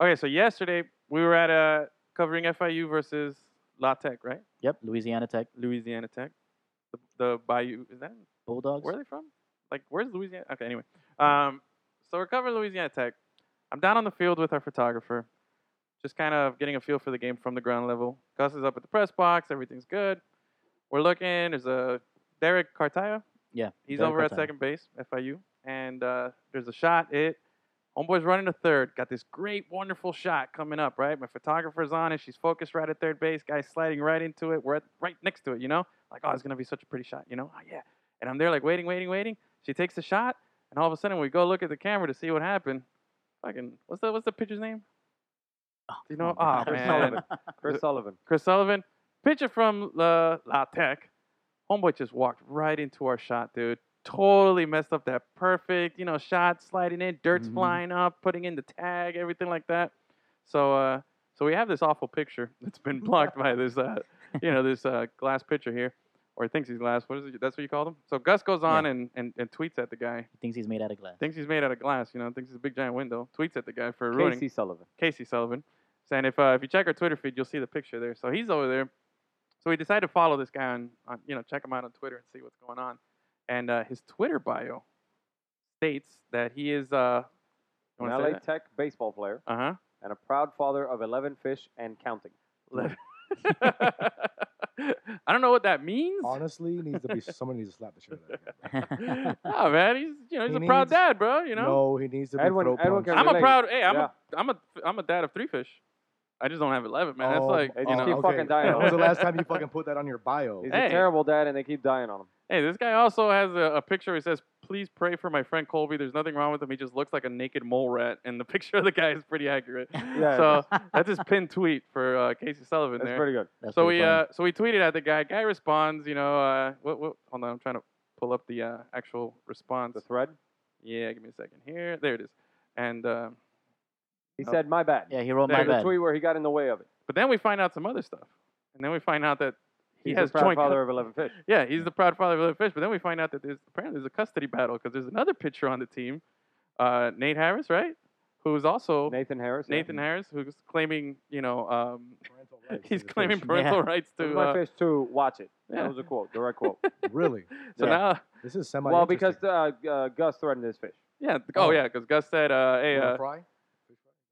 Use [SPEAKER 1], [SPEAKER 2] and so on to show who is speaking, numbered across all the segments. [SPEAKER 1] Okay, so yesterday we were at a covering FIU versus La Tech, right?
[SPEAKER 2] Yep, Louisiana Tech
[SPEAKER 1] Louisiana Tech. The, the Bayou is that
[SPEAKER 2] Bulldogs.
[SPEAKER 1] where are they from? Like where's Louisiana? Okay, anyway. Um, so we're covering Louisiana Tech. I'm down on the field with our photographer, just kind of getting a feel for the game from the ground level. Gus is up at the press box. Everything's good. We're looking. There's a Derek Cartaya.
[SPEAKER 2] Yeah,
[SPEAKER 1] He's
[SPEAKER 2] Derek
[SPEAKER 1] over at
[SPEAKER 2] Cartaya.
[SPEAKER 1] second base, FIU, and uh, there's a shot. It homeboy's running to third. Got this great, wonderful shot coming up. Right, my photographer's on it. She's focused right at third base. Guy's sliding right into it. We're at, right next to it. You know, like oh, it's gonna be such a pretty shot. You know, oh yeah. And I'm there like waiting, waiting, waiting. She takes the shot, and all of a sudden we go look at the camera to see what happened. Fucking what's the what's the pitcher's name? Do you know?
[SPEAKER 2] come
[SPEAKER 1] Oh
[SPEAKER 2] on,
[SPEAKER 3] Chris
[SPEAKER 1] man,
[SPEAKER 3] Sullivan. Chris Sullivan.
[SPEAKER 1] Chris Sullivan, pitcher from La, La Tech. Homeboy just walked right into our shot, dude. Totally messed up that perfect, you know, shot sliding in, dirt's
[SPEAKER 2] Mhm.
[SPEAKER 1] flying up, putting in the tag, everything like that. So, uh, so we have this awful picture that's been blocked by this, uh, you know, this uh, glass pitcher here, or he thinks he's glass. What is it? That's what you called him. So Gus goes on and, and, and tweets at the guy.
[SPEAKER 2] He thinks he's made out of glass.
[SPEAKER 1] Thinks he's made out of glass, you know. Thinks he's a big giant window. Tweets at the guy for ruining.
[SPEAKER 3] Casey Sullivan.
[SPEAKER 1] Casey Sullivan, saying if uh, if you check our Twitter feed, you'll see the picture there. So he's over there. So we decided to follow this guy on, on you know check him out on Twitter and see what's going on. And uh, his Twitter bio states that he is uh,
[SPEAKER 3] An LA Tech baseball player
[SPEAKER 1] uh huh
[SPEAKER 3] and a proud father of 11 fish and counting.
[SPEAKER 1] Uh-huh. I don't know what that means.
[SPEAKER 4] Honestly, needs to be someone needs to slap the shit out of that guy.
[SPEAKER 1] oh man, he's you know he's
[SPEAKER 4] He
[SPEAKER 1] a proud
[SPEAKER 4] needs-
[SPEAKER 1] dad, bro. You know
[SPEAKER 4] No, he needs to be
[SPEAKER 3] Edwin-
[SPEAKER 4] throw
[SPEAKER 3] Edwin
[SPEAKER 4] punched.
[SPEAKER 3] can
[SPEAKER 1] I'm a
[SPEAKER 3] relate.
[SPEAKER 1] proud hey I'm
[SPEAKER 3] Yeah.
[SPEAKER 1] a I'm a I'm a dad of three fish. I just don't have eleven, man.
[SPEAKER 4] Oh,
[SPEAKER 1] That's
[SPEAKER 3] They
[SPEAKER 1] like
[SPEAKER 3] just
[SPEAKER 1] you
[SPEAKER 3] keep
[SPEAKER 1] know.
[SPEAKER 3] fucking dying.
[SPEAKER 4] When was the last time you fucking put that on your bio?
[SPEAKER 3] He's
[SPEAKER 1] Hey.
[SPEAKER 3] a terrible dad, and they keep dying on him.
[SPEAKER 1] Hey, this guy also has a, a picture. He says, "Please pray for my friend Colby." There's nothing wrong with him. He just looks like a naked mole rat, and the picture of the guy is pretty accurate.
[SPEAKER 3] Yeah,
[SPEAKER 1] so that's his pinned tweet for uh, Casey Sullivan
[SPEAKER 3] That's
[SPEAKER 1] there.
[SPEAKER 3] pretty good.
[SPEAKER 2] That's
[SPEAKER 1] so
[SPEAKER 2] pretty
[SPEAKER 1] we
[SPEAKER 2] funny.
[SPEAKER 1] uh, so we tweeted at the guy. Guy responds, you know, uh, what, what? Hold on, I'm trying to pull up the uh, actual response.
[SPEAKER 3] The thread.
[SPEAKER 1] Yeah, give me a second here. There it is. And uh,
[SPEAKER 3] He
[SPEAKER 1] Oh.
[SPEAKER 3] said, "My bad."
[SPEAKER 2] yeah, he wrote
[SPEAKER 1] There's
[SPEAKER 2] my
[SPEAKER 3] There's
[SPEAKER 2] bad.
[SPEAKER 3] a tweet where he got in the way of it.
[SPEAKER 1] but then we find out some other stuff, and then we find out that he
[SPEAKER 3] He's
[SPEAKER 1] has
[SPEAKER 3] a proud
[SPEAKER 1] joint
[SPEAKER 3] father of 11 fish.
[SPEAKER 1] Yeah, he's the proud father of the fish. But then we find out that there's apparently there's a custody battle because there's another pitcher on the team, uh, Nate Harris, right? Who's also
[SPEAKER 3] Nathan Harris. yeah.
[SPEAKER 1] Nathan Harris, who's claiming, you know, um,
[SPEAKER 4] Parental rights
[SPEAKER 1] he's
[SPEAKER 4] is a
[SPEAKER 1] claiming
[SPEAKER 4] fish.
[SPEAKER 1] parental rights
[SPEAKER 3] This is
[SPEAKER 1] to.
[SPEAKER 3] my
[SPEAKER 1] Uh,
[SPEAKER 3] fish too. Watch it.
[SPEAKER 1] Yeah.
[SPEAKER 3] That was a quote, direct quote.
[SPEAKER 4] really.
[SPEAKER 1] so
[SPEAKER 3] yeah.
[SPEAKER 1] now,
[SPEAKER 4] This is semi.
[SPEAKER 3] well, because uh, uh, Gus threatened his fish.
[SPEAKER 1] yeah, oh,
[SPEAKER 4] Oh.
[SPEAKER 1] yeah, because Gus said, uh, hey, uh,
[SPEAKER 4] fry.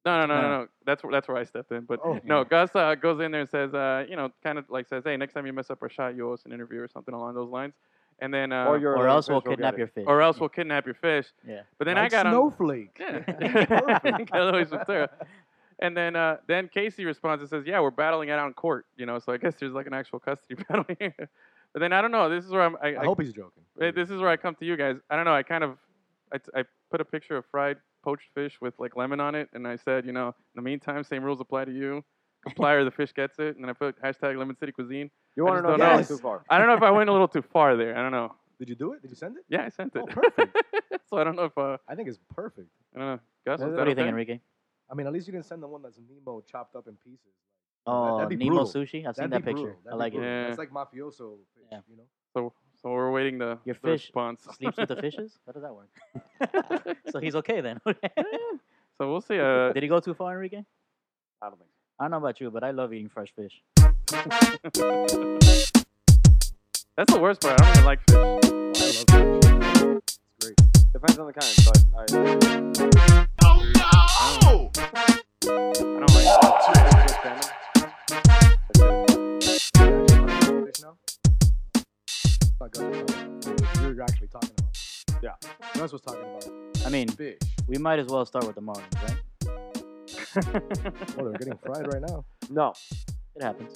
[SPEAKER 1] no, no, no, no,
[SPEAKER 2] No.
[SPEAKER 1] no, that's where that's where I stepped in. But
[SPEAKER 4] Oh.
[SPEAKER 1] no, Gus uh, goes in there and says, uh, you know, kind of like says, hey, next time you mess up our shot, you owe us an interview or something along those lines, and then uh,
[SPEAKER 3] or your
[SPEAKER 2] or else we'll
[SPEAKER 3] official get
[SPEAKER 2] kidnap
[SPEAKER 3] it.
[SPEAKER 2] your fish.
[SPEAKER 1] or else we'll kidnap your fish.
[SPEAKER 2] Yeah.
[SPEAKER 1] But then
[SPEAKER 4] like
[SPEAKER 1] I got on.
[SPEAKER 4] snowflake.
[SPEAKER 1] Yeah.
[SPEAKER 4] Perfect.
[SPEAKER 1] Eloise Ventura. And then uh, then Casey responds and says, "Yeah, we're battling it out in court, you know. So I guess there's like an actual custody battle here. But then I don't know. This is where I'm. I,
[SPEAKER 4] I hope he's joking.
[SPEAKER 1] I- this is where I come to you guys. I don't know. I kind of I, t- I put a picture of fried poached fish with like lemon on it, and I said, you know, in the meantime, same rules apply to you. Comply or the fish gets it. And then I put hashtag Lemon City Cuisine.
[SPEAKER 3] You
[SPEAKER 1] I
[SPEAKER 3] want
[SPEAKER 1] just
[SPEAKER 3] to know?
[SPEAKER 1] don't
[SPEAKER 3] if that
[SPEAKER 4] know.
[SPEAKER 3] was Too far.
[SPEAKER 1] I don't know if I went a little too far there. I don't know.
[SPEAKER 4] Did you do it? Did you send it?
[SPEAKER 1] Yeah, I sent it.
[SPEAKER 4] Oh, perfect.
[SPEAKER 1] so I don't know if uh,
[SPEAKER 4] I think it's perfect.
[SPEAKER 1] I don't know. Gus, was
[SPEAKER 3] What
[SPEAKER 1] that
[SPEAKER 2] What do you think,
[SPEAKER 1] okay?
[SPEAKER 2] Enrique?
[SPEAKER 4] I mean, at least you didn't send the one that's Nemo chopped up in pieces.
[SPEAKER 2] Oh,
[SPEAKER 4] that'd be
[SPEAKER 2] Nemo
[SPEAKER 4] brutal.
[SPEAKER 2] sushi. I've seen
[SPEAKER 4] That'd
[SPEAKER 2] that
[SPEAKER 4] be
[SPEAKER 2] picture.
[SPEAKER 4] brutal.
[SPEAKER 2] I
[SPEAKER 4] That'd be
[SPEAKER 2] like it.
[SPEAKER 4] brutal.
[SPEAKER 1] Yeah.
[SPEAKER 4] That's like mafioso fish,
[SPEAKER 2] Yeah.
[SPEAKER 4] you know.
[SPEAKER 1] So, so we're waiting the,
[SPEAKER 2] Your
[SPEAKER 1] the
[SPEAKER 2] fish
[SPEAKER 1] response.
[SPEAKER 2] Sleeps with the fishes. How does that work? so he's okay then.
[SPEAKER 1] so we'll see. Uh,
[SPEAKER 2] Did he go too far, Enrique?
[SPEAKER 3] I don't think.
[SPEAKER 2] I don't know about you, but I love eating fresh fish.
[SPEAKER 1] that's the worst part. I don't even like fish.
[SPEAKER 4] I love fish. It's great.
[SPEAKER 3] so. Depends on the kind, but I,
[SPEAKER 1] Oh! I don't like.
[SPEAKER 3] Just random.
[SPEAKER 4] Fish now? Not Gus was talking about. You were actually talking about.
[SPEAKER 3] Yeah.
[SPEAKER 4] Gus was talking about
[SPEAKER 2] I mean,
[SPEAKER 4] fish.
[SPEAKER 2] we might as well start with the Marlins, right?
[SPEAKER 4] Oh, they're getting fried right now.
[SPEAKER 3] No,
[SPEAKER 2] It happens.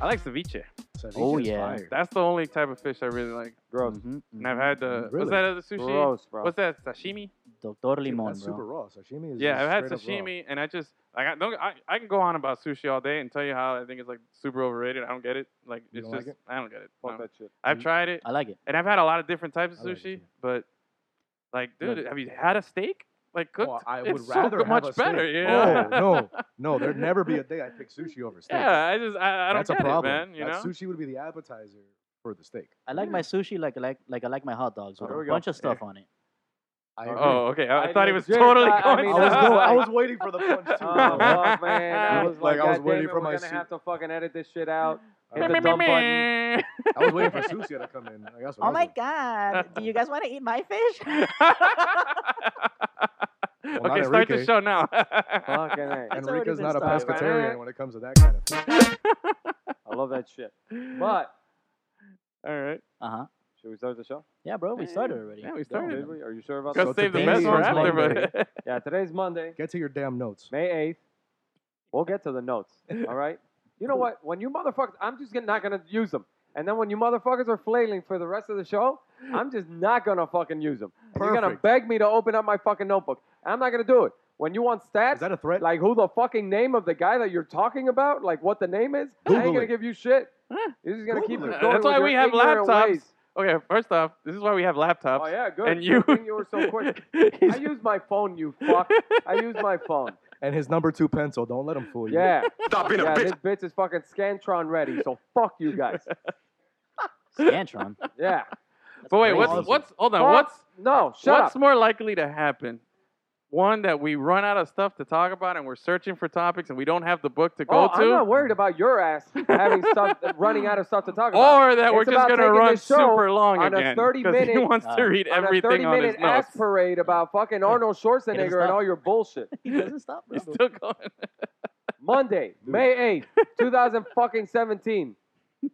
[SPEAKER 1] I like ceviche.
[SPEAKER 4] Ceviche
[SPEAKER 2] Oh,
[SPEAKER 4] is
[SPEAKER 2] yeah.
[SPEAKER 4] fire.
[SPEAKER 1] That's the only type of fish I really like.
[SPEAKER 3] gross,
[SPEAKER 2] Mhm,
[SPEAKER 1] And I've
[SPEAKER 2] mhm.
[SPEAKER 1] had the what's
[SPEAKER 4] Really?
[SPEAKER 1] that other sushi?
[SPEAKER 3] gross, bro.
[SPEAKER 1] What's that sashimi?
[SPEAKER 2] Doctor
[SPEAKER 4] Dude,
[SPEAKER 2] Limon,
[SPEAKER 4] that's super
[SPEAKER 2] bro.
[SPEAKER 4] raw. Sashimi is
[SPEAKER 1] yeah,
[SPEAKER 4] just
[SPEAKER 1] I've had
[SPEAKER 4] straight up raw.
[SPEAKER 1] sashimi, and I just like I don't. I, I can go on about sushi all day and tell you how I think it's like super overrated. I don't get it. Like
[SPEAKER 4] You
[SPEAKER 1] it's
[SPEAKER 4] don't like
[SPEAKER 1] just I don't get it.
[SPEAKER 3] Fuck
[SPEAKER 1] No.
[SPEAKER 3] that shit.
[SPEAKER 1] I've tried it,
[SPEAKER 2] I like it.
[SPEAKER 1] and I've had a lot of different types of
[SPEAKER 4] I like it
[SPEAKER 1] sushi,
[SPEAKER 4] too.
[SPEAKER 1] but like, dude,
[SPEAKER 4] Look.
[SPEAKER 1] have you had a steak? Like cooked?
[SPEAKER 4] Oh, I
[SPEAKER 1] It's
[SPEAKER 4] would
[SPEAKER 1] so
[SPEAKER 4] rather
[SPEAKER 1] good-
[SPEAKER 4] have
[SPEAKER 1] much
[SPEAKER 4] a steak.
[SPEAKER 1] better. You know?
[SPEAKER 4] Oh no, no, there'd never be a day I would pick sushi over steak.
[SPEAKER 1] Yeah, I just I, I don't
[SPEAKER 4] That's
[SPEAKER 1] get
[SPEAKER 4] a problem.
[SPEAKER 1] it, man. You
[SPEAKER 4] That
[SPEAKER 1] know,
[SPEAKER 4] sushi would be the appetizer for the steak.
[SPEAKER 2] I like my sushi like like like I like my hot dogs
[SPEAKER 3] Oh,
[SPEAKER 2] with
[SPEAKER 3] there
[SPEAKER 2] a
[SPEAKER 3] we go.
[SPEAKER 2] bunch of stuff on it.
[SPEAKER 4] I agree.
[SPEAKER 1] Oh, okay. I, I
[SPEAKER 3] I
[SPEAKER 1] thought he was
[SPEAKER 3] legit
[SPEAKER 1] totally
[SPEAKER 3] thought- I
[SPEAKER 1] going.
[SPEAKER 4] I
[SPEAKER 3] mean,
[SPEAKER 4] was
[SPEAKER 1] down.
[SPEAKER 4] going, I was waiting for the punch too.
[SPEAKER 3] Oh,
[SPEAKER 4] bro.
[SPEAKER 3] fuck, man. I was like, I was waiting for my We're going
[SPEAKER 4] seat.
[SPEAKER 3] to have to fucking edit this shit out.
[SPEAKER 4] I
[SPEAKER 3] Hit
[SPEAKER 4] was-
[SPEAKER 3] the dumb button.
[SPEAKER 4] I was waiting for Susie to come in. Like, that's what I
[SPEAKER 5] Oh
[SPEAKER 4] was
[SPEAKER 5] my
[SPEAKER 4] waiting-
[SPEAKER 5] god. Do you guys want to eat my fish?
[SPEAKER 1] okay,
[SPEAKER 4] not
[SPEAKER 1] start the
[SPEAKER 4] Enrique.
[SPEAKER 1] show now.
[SPEAKER 3] Fucking A.
[SPEAKER 5] That's already
[SPEAKER 4] Enrica's
[SPEAKER 5] been
[SPEAKER 4] not a
[SPEAKER 3] started.
[SPEAKER 4] pescatarian when it comes to that kind of thing.
[SPEAKER 3] I love that shit. But,
[SPEAKER 1] all right,
[SPEAKER 2] Uh huh.
[SPEAKER 3] should we start the show?
[SPEAKER 2] Yeah, bro, we started already.
[SPEAKER 1] yeah, we
[SPEAKER 2] Go,
[SPEAKER 1] started.
[SPEAKER 3] Did
[SPEAKER 2] man.
[SPEAKER 3] we? Are you sure about
[SPEAKER 1] gotta
[SPEAKER 4] So
[SPEAKER 3] that?
[SPEAKER 1] save the
[SPEAKER 4] today
[SPEAKER 1] best for
[SPEAKER 4] is
[SPEAKER 1] after,
[SPEAKER 4] Monday.
[SPEAKER 1] but
[SPEAKER 3] Yeah, today's Monday.
[SPEAKER 4] Get to your damn notes.
[SPEAKER 3] May 8th. We'll get to the notes. All right. You know what? When you motherfuckers, I'm just gonna- not going to use them. And then when you motherfuckers are flailing for the rest of the show, I'm just not going to fucking use them. You're going to
[SPEAKER 4] Perfect.
[SPEAKER 3] beg me to open up my fucking notebook. I'm not going to do it. When you want stats,
[SPEAKER 4] Is that a threat?
[SPEAKER 3] like who the fucking name of the guy that you're talking about, like what the name is, I
[SPEAKER 4] Google
[SPEAKER 3] ain't going to
[SPEAKER 4] it.
[SPEAKER 3] give you shit.
[SPEAKER 1] Huh?
[SPEAKER 3] You're just going to
[SPEAKER 4] Google
[SPEAKER 3] keep
[SPEAKER 4] it.
[SPEAKER 3] going
[SPEAKER 1] That's
[SPEAKER 3] with
[SPEAKER 1] why
[SPEAKER 3] your
[SPEAKER 1] we have
[SPEAKER 3] ignorant
[SPEAKER 1] laptops.
[SPEAKER 3] ways.
[SPEAKER 1] okay, first off, this is why we have laptops.
[SPEAKER 3] Oh, yeah, good.
[SPEAKER 1] And
[SPEAKER 3] Good
[SPEAKER 1] you,
[SPEAKER 3] thing you were so quick. I use my phone, you fuck. I use my phone.
[SPEAKER 4] and his number two pencil. Don't let him fool you.
[SPEAKER 3] Yeah. Stop being yeah, a bitch. This bitch is fucking Scantron ready, so fuck you guys.
[SPEAKER 2] Scantron.
[SPEAKER 3] Yeah.
[SPEAKER 1] but wait,
[SPEAKER 2] That's
[SPEAKER 1] what's
[SPEAKER 2] crazy.
[SPEAKER 1] what's hold on,
[SPEAKER 3] Fuck.
[SPEAKER 1] what's
[SPEAKER 3] No, shut
[SPEAKER 1] what's
[SPEAKER 3] up.
[SPEAKER 1] more likely to happen? One that we run out of stuff to talk about, and we're searching for topics, and we don't have the book to
[SPEAKER 3] Oh,
[SPEAKER 1] go
[SPEAKER 3] I'm
[SPEAKER 1] to,
[SPEAKER 3] not worried about your ass having stuff, running out of stuff to talk about.
[SPEAKER 1] or that
[SPEAKER 3] It's
[SPEAKER 1] we're just
[SPEAKER 3] about
[SPEAKER 1] gonna
[SPEAKER 3] taking
[SPEAKER 1] run
[SPEAKER 3] this show
[SPEAKER 1] super long
[SPEAKER 3] on a
[SPEAKER 1] again
[SPEAKER 3] 30
[SPEAKER 1] because he
[SPEAKER 3] minute-
[SPEAKER 1] wants to
[SPEAKER 2] Uh,
[SPEAKER 1] read
[SPEAKER 3] on a
[SPEAKER 1] everything on his
[SPEAKER 3] minute ass
[SPEAKER 1] notes.
[SPEAKER 3] parade about fucking Arnold
[SPEAKER 2] It is
[SPEAKER 3] Schwarzenegger and
[SPEAKER 2] not.
[SPEAKER 3] all your bullshit.
[SPEAKER 2] he doesn't stop, bro.
[SPEAKER 1] He's still going.
[SPEAKER 3] Monday, May 8th, 2017.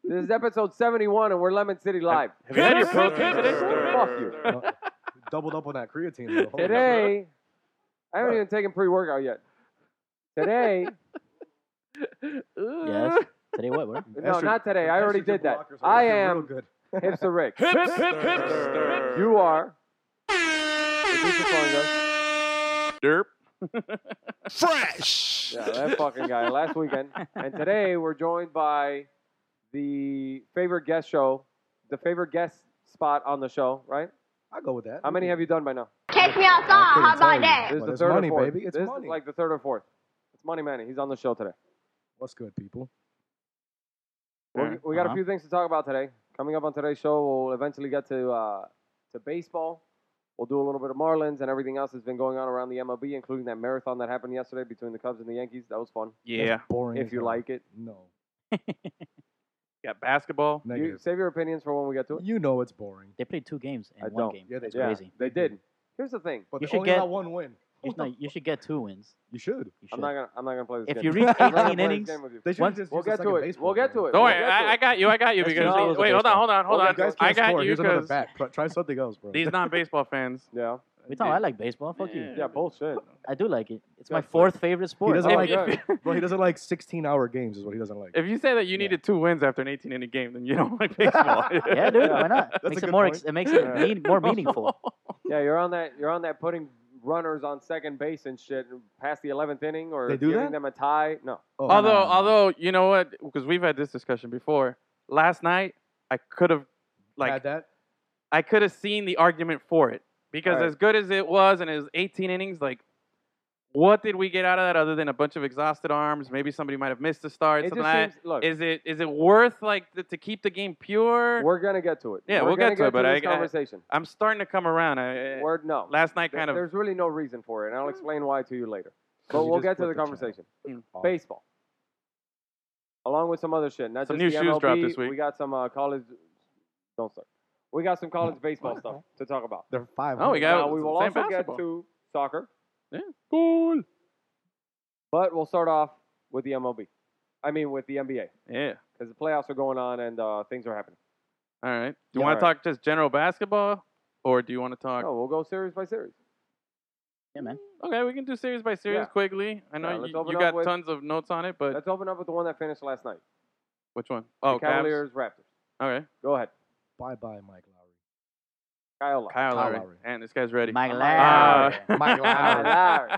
[SPEAKER 3] This is episode 71, and we're Lemon City Live.
[SPEAKER 1] Have you had your
[SPEAKER 4] Good
[SPEAKER 1] protein
[SPEAKER 4] answer.
[SPEAKER 1] today?
[SPEAKER 3] Fuck you.
[SPEAKER 4] Doubled up on that creatine. though. Holy
[SPEAKER 3] Today, I haven't even taken pre workout yet. Today,
[SPEAKER 2] Yes. Today what? What?
[SPEAKER 4] shit.
[SPEAKER 3] no,
[SPEAKER 4] Estrogen-
[SPEAKER 3] not today. I already
[SPEAKER 4] estrogen
[SPEAKER 3] did that.
[SPEAKER 4] blockers are
[SPEAKER 3] I
[SPEAKER 4] working real
[SPEAKER 3] am
[SPEAKER 4] good.
[SPEAKER 3] Hipster Rick.
[SPEAKER 1] Hipster.
[SPEAKER 3] You are. Is this recording, guys?
[SPEAKER 1] Derp.
[SPEAKER 3] Yeah, that fucking guy last weekend. And today we're joined by the favorite guest show, the favorite guest spot on the show, right?
[SPEAKER 4] I'll go with that.
[SPEAKER 3] How many have you done by now?
[SPEAKER 6] Catch me outside. How about that?
[SPEAKER 3] This
[SPEAKER 4] Well,
[SPEAKER 3] is the
[SPEAKER 4] it's
[SPEAKER 3] third
[SPEAKER 4] money,
[SPEAKER 3] or fourth.
[SPEAKER 4] baby. It's
[SPEAKER 3] this
[SPEAKER 4] money.
[SPEAKER 3] is like the third or fourth. It's Money Manny. He's on the show today.
[SPEAKER 4] What's good, people?
[SPEAKER 3] We're- We got a
[SPEAKER 2] Uh-huh.
[SPEAKER 3] few things to talk about today. Coming up on today's show, we'll eventually get to uh, to baseball. We'll do a little bit of Marlins and everything else that's been going on around the MLB, including that marathon that happened yesterday between the Cubs and the Yankees. That was fun,
[SPEAKER 1] Yeah.
[SPEAKER 4] That's boring.
[SPEAKER 3] if
[SPEAKER 4] as
[SPEAKER 3] you
[SPEAKER 4] hell.
[SPEAKER 3] like it.
[SPEAKER 4] No.
[SPEAKER 1] Got basketball.
[SPEAKER 3] You,
[SPEAKER 4] Negative.
[SPEAKER 3] save your opinions for when we get to
[SPEAKER 4] You,
[SPEAKER 3] it.
[SPEAKER 4] know it's boring.
[SPEAKER 2] They played two games and
[SPEAKER 3] I
[SPEAKER 2] one
[SPEAKER 3] don't.
[SPEAKER 2] game.
[SPEAKER 4] Yeah, they
[SPEAKER 2] That's
[SPEAKER 3] did.
[SPEAKER 2] crazy.
[SPEAKER 3] They did. Here's the thing.
[SPEAKER 4] But
[SPEAKER 2] You
[SPEAKER 4] they
[SPEAKER 2] should
[SPEAKER 4] only
[SPEAKER 2] get-
[SPEAKER 4] got one win.
[SPEAKER 2] You, no, you should get two wins.
[SPEAKER 4] You should.
[SPEAKER 2] You
[SPEAKER 3] I'm
[SPEAKER 2] should.
[SPEAKER 3] not gonna. I'm not gonna play this.
[SPEAKER 2] If
[SPEAKER 3] game.
[SPEAKER 2] you reach
[SPEAKER 3] I'm not gonna
[SPEAKER 2] 18
[SPEAKER 3] play this
[SPEAKER 2] innings,
[SPEAKER 3] game with you.
[SPEAKER 4] They should
[SPEAKER 2] Once-
[SPEAKER 4] just
[SPEAKER 3] We'll
[SPEAKER 4] use the
[SPEAKER 3] get to
[SPEAKER 4] second
[SPEAKER 3] it.
[SPEAKER 4] baseball
[SPEAKER 3] We'll get
[SPEAKER 4] player.
[SPEAKER 3] to it.
[SPEAKER 1] Don't
[SPEAKER 3] We'll
[SPEAKER 1] worry,
[SPEAKER 3] get to
[SPEAKER 1] I, I
[SPEAKER 3] it.
[SPEAKER 1] got you. I got you
[SPEAKER 2] That's
[SPEAKER 1] because
[SPEAKER 3] just all the
[SPEAKER 1] wait, hold on,
[SPEAKER 2] baseball.
[SPEAKER 1] hold on, hold
[SPEAKER 4] Oh,
[SPEAKER 1] on.
[SPEAKER 4] you guys
[SPEAKER 1] I
[SPEAKER 4] can't score.
[SPEAKER 1] got you
[SPEAKER 4] Here's another
[SPEAKER 1] because
[SPEAKER 4] bat. Try, try something else, bro.
[SPEAKER 1] these non-baseball fans.
[SPEAKER 3] Yeah.
[SPEAKER 2] We don't. I like baseball. Fuck you.
[SPEAKER 3] Yeah. Bullshit.
[SPEAKER 2] I do like it. It's my
[SPEAKER 3] Exactly.
[SPEAKER 2] fourth favorite sport.
[SPEAKER 4] doesn't
[SPEAKER 1] If-
[SPEAKER 4] like-
[SPEAKER 1] if,
[SPEAKER 4] bro, he doesn't like 16-hour games. Is what he doesn't like.
[SPEAKER 1] if you say that you needed two wins after an 18-inning game, then you don't like baseball.
[SPEAKER 2] yeah, dude.
[SPEAKER 3] Yeah.
[SPEAKER 2] Why not?
[SPEAKER 4] a
[SPEAKER 2] makes
[SPEAKER 4] good
[SPEAKER 2] it more.
[SPEAKER 4] point.
[SPEAKER 2] Ex- it makes it
[SPEAKER 3] Yeah.
[SPEAKER 2] mean, more meaningful.
[SPEAKER 3] Yeah. You're on that. You're on that putting runners on second base and shit past the 11th inning or
[SPEAKER 4] They do
[SPEAKER 3] giving
[SPEAKER 4] that?
[SPEAKER 3] them a tie. No.
[SPEAKER 4] Oh,
[SPEAKER 1] although,
[SPEAKER 2] no, no.
[SPEAKER 1] although you know what? Because we've had this discussion before. Last night, I could have,
[SPEAKER 4] had
[SPEAKER 1] like,
[SPEAKER 4] that.
[SPEAKER 1] I could have seen the argument for it because
[SPEAKER 3] Right.
[SPEAKER 1] as good as it was and it was 18 innings, like. What did we get out of that other than a bunch of exhausted arms? Maybe somebody might have missed a start.
[SPEAKER 3] It
[SPEAKER 1] something
[SPEAKER 3] just
[SPEAKER 1] like that.
[SPEAKER 3] seems. Look,
[SPEAKER 1] Is it is it worth like th- to keep the game pure?
[SPEAKER 3] we're gonna get to it.
[SPEAKER 1] Yeah,
[SPEAKER 3] We're
[SPEAKER 1] we'll
[SPEAKER 3] gonna
[SPEAKER 1] get to it, but I-
[SPEAKER 3] this
[SPEAKER 1] I-
[SPEAKER 3] conversation.
[SPEAKER 1] I'm starting to come around. I,
[SPEAKER 3] Word no.
[SPEAKER 1] last night
[SPEAKER 3] There-
[SPEAKER 1] kind of
[SPEAKER 3] There's really no reason for it, and I'll explain why to you later.
[SPEAKER 4] Can
[SPEAKER 3] But
[SPEAKER 4] you
[SPEAKER 3] we'll
[SPEAKER 4] just
[SPEAKER 3] get to the
[SPEAKER 4] flip the channel?
[SPEAKER 3] conversation.
[SPEAKER 1] Mm.
[SPEAKER 4] Oh.
[SPEAKER 3] Baseball, along with some other shit. Not
[SPEAKER 1] Some
[SPEAKER 3] just
[SPEAKER 1] new
[SPEAKER 3] the
[SPEAKER 1] shoes
[SPEAKER 3] MLB,
[SPEAKER 1] dropped this week.
[SPEAKER 3] We got some uh, college. Don't start. We got some college baseball stuff to talk about.
[SPEAKER 4] They're five.
[SPEAKER 1] Oh, we got- Yeah,
[SPEAKER 3] now
[SPEAKER 1] it's
[SPEAKER 3] we
[SPEAKER 1] the
[SPEAKER 3] will
[SPEAKER 1] same
[SPEAKER 3] also
[SPEAKER 1] basketball.
[SPEAKER 3] get to soccer,
[SPEAKER 1] cool.
[SPEAKER 3] but we'll start off with the MLB. I mean, with the NBA,
[SPEAKER 1] Yeah.
[SPEAKER 3] because the playoffs are going on and uh, things are happening.
[SPEAKER 1] All right. Do you
[SPEAKER 3] Yeah,
[SPEAKER 1] want
[SPEAKER 3] all
[SPEAKER 1] to talk just general basketball, or do you want to talk?
[SPEAKER 3] No, we'll go series by series.
[SPEAKER 2] yeah, man.
[SPEAKER 1] Okay, we can do series by series
[SPEAKER 3] Yeah.
[SPEAKER 1] quickly. I know
[SPEAKER 3] Yeah, let's
[SPEAKER 1] you,
[SPEAKER 3] open
[SPEAKER 1] you
[SPEAKER 3] up
[SPEAKER 1] got
[SPEAKER 3] with-
[SPEAKER 1] tons of notes on it, but
[SPEAKER 3] Let's open up with the one that finished last night.
[SPEAKER 1] which one? Oh,
[SPEAKER 3] the
[SPEAKER 1] Cavs?
[SPEAKER 3] Cavaliers, Raptors.
[SPEAKER 1] All right,
[SPEAKER 3] Go ahead,
[SPEAKER 4] Bye, bye, Mike Lowry.
[SPEAKER 3] Kyle. Lowry.
[SPEAKER 1] Kyle
[SPEAKER 4] Kyle
[SPEAKER 1] Lowry.
[SPEAKER 4] Lowry.
[SPEAKER 1] And this guy's ready.
[SPEAKER 2] Mike
[SPEAKER 1] Ah.
[SPEAKER 2] Lowry.
[SPEAKER 4] Mike
[SPEAKER 3] Kyle
[SPEAKER 4] Lowry.
[SPEAKER 3] Lowry.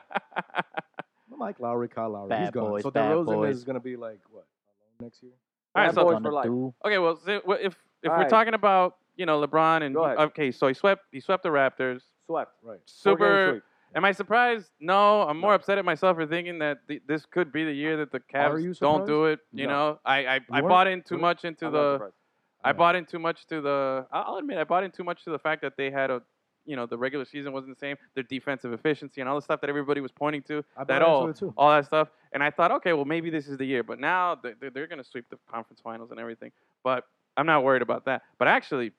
[SPEAKER 4] Mike Lowry, Kyle Lowry. He's
[SPEAKER 2] Bad
[SPEAKER 4] gone.
[SPEAKER 2] boys,
[SPEAKER 4] so
[SPEAKER 2] bad
[SPEAKER 4] DeRozan
[SPEAKER 2] boys.
[SPEAKER 4] is going to be like, what, next year?
[SPEAKER 1] All right.
[SPEAKER 3] Bad
[SPEAKER 1] So
[SPEAKER 3] boys
[SPEAKER 2] Gonna
[SPEAKER 3] for life.
[SPEAKER 2] do-
[SPEAKER 1] okay, well, so if if
[SPEAKER 3] All
[SPEAKER 1] we're
[SPEAKER 3] right.
[SPEAKER 1] talking about you know LeBron and
[SPEAKER 3] Go ahead.
[SPEAKER 1] okay, so he swept he swept the Raptors.
[SPEAKER 3] Swept. Four
[SPEAKER 4] Right.
[SPEAKER 3] games
[SPEAKER 1] Super.
[SPEAKER 3] sweep.
[SPEAKER 1] Am I surprised? No, I'm more upset at myself for thinking that th- this could be the year that the
[SPEAKER 4] Are you
[SPEAKER 1] Cavs don't do it. You
[SPEAKER 3] No.
[SPEAKER 1] know, I I, I
[SPEAKER 4] weren't-
[SPEAKER 1] bought in too
[SPEAKER 4] you-
[SPEAKER 1] much into
[SPEAKER 3] I'm not
[SPEAKER 1] the
[SPEAKER 3] surprised.
[SPEAKER 1] I
[SPEAKER 4] Yeah.
[SPEAKER 1] bought in too much to the. I- I'll admit, I bought in too much to the fact that they had a you know the regular season wasn't the same. Their defensive efficiency and all the stuff that everybody was pointing to,
[SPEAKER 4] I bought
[SPEAKER 1] that
[SPEAKER 4] into
[SPEAKER 1] all,
[SPEAKER 4] it too.
[SPEAKER 1] all that stuff. And I thought, okay, well maybe this is the year. But now they- they're, they're going to sweep the conference finals and everything. But I'm not worried about that. But actually,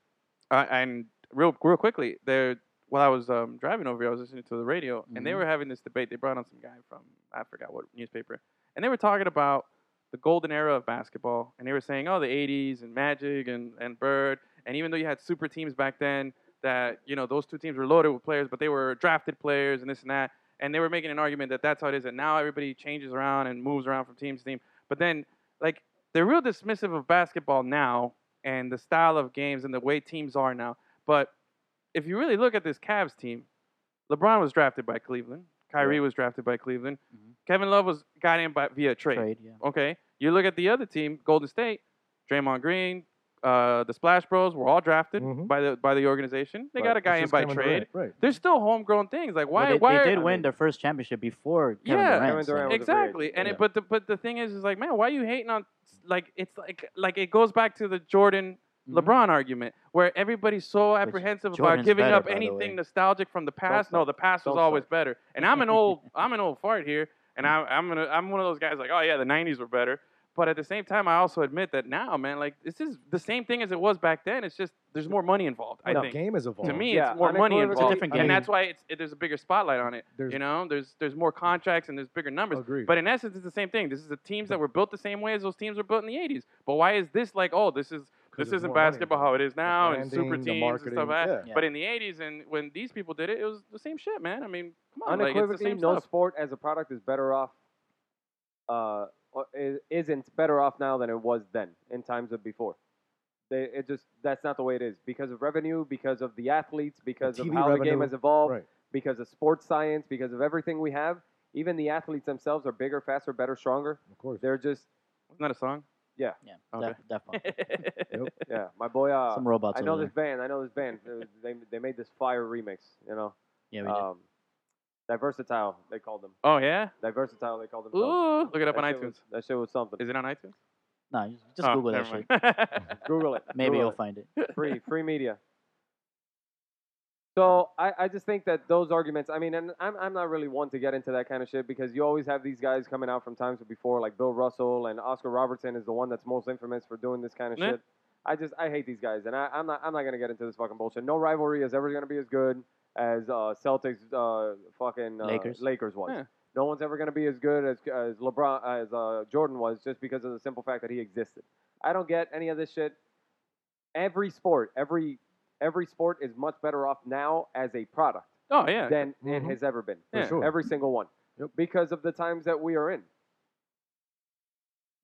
[SPEAKER 1] uh, and real real quickly, there while I was um, driving over here, I was listening to the radio, and they
[SPEAKER 2] Mhm.
[SPEAKER 1] were having this debate. They brought on some guy from I forgot what newspaper, and they were talking about the golden era of basketball, and they were saying, oh, the '80s and Magic and and Bird, and even though you had super teams back then, that you know those two teams were loaded with players, but they were drafted players and this and that, and they were making an argument that that's how it is, and now everybody changes around and moves around from team to team, but then like they're real dismissive of basketball now and the style of games and the way teams are now, but if you really look at this Cavs team, LeBron was drafted by Cleveland. Kyrie was drafted by Cleveland.
[SPEAKER 2] Mhm.
[SPEAKER 1] Kevin Love was got in by via trade.
[SPEAKER 2] Trade, yeah.
[SPEAKER 1] Okay. You look at the other team, Golden State, Draymond Green, uh, the Splash Bros were all drafted
[SPEAKER 2] Mm-hmm.
[SPEAKER 4] Mhm.
[SPEAKER 1] by the by the organization. They got a guy in by trade.
[SPEAKER 4] Right.
[SPEAKER 1] There's still homegrown things. Like why
[SPEAKER 2] Well, they,
[SPEAKER 1] why
[SPEAKER 2] they
[SPEAKER 1] are-
[SPEAKER 2] did win their first championship before Kevin
[SPEAKER 1] Yeah.
[SPEAKER 2] Durant.
[SPEAKER 3] Kevin
[SPEAKER 2] so-
[SPEAKER 3] Durant was a free agent.
[SPEAKER 1] Exactly. And
[SPEAKER 2] Yeah.
[SPEAKER 1] it, but the but the thing is is like, man, why are you hating on like it's like like it goes back to the Jordan
[SPEAKER 2] Mhm.
[SPEAKER 1] LeBron argument where everybody's so apprehensive about
[SPEAKER 2] Jordan's
[SPEAKER 1] giving
[SPEAKER 2] better,
[SPEAKER 1] up
[SPEAKER 2] by the
[SPEAKER 1] anything
[SPEAKER 2] way.
[SPEAKER 1] nostalgic from the past.
[SPEAKER 3] start.
[SPEAKER 1] No, the past was
[SPEAKER 3] Don't
[SPEAKER 1] always better. And I'm an old I'm an old fart here, and I, I'm gonna I'm one of those guys like, oh yeah, the '90s were better. But at the same time, I also admit that now, man, like this is the same thing as it was back then. It's just there's more money involved. I
[SPEAKER 4] the
[SPEAKER 1] think
[SPEAKER 4] game is evolved.
[SPEAKER 1] to me,
[SPEAKER 3] Yeah,
[SPEAKER 1] it's more money
[SPEAKER 3] unequivocally-
[SPEAKER 1] involved,
[SPEAKER 2] different
[SPEAKER 1] and
[SPEAKER 2] game.
[SPEAKER 1] that's why it's, it, there's a bigger spotlight on it.
[SPEAKER 4] There's-
[SPEAKER 1] you know, there's there's more contracts and there's bigger numbers.
[SPEAKER 4] Agreed.
[SPEAKER 1] But in essence, it's the same thing. This is the teams that were built the same way as those teams were built in the '80s. But why is this like, oh, this is this
[SPEAKER 4] there's
[SPEAKER 1] isn't
[SPEAKER 4] more money
[SPEAKER 1] basketball how
[SPEAKER 4] involved.
[SPEAKER 1] it is
[SPEAKER 4] The
[SPEAKER 1] now and super
[SPEAKER 4] branding, the
[SPEAKER 1] teams and stuff
[SPEAKER 4] marketing,
[SPEAKER 1] like that.
[SPEAKER 4] yeah.
[SPEAKER 2] Yeah.
[SPEAKER 1] But in the '80s and when these people did it, it was the same shit, man. I mean, come on, like, it's the
[SPEAKER 3] Unequivocally,
[SPEAKER 1] same
[SPEAKER 3] no
[SPEAKER 1] stuff.
[SPEAKER 3] sport as a product is better off. Uh, or is- isn't better off now than it was then in times of before. They, it just that's not the way it is because of revenue, because of the athletes, because of
[SPEAKER 4] TV
[SPEAKER 3] how the
[SPEAKER 4] revenue,
[SPEAKER 3] game has evolved,
[SPEAKER 4] right.
[SPEAKER 3] because of sports science, because of everything we have. Even the athletes themselves are bigger, faster, better, stronger.
[SPEAKER 4] Of course.
[SPEAKER 3] They're just
[SPEAKER 1] Isn't that a song?
[SPEAKER 2] Yeah,
[SPEAKER 1] Okay.
[SPEAKER 2] def- definitely.
[SPEAKER 3] yeah. My boy, uh,
[SPEAKER 2] Some robots.
[SPEAKER 3] I know
[SPEAKER 2] over
[SPEAKER 3] this band. I know this band. It was- they they made this fire remix. You know,
[SPEAKER 2] there. Yeah, we did.
[SPEAKER 3] um, Diversatile they called them.
[SPEAKER 1] oh yeah.
[SPEAKER 3] Diversatile they called themselves.
[SPEAKER 1] Ooh, look it up on
[SPEAKER 3] Oh. That shit
[SPEAKER 1] iTunes.
[SPEAKER 3] was- that shit was something.
[SPEAKER 1] Is it on iTunes?
[SPEAKER 2] no, just, just
[SPEAKER 1] Oh,
[SPEAKER 2] Google that
[SPEAKER 1] never
[SPEAKER 2] shit.
[SPEAKER 1] mind.
[SPEAKER 3] Google it.
[SPEAKER 2] Maybe
[SPEAKER 3] Google
[SPEAKER 2] you'll
[SPEAKER 3] it.
[SPEAKER 2] find it.
[SPEAKER 3] free free media. So I, I just think that those arguments. I mean, and I'm I'm not really one to get into that kind of shit because you always have these guys coming out from times before, like Bill Russell and Oscar Robertson is the one that's most infamous for doing this kind of
[SPEAKER 1] Yeah.
[SPEAKER 3] shit. I just I hate these guys, and I, I'm not I'm not gonna get into this fucking bullshit. No rivalry is ever gonna be as good as uh, Celtics uh, fucking uh,
[SPEAKER 2] Lakers.
[SPEAKER 3] Lakers was.
[SPEAKER 1] Yeah.
[SPEAKER 3] No one's ever gonna be as good as as LeBron as uh, Jordan was just because of the simple fact that he existed. I don't get any of this shit. Every sport, every every sport is much better off now as a product
[SPEAKER 1] oh yeah.
[SPEAKER 3] than it
[SPEAKER 4] Mhm.
[SPEAKER 3] has ever been.
[SPEAKER 1] Yeah.
[SPEAKER 4] For sure.
[SPEAKER 3] Every single one.
[SPEAKER 4] Yep.
[SPEAKER 3] Because of the times that we are in.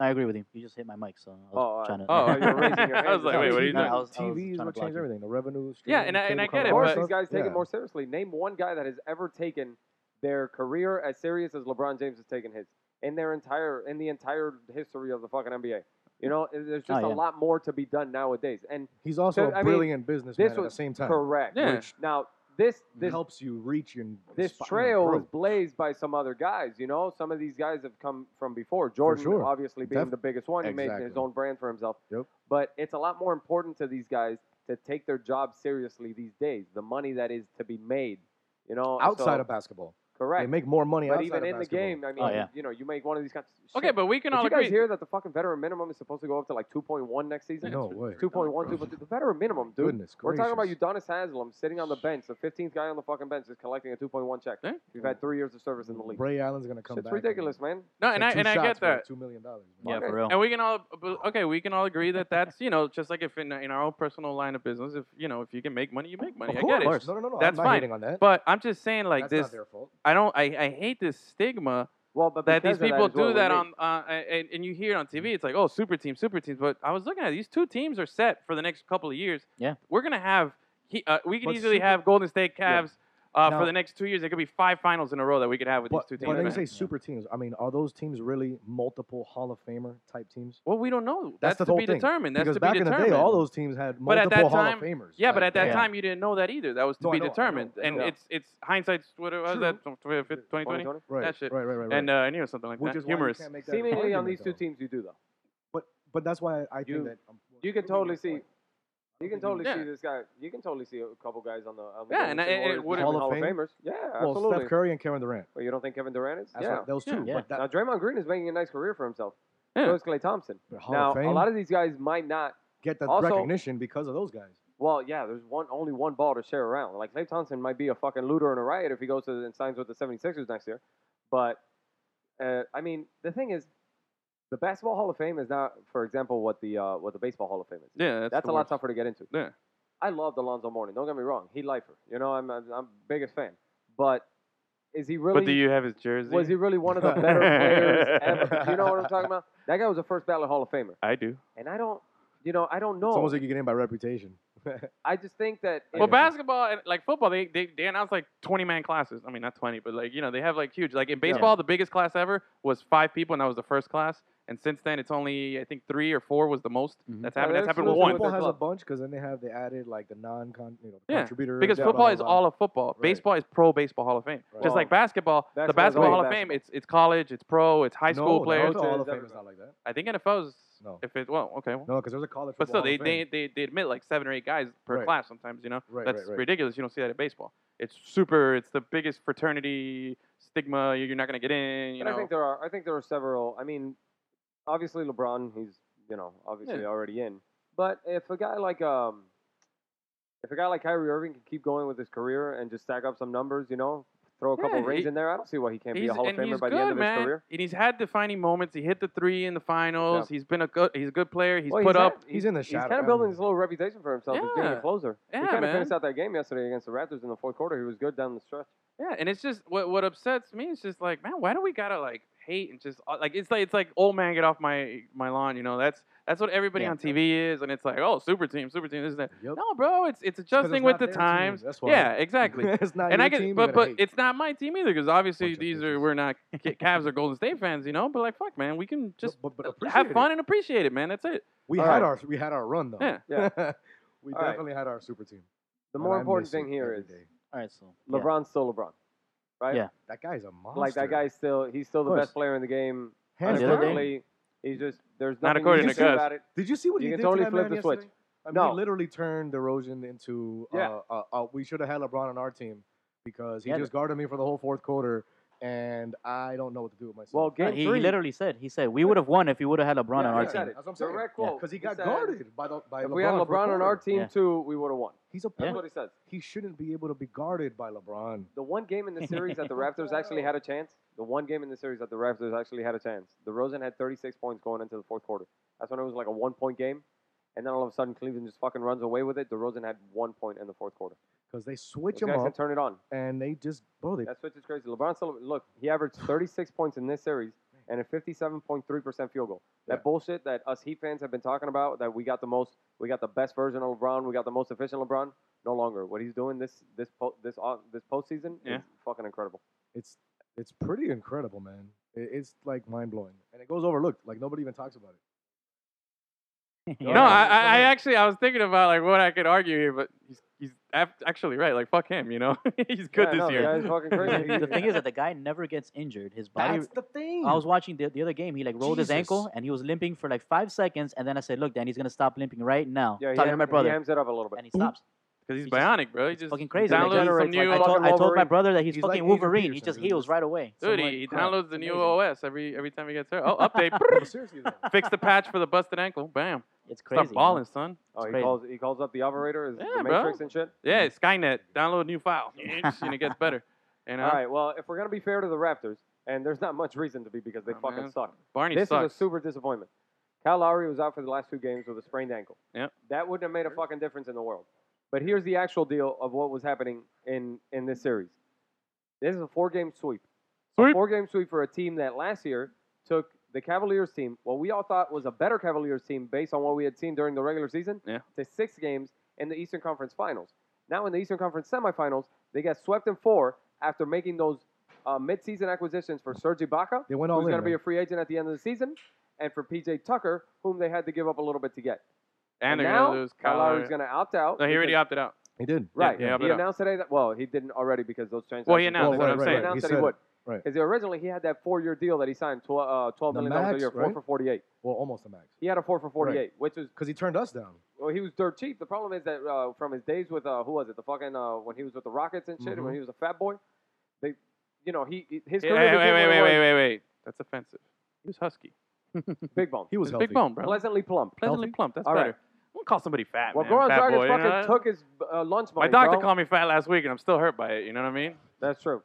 [SPEAKER 2] I agree with you. You just hit my mic, so I
[SPEAKER 3] Oh, uh,
[SPEAKER 2] was trying to.
[SPEAKER 1] Oh,
[SPEAKER 3] you were raising your hand.
[SPEAKER 1] I was like, wait, what are you
[SPEAKER 2] No,
[SPEAKER 1] doing?
[SPEAKER 2] I was- I was
[SPEAKER 4] TV is
[SPEAKER 2] trying
[SPEAKER 4] what
[SPEAKER 2] to block
[SPEAKER 4] changed
[SPEAKER 2] you.
[SPEAKER 4] everything. The revenue.
[SPEAKER 1] Yeah,
[SPEAKER 4] streaming,
[SPEAKER 1] and I- and I
[SPEAKER 4] cable
[SPEAKER 1] get
[SPEAKER 3] Of
[SPEAKER 1] it,
[SPEAKER 4] coverage,
[SPEAKER 3] course,
[SPEAKER 1] but-
[SPEAKER 4] stuff.
[SPEAKER 3] these guys take
[SPEAKER 4] Yeah.
[SPEAKER 3] it more seriously. Name one guy that has ever taken their career as serious as LeBron James has taken his in their entire in the entire history of the fucking NBA. You know, there's just
[SPEAKER 2] Oh,
[SPEAKER 3] a
[SPEAKER 2] yeah.
[SPEAKER 3] lot more to be done nowadays. And
[SPEAKER 4] He's also
[SPEAKER 3] So, I
[SPEAKER 4] a
[SPEAKER 3] mean,
[SPEAKER 4] brilliant businessman
[SPEAKER 3] this
[SPEAKER 4] at the
[SPEAKER 3] was
[SPEAKER 4] same time.
[SPEAKER 3] correct.
[SPEAKER 1] Yeah.
[SPEAKER 4] Which
[SPEAKER 3] Now this this
[SPEAKER 4] helps you reach and
[SPEAKER 3] this
[SPEAKER 4] inspire
[SPEAKER 3] trail was
[SPEAKER 4] growth.
[SPEAKER 3] blazed by some other guys. You know, some of these guys have come from before. Jordan,
[SPEAKER 4] sure.
[SPEAKER 3] obviously being
[SPEAKER 4] Def-
[SPEAKER 3] the biggest one, he made his
[SPEAKER 4] Exactly.
[SPEAKER 3] own brand for himself.
[SPEAKER 4] Yep.
[SPEAKER 3] But it's a lot more important to these guys to take their job seriously these days. The money that is to be made. You know,
[SPEAKER 4] outside
[SPEAKER 3] so-
[SPEAKER 4] of basketball. They
[SPEAKER 3] correct.
[SPEAKER 4] make more money
[SPEAKER 3] But
[SPEAKER 4] outside
[SPEAKER 3] even
[SPEAKER 4] of
[SPEAKER 3] in the
[SPEAKER 4] basketball.
[SPEAKER 3] game, I mean,
[SPEAKER 2] Oh, yeah.
[SPEAKER 3] you know, you make one of these kinds.
[SPEAKER 1] Okay, but we can
[SPEAKER 3] Did
[SPEAKER 1] all
[SPEAKER 3] you guys
[SPEAKER 1] agree.
[SPEAKER 3] hear that the fucking veteran minimum is supposed to go up to like 2.1 next season?
[SPEAKER 4] No way.
[SPEAKER 3] 2.12, but the veteran minimum, dude.
[SPEAKER 4] Goodness
[SPEAKER 3] We're talking about
[SPEAKER 4] gracious.
[SPEAKER 3] Udonis Haslam sitting on the bench, the 15th guy on the fucking bench, is collecting a 2.1 check.
[SPEAKER 1] Yeah.
[SPEAKER 3] You've had three years of service in the league.
[SPEAKER 4] Ray Allen's gonna come
[SPEAKER 3] It's
[SPEAKER 4] back.
[SPEAKER 3] ridiculous, man.
[SPEAKER 1] No, and I and I get that.
[SPEAKER 4] Two million dollars.
[SPEAKER 2] Yeah,
[SPEAKER 3] Okay.
[SPEAKER 2] for real.
[SPEAKER 1] And we can all but- okay. We can all agree that that's you know just like if in in our own personal line of business, if you know if you can make money, you make money. I get it.
[SPEAKER 4] No, no, no, no.
[SPEAKER 1] That's
[SPEAKER 4] I'm not
[SPEAKER 1] fine.
[SPEAKER 4] hating on that.
[SPEAKER 1] But I'm just saying like
[SPEAKER 4] That's not
[SPEAKER 1] this.
[SPEAKER 4] their fault.
[SPEAKER 1] I don't. I, I hate this stigma
[SPEAKER 3] Well, but
[SPEAKER 1] that
[SPEAKER 3] because
[SPEAKER 1] these
[SPEAKER 3] of
[SPEAKER 1] people
[SPEAKER 3] is what
[SPEAKER 1] do
[SPEAKER 3] we
[SPEAKER 1] that
[SPEAKER 3] need.
[SPEAKER 1] on uh, and, and you hear it on TV. It's like oh super team, super teams. But I was looking at it, these two teams are set for the next couple of years.
[SPEAKER 2] Yeah.
[SPEAKER 1] we're gonna have he, uh, we can
[SPEAKER 4] But
[SPEAKER 1] easily
[SPEAKER 4] super-
[SPEAKER 1] have Golden State
[SPEAKER 4] Yeah.
[SPEAKER 1] Cavs. Uh,
[SPEAKER 4] Now-
[SPEAKER 1] for the next two years, there could be five finals in a row that we could have with
[SPEAKER 4] But
[SPEAKER 1] these two
[SPEAKER 4] when
[SPEAKER 1] teams.
[SPEAKER 4] they
[SPEAKER 1] man.
[SPEAKER 4] say
[SPEAKER 2] Yeah.
[SPEAKER 4] super teams, I mean, are those teams really multiple Hall of Famer type teams?
[SPEAKER 1] well, we don't know. That's,
[SPEAKER 4] That's the
[SPEAKER 1] to
[SPEAKER 4] whole
[SPEAKER 1] be
[SPEAKER 4] thing.
[SPEAKER 1] determined. That's
[SPEAKER 4] because
[SPEAKER 1] to
[SPEAKER 4] back
[SPEAKER 1] be
[SPEAKER 4] in the
[SPEAKER 1] determined.
[SPEAKER 4] day, all those teams had
[SPEAKER 1] But at
[SPEAKER 4] multiple
[SPEAKER 1] that
[SPEAKER 4] Hall
[SPEAKER 1] time-
[SPEAKER 4] of Famers.
[SPEAKER 1] Yeah, but
[SPEAKER 4] Like,
[SPEAKER 1] at that
[SPEAKER 2] yeah.
[SPEAKER 1] time you didn't know that either. That was to
[SPEAKER 4] No, I
[SPEAKER 1] be
[SPEAKER 4] know, I know,
[SPEAKER 1] determined,
[SPEAKER 4] I
[SPEAKER 1] and
[SPEAKER 4] know.
[SPEAKER 1] it's it's hindsight's what was
[SPEAKER 4] True.
[SPEAKER 1] that 2020?
[SPEAKER 3] 2020?
[SPEAKER 4] right,
[SPEAKER 1] that shit.
[SPEAKER 4] right, right, right, right.
[SPEAKER 1] And uh, I knew something like
[SPEAKER 4] Which
[SPEAKER 1] that.
[SPEAKER 4] is why you
[SPEAKER 1] Humorous.
[SPEAKER 4] can't make that
[SPEAKER 3] Seemingly on
[SPEAKER 4] argument,
[SPEAKER 3] these two
[SPEAKER 4] though.
[SPEAKER 3] teams, you do though.
[SPEAKER 4] But but that's why I think
[SPEAKER 3] You-
[SPEAKER 4] um, that
[SPEAKER 3] You can totally see. You can totally
[SPEAKER 1] Yeah.
[SPEAKER 3] see this guy. You can totally see a couple guys on the on the
[SPEAKER 1] Yeah,
[SPEAKER 3] Golden
[SPEAKER 1] and
[SPEAKER 3] State
[SPEAKER 1] it- it
[SPEAKER 3] Warriors
[SPEAKER 1] would've-
[SPEAKER 3] becoming
[SPEAKER 4] Hall of Fame?
[SPEAKER 3] Famers. Yeah,
[SPEAKER 4] Well,
[SPEAKER 3] absolutely.
[SPEAKER 4] Steph Curry and Kevin Durant.
[SPEAKER 3] Well, you don't think Kevin Durant is?
[SPEAKER 4] That's
[SPEAKER 3] yeah.
[SPEAKER 4] what- those two.
[SPEAKER 2] Yeah.
[SPEAKER 4] But that,
[SPEAKER 3] now Draymond Green is making a nice career for himself.
[SPEAKER 1] Yeah.
[SPEAKER 3] So is Clay Thompson.
[SPEAKER 4] but Hall
[SPEAKER 3] now
[SPEAKER 4] of Fame,
[SPEAKER 3] a lot of these guys might not.
[SPEAKER 4] get that
[SPEAKER 3] also-
[SPEAKER 4] recognition because of those guys.
[SPEAKER 3] Well, yeah, there's one only one ball to share around. Like Clay Thompson might be a fucking looter and a riot if he goes to the, and signs with the 76ers next year. But uh, I mean, the thing is, the basketball Hall of Fame is not, for example, what the uh, what the baseball Hall of Fame is.
[SPEAKER 1] Yeah, that's,
[SPEAKER 3] That's
[SPEAKER 1] the
[SPEAKER 3] a lot
[SPEAKER 1] worst.
[SPEAKER 3] tougher to get into.
[SPEAKER 1] Yeah.
[SPEAKER 3] I loved Alonzo Mourning. Don't get me wrong. He lifer. You know, I'm I'm, I'm biggest fan. But is he really?
[SPEAKER 1] But do you have his jersey?
[SPEAKER 3] was he really one of the better players ever? Do you know what I'm talking about? That guy was a first ballot Hall of Famer,
[SPEAKER 1] I do.
[SPEAKER 3] and I don't, you know, I don't know.
[SPEAKER 4] It's almost like you get in by reputation.
[SPEAKER 3] I just think that
[SPEAKER 1] Well,
[SPEAKER 3] it-
[SPEAKER 1] basketball and like football, they, they they announce like twenty man classes. I mean, not twenty, but like you know, they have like huge. Like in baseball, the biggest class ever was five people, and that was the first class. And since then, it's only I think three or four was the most
[SPEAKER 4] Mm-hmm.
[SPEAKER 2] Mhm.
[SPEAKER 1] that's
[SPEAKER 3] Yeah,
[SPEAKER 1] happened.
[SPEAKER 3] that's
[SPEAKER 1] That's happened
[SPEAKER 3] what
[SPEAKER 4] Oh, Football
[SPEAKER 1] once.
[SPEAKER 3] it's with their
[SPEAKER 4] has a
[SPEAKER 3] club.
[SPEAKER 4] bunch because then they have they added like the non-con, you know, the
[SPEAKER 1] Yeah,
[SPEAKER 4] contributor.
[SPEAKER 1] Because
[SPEAKER 4] blah,
[SPEAKER 1] football
[SPEAKER 4] blah,
[SPEAKER 1] is
[SPEAKER 4] blah.
[SPEAKER 1] all of football. Baseball is pro baseball Hall of Fame.
[SPEAKER 3] Well,
[SPEAKER 1] Just like basketball, the
[SPEAKER 3] basketball is
[SPEAKER 1] basketball
[SPEAKER 3] all
[SPEAKER 1] Hall of
[SPEAKER 3] basketball.
[SPEAKER 1] Fame, it's it's college, it's pro, it's high
[SPEAKER 4] No,
[SPEAKER 1] school
[SPEAKER 4] no,
[SPEAKER 1] players.
[SPEAKER 4] the Hall of
[SPEAKER 3] It's
[SPEAKER 4] Fame is not like that.
[SPEAKER 1] I think NFL's
[SPEAKER 4] No.
[SPEAKER 1] if it well, okay. Well,
[SPEAKER 4] No, because there's a college.
[SPEAKER 1] But still,
[SPEAKER 4] football
[SPEAKER 1] they,
[SPEAKER 4] Hall of Fame.
[SPEAKER 1] they, they, they admit like seven or eight guys per
[SPEAKER 4] Right.
[SPEAKER 1] class sometimes, you know?
[SPEAKER 4] Right,
[SPEAKER 1] That's
[SPEAKER 4] right, right.
[SPEAKER 1] ridiculous. You don't see that at baseball. It's super, it's the biggest fraternity stigma. You're not going to get in, you
[SPEAKER 3] But I
[SPEAKER 1] know?
[SPEAKER 3] think there are. I think there are several. I mean, obviously LeBron, he's you know obviously
[SPEAKER 1] Yeah.
[SPEAKER 3] already in. But if a guy like um, if a guy like Kyrie Irving can keep going with his career and just stack up some numbers, you know, throw a couple
[SPEAKER 1] Yeah,
[SPEAKER 3] rings
[SPEAKER 1] he-
[SPEAKER 3] in there, I don't see why he can't be
[SPEAKER 1] He's-
[SPEAKER 3] a Hall of
[SPEAKER 1] and
[SPEAKER 3] Famer
[SPEAKER 1] he's
[SPEAKER 3] by
[SPEAKER 1] good,
[SPEAKER 3] the end of
[SPEAKER 1] man.
[SPEAKER 3] his career.
[SPEAKER 1] And he's had defining moments. He hit the three in the finals. He's been a good, he's a good player. He's
[SPEAKER 3] Well,
[SPEAKER 1] put
[SPEAKER 3] had-
[SPEAKER 1] up.
[SPEAKER 4] He's in the
[SPEAKER 3] He's
[SPEAKER 4] shadow.
[SPEAKER 3] kind of building this little reputation for himself as being a
[SPEAKER 1] Yeah.
[SPEAKER 3] closer. he
[SPEAKER 1] Yeah,
[SPEAKER 3] kind of
[SPEAKER 1] man.
[SPEAKER 3] finished out that game yesterday against the Raptors in the fourth quarter. He was good down the stretch.
[SPEAKER 1] Yeah, and it's just what what upsets me is just like, man, why do we gotta like hate and just uh, like it's like it's like old man get off my my lawn, you know? That's that's what everybody
[SPEAKER 2] Yeah.
[SPEAKER 1] on TV is, and it's like, oh, super team, super team, this and that.
[SPEAKER 4] Yep.
[SPEAKER 1] No, bro, it's it's adjusting with the times.
[SPEAKER 4] That's why.
[SPEAKER 1] Yeah, exactly.
[SPEAKER 4] it's not
[SPEAKER 1] and
[SPEAKER 4] your
[SPEAKER 1] I get,
[SPEAKER 4] team, you
[SPEAKER 1] but but
[SPEAKER 4] gotta hate.
[SPEAKER 1] it's not my team either because obviously
[SPEAKER 4] Bunch of
[SPEAKER 1] these are
[SPEAKER 4] bitches.
[SPEAKER 1] we're not Ca- Cavs or Golden State fans, you know. But like, fuck, man, we can just
[SPEAKER 4] but, but
[SPEAKER 1] have
[SPEAKER 4] appreciate
[SPEAKER 1] fun
[SPEAKER 4] It.
[SPEAKER 1] and appreciate it, man. That's it.
[SPEAKER 4] We
[SPEAKER 3] All
[SPEAKER 4] had
[SPEAKER 3] right.
[SPEAKER 4] our we had our run though.
[SPEAKER 1] Yeah.
[SPEAKER 3] Yeah.
[SPEAKER 4] we
[SPEAKER 3] All right.
[SPEAKER 4] definitely had our super team.
[SPEAKER 3] The
[SPEAKER 4] and
[SPEAKER 3] more
[SPEAKER 4] I
[SPEAKER 3] important
[SPEAKER 4] miss him
[SPEAKER 3] thing here
[SPEAKER 4] every
[SPEAKER 3] is
[SPEAKER 4] day.
[SPEAKER 2] All right, so yeah.
[SPEAKER 3] LeBron's still LeBron, right?
[SPEAKER 2] Yeah.
[SPEAKER 4] that guy's a monster.
[SPEAKER 3] Like that guy's still he's still the
[SPEAKER 4] Of
[SPEAKER 3] best
[SPEAKER 4] course.
[SPEAKER 3] player in the game.
[SPEAKER 4] Hands
[SPEAKER 2] the
[SPEAKER 4] down.
[SPEAKER 2] other day-
[SPEAKER 3] Unfortunately, he's just there's
[SPEAKER 1] Not
[SPEAKER 3] nothing
[SPEAKER 1] according
[SPEAKER 3] you
[SPEAKER 4] to
[SPEAKER 3] can do
[SPEAKER 1] Gus.
[SPEAKER 3] about it.
[SPEAKER 4] Did you see what
[SPEAKER 3] You
[SPEAKER 4] he
[SPEAKER 3] can
[SPEAKER 4] did
[SPEAKER 3] totally
[SPEAKER 4] to that
[SPEAKER 3] flip
[SPEAKER 4] man
[SPEAKER 3] the
[SPEAKER 4] yesterday?
[SPEAKER 3] switch.
[SPEAKER 4] I mean,
[SPEAKER 3] No.
[SPEAKER 4] he literally turned DeRozan into. Uh,
[SPEAKER 3] Yeah.
[SPEAKER 4] uh, uh, we should have had LeBron on our team because he
[SPEAKER 2] Yeah.
[SPEAKER 4] just guarded me for the whole fourth quarter, and I don't know what to do with myself.
[SPEAKER 3] Well,
[SPEAKER 2] No,
[SPEAKER 3] game
[SPEAKER 2] he, he
[SPEAKER 3] three.
[SPEAKER 2] literally said, he said, we would have won if you would have had LeBron
[SPEAKER 3] Yeah,
[SPEAKER 2] on
[SPEAKER 3] he
[SPEAKER 2] our
[SPEAKER 3] said
[SPEAKER 2] team.
[SPEAKER 3] it.
[SPEAKER 4] That's what I'm saying.
[SPEAKER 3] Direct quote.
[SPEAKER 4] because he
[SPEAKER 3] He
[SPEAKER 4] got
[SPEAKER 3] said,
[SPEAKER 4] guarded by the by
[SPEAKER 3] If
[SPEAKER 4] LeBron
[SPEAKER 3] we had
[SPEAKER 4] for a
[SPEAKER 3] LeBron on
[SPEAKER 4] quarter.
[SPEAKER 3] our team
[SPEAKER 2] Yeah.
[SPEAKER 3] too, we would have won.
[SPEAKER 4] he's a
[SPEAKER 3] That's
[SPEAKER 4] player.
[SPEAKER 3] what he said.
[SPEAKER 4] He shouldn't be able to be guarded by LeBron.
[SPEAKER 3] The one game in the series that the Raptors actually had a chance. The one game in the series that the Raptors actually had a chance. The Rosen had 36 points going into the fourth quarter. That's when it was like a one-point game, and then all of a sudden Cleveland just fucking runs away with it. The Rosen had one point in the fourth quarter.
[SPEAKER 4] Because they switch
[SPEAKER 3] Those
[SPEAKER 4] him
[SPEAKER 3] guys can
[SPEAKER 4] up
[SPEAKER 3] turn it on.
[SPEAKER 4] and they just bro they
[SPEAKER 3] That switch is crazy. LeBron still look. He averaged 36 points in this series and a 57.3 percent field goal. That
[SPEAKER 4] Yeah.
[SPEAKER 3] bullshit that us Heat fans have been talking about. That we got the most. We got the best version of LeBron. We got the most efficient LeBron. No longer. What he's doing this this po- this au- this postseason
[SPEAKER 1] Yeah.
[SPEAKER 3] is fucking incredible.
[SPEAKER 4] it's it's pretty incredible, man. It, it's like mind blowing, and it goes overlooked. Like nobody even talks about it.
[SPEAKER 2] Yeah.
[SPEAKER 1] No, I, I, I actually I was thinking about like what I could argue here, but he's he's af- actually right. Like fuck him, you know. he's good
[SPEAKER 3] Yeah,
[SPEAKER 1] this
[SPEAKER 3] no, the
[SPEAKER 1] year.
[SPEAKER 3] guy's fucking crazy.
[SPEAKER 2] the thing is that the guy never gets injured. His body.
[SPEAKER 4] the thing.
[SPEAKER 2] I was watching the, the other game. He like rolled his ankle
[SPEAKER 4] Jesus.
[SPEAKER 2] and he was limping for like five seconds, and then I said, "Look, Dan, he's gonna stop limping right now."
[SPEAKER 3] yeah, he
[SPEAKER 2] Talking to my
[SPEAKER 3] ham- he
[SPEAKER 2] brother,
[SPEAKER 3] hams it up a little bit.
[SPEAKER 2] and he stops.
[SPEAKER 1] Because he's
[SPEAKER 2] He's just-
[SPEAKER 1] bionic, bro. He just
[SPEAKER 2] fucking crazy. Like,
[SPEAKER 1] Downloads some
[SPEAKER 3] generates, like,
[SPEAKER 1] new
[SPEAKER 2] I
[SPEAKER 3] fucking
[SPEAKER 2] told, I told my
[SPEAKER 3] Wolverine.
[SPEAKER 2] brother that he's,
[SPEAKER 4] He's like
[SPEAKER 2] fucking
[SPEAKER 4] Adrian
[SPEAKER 2] Wolverine. He
[SPEAKER 4] Peterson,
[SPEAKER 2] just
[SPEAKER 4] dude.
[SPEAKER 2] heals right away. So I'm
[SPEAKER 1] dude.
[SPEAKER 2] like,
[SPEAKER 1] He
[SPEAKER 2] "Crap,
[SPEAKER 1] downloads the new
[SPEAKER 2] amazing."
[SPEAKER 1] OS every every time he gets hurt. Oh, update.
[SPEAKER 4] No, seriously though.
[SPEAKER 1] Fix the patch for the busted ankle. Bam.
[SPEAKER 2] It's crazy.
[SPEAKER 1] Stop
[SPEAKER 2] you know?
[SPEAKER 1] balling, son.
[SPEAKER 3] Oh, he
[SPEAKER 2] crazy.
[SPEAKER 3] calls he calls up the operator, is
[SPEAKER 1] Yeah,
[SPEAKER 3] the
[SPEAKER 1] bro.
[SPEAKER 3] Matrix and shit.
[SPEAKER 1] Yeah, Skynet. Download new file. and it gets better. uh, You know,
[SPEAKER 3] All right. Well, if we're gonna be fair to the Raptors, and there's not much reason to be because they
[SPEAKER 1] Oh,
[SPEAKER 3] fucking
[SPEAKER 1] man.
[SPEAKER 3] suck.
[SPEAKER 1] Barney
[SPEAKER 3] this
[SPEAKER 1] sucks.
[SPEAKER 3] is a super disappointment. Kyle Lowry was out for the last two games with a sprained ankle.
[SPEAKER 1] Yep.
[SPEAKER 3] That wouldn't have made a fucking difference in the world. But here's the actual deal of what was happening in, in this series. This is a four game sweep.
[SPEAKER 1] Sweep.
[SPEAKER 3] Four game sweep for a team that last year took the Cavaliers team, what we all thought was a better Cavaliers team based on what we had seen during the regular season,
[SPEAKER 1] Yeah.
[SPEAKER 3] to six games in the Eastern Conference Finals. Now in the Eastern Conference semifinals, they got swept in four after making those uh, midseason acquisitions for Serge Ibaka
[SPEAKER 4] They went all
[SPEAKER 3] who's
[SPEAKER 4] in.
[SPEAKER 3] going to be a
[SPEAKER 4] man.
[SPEAKER 3] free agent at the end of the season, and for PJ Tucker, whom they had to give up a little bit to get.
[SPEAKER 1] and they're
[SPEAKER 3] now
[SPEAKER 1] gonna lose
[SPEAKER 3] Kyle
[SPEAKER 1] Kyle.
[SPEAKER 3] Lowry's
[SPEAKER 1] Lowry.
[SPEAKER 3] going to opt out.
[SPEAKER 1] No, he already
[SPEAKER 3] because-
[SPEAKER 1] opted out.
[SPEAKER 4] He did.
[SPEAKER 3] Right.
[SPEAKER 1] yeah, he opted
[SPEAKER 3] he
[SPEAKER 1] out.
[SPEAKER 3] announced today that well, he didn't already because those transactions.
[SPEAKER 1] Well, he announced.
[SPEAKER 4] Oh,
[SPEAKER 1] that's what I'm
[SPEAKER 4] right, right,
[SPEAKER 1] saying.
[SPEAKER 4] right.
[SPEAKER 3] announced
[SPEAKER 4] He
[SPEAKER 3] that he
[SPEAKER 4] said
[SPEAKER 3] would.
[SPEAKER 4] it. Right.
[SPEAKER 3] Because originally he had that four-year deal that he signed, tw- uh, twelve
[SPEAKER 4] The
[SPEAKER 3] million dollars a
[SPEAKER 4] max,
[SPEAKER 3] year, four
[SPEAKER 4] right?
[SPEAKER 3] for forty-eight.
[SPEAKER 4] Well, almost a max.
[SPEAKER 3] He had a four for forty-eight, which was
[SPEAKER 4] Because he turned us down.
[SPEAKER 3] well, he was dirt cheap. The problem is that uh, from his days with uh, who was it? The fucking uh, when he was with the Rockets and shit,
[SPEAKER 4] Mm-hmm.
[SPEAKER 3] and when he was a fat boy, they, you know, he he- his
[SPEAKER 1] Hey,
[SPEAKER 3] career
[SPEAKER 1] wait,
[SPEAKER 3] became
[SPEAKER 1] wait, wait,
[SPEAKER 3] what
[SPEAKER 1] wait,
[SPEAKER 3] it
[SPEAKER 1] wait,
[SPEAKER 3] was.
[SPEAKER 1] wait, wait. That's offensive. He was husky.
[SPEAKER 3] big bone,
[SPEAKER 4] He
[SPEAKER 1] He
[SPEAKER 4] was
[SPEAKER 1] was
[SPEAKER 4] healthy.
[SPEAKER 1] big bone, bro.
[SPEAKER 3] pleasantly plump.
[SPEAKER 1] Pleasantly
[SPEAKER 4] Healthy?
[SPEAKER 1] plump. That's
[SPEAKER 3] All right.
[SPEAKER 1] better. I won't call somebody fat,
[SPEAKER 3] Well,
[SPEAKER 1] man.
[SPEAKER 3] Goran
[SPEAKER 1] fat boy, you
[SPEAKER 3] Dragic fucking
[SPEAKER 1] know?
[SPEAKER 3] took his uh, lunch
[SPEAKER 1] My
[SPEAKER 3] money.
[SPEAKER 1] doctor
[SPEAKER 3] bro.
[SPEAKER 1] called me fat last week, and I'm still hurt by it. You know what I mean?
[SPEAKER 3] That's true.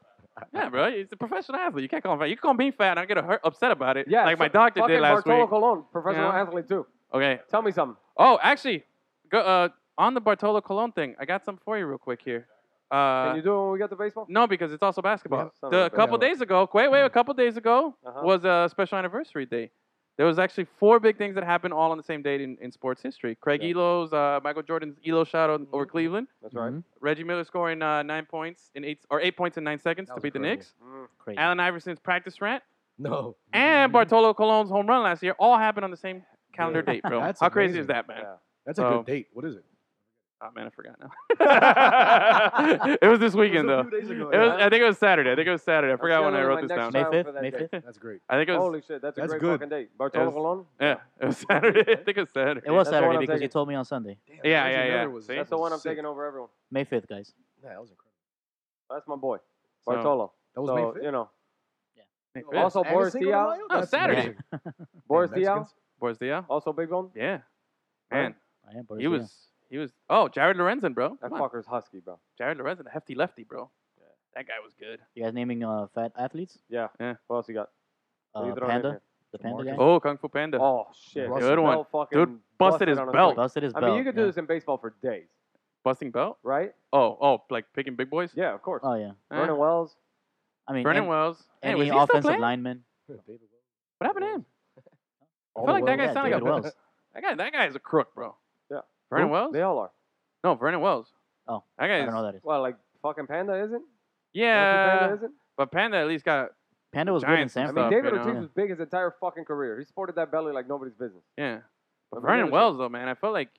[SPEAKER 1] Yeah, bro. He's a professional athlete. You can't call him fat. You can call me fat, and I get hurt, upset about it.
[SPEAKER 3] Yeah,
[SPEAKER 1] like my
[SPEAKER 3] so-
[SPEAKER 1] doctor
[SPEAKER 3] fucking
[SPEAKER 1] did last
[SPEAKER 3] Bartolo
[SPEAKER 1] week.
[SPEAKER 3] Colon, professional
[SPEAKER 1] Yeah.
[SPEAKER 3] athlete too.
[SPEAKER 1] Okay.
[SPEAKER 3] Tell me something.
[SPEAKER 1] Oh, actually, go, uh, on the Bartolo Colon thing, I got something for you real quick here. Uh,
[SPEAKER 3] Can you do it when we get to baseball?
[SPEAKER 1] No, because it's also basketball.
[SPEAKER 3] Yeah,
[SPEAKER 1] The- a
[SPEAKER 3] something
[SPEAKER 1] couple
[SPEAKER 4] like that.
[SPEAKER 1] days ago, wait, wait, a couple days ago
[SPEAKER 3] Uh-huh.
[SPEAKER 1] was a special anniversary day. There was actually four big things that happened all on the same date in, in sports history. Craig
[SPEAKER 3] Yeah. Mm-hmm.
[SPEAKER 1] Elo's, uh, Michael Jordan's Elo shot on, over Cleveland.
[SPEAKER 3] That's right. Mm,
[SPEAKER 1] Reggie Miller scoring uh, nine points in eight or eight points in nine seconds
[SPEAKER 4] That
[SPEAKER 1] to
[SPEAKER 4] was
[SPEAKER 1] beat the
[SPEAKER 4] incredible.
[SPEAKER 1] Knicks.
[SPEAKER 3] Mm.
[SPEAKER 2] Crazy.
[SPEAKER 1] Allen Iverson's practice rant
[SPEAKER 4] No.
[SPEAKER 1] and Bartolo Colon's home run last year all happened on the same calendar date, bro.
[SPEAKER 4] That's
[SPEAKER 1] How crazy is that,
[SPEAKER 4] amazing.
[SPEAKER 1] man?
[SPEAKER 3] Yeah.
[SPEAKER 4] That's a
[SPEAKER 1] So-
[SPEAKER 4] good date. What is it?
[SPEAKER 1] Oh man, I forgot now. it was this weekend
[SPEAKER 4] a
[SPEAKER 1] though.
[SPEAKER 4] few days ago,
[SPEAKER 1] It was,
[SPEAKER 3] yeah.
[SPEAKER 1] I think it was Saturday. I think it was Saturday. I forgot when I
[SPEAKER 3] generally
[SPEAKER 1] wrote this
[SPEAKER 3] my next
[SPEAKER 1] down.
[SPEAKER 2] May
[SPEAKER 3] Time for
[SPEAKER 2] 5th?
[SPEAKER 3] that
[SPEAKER 2] May
[SPEAKER 3] day.
[SPEAKER 2] 5th?
[SPEAKER 4] That's great.
[SPEAKER 1] I think it was
[SPEAKER 3] Holy shit, that's a
[SPEAKER 4] That's
[SPEAKER 3] great
[SPEAKER 4] good.
[SPEAKER 3] fucking date. Bartolo
[SPEAKER 1] That's-
[SPEAKER 3] Colon.
[SPEAKER 1] Yeah, it was Saturday. I think it was Saturday.
[SPEAKER 2] It was
[SPEAKER 3] That's the one
[SPEAKER 2] Saturday
[SPEAKER 3] I'm
[SPEAKER 2] because you
[SPEAKER 3] taking.
[SPEAKER 2] told me on Sunday.
[SPEAKER 4] Damn,
[SPEAKER 1] Yeah,
[SPEAKER 4] Reggie
[SPEAKER 1] yeah,
[SPEAKER 4] Miller
[SPEAKER 1] yeah.
[SPEAKER 4] was-
[SPEAKER 1] See?
[SPEAKER 3] That's the one I'm
[SPEAKER 4] sick.
[SPEAKER 3] taking over everyone.
[SPEAKER 2] May 5th, guys.
[SPEAKER 4] Yeah, that was incredible.
[SPEAKER 3] That's my boy,
[SPEAKER 1] So-
[SPEAKER 3] Bartolo.
[SPEAKER 4] That was
[SPEAKER 3] So,
[SPEAKER 4] May 5th.
[SPEAKER 3] you know,
[SPEAKER 1] Yeah.
[SPEAKER 3] Also,
[SPEAKER 4] And
[SPEAKER 3] Boris
[SPEAKER 4] a single
[SPEAKER 3] Diaw?
[SPEAKER 4] Mayo?
[SPEAKER 1] No,
[SPEAKER 4] That's
[SPEAKER 1] Saturday.
[SPEAKER 4] amazing.
[SPEAKER 3] Boris
[SPEAKER 4] Damn,
[SPEAKER 3] Diaw,
[SPEAKER 4] Mexicans.
[SPEAKER 1] Boris Diaw?
[SPEAKER 3] also big bone.
[SPEAKER 1] Yeah.
[SPEAKER 3] Right.
[SPEAKER 1] Man,
[SPEAKER 2] I am.
[SPEAKER 1] he
[SPEAKER 2] Borussia.
[SPEAKER 1] was he was oh Jared Lorenzen, bro.
[SPEAKER 3] That
[SPEAKER 1] Come on.
[SPEAKER 3] fucker's husky, bro.
[SPEAKER 1] Jared Lorenzen, a hefty lefty, bro. That guy was good.
[SPEAKER 2] You guys naming uh, fat athletes?
[SPEAKER 3] Yeah.
[SPEAKER 1] Yeah.
[SPEAKER 3] What else you got? What
[SPEAKER 2] Uh,
[SPEAKER 3] you throwing in
[SPEAKER 2] Panda,
[SPEAKER 3] here?
[SPEAKER 2] the Panda
[SPEAKER 4] Marcus.
[SPEAKER 2] guy.
[SPEAKER 1] Oh, Kung Fu Panda.
[SPEAKER 3] Oh shit.
[SPEAKER 4] Russell.
[SPEAKER 1] Good one.
[SPEAKER 3] Bell fucking
[SPEAKER 1] Dude busted his
[SPEAKER 3] on
[SPEAKER 1] belt.
[SPEAKER 3] thelt.
[SPEAKER 2] Busted his
[SPEAKER 3] I
[SPEAKER 2] belt.
[SPEAKER 3] mean, you could do
[SPEAKER 2] yeah.
[SPEAKER 3] this in baseball for days,
[SPEAKER 1] Busting belt?
[SPEAKER 3] right?
[SPEAKER 1] Oh, oh, like picking big boys?
[SPEAKER 3] Yeah, of course.
[SPEAKER 2] Oh yeah.
[SPEAKER 1] Eh.
[SPEAKER 3] Vernon Wells.
[SPEAKER 2] I mean,
[SPEAKER 1] Vernon
[SPEAKER 2] an-
[SPEAKER 1] Wells. Hey, was
[SPEAKER 2] any
[SPEAKER 1] he still
[SPEAKER 2] offensive
[SPEAKER 1] playing?
[SPEAKER 2] lineman.
[SPEAKER 1] What happened to him? I
[SPEAKER 4] All
[SPEAKER 1] feel
[SPEAKER 4] the
[SPEAKER 1] like that guy
[SPEAKER 4] Wells.
[SPEAKER 2] Yeah,
[SPEAKER 1] sounded like
[SPEAKER 2] David
[SPEAKER 1] a
[SPEAKER 2] Wells.
[SPEAKER 1] that guy that guy is a crook, bro.
[SPEAKER 3] Yeah.
[SPEAKER 1] Vernon
[SPEAKER 3] Who?
[SPEAKER 1] Wells?
[SPEAKER 3] They all are.
[SPEAKER 1] No, Vernon Wells.
[SPEAKER 2] Oh,
[SPEAKER 1] That guy
[SPEAKER 2] I
[SPEAKER 1] is
[SPEAKER 2] don't know who that is.
[SPEAKER 3] Well, like fucking Panda isn't. Russell
[SPEAKER 1] Yeah.
[SPEAKER 3] Panda isn't.
[SPEAKER 1] But Panda at least got
[SPEAKER 2] Panda was good in
[SPEAKER 1] Giants and
[SPEAKER 3] I
[SPEAKER 2] Sanford.
[SPEAKER 3] mean,
[SPEAKER 1] Stuff,
[SPEAKER 3] David
[SPEAKER 1] you know?
[SPEAKER 3] Ortiz was big his entire fucking career. He sported that belly like nobody's business.
[SPEAKER 1] yeah.
[SPEAKER 3] I
[SPEAKER 1] But
[SPEAKER 3] mean,
[SPEAKER 1] Vernon
[SPEAKER 3] that was
[SPEAKER 1] Wells though, man, I felt like,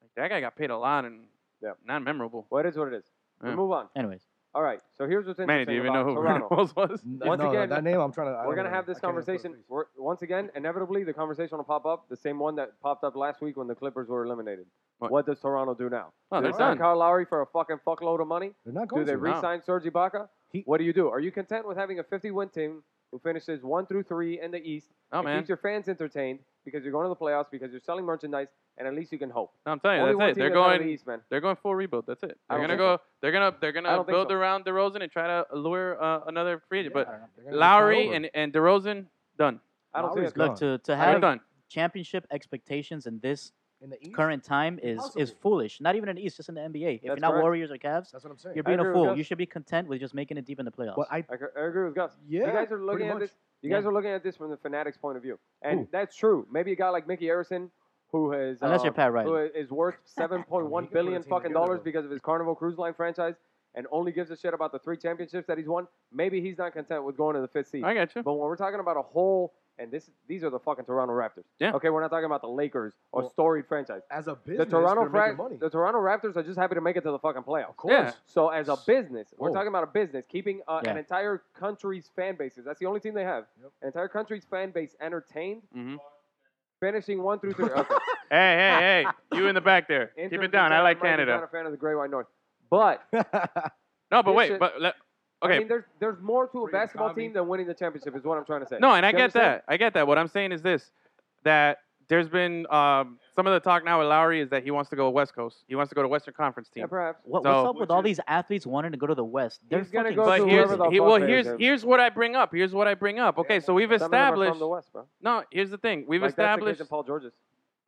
[SPEAKER 1] like that guy got paid a lot and
[SPEAKER 3] Yeah.
[SPEAKER 1] not memorable.
[SPEAKER 3] Well, it is what it is. We
[SPEAKER 1] Yeah.
[SPEAKER 3] move on.
[SPEAKER 2] Anyways,
[SPEAKER 3] All right. So here's what's
[SPEAKER 1] Manny,
[SPEAKER 3] interesting
[SPEAKER 1] do you even
[SPEAKER 3] about
[SPEAKER 1] know who Vernon
[SPEAKER 3] Toronto.
[SPEAKER 1] Wells was?
[SPEAKER 4] No,
[SPEAKER 3] Once
[SPEAKER 4] no,
[SPEAKER 3] again,
[SPEAKER 4] that name I'm trying to. I
[SPEAKER 3] We're
[SPEAKER 4] don't
[SPEAKER 3] gonna
[SPEAKER 4] know.
[SPEAKER 3] have this
[SPEAKER 4] I can't even put a
[SPEAKER 3] conversation
[SPEAKER 4] face.
[SPEAKER 3] we're, once again. Inevitably, the conversation will pop up. The same one that popped up last week when the Clippers were eliminated.
[SPEAKER 1] What?
[SPEAKER 3] What, does Toronto do now?
[SPEAKER 1] Oh, they're
[SPEAKER 3] they sign
[SPEAKER 1] done.
[SPEAKER 3] Kyle Lowry for a fucking fuckload of money.
[SPEAKER 4] They're not
[SPEAKER 3] Do
[SPEAKER 4] going
[SPEAKER 3] they
[SPEAKER 4] to.
[SPEAKER 1] re-
[SPEAKER 3] re-sign Serge Ibaka?
[SPEAKER 4] He-
[SPEAKER 3] what do you do? Are you content with having a 50-win team who finishes one through three in the East?
[SPEAKER 1] Oh
[SPEAKER 3] and
[SPEAKER 1] man,
[SPEAKER 3] keeps your fans entertained because you're going to the playoffs because you're selling merchandise, and at least you can hope.
[SPEAKER 1] no, I'm telling
[SPEAKER 3] Only
[SPEAKER 1] you,
[SPEAKER 3] one
[SPEAKER 1] that's it.
[SPEAKER 3] team
[SPEAKER 1] They're
[SPEAKER 3] that's out of
[SPEAKER 1] going.
[SPEAKER 3] the East, man.
[SPEAKER 1] They're going full rebuild. That's it.
[SPEAKER 3] I
[SPEAKER 1] They're
[SPEAKER 3] don't
[SPEAKER 1] gonna
[SPEAKER 3] think
[SPEAKER 1] go. They're gonna. They're
[SPEAKER 3] I
[SPEAKER 1] gonna
[SPEAKER 3] don't think
[SPEAKER 1] build
[SPEAKER 3] so.
[SPEAKER 1] around DeRozan and try to lure uh, another free agent.
[SPEAKER 2] I
[SPEAKER 1] But
[SPEAKER 2] don't know.
[SPEAKER 4] They're gonna be
[SPEAKER 1] Lowry
[SPEAKER 4] turnover.
[SPEAKER 1] and, and DeRozan done.
[SPEAKER 3] I don't see
[SPEAKER 4] Lowry's
[SPEAKER 3] it.
[SPEAKER 4] good.
[SPEAKER 2] look to to
[SPEAKER 1] They're
[SPEAKER 2] have
[SPEAKER 1] done.
[SPEAKER 2] championship expectations in this
[SPEAKER 4] in the East?
[SPEAKER 2] current time is is
[SPEAKER 4] Impossible.
[SPEAKER 2] foolish. Not even in the East, just in the NBA. If you're
[SPEAKER 3] That's
[SPEAKER 2] not
[SPEAKER 3] correct.
[SPEAKER 2] Warriors or Cavs,
[SPEAKER 4] That's what I'm saying.
[SPEAKER 2] you're
[SPEAKER 3] I
[SPEAKER 2] being a
[SPEAKER 3] agree with
[SPEAKER 2] fool.
[SPEAKER 3] Gus.
[SPEAKER 2] You should be content with just making it deep in the playoffs.
[SPEAKER 4] Well, I
[SPEAKER 3] I, I agree with Gus.
[SPEAKER 4] yeah.
[SPEAKER 3] you guys are
[SPEAKER 4] pretty
[SPEAKER 3] looking at
[SPEAKER 4] much.
[SPEAKER 3] this. You guys are looking at this from the fanatic's point of view, and
[SPEAKER 4] Who?
[SPEAKER 3] that's true. Maybe a guy like Mickey Arison, who has
[SPEAKER 2] Unless
[SPEAKER 3] uh,
[SPEAKER 2] you're Pat
[SPEAKER 3] who
[SPEAKER 2] Riley.
[SPEAKER 3] is worth seven point
[SPEAKER 4] I mean,
[SPEAKER 3] one
[SPEAKER 4] he could put a
[SPEAKER 3] billion
[SPEAKER 4] team
[SPEAKER 3] fucking
[SPEAKER 4] together,
[SPEAKER 3] dollars
[SPEAKER 4] though.
[SPEAKER 3] because of his Carnival Cruise Line franchise, and only gives a shit about the three championships that he's won. Maybe he's not content with going to the fifth seed.
[SPEAKER 1] I got you.
[SPEAKER 3] But when we're talking about a whole, and this these are the fucking Toronto Raptors.
[SPEAKER 1] Yeah.
[SPEAKER 3] Okay, we're not talking about the Lakers or
[SPEAKER 4] Well,
[SPEAKER 3] storied franchise.
[SPEAKER 4] As a business,
[SPEAKER 3] The Toronto,
[SPEAKER 4] they're
[SPEAKER 3] Fra-
[SPEAKER 4] making money.
[SPEAKER 3] the Toronto Raptors are just happy to make it to the fucking playoffs.
[SPEAKER 4] Of course.
[SPEAKER 1] Yeah.
[SPEAKER 3] So as a business,
[SPEAKER 1] oh.
[SPEAKER 3] we're
[SPEAKER 4] Whoa.
[SPEAKER 3] talking about a business keeping uh,
[SPEAKER 2] Yeah.
[SPEAKER 3] an entire country's fan bases. That's the only team they have.
[SPEAKER 4] Yep.
[SPEAKER 3] An entire country's fan base entertained,
[SPEAKER 1] hmm
[SPEAKER 3] finishing one through three. Okay.
[SPEAKER 1] Hey, hey, hey! You in the back there? Keep
[SPEAKER 3] Interesting
[SPEAKER 1] it down. I
[SPEAKER 3] fact,
[SPEAKER 1] like
[SPEAKER 3] might be Not
[SPEAKER 1] Canada.
[SPEAKER 3] a fan of the Great White North, but
[SPEAKER 1] No, but
[SPEAKER 3] this
[SPEAKER 1] wait.
[SPEAKER 3] shit-
[SPEAKER 1] But let,
[SPEAKER 3] I
[SPEAKER 1] okay.
[SPEAKER 3] mean, there's there's more to a
[SPEAKER 4] Freaking
[SPEAKER 3] basketball
[SPEAKER 4] Tommy.
[SPEAKER 3] team than winning the championship. Is what I'm trying to say.
[SPEAKER 1] No, and I
[SPEAKER 3] You
[SPEAKER 1] get
[SPEAKER 3] understand?
[SPEAKER 1] that. I get that. What I'm saying is this: that there's been um, some of the talk now with Lowry is that he wants to go West Coast. He wants to go to Western Conference team.
[SPEAKER 3] Yeah, perhaps.
[SPEAKER 2] What,
[SPEAKER 1] So-
[SPEAKER 2] what's up with all these athletes wanting to go to the West? They're
[SPEAKER 3] He's gonna
[SPEAKER 2] fucking
[SPEAKER 3] go
[SPEAKER 1] but
[SPEAKER 3] to
[SPEAKER 2] stupid.
[SPEAKER 1] here's
[SPEAKER 3] whoever the
[SPEAKER 1] he,
[SPEAKER 3] fuck
[SPEAKER 1] well
[SPEAKER 3] they
[SPEAKER 1] here's
[SPEAKER 3] give.
[SPEAKER 1] here's what I bring up. Here's what I bring up. Okay, so we've
[SPEAKER 3] Some of them are from
[SPEAKER 1] established.
[SPEAKER 3] the West, bro.
[SPEAKER 1] No, here's the thing. We've
[SPEAKER 3] Like, that's the case
[SPEAKER 1] established.
[SPEAKER 3] in Paul George's.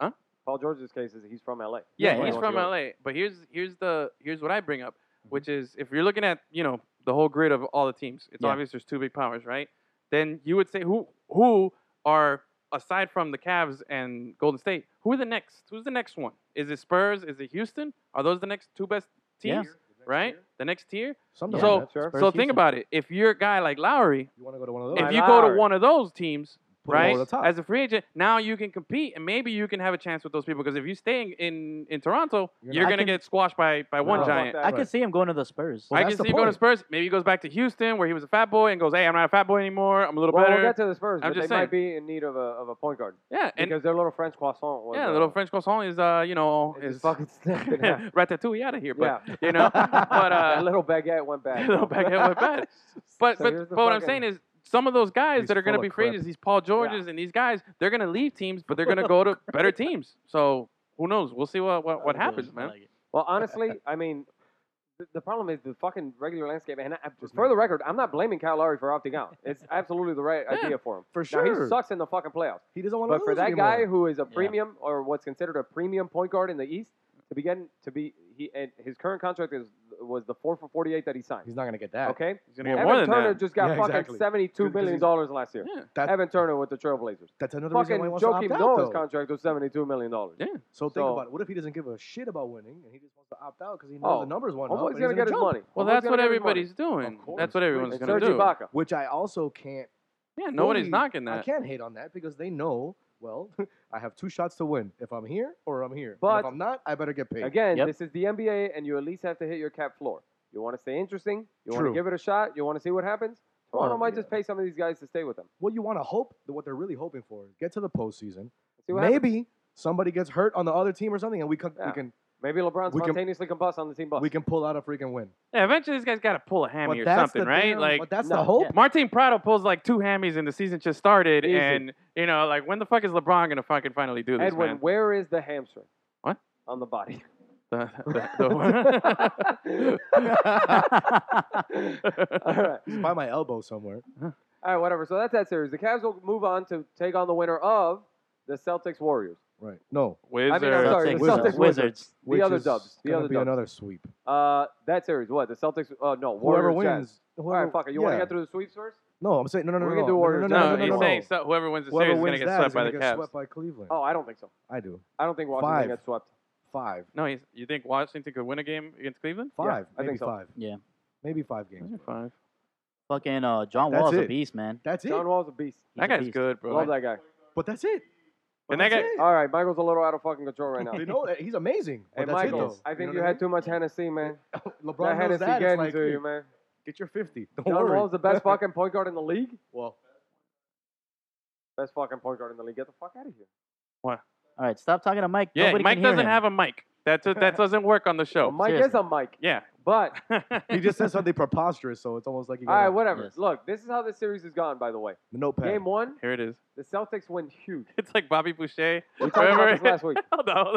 [SPEAKER 1] Huh?
[SPEAKER 3] Paul George's case is he's from L.A.
[SPEAKER 1] Yeah,
[SPEAKER 2] Yeah,
[SPEAKER 1] he's
[SPEAKER 3] yeah.
[SPEAKER 1] from LA. But here's here's the here's what I bring up,
[SPEAKER 2] Mm-hmm.
[SPEAKER 1] which is if you're looking at you know the whole grid of all the teams, it's
[SPEAKER 2] Yeah.
[SPEAKER 1] obvious there's two big powers, right? Then you would say who who are aside from the Cavs and Golden State, who are the next? Who's the next one? Is it Spurs? Is it Houston? Are those the next two best
[SPEAKER 2] Yeah.
[SPEAKER 1] teams? Right, the next tier.
[SPEAKER 4] Sometimes
[SPEAKER 1] So-
[SPEAKER 4] that's right.
[SPEAKER 1] so
[SPEAKER 2] Spurs,
[SPEAKER 1] think
[SPEAKER 2] Houston. Oh,
[SPEAKER 1] about it. If you're a guy like Lowry,
[SPEAKER 4] you want to go to one of those.
[SPEAKER 1] if
[SPEAKER 3] Like
[SPEAKER 1] you go to
[SPEAKER 3] Lowry.
[SPEAKER 1] one of those teams,
[SPEAKER 4] Put 'em
[SPEAKER 1] right?
[SPEAKER 4] over the top.
[SPEAKER 1] As a free agent, now you can compete and maybe you can have a chance with those people because if you stay in, in, in Toronto,
[SPEAKER 4] You're
[SPEAKER 1] you're,
[SPEAKER 2] not- I
[SPEAKER 1] going to
[SPEAKER 2] can-
[SPEAKER 1] get squashed by, by one
[SPEAKER 3] No.
[SPEAKER 1] giant.
[SPEAKER 3] Fuck
[SPEAKER 2] I
[SPEAKER 3] that.
[SPEAKER 2] could see him going to the Spurs.
[SPEAKER 4] Well,
[SPEAKER 1] I can
[SPEAKER 4] that's the
[SPEAKER 1] see him go to
[SPEAKER 4] point.
[SPEAKER 1] Spurs. Maybe he goes back to Houston where he was a fat boy and goes, hey, I'm not a fat boy anymore. I'm a little
[SPEAKER 3] Well,
[SPEAKER 1] better.
[SPEAKER 3] we'll get to the Spurs,
[SPEAKER 1] I'm
[SPEAKER 3] but they
[SPEAKER 1] just
[SPEAKER 3] might be in need of a, of a point guard
[SPEAKER 1] yeah, and
[SPEAKER 3] because their little French croissant was
[SPEAKER 1] yeah,
[SPEAKER 3] uh,
[SPEAKER 1] little French croissant is, uh, you know,
[SPEAKER 3] is
[SPEAKER 1] is
[SPEAKER 3] just fucking snapping. yeah.
[SPEAKER 1] ratatouille out of here. But,
[SPEAKER 3] Yeah.
[SPEAKER 1] you know, but
[SPEAKER 3] that
[SPEAKER 1] uh,
[SPEAKER 3] little baguette went back.
[SPEAKER 1] little baguette went bad. But
[SPEAKER 3] So here's
[SPEAKER 1] but, but
[SPEAKER 3] the
[SPEAKER 1] what I'm
[SPEAKER 3] fucking-
[SPEAKER 1] saying is some of those guys
[SPEAKER 4] He's
[SPEAKER 1] that are going
[SPEAKER 4] full
[SPEAKER 1] to
[SPEAKER 4] of
[SPEAKER 1] be free
[SPEAKER 4] crap.
[SPEAKER 1] agents, these Paul Georges and these guys, they're going to leave teams, but they're going to go to better teams. So who knows? We'll see what what, what
[SPEAKER 2] I like it.
[SPEAKER 1] happens,
[SPEAKER 2] I
[SPEAKER 1] man.
[SPEAKER 2] like it.
[SPEAKER 3] Well, honestly, I mean, the, the problem is the fucking regular landscape. And I, for the record, I'm not blaming Kyle Lowry for opting out. It's absolutely the right idea for him.
[SPEAKER 4] for
[SPEAKER 3] Now,
[SPEAKER 4] sure.
[SPEAKER 3] he sucks in the fucking playoffs.
[SPEAKER 4] He doesn't want to
[SPEAKER 3] But
[SPEAKER 4] lose
[SPEAKER 3] for that
[SPEAKER 4] anymore.
[SPEAKER 3] guy who is a
[SPEAKER 2] Yeah.
[SPEAKER 3] premium or what's considered a premium point guard in the East, to begin to be he and his current contract is was the four for forty eight that he signed.
[SPEAKER 4] he's not gonna get that.
[SPEAKER 3] Okay,
[SPEAKER 1] He's going to get
[SPEAKER 3] Evan
[SPEAKER 1] more than
[SPEAKER 3] Turner
[SPEAKER 1] that.
[SPEAKER 3] just got
[SPEAKER 4] Yeah,
[SPEAKER 3] fucking
[SPEAKER 4] exactly.
[SPEAKER 3] seventy two
[SPEAKER 4] Cause- cause
[SPEAKER 3] million
[SPEAKER 4] he's-
[SPEAKER 3] dollars last year.
[SPEAKER 1] Yeah.
[SPEAKER 4] That-
[SPEAKER 3] Evan Turner with the Trailblazers.
[SPEAKER 4] That's another
[SPEAKER 3] Fucking
[SPEAKER 4] reason why he wants to opt
[SPEAKER 3] Joakim
[SPEAKER 4] out.
[SPEAKER 3] Noah's
[SPEAKER 4] though.
[SPEAKER 3] contract was seventy two million dollars.
[SPEAKER 1] Yeah.
[SPEAKER 4] So think
[SPEAKER 3] So-
[SPEAKER 4] about it. What if he doesn't give a shit about winning and he just wants to opt out because he knows
[SPEAKER 3] Oh,
[SPEAKER 4] the numbers went up?
[SPEAKER 3] Homeboy's
[SPEAKER 4] and
[SPEAKER 3] gonna get his
[SPEAKER 4] jump.
[SPEAKER 3] money.
[SPEAKER 1] Well,
[SPEAKER 3] Homeboy's
[SPEAKER 1] that's
[SPEAKER 3] gonna
[SPEAKER 1] what
[SPEAKER 3] get his money.
[SPEAKER 1] everybody's doing.
[SPEAKER 4] Of course.
[SPEAKER 1] That's what everyone's
[SPEAKER 3] And
[SPEAKER 1] going to
[SPEAKER 3] Serge
[SPEAKER 1] do.
[SPEAKER 3] Ibaka.
[SPEAKER 4] Which I also can't.
[SPEAKER 1] Yeah, nobody's
[SPEAKER 4] fully-
[SPEAKER 1] knocking
[SPEAKER 4] I
[SPEAKER 1] that.
[SPEAKER 4] can't hate on that because they know. Well, I have two shots to win. If I'm here or I'm here. And
[SPEAKER 3] But-
[SPEAKER 4] if I'm not, I better get paid.
[SPEAKER 3] Again,
[SPEAKER 2] Yep.
[SPEAKER 3] this is the NBA, and you at least have to hit your cap floor. You want to stay interesting. You want to
[SPEAKER 4] True.
[SPEAKER 3] give it a shot. You want to see what happens. Toronto
[SPEAKER 4] Well,
[SPEAKER 3] might
[SPEAKER 4] yeah.
[SPEAKER 3] just pay some of these guys to stay with them.
[SPEAKER 4] what you want to hope, that what they're really hoping for, is get to the postseason.
[SPEAKER 3] See what happens.
[SPEAKER 4] Maybe somebody gets hurt on the other team or something, and we can
[SPEAKER 3] Yeah.
[SPEAKER 4] we can
[SPEAKER 3] Maybe LeBron
[SPEAKER 4] We can-
[SPEAKER 3] spontaneously combusts on the team bus.
[SPEAKER 4] we can pull out a freaking win.
[SPEAKER 1] Yeah, eventually this guy's got to pull a hammy or
[SPEAKER 4] that's
[SPEAKER 1] something,
[SPEAKER 4] the
[SPEAKER 1] right?
[SPEAKER 4] damn-
[SPEAKER 1] like
[SPEAKER 4] but that's
[SPEAKER 3] no,
[SPEAKER 4] the hope.
[SPEAKER 2] yeah.
[SPEAKER 1] Martin Prado pulls like two hammies and the season just started,
[SPEAKER 3] Easy.
[SPEAKER 1] and you know, like when the fuck is LeBron gonna fucking finally do this,
[SPEAKER 3] Edwin,
[SPEAKER 1] man?
[SPEAKER 3] where is the hamstring?
[SPEAKER 1] What?
[SPEAKER 3] On the body.
[SPEAKER 1] The- the- the-
[SPEAKER 3] All right.
[SPEAKER 4] It's by my elbow somewhere.
[SPEAKER 3] All right, whatever. So that's that series. The Cavs will move on to take on the winner of the Celtics Warriors.
[SPEAKER 4] Right. No.
[SPEAKER 1] Wizards.
[SPEAKER 3] I mean, I'm sorry,
[SPEAKER 2] Celtics,
[SPEAKER 4] the
[SPEAKER 2] Wizards.
[SPEAKER 4] Celtics
[SPEAKER 2] Wizards.
[SPEAKER 3] The other
[SPEAKER 4] is
[SPEAKER 3] dubs. The
[SPEAKER 4] gonna
[SPEAKER 3] other
[SPEAKER 4] be
[SPEAKER 3] dubs.
[SPEAKER 4] another sweep.
[SPEAKER 3] Uh, that series, what? The Celtics? Uh, no, Warriors.
[SPEAKER 4] Whoever
[SPEAKER 3] Jazz.
[SPEAKER 4] wins.
[SPEAKER 3] All
[SPEAKER 4] Whoever,
[SPEAKER 3] right, fuck it. You want to
[SPEAKER 4] yeah.
[SPEAKER 3] get through the sweeps first?
[SPEAKER 4] No, I'm saying no, no, no,
[SPEAKER 3] We're
[SPEAKER 4] no,
[SPEAKER 3] gonna
[SPEAKER 4] no,
[SPEAKER 3] do
[SPEAKER 4] no,
[SPEAKER 3] Warriors.
[SPEAKER 4] no, no,
[SPEAKER 1] no,
[SPEAKER 4] no, no,
[SPEAKER 1] he's
[SPEAKER 4] no, no.
[SPEAKER 1] saying so, whoever wins the
[SPEAKER 4] Whoever
[SPEAKER 1] series is gonna
[SPEAKER 4] wins
[SPEAKER 1] get
[SPEAKER 4] that
[SPEAKER 1] swept
[SPEAKER 4] is
[SPEAKER 1] by
[SPEAKER 4] gonna
[SPEAKER 1] the
[SPEAKER 4] get
[SPEAKER 1] Cavs.
[SPEAKER 4] swept by Cleveland.
[SPEAKER 3] Oh, I don't think so.
[SPEAKER 4] I do.
[SPEAKER 3] I don't think Washington
[SPEAKER 4] Five.
[SPEAKER 3] gets swept.
[SPEAKER 4] Five.
[SPEAKER 1] No, he's, you think Washington could win a game against Cleveland?
[SPEAKER 4] Five.
[SPEAKER 3] I think
[SPEAKER 4] Maybe
[SPEAKER 3] so.
[SPEAKER 4] five.
[SPEAKER 2] Yeah.
[SPEAKER 4] Maybe five games.
[SPEAKER 1] Five.
[SPEAKER 2] Fucking uh, John
[SPEAKER 4] That's
[SPEAKER 2] Wall's a
[SPEAKER 4] it.
[SPEAKER 2] beast, man.
[SPEAKER 4] That's it.
[SPEAKER 3] John Wall's a beast.
[SPEAKER 2] He's a
[SPEAKER 1] That guy's
[SPEAKER 2] beast.
[SPEAKER 1] good, bro.
[SPEAKER 3] Love that guy.
[SPEAKER 4] But that's it. But
[SPEAKER 1] And that
[SPEAKER 4] that's
[SPEAKER 1] guy-
[SPEAKER 4] it.
[SPEAKER 3] All right, Michael's a little out of fucking control right now.
[SPEAKER 4] They know that he's amazing. But
[SPEAKER 3] Hey,
[SPEAKER 4] that's it,
[SPEAKER 3] Michael,
[SPEAKER 4] though.
[SPEAKER 3] I
[SPEAKER 4] You
[SPEAKER 3] think
[SPEAKER 4] know
[SPEAKER 3] you
[SPEAKER 4] what
[SPEAKER 3] had too much Hennessy, man.
[SPEAKER 4] mean?
[SPEAKER 3] That
[SPEAKER 4] LeBron knows
[SPEAKER 3] Hennessy
[SPEAKER 4] that. It's
[SPEAKER 3] getting
[SPEAKER 4] like,
[SPEAKER 3] to
[SPEAKER 4] hey,
[SPEAKER 3] you, man.
[SPEAKER 4] Get your 50. Don't
[SPEAKER 3] John
[SPEAKER 4] worry.
[SPEAKER 3] Wall's the best fucking point guard in the league.
[SPEAKER 4] well,
[SPEAKER 3] Best fucking point guard in the league. Get the fuck out of here.
[SPEAKER 2] All right, stop talking to Mike.
[SPEAKER 1] Yeah,
[SPEAKER 2] Nobody
[SPEAKER 1] Mike
[SPEAKER 2] can hear
[SPEAKER 1] doesn't
[SPEAKER 2] him.
[SPEAKER 1] have a mic. That's a, that doesn't work on the show.
[SPEAKER 3] Well, Mike is
[SPEAKER 2] seriously.
[SPEAKER 3] a Mike,
[SPEAKER 1] Yeah.
[SPEAKER 3] but
[SPEAKER 4] he just said something preposterous, so it's almost like you
[SPEAKER 3] all
[SPEAKER 4] got
[SPEAKER 3] right,
[SPEAKER 4] a-
[SPEAKER 3] whatever.
[SPEAKER 2] Yes.
[SPEAKER 3] Look, this is how this series is gone. By the way,
[SPEAKER 4] the notepad.
[SPEAKER 3] game one,
[SPEAKER 1] Here it is.
[SPEAKER 3] the Celtics win huge.
[SPEAKER 1] It's like Bobby Boucher.
[SPEAKER 3] We talked about
[SPEAKER 1] Remember-
[SPEAKER 3] this last week.
[SPEAKER 1] no,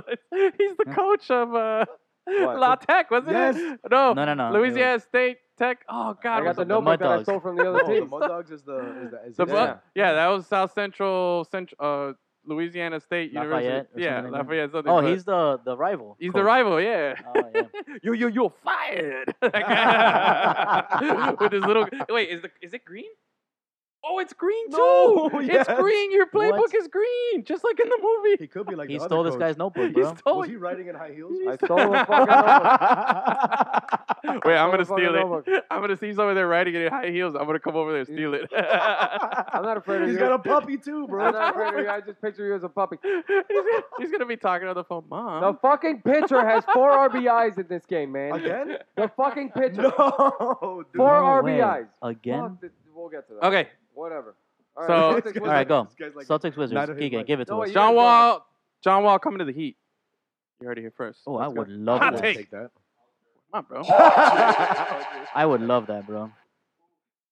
[SPEAKER 1] he's the coach of uh,
[SPEAKER 3] What?
[SPEAKER 1] La Tech, wasn't
[SPEAKER 4] Yes.
[SPEAKER 1] it? No,
[SPEAKER 2] No, no, no.
[SPEAKER 1] Louisiana State Tech. Oh God,
[SPEAKER 3] I got
[SPEAKER 1] was
[SPEAKER 3] the
[SPEAKER 1] it-
[SPEAKER 2] no-
[SPEAKER 3] notebook
[SPEAKER 2] Mud
[SPEAKER 3] that I
[SPEAKER 2] Dogs.
[SPEAKER 3] stole from the other
[SPEAKER 4] Oh, the
[SPEAKER 3] team.
[SPEAKER 4] Mud Dogs is the is the, is
[SPEAKER 1] the
[SPEAKER 4] the
[SPEAKER 1] bu- yeah. that was South Central, Cent- uh, Louisiana State
[SPEAKER 2] Lafayette
[SPEAKER 1] University.
[SPEAKER 2] or
[SPEAKER 1] Yeah,
[SPEAKER 2] something like that.
[SPEAKER 1] Lafayette. Something,
[SPEAKER 2] Oh,
[SPEAKER 1] but
[SPEAKER 2] he's the the rival.
[SPEAKER 1] he's the
[SPEAKER 2] coach.
[SPEAKER 1] rival. Yeah.
[SPEAKER 2] Oh, yeah.
[SPEAKER 1] you you you're fired. That guy. With his little wait, is the is it green? Oh, it's green too.
[SPEAKER 4] No, yes.
[SPEAKER 1] It's green. Your playbook
[SPEAKER 2] What?
[SPEAKER 1] is green, just like in the movie.
[SPEAKER 4] He could be like
[SPEAKER 2] he
[SPEAKER 4] the
[SPEAKER 2] stole
[SPEAKER 4] other
[SPEAKER 2] this
[SPEAKER 4] coach.
[SPEAKER 2] guy's notebook,
[SPEAKER 1] He's
[SPEAKER 2] bro.
[SPEAKER 1] told
[SPEAKER 4] Was he riding in high heels?
[SPEAKER 3] I stole the fucking notebook.
[SPEAKER 1] Wait, I'm
[SPEAKER 3] Son
[SPEAKER 1] gonna
[SPEAKER 3] of a fucking
[SPEAKER 1] steal it.
[SPEAKER 3] notebook.
[SPEAKER 1] I'm gonna see somebody there riding it in high heels. I'm gonna come over there and steal it.
[SPEAKER 3] I'm not afraid of
[SPEAKER 4] He's
[SPEAKER 3] you.
[SPEAKER 4] got a puppy too, bro.
[SPEAKER 3] I'm not afraid of you. I just picture you as a puppy.
[SPEAKER 1] he's, he's gonna be talking on the phone, mom.
[SPEAKER 3] The fucking pitcher has four RBIs in this game, man.
[SPEAKER 4] Again?
[SPEAKER 3] The fucking pitcher.
[SPEAKER 4] No, dude.
[SPEAKER 3] Four
[SPEAKER 2] No way.
[SPEAKER 3] RBIs.
[SPEAKER 2] Again?
[SPEAKER 3] Fuck this- we'll get to that.
[SPEAKER 1] Okay,
[SPEAKER 3] Whatever.
[SPEAKER 1] So-
[SPEAKER 3] Celtics
[SPEAKER 4] This guy's
[SPEAKER 3] win
[SPEAKER 2] All right,
[SPEAKER 4] like-
[SPEAKER 2] go.
[SPEAKER 4] this guy's like-
[SPEAKER 2] Celtics
[SPEAKER 4] Not a
[SPEAKER 2] Wizards.
[SPEAKER 4] hit
[SPEAKER 2] Keegan,
[SPEAKER 4] like-
[SPEAKER 2] give it to
[SPEAKER 3] No,
[SPEAKER 2] us.
[SPEAKER 3] you-
[SPEAKER 1] John
[SPEAKER 3] guys go
[SPEAKER 1] Wall. John Wall coming to the Heat. You heard it here first.
[SPEAKER 2] Oh,
[SPEAKER 1] Let's
[SPEAKER 2] I
[SPEAKER 1] go.
[SPEAKER 2] would love
[SPEAKER 1] Hot
[SPEAKER 4] I'll
[SPEAKER 2] that.
[SPEAKER 1] take.
[SPEAKER 4] that.
[SPEAKER 1] Come on, bro.
[SPEAKER 2] I would love that, bro.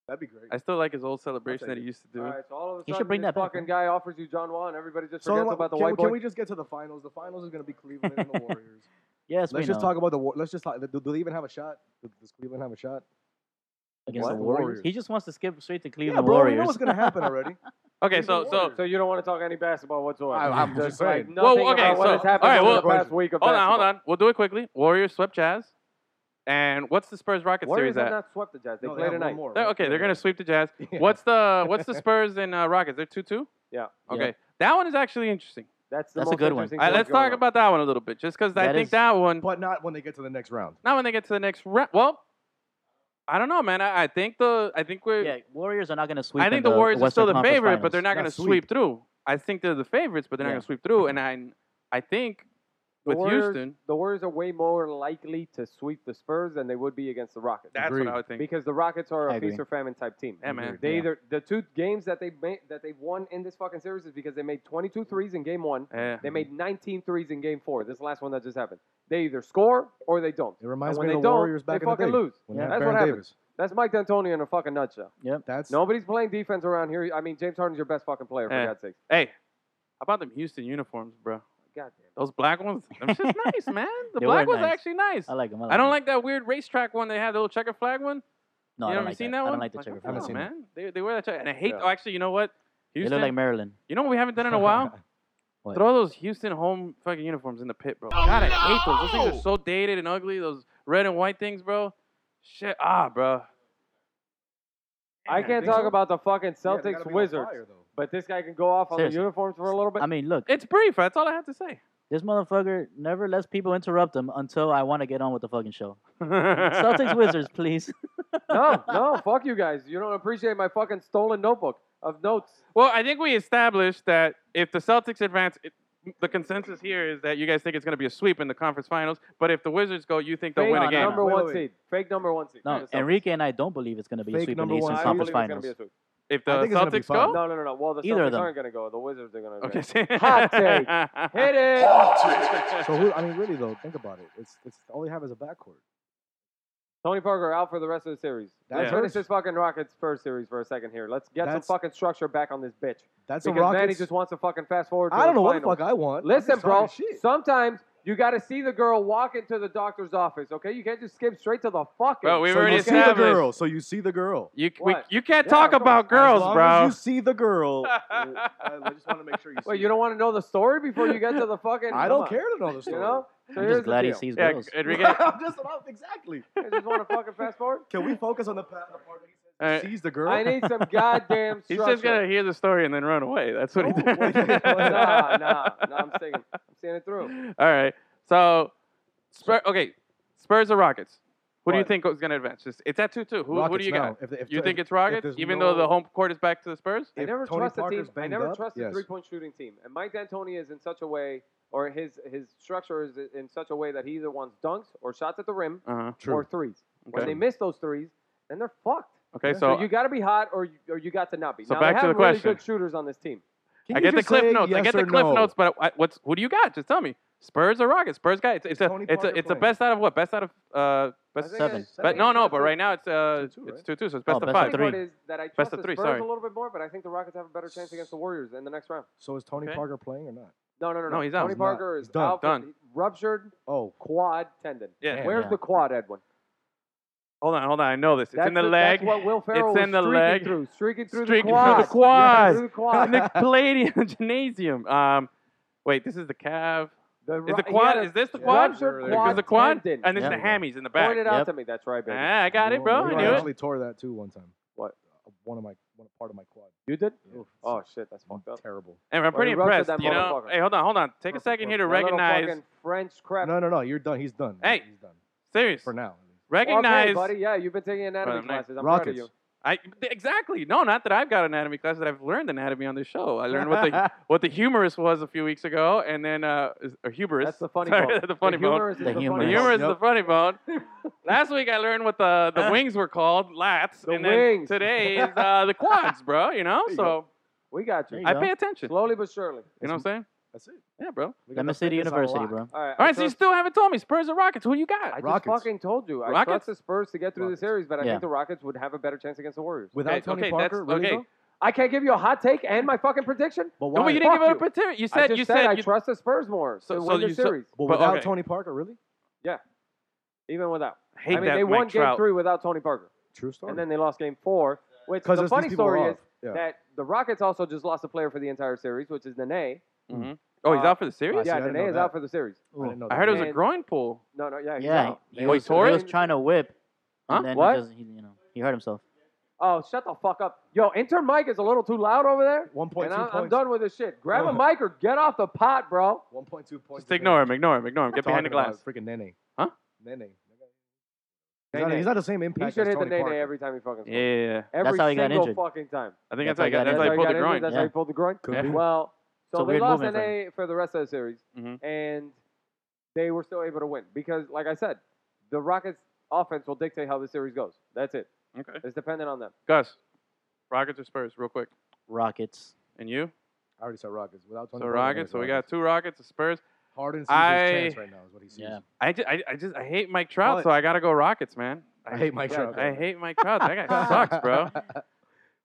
[SPEAKER 4] That'd be great.
[SPEAKER 1] I still like his old celebration
[SPEAKER 4] I'll
[SPEAKER 1] that
[SPEAKER 4] take
[SPEAKER 1] he used to do.
[SPEAKER 3] All right, so all of a
[SPEAKER 2] He
[SPEAKER 3] sudden,
[SPEAKER 2] should bring
[SPEAKER 3] this
[SPEAKER 2] that back,
[SPEAKER 3] fucking
[SPEAKER 2] right?
[SPEAKER 3] guy offers you John Wall, and everybody just
[SPEAKER 4] So
[SPEAKER 3] forgets
[SPEAKER 4] what-
[SPEAKER 3] about the
[SPEAKER 4] can,
[SPEAKER 3] white boy.
[SPEAKER 4] can we just get to the finals? The finals is going to be Cleveland and the Warriors.
[SPEAKER 2] Yes,
[SPEAKER 4] let's
[SPEAKER 2] we
[SPEAKER 4] just
[SPEAKER 2] know.
[SPEAKER 4] talk about the. War- Let's just talk. Do, do they even have a shot? Does, does Cleveland have a shot?
[SPEAKER 2] against
[SPEAKER 4] What?
[SPEAKER 2] the Warriors.
[SPEAKER 4] Warriors.
[SPEAKER 2] He just wants to skip straight to Cleveland
[SPEAKER 4] yeah, bro. We know
[SPEAKER 2] Warriors.
[SPEAKER 4] what's going to happen already.
[SPEAKER 1] Okay,
[SPEAKER 4] He's
[SPEAKER 1] so
[SPEAKER 4] the
[SPEAKER 1] so
[SPEAKER 4] Warriors.
[SPEAKER 3] So you don't want to talk any basketball whatsoever.
[SPEAKER 4] I- I'm just
[SPEAKER 3] like
[SPEAKER 4] saying.
[SPEAKER 3] nothing
[SPEAKER 1] Well, okay,
[SPEAKER 3] about what
[SPEAKER 1] so-
[SPEAKER 3] has
[SPEAKER 1] all
[SPEAKER 3] happened
[SPEAKER 1] right,
[SPEAKER 3] over
[SPEAKER 1] well-
[SPEAKER 3] the past week of
[SPEAKER 1] hold on,
[SPEAKER 3] basketball.
[SPEAKER 1] hold on. We'll do it quickly. Warriors swept Jazz, and what's the Spurs Rockets
[SPEAKER 3] Warriors
[SPEAKER 1] series at?
[SPEAKER 3] have not swept the Jazz. They
[SPEAKER 4] No,
[SPEAKER 3] play
[SPEAKER 4] have
[SPEAKER 3] tonight.
[SPEAKER 4] One more,
[SPEAKER 1] They're-
[SPEAKER 4] right?
[SPEAKER 1] okay,
[SPEAKER 4] Yeah,
[SPEAKER 1] they're gonna sweep the Jazz.
[SPEAKER 4] yeah.
[SPEAKER 1] What's the what's the Spurs and uh, Rockets? They're two two.
[SPEAKER 3] Yeah.
[SPEAKER 1] Okay, that one is actually interesting.
[SPEAKER 3] That's the
[SPEAKER 2] That's a
[SPEAKER 3] most
[SPEAKER 2] good one.
[SPEAKER 3] interesting
[SPEAKER 1] All right,
[SPEAKER 3] thing
[SPEAKER 1] let's
[SPEAKER 3] going
[SPEAKER 1] talk
[SPEAKER 3] on.
[SPEAKER 1] about that one a little bit, just because I
[SPEAKER 2] That
[SPEAKER 1] think
[SPEAKER 2] is-
[SPEAKER 1] that one.
[SPEAKER 4] But not when they get to the next round.
[SPEAKER 1] Not when they get to the next round. Well, I don't know, man. I, I think the I think we're
[SPEAKER 2] Yeah, Warriors are not going to sweep.
[SPEAKER 1] I
[SPEAKER 2] in
[SPEAKER 1] think the Warriors are
[SPEAKER 2] Western
[SPEAKER 1] still the
[SPEAKER 2] Conference
[SPEAKER 1] favorite, but they're
[SPEAKER 2] Finals.
[SPEAKER 1] not going to
[SPEAKER 4] Not
[SPEAKER 1] sweep.
[SPEAKER 4] sweep.
[SPEAKER 1] through. I think they're the favorites, but they're
[SPEAKER 2] Yeah.
[SPEAKER 1] not going to sweep through. And I I think with
[SPEAKER 3] Warriors,
[SPEAKER 1] Houston,
[SPEAKER 3] the Warriors are way more likely to sweep the Spurs than they would be against the Rockets.
[SPEAKER 1] that's
[SPEAKER 4] Agreed.
[SPEAKER 1] what I would think.
[SPEAKER 3] because the Rockets are
[SPEAKER 2] I
[SPEAKER 3] a
[SPEAKER 2] agree.
[SPEAKER 3] feast or famine type team.
[SPEAKER 1] Yeah, man.
[SPEAKER 2] Agreed.
[SPEAKER 3] They
[SPEAKER 2] Yeah.
[SPEAKER 3] either the two games that they made that they've won in this fucking series is because they made 22 threes in game one.
[SPEAKER 1] Yeah.
[SPEAKER 3] They made 19 threes in game four. This last one that just happened. They either score or they don't.
[SPEAKER 4] It reminds
[SPEAKER 3] and
[SPEAKER 4] me
[SPEAKER 3] when
[SPEAKER 4] of
[SPEAKER 3] they
[SPEAKER 4] the
[SPEAKER 3] don't,
[SPEAKER 4] Warriors back
[SPEAKER 3] they
[SPEAKER 4] in the
[SPEAKER 3] fucking
[SPEAKER 4] day.
[SPEAKER 3] lose.
[SPEAKER 4] When
[SPEAKER 3] Yeah.
[SPEAKER 4] they had
[SPEAKER 3] That's
[SPEAKER 4] Baron
[SPEAKER 3] what happened.
[SPEAKER 4] Davis.
[SPEAKER 3] That's Mike D'Antoni in a fucking nutshell.
[SPEAKER 4] That's
[SPEAKER 3] Nobody's playing defense around here. I mean, James Harden's your best fucking player for
[SPEAKER 1] Yeah.
[SPEAKER 3] God's sake.
[SPEAKER 1] Hey, how about them Houston uniforms, bro?
[SPEAKER 3] God
[SPEAKER 1] Those black ones, them shit's nice, man. The
[SPEAKER 2] They
[SPEAKER 1] black
[SPEAKER 2] were
[SPEAKER 1] ones are
[SPEAKER 2] nice.
[SPEAKER 1] actually nice.
[SPEAKER 2] I like them.
[SPEAKER 1] I don't like that weird racetrack one they had, the little checker flag one.
[SPEAKER 2] No,
[SPEAKER 1] you
[SPEAKER 2] I
[SPEAKER 1] ever
[SPEAKER 2] don't like
[SPEAKER 1] seen
[SPEAKER 2] that.
[SPEAKER 1] that, one?
[SPEAKER 2] I don't like the checker
[SPEAKER 1] come
[SPEAKER 4] Haven't
[SPEAKER 1] on,
[SPEAKER 4] seen it.
[SPEAKER 1] man. They, they wear that checker. And I hate,
[SPEAKER 3] Yeah.
[SPEAKER 1] oh, actually, you know what?
[SPEAKER 2] They
[SPEAKER 1] Houston,
[SPEAKER 2] look like Maryland.
[SPEAKER 1] you know what we haven't done in a while?
[SPEAKER 2] What?
[SPEAKER 1] Throw those Houston home fucking uniforms in the pit, bro. God, I hate those. Those things are so dated and ugly. Those red and white things, bro. Shit, ah, bro.
[SPEAKER 3] damn. I
[SPEAKER 1] Yeah,
[SPEAKER 3] can't
[SPEAKER 1] they-
[SPEAKER 3] talk about the fucking
[SPEAKER 4] Yeah, they gotta
[SPEAKER 3] Celtics
[SPEAKER 4] be on
[SPEAKER 3] Wizards,
[SPEAKER 4] fire, though.
[SPEAKER 3] but this guy can go off on
[SPEAKER 2] Seriously.
[SPEAKER 3] the uniforms for a little bit.
[SPEAKER 2] I mean, look,
[SPEAKER 1] It's brief. That's all I have to say.
[SPEAKER 2] this motherfucker never lets people interrupt him until I want to get on with the fucking show. Celtics Wizards, please.
[SPEAKER 3] no, no, fuck you guys. You don't appreciate my fucking stolen notebook of notes.
[SPEAKER 1] Well, I think we established that if the Celtics advance, it, the consensus here is that you guys think it's going to be a sweep in the conference finals. But if the Wizards go, you think they'll
[SPEAKER 3] Fake
[SPEAKER 1] win
[SPEAKER 2] no,
[SPEAKER 1] a game.
[SPEAKER 3] number
[SPEAKER 4] Wait,
[SPEAKER 3] one
[SPEAKER 4] wait.
[SPEAKER 3] seed. Fake number one seed.
[SPEAKER 2] No,
[SPEAKER 3] Yes,
[SPEAKER 2] Enrique and I don't believe it's going to be a
[SPEAKER 4] Fake
[SPEAKER 2] sweep in
[SPEAKER 4] number
[SPEAKER 2] the Eastern
[SPEAKER 4] one.
[SPEAKER 3] I
[SPEAKER 2] Conference
[SPEAKER 3] believe it's gonna
[SPEAKER 2] Finals.
[SPEAKER 3] be a sweep.
[SPEAKER 1] If
[SPEAKER 4] I
[SPEAKER 1] the
[SPEAKER 4] think it's gonna be
[SPEAKER 1] Celtics
[SPEAKER 4] fun.
[SPEAKER 1] go,
[SPEAKER 3] No, no, no, no. Well, the
[SPEAKER 2] Either of
[SPEAKER 3] Celtics
[SPEAKER 2] them.
[SPEAKER 3] aren't gonna go. The Wizards are gonna go.
[SPEAKER 1] okay,
[SPEAKER 3] Hot take. Hit it.
[SPEAKER 4] So who, I mean, really though, think about it. It's it's all you have is a backcourt.
[SPEAKER 3] Tony Parker out for the rest of the series.
[SPEAKER 4] That's
[SPEAKER 3] Let's finish
[SPEAKER 4] hurts.
[SPEAKER 3] this fucking Rockets first series for a second here. Let's get
[SPEAKER 4] That's-
[SPEAKER 3] some fucking structure back on this bitch.
[SPEAKER 4] That's a
[SPEAKER 3] Because Manny
[SPEAKER 4] Rockets.
[SPEAKER 3] just wants to fucking fast forward. To
[SPEAKER 4] I don't know
[SPEAKER 3] the
[SPEAKER 4] what the
[SPEAKER 3] finals.
[SPEAKER 4] fuck I want. I'm
[SPEAKER 3] Listen,
[SPEAKER 4] just
[SPEAKER 3] bro.
[SPEAKER 4] talking Shit.
[SPEAKER 3] Sometimes you got to see the girl walk into the doctor's office. Okay, you can't just skip straight to the fucking.
[SPEAKER 1] Bro, we
[SPEAKER 4] So
[SPEAKER 1] were
[SPEAKER 4] you
[SPEAKER 1] already
[SPEAKER 4] see the
[SPEAKER 1] established.
[SPEAKER 4] girl. So you see the girl.
[SPEAKER 1] You, we,
[SPEAKER 3] What?
[SPEAKER 1] you can't
[SPEAKER 3] Yeah,
[SPEAKER 1] talk
[SPEAKER 3] of course.
[SPEAKER 1] about
[SPEAKER 4] as
[SPEAKER 1] girls,
[SPEAKER 4] long
[SPEAKER 1] bro.
[SPEAKER 4] As you see the girl. I just want to make sure you.
[SPEAKER 3] Wait, you don't want to know the story before you get to the fucking.
[SPEAKER 4] I
[SPEAKER 3] come
[SPEAKER 4] don't
[SPEAKER 3] on,
[SPEAKER 4] care to know the
[SPEAKER 3] You
[SPEAKER 4] story.
[SPEAKER 3] know. So
[SPEAKER 2] I'm
[SPEAKER 3] here's
[SPEAKER 2] just glad
[SPEAKER 3] the
[SPEAKER 2] he
[SPEAKER 3] deal.
[SPEAKER 2] sees
[SPEAKER 1] yeah,
[SPEAKER 2] girls.
[SPEAKER 1] Enrique. All
[SPEAKER 4] I'm just I'm- exactly.
[SPEAKER 3] I just want to fucking fast forward.
[SPEAKER 4] Can we focus on the pa- the part that he says
[SPEAKER 1] right.
[SPEAKER 4] sees the girl?
[SPEAKER 3] I need some goddamn structure.
[SPEAKER 1] He's just gonna hear the story and then run away. That's what he
[SPEAKER 4] Oh,
[SPEAKER 1] did.
[SPEAKER 4] wait, wait,
[SPEAKER 3] nah, nah, nah. I'm seeing, I'm seeing it through.
[SPEAKER 1] All right. So, Spur, okay, Spurs or Rockets? Who do you
[SPEAKER 3] What?
[SPEAKER 1] think is going to advance? Just, it's at 2 2. Who, who do
[SPEAKER 4] Rockets
[SPEAKER 1] you
[SPEAKER 4] now.
[SPEAKER 1] got?
[SPEAKER 4] If, if,
[SPEAKER 1] You
[SPEAKER 4] if,
[SPEAKER 1] think it's
[SPEAKER 4] if
[SPEAKER 1] Rockets,
[SPEAKER 4] there's
[SPEAKER 1] even
[SPEAKER 4] no-
[SPEAKER 1] though the home court is back to the Spurs?
[SPEAKER 3] I
[SPEAKER 4] If
[SPEAKER 3] never
[SPEAKER 4] Tony
[SPEAKER 3] trust
[SPEAKER 4] Parker's
[SPEAKER 3] a team. I
[SPEAKER 4] banged
[SPEAKER 3] never
[SPEAKER 4] up,
[SPEAKER 3] trust
[SPEAKER 4] yes.
[SPEAKER 3] a three-point shooting team. And Mike D'Antoni is in such a way, or his his structure is in such a way that he either wants dunks or shots at the rim
[SPEAKER 1] Uh-huh.
[SPEAKER 4] True.
[SPEAKER 3] or threes. When
[SPEAKER 1] Okay.
[SPEAKER 3] they miss those threes, then they're fucked.
[SPEAKER 1] Okay,
[SPEAKER 3] So,
[SPEAKER 1] so,
[SPEAKER 3] you got to be hot, or you, or you got to not be.
[SPEAKER 1] So
[SPEAKER 3] now,
[SPEAKER 1] back
[SPEAKER 3] they
[SPEAKER 1] to
[SPEAKER 3] have
[SPEAKER 1] the
[SPEAKER 3] really
[SPEAKER 1] question.
[SPEAKER 3] good shooters on this team.
[SPEAKER 4] Can
[SPEAKER 1] I
[SPEAKER 4] you
[SPEAKER 1] get the
[SPEAKER 4] just
[SPEAKER 1] clip
[SPEAKER 4] say
[SPEAKER 1] notes. I
[SPEAKER 4] yes
[SPEAKER 1] get the
[SPEAKER 4] or
[SPEAKER 1] clip
[SPEAKER 4] no?
[SPEAKER 1] notes, but I, what's who do you got? Just tell me. Spurs or Rockets? Spurs guy. It's, it's a
[SPEAKER 4] Tony
[SPEAKER 1] it's a
[SPEAKER 4] Parker
[SPEAKER 1] it's a
[SPEAKER 4] playing.
[SPEAKER 1] best out of what? Best out of uh
[SPEAKER 3] I
[SPEAKER 1] best.
[SPEAKER 3] think
[SPEAKER 2] Seven.
[SPEAKER 3] it's-
[SPEAKER 1] But no, no. But right now it's uh
[SPEAKER 4] Two, two, right?
[SPEAKER 1] it's two two, so it's best
[SPEAKER 2] Oh,
[SPEAKER 1] of
[SPEAKER 2] best
[SPEAKER 1] five.
[SPEAKER 2] of
[SPEAKER 3] The
[SPEAKER 2] three.
[SPEAKER 3] part is that I trust
[SPEAKER 1] of
[SPEAKER 3] the
[SPEAKER 1] three,
[SPEAKER 3] Spurs
[SPEAKER 1] sorry.
[SPEAKER 3] a little bit more, but I think the Rockets have a better chance against the Warriors in the next round.
[SPEAKER 4] So is Tony
[SPEAKER 1] Okay.
[SPEAKER 4] Parker playing or not?
[SPEAKER 3] No, no, no, no.
[SPEAKER 1] No, he's out.
[SPEAKER 3] Tony
[SPEAKER 4] He's not.
[SPEAKER 3] Parker
[SPEAKER 4] He's
[SPEAKER 3] is
[SPEAKER 4] done.
[SPEAKER 3] out. for-
[SPEAKER 1] Done.
[SPEAKER 3] Ruptured
[SPEAKER 4] Oh,
[SPEAKER 3] quad tendon.
[SPEAKER 1] Yeah.
[SPEAKER 4] Man.
[SPEAKER 3] Where's
[SPEAKER 2] Yeah.
[SPEAKER 3] the quad, Edwin?
[SPEAKER 1] Hold on, hold on. I know this. It's
[SPEAKER 3] That's
[SPEAKER 1] in the
[SPEAKER 3] the-
[SPEAKER 1] leg.
[SPEAKER 3] That's what Will Ferrell
[SPEAKER 1] It's
[SPEAKER 3] was
[SPEAKER 1] in the
[SPEAKER 3] streaking
[SPEAKER 1] leg.
[SPEAKER 3] Through, streaking through
[SPEAKER 1] Streaking
[SPEAKER 3] the
[SPEAKER 1] through
[SPEAKER 3] quad.
[SPEAKER 1] the quad.
[SPEAKER 3] Yeah, through the quad.
[SPEAKER 1] the Palladium Gymnasium. Um, wait, this is the calf. Is the quad? Is this the quad?
[SPEAKER 4] Ruptured
[SPEAKER 1] Is
[SPEAKER 4] quad
[SPEAKER 1] the quad?
[SPEAKER 3] tendon.
[SPEAKER 1] And this
[SPEAKER 2] Yeah.
[SPEAKER 1] is the hammies in the back.
[SPEAKER 3] Pointed out
[SPEAKER 2] Yep.
[SPEAKER 3] to me. That's right, baby.
[SPEAKER 1] Ah, I got it, bro. I
[SPEAKER 4] You know,
[SPEAKER 1] knew it.
[SPEAKER 4] actually tore that too one time.
[SPEAKER 3] What?
[SPEAKER 4] One of my one part of my quad.
[SPEAKER 3] You did?
[SPEAKER 4] Yeah.
[SPEAKER 3] Oh shit, that's fucked up.
[SPEAKER 4] terrible.
[SPEAKER 1] And I'm
[SPEAKER 3] Well,
[SPEAKER 1] pretty
[SPEAKER 3] he ruptured
[SPEAKER 1] impressed.
[SPEAKER 3] that
[SPEAKER 1] You know.
[SPEAKER 3] motherfucker.
[SPEAKER 1] Hey, hold on, hold on. Take a second here to
[SPEAKER 3] That little
[SPEAKER 1] recognize.
[SPEAKER 3] fucking French crap.
[SPEAKER 4] No, no, no. You're done. He's done.
[SPEAKER 1] Hey.
[SPEAKER 4] he's done
[SPEAKER 1] Serious.
[SPEAKER 4] for now.
[SPEAKER 3] Okay,
[SPEAKER 1] Recognize.
[SPEAKER 3] buddy. Yeah, you've been taking
[SPEAKER 1] Well,
[SPEAKER 3] anatomy
[SPEAKER 1] I'm not-
[SPEAKER 3] classes. I'm proud of
[SPEAKER 4] Rockets.
[SPEAKER 3] you.
[SPEAKER 1] I exactly. No, not that I've got anatomy class. That I've learned anatomy on this show. I learned what the what the humerus was a few weeks ago, and then uh, is- or hubris.
[SPEAKER 3] That's the funny
[SPEAKER 1] Sorry,
[SPEAKER 3] bone.
[SPEAKER 1] the funny
[SPEAKER 3] the
[SPEAKER 1] bone.
[SPEAKER 3] humorous is
[SPEAKER 2] The
[SPEAKER 3] funny
[SPEAKER 1] The
[SPEAKER 2] humorous.
[SPEAKER 3] bone.
[SPEAKER 1] humorous is
[SPEAKER 4] Yep.
[SPEAKER 1] the funny bone. Last week I learned what the, the wings were called, lats,
[SPEAKER 3] The
[SPEAKER 1] and
[SPEAKER 3] wings.
[SPEAKER 1] then today is uh, the quads, bro. You know,
[SPEAKER 4] There you
[SPEAKER 1] so
[SPEAKER 3] We got you.
[SPEAKER 2] There you
[SPEAKER 1] I
[SPEAKER 2] go.
[SPEAKER 1] pay attention.
[SPEAKER 3] Slowly but surely.
[SPEAKER 1] You know what I'm saying?
[SPEAKER 4] That's it.
[SPEAKER 1] Yeah, bro.
[SPEAKER 4] We got
[SPEAKER 2] Lemon
[SPEAKER 4] the
[SPEAKER 2] City
[SPEAKER 4] fitness on
[SPEAKER 2] University,
[SPEAKER 4] lock.
[SPEAKER 2] bro.
[SPEAKER 3] All right.
[SPEAKER 1] All
[SPEAKER 3] I
[SPEAKER 1] right, so you
[SPEAKER 3] trust-
[SPEAKER 1] still haven't told me Spurs or Rockets. Who you got?
[SPEAKER 3] I just
[SPEAKER 4] Rockets.
[SPEAKER 3] fucking told you. I
[SPEAKER 1] Rockets?
[SPEAKER 3] trust the Spurs to get through
[SPEAKER 4] Rockets.
[SPEAKER 3] the series, but I
[SPEAKER 2] Yeah.
[SPEAKER 3] think the Rockets would have a better chance against the Warriors.
[SPEAKER 4] Without
[SPEAKER 1] Okay,
[SPEAKER 4] Tony
[SPEAKER 1] okay,
[SPEAKER 4] Parker,
[SPEAKER 1] that's-
[SPEAKER 4] really
[SPEAKER 1] okay.
[SPEAKER 4] though?
[SPEAKER 3] I can't give you a hot take and my fucking prediction.
[SPEAKER 4] But why?
[SPEAKER 1] No, but you didn't
[SPEAKER 3] Fuck
[SPEAKER 1] give up a
[SPEAKER 3] you.
[SPEAKER 1] particular. You
[SPEAKER 3] I
[SPEAKER 1] said
[SPEAKER 3] just
[SPEAKER 1] you
[SPEAKER 3] said,
[SPEAKER 1] said
[SPEAKER 3] I
[SPEAKER 1] you,
[SPEAKER 3] trust the Spurs more
[SPEAKER 1] So-
[SPEAKER 3] to
[SPEAKER 1] so
[SPEAKER 3] win the
[SPEAKER 1] you- so-
[SPEAKER 3] series,
[SPEAKER 4] But
[SPEAKER 1] But,
[SPEAKER 4] without
[SPEAKER 1] okay.
[SPEAKER 4] Tony Parker, really?
[SPEAKER 3] even without.
[SPEAKER 1] hate
[SPEAKER 3] I mean,
[SPEAKER 1] that
[SPEAKER 3] they won
[SPEAKER 1] Mike Trout.
[SPEAKER 3] game three without Tony Parker,
[SPEAKER 4] True story.
[SPEAKER 3] and then they lost game four. Which
[SPEAKER 4] because
[SPEAKER 3] the funny story is
[SPEAKER 4] yeah.
[SPEAKER 3] that the Rockets also just lost a player for the entire series, which is Nene.
[SPEAKER 1] Mhm. Oh, he's
[SPEAKER 3] Uh,
[SPEAKER 1] out for the series.
[SPEAKER 4] I see,
[SPEAKER 3] yeah,
[SPEAKER 4] I didn't know
[SPEAKER 3] Nene is
[SPEAKER 4] that.
[SPEAKER 3] out for the series.
[SPEAKER 4] I didn't know
[SPEAKER 1] I heard it was a
[SPEAKER 3] And-
[SPEAKER 1] groin pull.
[SPEAKER 3] No, no, yeah, he's
[SPEAKER 2] Yeah,
[SPEAKER 3] out.
[SPEAKER 2] he, he
[SPEAKER 1] Wait,
[SPEAKER 2] was, he
[SPEAKER 1] tore it?
[SPEAKER 2] was trying to whip.
[SPEAKER 1] Huh?
[SPEAKER 2] And then
[SPEAKER 3] What?
[SPEAKER 2] He, just, he, you know, he hurt himself.
[SPEAKER 3] Oh, shut the fuck up, yo! Intern Mike is a little too loud over there.
[SPEAKER 4] One point
[SPEAKER 3] And
[SPEAKER 4] two
[SPEAKER 3] I,
[SPEAKER 4] points.
[SPEAKER 3] I'm done with this shit. Grab a
[SPEAKER 4] Go
[SPEAKER 3] mic or get off the pot, bro.
[SPEAKER 4] One point two points.
[SPEAKER 1] Just ignore him. Ignore him. Ignore him. Get behind the glass.
[SPEAKER 4] Freaking Nene.
[SPEAKER 1] Huh?
[SPEAKER 4] Nene. He's not, he's not the same
[SPEAKER 3] He
[SPEAKER 4] impact
[SPEAKER 3] should
[SPEAKER 4] as
[SPEAKER 3] hit the
[SPEAKER 4] Tony
[SPEAKER 3] nay nay
[SPEAKER 4] Parker.
[SPEAKER 3] every time he fucking scores.
[SPEAKER 1] Yeah.
[SPEAKER 3] Every
[SPEAKER 2] That's how he got
[SPEAKER 3] single
[SPEAKER 2] injured.
[SPEAKER 3] fucking time.
[SPEAKER 1] I think that's,
[SPEAKER 2] That's
[SPEAKER 1] how he got. That's how he
[SPEAKER 3] he
[SPEAKER 1] pulled
[SPEAKER 3] got
[SPEAKER 1] the
[SPEAKER 3] injured,
[SPEAKER 1] groin.
[SPEAKER 3] That's how
[SPEAKER 2] yeah.
[SPEAKER 3] he pulled the groin.
[SPEAKER 4] Could
[SPEAKER 1] Yeah.
[SPEAKER 4] be.
[SPEAKER 3] Well,
[SPEAKER 2] It's
[SPEAKER 3] so
[SPEAKER 2] a
[SPEAKER 3] they
[SPEAKER 2] weird
[SPEAKER 3] lost
[SPEAKER 2] movement Mm-hmm. for
[SPEAKER 3] an A for the rest of the series,
[SPEAKER 1] Mhm.
[SPEAKER 3] and they were still able to win because, like I said, the Rockets' offense will dictate how the series goes. That's it.
[SPEAKER 1] Okay.
[SPEAKER 3] It's dependent on them.
[SPEAKER 1] Gus, Rockets or Spurs, real quick.
[SPEAKER 2] Rockets.
[SPEAKER 1] And you?
[SPEAKER 4] I already said Rockets. Without Tony
[SPEAKER 1] So
[SPEAKER 4] Parker,
[SPEAKER 1] Rockets.
[SPEAKER 4] it's
[SPEAKER 1] So we got
[SPEAKER 4] Rockets.
[SPEAKER 1] two Rockets, a Spurs.
[SPEAKER 4] Harden sees
[SPEAKER 1] I-
[SPEAKER 4] his chance right now. Is what he sees.
[SPEAKER 2] Yeah.
[SPEAKER 1] I just, I, I just, I hate Mike Trout,
[SPEAKER 4] What?
[SPEAKER 1] so I gotta go Rockets, man.
[SPEAKER 4] I hate Mike
[SPEAKER 3] Yeah,
[SPEAKER 4] Trout.
[SPEAKER 1] I hate Mike Trout. That guy sucks, bro.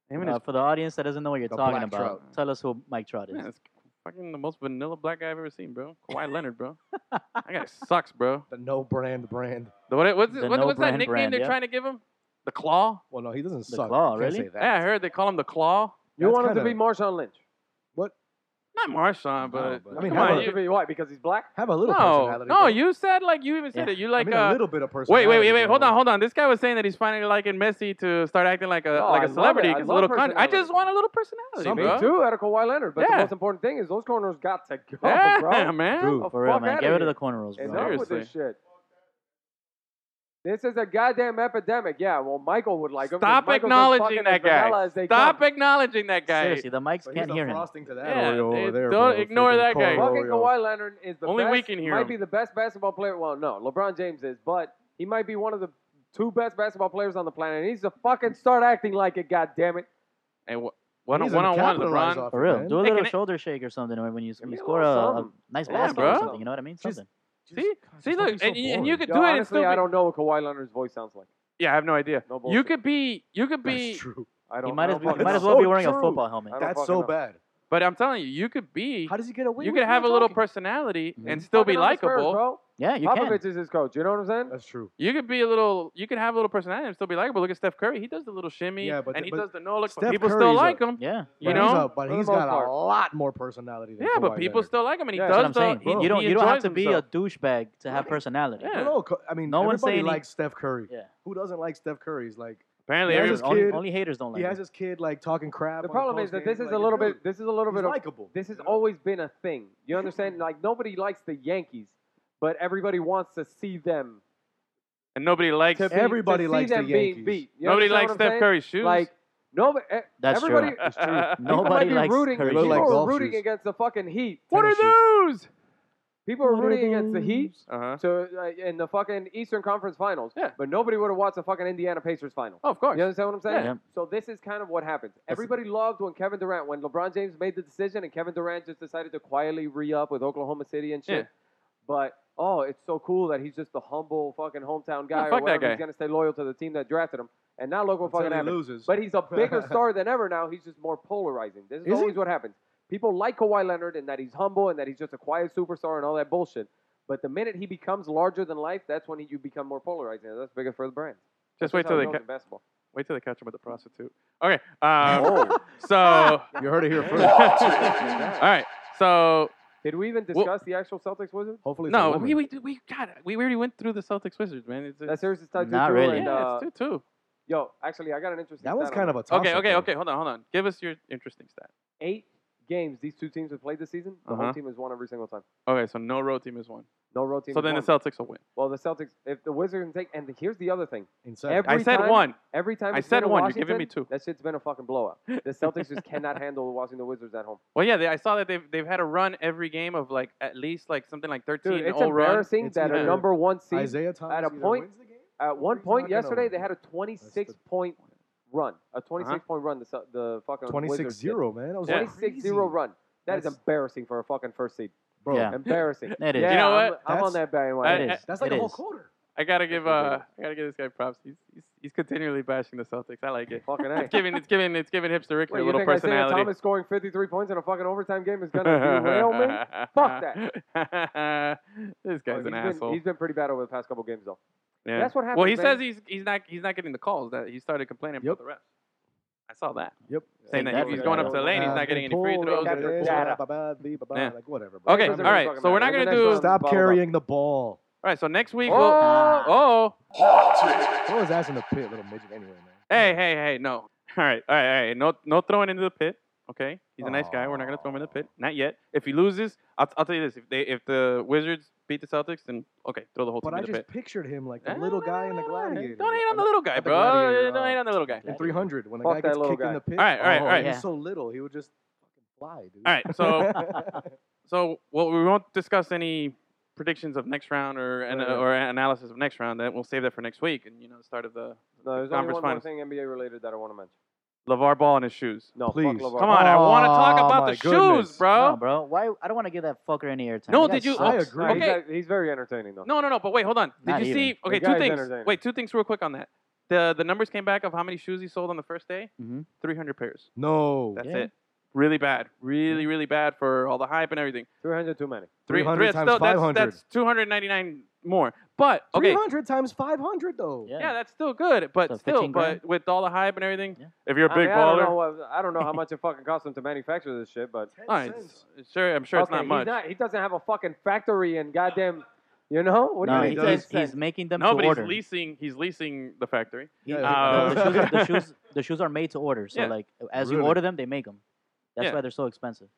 [SPEAKER 1] Him and
[SPEAKER 2] Uh,
[SPEAKER 1] his,
[SPEAKER 2] for the audience that doesn't know what you're
[SPEAKER 4] The
[SPEAKER 2] talking
[SPEAKER 4] Black
[SPEAKER 2] about,
[SPEAKER 1] Trout.
[SPEAKER 2] tell us who Mike Trout is.
[SPEAKER 1] man, it's fucking the most vanilla black guy I've ever seen, bro. Kawhi Leonard, bro. That guy sucks, bro.
[SPEAKER 4] The no brand brand.
[SPEAKER 1] The, what, what's
[SPEAKER 2] The
[SPEAKER 1] what,
[SPEAKER 2] no
[SPEAKER 1] what's that
[SPEAKER 2] brand
[SPEAKER 1] nickname
[SPEAKER 2] brand,
[SPEAKER 1] they're
[SPEAKER 2] yeah.
[SPEAKER 1] trying to give him? The Claw.
[SPEAKER 4] Well, no, he doesn't
[SPEAKER 2] The
[SPEAKER 4] suck.
[SPEAKER 2] Claw,
[SPEAKER 4] You can't
[SPEAKER 2] really?
[SPEAKER 4] say that.
[SPEAKER 1] Yeah, I heard they call him the Claw.
[SPEAKER 3] You
[SPEAKER 4] That's
[SPEAKER 3] want him to
[SPEAKER 4] kinda-
[SPEAKER 3] be Marshawn Lynch?
[SPEAKER 1] Not Marshawn, but,
[SPEAKER 4] but- I mean,
[SPEAKER 1] come
[SPEAKER 4] how
[SPEAKER 1] on,
[SPEAKER 4] about-
[SPEAKER 1] you,
[SPEAKER 3] why? Because he's black.
[SPEAKER 4] Have a little
[SPEAKER 1] no,
[SPEAKER 4] personality.
[SPEAKER 1] no,
[SPEAKER 4] bro.
[SPEAKER 1] you said like you even said
[SPEAKER 2] Yeah.
[SPEAKER 1] it. You
[SPEAKER 4] I
[SPEAKER 1] like
[SPEAKER 4] mean,
[SPEAKER 1] uh,
[SPEAKER 4] a little bit of
[SPEAKER 1] Wait,
[SPEAKER 4] personality.
[SPEAKER 1] wait, wait, wait!
[SPEAKER 4] bro.
[SPEAKER 1] Hold on, hold on. This guy was saying that he's finally liking Messi to start acting like a
[SPEAKER 3] Oh, I
[SPEAKER 1] like
[SPEAKER 3] love
[SPEAKER 1] a
[SPEAKER 3] it.
[SPEAKER 1] celebrity.
[SPEAKER 3] I
[SPEAKER 1] He's a
[SPEAKER 3] love
[SPEAKER 1] little cunt. I
[SPEAKER 3] personality.
[SPEAKER 1] just want a little personality,
[SPEAKER 4] Some
[SPEAKER 3] Me
[SPEAKER 1] bro.
[SPEAKER 3] too, out of Kawhi Leonard. But
[SPEAKER 1] Yeah.
[SPEAKER 3] the most important thing is those corners got to go,
[SPEAKER 1] Yeah,
[SPEAKER 3] bro.
[SPEAKER 1] man.
[SPEAKER 4] Dude.
[SPEAKER 3] The
[SPEAKER 2] For real,
[SPEAKER 3] fuck
[SPEAKER 2] man.
[SPEAKER 3] outta
[SPEAKER 2] Get rid of
[SPEAKER 3] here.
[SPEAKER 2] the corners, bro.
[SPEAKER 3] Enough
[SPEAKER 1] Seriously.
[SPEAKER 3] with this shit. This is a goddamn epidemic. Yeah, well, Michael would like him. 'cause
[SPEAKER 1] Stop
[SPEAKER 3] Michael's as fucking
[SPEAKER 1] acknowledging that
[SPEAKER 3] vanilla
[SPEAKER 1] guy.
[SPEAKER 3] as they
[SPEAKER 1] Stop
[SPEAKER 3] come.
[SPEAKER 1] acknowledging that guy.
[SPEAKER 2] Seriously, the mics
[SPEAKER 4] So he's
[SPEAKER 2] can't
[SPEAKER 4] the
[SPEAKER 2] hear him.
[SPEAKER 4] frosting to that
[SPEAKER 1] Yeah,
[SPEAKER 4] Oreo
[SPEAKER 1] they-
[SPEAKER 4] over there,
[SPEAKER 1] don't
[SPEAKER 4] bro.
[SPEAKER 1] ignore
[SPEAKER 4] Freaking
[SPEAKER 1] that guy.
[SPEAKER 4] cold
[SPEAKER 3] Fucking
[SPEAKER 4] Oreo.
[SPEAKER 3] Kawhi Leonard is the
[SPEAKER 1] Only
[SPEAKER 3] best.
[SPEAKER 1] we can hear
[SPEAKER 3] Might
[SPEAKER 1] him.
[SPEAKER 3] be the best basketball player. Well, no, LeBron James is, but he might be one of the two best basketball players on the planet. He needs to fucking start acting like it. God damn it.
[SPEAKER 1] And wh- one
[SPEAKER 4] He's
[SPEAKER 1] one on one,
[SPEAKER 4] gonna capitalize
[SPEAKER 1] LeBron.
[SPEAKER 4] off
[SPEAKER 2] For
[SPEAKER 4] it,
[SPEAKER 2] real.
[SPEAKER 4] man.
[SPEAKER 2] Do a
[SPEAKER 1] Hey,
[SPEAKER 2] little
[SPEAKER 1] can I-
[SPEAKER 2] shoulder shake or something when you,
[SPEAKER 3] Give
[SPEAKER 2] when
[SPEAKER 3] me
[SPEAKER 2] you
[SPEAKER 3] a
[SPEAKER 2] score a,
[SPEAKER 3] little
[SPEAKER 2] a
[SPEAKER 3] something.
[SPEAKER 2] nice
[SPEAKER 3] Yeah,
[SPEAKER 2] basket or
[SPEAKER 1] bro.
[SPEAKER 2] something. You know what I mean?
[SPEAKER 4] Just-
[SPEAKER 2] Something.
[SPEAKER 1] See,
[SPEAKER 4] God,
[SPEAKER 1] see,
[SPEAKER 4] this
[SPEAKER 1] look,
[SPEAKER 4] fucking
[SPEAKER 1] and,
[SPEAKER 4] so
[SPEAKER 1] and you
[SPEAKER 4] boring.
[SPEAKER 1] could
[SPEAKER 3] Yo,
[SPEAKER 1] do it. and
[SPEAKER 3] honestly,
[SPEAKER 1] still
[SPEAKER 3] I
[SPEAKER 1] be-
[SPEAKER 3] don't know what Kawhi Leonard's voice sounds like.
[SPEAKER 1] Yeah, I have no idea.
[SPEAKER 3] No bullshit.
[SPEAKER 1] You could be, you could be,
[SPEAKER 4] That's true.
[SPEAKER 3] I don't.
[SPEAKER 2] He might
[SPEAKER 3] I
[SPEAKER 2] as,
[SPEAKER 3] don't
[SPEAKER 2] well, he
[SPEAKER 3] fucking
[SPEAKER 2] might as
[SPEAKER 3] know.
[SPEAKER 2] well
[SPEAKER 4] so
[SPEAKER 2] be wearing a
[SPEAKER 4] true.
[SPEAKER 2] football helmet.
[SPEAKER 3] I don't
[SPEAKER 4] That's
[SPEAKER 3] fucking
[SPEAKER 4] so
[SPEAKER 3] know.
[SPEAKER 4] bad.
[SPEAKER 1] but I'm telling you, you could be,
[SPEAKER 4] How does he get away?
[SPEAKER 1] you
[SPEAKER 4] with
[SPEAKER 1] could have a
[SPEAKER 4] not
[SPEAKER 1] little
[SPEAKER 4] talking? Mm-hmm.
[SPEAKER 1] personality
[SPEAKER 2] Mhm.
[SPEAKER 1] and still be
[SPEAKER 3] Fucking on the Spurs,
[SPEAKER 1] likable.
[SPEAKER 3] bro.
[SPEAKER 2] Yeah, you can.
[SPEAKER 3] Popovich is his coach. You know what I'm saying?
[SPEAKER 4] That's true.
[SPEAKER 1] You could be a little, you could have a little personality and still be likable. Look at Steph Curry; he does the little shimmy,
[SPEAKER 4] Yeah, but-
[SPEAKER 1] and he
[SPEAKER 4] but
[SPEAKER 1] does the no look. but
[SPEAKER 4] Steph
[SPEAKER 1] people
[SPEAKER 4] Curry's
[SPEAKER 1] still
[SPEAKER 4] a-
[SPEAKER 1] like him,
[SPEAKER 2] Yeah.
[SPEAKER 1] you
[SPEAKER 4] But
[SPEAKER 1] know.
[SPEAKER 4] he's a, but
[SPEAKER 3] For the
[SPEAKER 4] he's
[SPEAKER 3] most
[SPEAKER 4] got
[SPEAKER 3] part.
[SPEAKER 4] a lot more personality than
[SPEAKER 1] yeah,
[SPEAKER 4] Kawhi
[SPEAKER 1] but people
[SPEAKER 4] Leonard.
[SPEAKER 1] still like him, and he
[SPEAKER 3] Yeah.
[SPEAKER 2] That's
[SPEAKER 1] does.
[SPEAKER 2] what I'm saying.
[SPEAKER 1] the,
[SPEAKER 4] bro.
[SPEAKER 2] You don't
[SPEAKER 1] he
[SPEAKER 2] you don't have
[SPEAKER 1] enjoys
[SPEAKER 2] to be
[SPEAKER 1] himself.
[SPEAKER 2] a douchebag to have personality.
[SPEAKER 1] Yeah.
[SPEAKER 4] No, no, I mean,
[SPEAKER 2] No one's
[SPEAKER 4] everybody
[SPEAKER 2] saying he-
[SPEAKER 4] likes Steph Curry.
[SPEAKER 2] Yeah.
[SPEAKER 4] Who doesn't like Steph Curry? He's like
[SPEAKER 1] Apparently,
[SPEAKER 4] He has
[SPEAKER 1] every-
[SPEAKER 4] his
[SPEAKER 2] Only,
[SPEAKER 4] kid-
[SPEAKER 2] only haters don't like
[SPEAKER 4] he
[SPEAKER 2] him.
[SPEAKER 4] has his kid like talking crap.
[SPEAKER 3] The
[SPEAKER 4] on
[SPEAKER 3] problem is that this is
[SPEAKER 4] postgame, like,
[SPEAKER 3] a little
[SPEAKER 4] dude,
[SPEAKER 3] bit. This is a little
[SPEAKER 4] He's
[SPEAKER 3] bit of
[SPEAKER 4] likable.
[SPEAKER 3] This has
[SPEAKER 4] You know?
[SPEAKER 3] always been a thing. You understand? Like nobody likes the Yankees, but everybody wants to see them.
[SPEAKER 1] and nobody likes
[SPEAKER 3] To be,
[SPEAKER 4] Everybody
[SPEAKER 3] to see
[SPEAKER 4] likes the
[SPEAKER 3] them
[SPEAKER 4] Yankees.
[SPEAKER 3] being beat. You
[SPEAKER 1] nobody
[SPEAKER 3] understand
[SPEAKER 1] likes
[SPEAKER 3] what I'm
[SPEAKER 1] Steph
[SPEAKER 3] saying?
[SPEAKER 1] Curry's shoes.
[SPEAKER 3] Like nobody. eh,
[SPEAKER 2] That's true.
[SPEAKER 3] everybody,
[SPEAKER 1] That's true.
[SPEAKER 3] people might
[SPEAKER 2] Nobody
[SPEAKER 3] be
[SPEAKER 2] likes
[SPEAKER 3] rooting.
[SPEAKER 2] Curry
[SPEAKER 4] They look
[SPEAKER 3] People
[SPEAKER 4] like
[SPEAKER 3] are
[SPEAKER 4] golf
[SPEAKER 3] rooting
[SPEAKER 4] shoes.
[SPEAKER 3] against the fucking Heat.
[SPEAKER 1] what
[SPEAKER 4] tennis
[SPEAKER 1] are those?
[SPEAKER 3] People are rooting against the Heat.
[SPEAKER 1] Uh
[SPEAKER 2] Uh-huh.
[SPEAKER 1] huh.
[SPEAKER 3] So uh, in the fucking Eastern Conference Finals.
[SPEAKER 1] Yeah.
[SPEAKER 3] But nobody would have watched the fucking Indiana Pacers final.
[SPEAKER 1] Oh, of course.
[SPEAKER 3] You understand what I'm saying?
[SPEAKER 2] Yeah.
[SPEAKER 3] So this is kind of what happens. Everybody loved when Kevin Durant, when LeBron James made the decision, and Kevin Durant just decided to quietly re-up with Oklahoma City and shit.
[SPEAKER 1] Yeah.
[SPEAKER 3] But oh, it's so cool that he's just the humble fucking hometown
[SPEAKER 1] Yeah,
[SPEAKER 3] guy.
[SPEAKER 1] fuck
[SPEAKER 3] or
[SPEAKER 1] that
[SPEAKER 3] whatever.
[SPEAKER 1] guy.
[SPEAKER 3] He's gonna stay loyal to the team that drafted him. And now look what
[SPEAKER 4] Until
[SPEAKER 3] fucking
[SPEAKER 4] he
[SPEAKER 3] happened.
[SPEAKER 4] loses.
[SPEAKER 3] But he's a bigger star than ever now. He's just more polarizing. This is,
[SPEAKER 4] Is he?
[SPEAKER 3] always what happens. People like Kawhi Leonard and that he's humble and that he's just a quiet superstar and all that bullshit. But the minute he becomes larger than life, that's when he, you become more polarizing. And that's bigger for the brand.
[SPEAKER 1] Just
[SPEAKER 3] That's
[SPEAKER 1] wait
[SPEAKER 3] how
[SPEAKER 1] till
[SPEAKER 3] it
[SPEAKER 1] they
[SPEAKER 3] goes
[SPEAKER 1] ca-
[SPEAKER 3] in basketball.
[SPEAKER 1] wait till they catch him with the prostitute. Okay.
[SPEAKER 3] Oh.
[SPEAKER 1] Um, So
[SPEAKER 4] you heard it here first.
[SPEAKER 1] all right. So
[SPEAKER 3] Did we even discuss
[SPEAKER 1] Well-
[SPEAKER 3] the actual Celtics Wizards?
[SPEAKER 4] Hopefully, it's a
[SPEAKER 1] no,
[SPEAKER 4] woman.
[SPEAKER 1] we we we got it. we already went through the Celtics Wizards, man. It's,
[SPEAKER 3] That
[SPEAKER 1] it's,
[SPEAKER 3] series is tied
[SPEAKER 2] Not
[SPEAKER 3] 2-2,
[SPEAKER 2] really.
[SPEAKER 3] And,
[SPEAKER 1] yeah,
[SPEAKER 3] uh,
[SPEAKER 1] it's two two.
[SPEAKER 3] yo, actually, I got an interesting.
[SPEAKER 4] that was
[SPEAKER 3] stat on
[SPEAKER 4] kind of a toss
[SPEAKER 1] Okay, okay, okay. Hold on, hold on. Give us your interesting stat.
[SPEAKER 3] eight games these two teams have played this season. The
[SPEAKER 1] Uh-huh.
[SPEAKER 3] home team has won every single time.
[SPEAKER 1] Okay, so no road team is one.
[SPEAKER 3] No road team.
[SPEAKER 1] So
[SPEAKER 3] has
[SPEAKER 1] then the
[SPEAKER 3] won.
[SPEAKER 1] Celtics will win.
[SPEAKER 3] well, the Celtics, if the Wizards can take, and here's the other thing:
[SPEAKER 4] Inside.
[SPEAKER 3] Every
[SPEAKER 1] I said
[SPEAKER 3] time-
[SPEAKER 1] one.
[SPEAKER 3] every time
[SPEAKER 1] I
[SPEAKER 3] it's
[SPEAKER 1] said
[SPEAKER 3] been
[SPEAKER 1] one,
[SPEAKER 3] in
[SPEAKER 1] you're giving me
[SPEAKER 3] Washington,
[SPEAKER 1] two.
[SPEAKER 3] That shit's been a fucking blowout. The Celtics just cannot handle watching the Wizards at home.
[SPEAKER 1] Well, yeah, they, I saw that they've they've had a run every game of like at least like something like thirteen
[SPEAKER 3] Dude, it's
[SPEAKER 1] all run.
[SPEAKER 3] embarrassing
[SPEAKER 4] It's
[SPEAKER 3] that a
[SPEAKER 1] either-
[SPEAKER 3] number one seed
[SPEAKER 4] Isaiah Thomas
[SPEAKER 3] at a
[SPEAKER 4] either
[SPEAKER 3] point-
[SPEAKER 4] wins the game
[SPEAKER 3] At one
[SPEAKER 4] He's
[SPEAKER 3] point
[SPEAKER 4] knocking
[SPEAKER 3] yesterday,
[SPEAKER 4] over.
[SPEAKER 3] they had a 26 point run. A 26
[SPEAKER 1] Uh-huh.
[SPEAKER 3] point run, the, Cel- the fucking
[SPEAKER 4] 26
[SPEAKER 3] Wizards did.
[SPEAKER 4] 0, man. That was
[SPEAKER 1] Yeah.
[SPEAKER 3] 26 0 run. That is
[SPEAKER 4] That's-
[SPEAKER 3] embarrassing for a fucking first seed.
[SPEAKER 4] Bro,
[SPEAKER 2] Yeah.
[SPEAKER 3] Embarrassing.
[SPEAKER 2] It is.
[SPEAKER 3] Yeah,
[SPEAKER 1] You know
[SPEAKER 3] I'm-
[SPEAKER 1] what?
[SPEAKER 3] I'm, on
[SPEAKER 4] That's-
[SPEAKER 3] that
[SPEAKER 1] that-
[SPEAKER 3] bandwagon.
[SPEAKER 2] It
[SPEAKER 1] I-
[SPEAKER 2] is.
[SPEAKER 4] that's like
[SPEAKER 2] It
[SPEAKER 4] a whole
[SPEAKER 2] is.
[SPEAKER 4] quarter.
[SPEAKER 1] I gotta give uh,
[SPEAKER 3] ridiculous.
[SPEAKER 1] I gotta give this guy props. He's, he's he's continually bashing the Celtics. I like it.
[SPEAKER 3] Fucking
[SPEAKER 1] It's
[SPEAKER 3] A.
[SPEAKER 1] giving it's giving it's giving hipster Ricky
[SPEAKER 3] What,
[SPEAKER 1] a
[SPEAKER 3] you
[SPEAKER 1] little
[SPEAKER 3] think Isaiah
[SPEAKER 1] personality.
[SPEAKER 3] Thomas scoring 53 points in a fucking overtime game is going to derail me? Fuck
[SPEAKER 1] that. this
[SPEAKER 3] Oh,
[SPEAKER 1] guy's
[SPEAKER 3] he's
[SPEAKER 1] an
[SPEAKER 3] been-
[SPEAKER 1] asshole.
[SPEAKER 3] He's been pretty bad over the past couple games, though.
[SPEAKER 1] yeah.
[SPEAKER 3] That's what happens.
[SPEAKER 1] well, he
[SPEAKER 3] man.
[SPEAKER 1] says he's he's not he's not getting the calls that he started complaining about the refs. I saw that
[SPEAKER 4] Yep.
[SPEAKER 1] saying
[SPEAKER 2] Take
[SPEAKER 1] that
[SPEAKER 2] that
[SPEAKER 1] if he's
[SPEAKER 2] for
[SPEAKER 1] going up to
[SPEAKER 2] granted.
[SPEAKER 1] the lane, he's not getting any free throws.
[SPEAKER 3] got their
[SPEAKER 4] Data.
[SPEAKER 3] data.
[SPEAKER 1] Yeah.
[SPEAKER 4] Like, whatever. bro.
[SPEAKER 1] Okay, all
[SPEAKER 3] Doesn't really
[SPEAKER 1] right.
[SPEAKER 3] fucking
[SPEAKER 1] So we're not
[SPEAKER 3] matter.
[SPEAKER 1] gonna do.
[SPEAKER 3] The next round.
[SPEAKER 1] All
[SPEAKER 4] Stop
[SPEAKER 3] Bottle
[SPEAKER 4] carrying the ball.
[SPEAKER 1] right. So next week we'll.
[SPEAKER 3] Oh!
[SPEAKER 1] Oh.
[SPEAKER 4] Throw his ass in the pit, little midget, anyway, man.
[SPEAKER 1] Hey, hey, hey, no. All right, all right, all right. No, no throwing into the pit. Okay, he's a nice guy. We're not going to throw him in the pit, not yet. If he loses, I'll, I'll tell you this: if they if the Wizards beat the Celtics, then okay, throw the whole
[SPEAKER 4] But
[SPEAKER 1] team
[SPEAKER 4] I
[SPEAKER 1] in the
[SPEAKER 4] just
[SPEAKER 1] pit.
[SPEAKER 4] pictured him like the
[SPEAKER 1] Eh,
[SPEAKER 4] little
[SPEAKER 1] no,
[SPEAKER 4] guy in the
[SPEAKER 1] no, no, no.
[SPEAKER 4] gladiator.
[SPEAKER 1] Don't hate on the little guy,
[SPEAKER 4] At the
[SPEAKER 1] bro.
[SPEAKER 4] Gladiator,
[SPEAKER 1] Don't
[SPEAKER 4] uh,
[SPEAKER 1] hate on the little guy.
[SPEAKER 4] In 300, when the
[SPEAKER 3] Fuck
[SPEAKER 4] guy
[SPEAKER 3] that
[SPEAKER 4] gets
[SPEAKER 3] little
[SPEAKER 4] kicked
[SPEAKER 3] guy.
[SPEAKER 4] in the pit,
[SPEAKER 1] All right, all right,
[SPEAKER 4] oh,
[SPEAKER 1] all right.
[SPEAKER 4] he
[SPEAKER 2] Yeah.
[SPEAKER 4] was so little, he would just fucking
[SPEAKER 1] All right,
[SPEAKER 4] fly,
[SPEAKER 1] so
[SPEAKER 4] dude.
[SPEAKER 1] so well, we won't discuss any predictions of next round or an,
[SPEAKER 3] Right, right.
[SPEAKER 1] or analysis of next round. That we'll save that for next week and you know the start of the
[SPEAKER 3] No, there's only
[SPEAKER 1] Conference
[SPEAKER 3] one more
[SPEAKER 1] finals.
[SPEAKER 3] thing NBA related that I want to mention.
[SPEAKER 1] Levar Ball in his shoes.
[SPEAKER 3] No,
[SPEAKER 4] Please.
[SPEAKER 3] Fuck LeVar.
[SPEAKER 1] Come on, I want to talk
[SPEAKER 4] Oh,
[SPEAKER 1] about
[SPEAKER 4] my
[SPEAKER 1] the
[SPEAKER 4] goodness.
[SPEAKER 1] shoes, bro.
[SPEAKER 2] No, bro. Why? I don't want to give that fucker any airtime.
[SPEAKER 1] No,
[SPEAKER 2] That guy
[SPEAKER 1] did you-
[SPEAKER 2] sucks.
[SPEAKER 4] I agree.
[SPEAKER 3] No, he's
[SPEAKER 1] Okay.
[SPEAKER 3] act- He's very entertaining though.
[SPEAKER 1] No, no, no. But wait, hold on. Did
[SPEAKER 2] Not
[SPEAKER 1] you
[SPEAKER 2] even.
[SPEAKER 1] see? Okay,
[SPEAKER 3] The guy
[SPEAKER 1] two
[SPEAKER 3] is
[SPEAKER 1] things.
[SPEAKER 3] entertaining.
[SPEAKER 1] Wait, two things real quick on that. The the numbers came back of how many shoes he sold on the first day.
[SPEAKER 2] Mhm.
[SPEAKER 1] Three hundred pairs.
[SPEAKER 4] No.
[SPEAKER 1] That's
[SPEAKER 2] Yeah.
[SPEAKER 1] it. Really bad. Really, really bad for all the hype and everything.
[SPEAKER 3] 300 too many.
[SPEAKER 1] Three
[SPEAKER 4] 300
[SPEAKER 1] three-
[SPEAKER 4] times
[SPEAKER 1] still- that's-
[SPEAKER 4] 500.
[SPEAKER 1] That's, two hundred ninety nine more. But okay,
[SPEAKER 4] 300 times 500, though.
[SPEAKER 1] yeah, that's still good. But
[SPEAKER 2] So
[SPEAKER 1] still,
[SPEAKER 2] 15 grand?
[SPEAKER 1] but with all the hype and everything,
[SPEAKER 2] Yeah.
[SPEAKER 1] if you're a
[SPEAKER 3] I
[SPEAKER 1] big
[SPEAKER 3] mean, I don't know.
[SPEAKER 1] baller,
[SPEAKER 3] what- I don't know how much it fucking costs him to manufacture this shit, but
[SPEAKER 1] all right, it's- sure, I'm sure it's
[SPEAKER 3] Okay,
[SPEAKER 1] not
[SPEAKER 3] he's
[SPEAKER 1] much.
[SPEAKER 3] he doesn't have a fucking factory and goddamn, you know what do
[SPEAKER 2] no,
[SPEAKER 3] you mean?
[SPEAKER 2] he's,
[SPEAKER 3] doesn't
[SPEAKER 2] he's,
[SPEAKER 3] send-
[SPEAKER 2] he's making them
[SPEAKER 1] no,
[SPEAKER 2] to
[SPEAKER 1] but
[SPEAKER 2] order.
[SPEAKER 1] he's leasing. He's leasing the factory.
[SPEAKER 4] Yeah,
[SPEAKER 1] Uh,
[SPEAKER 2] No, the, shoes are, the shoes, the shoes are made to order. So
[SPEAKER 1] Yeah.
[SPEAKER 2] like, as you
[SPEAKER 4] Really?
[SPEAKER 2] order them, they make them. That's
[SPEAKER 1] Yeah.
[SPEAKER 2] why they're so expensive.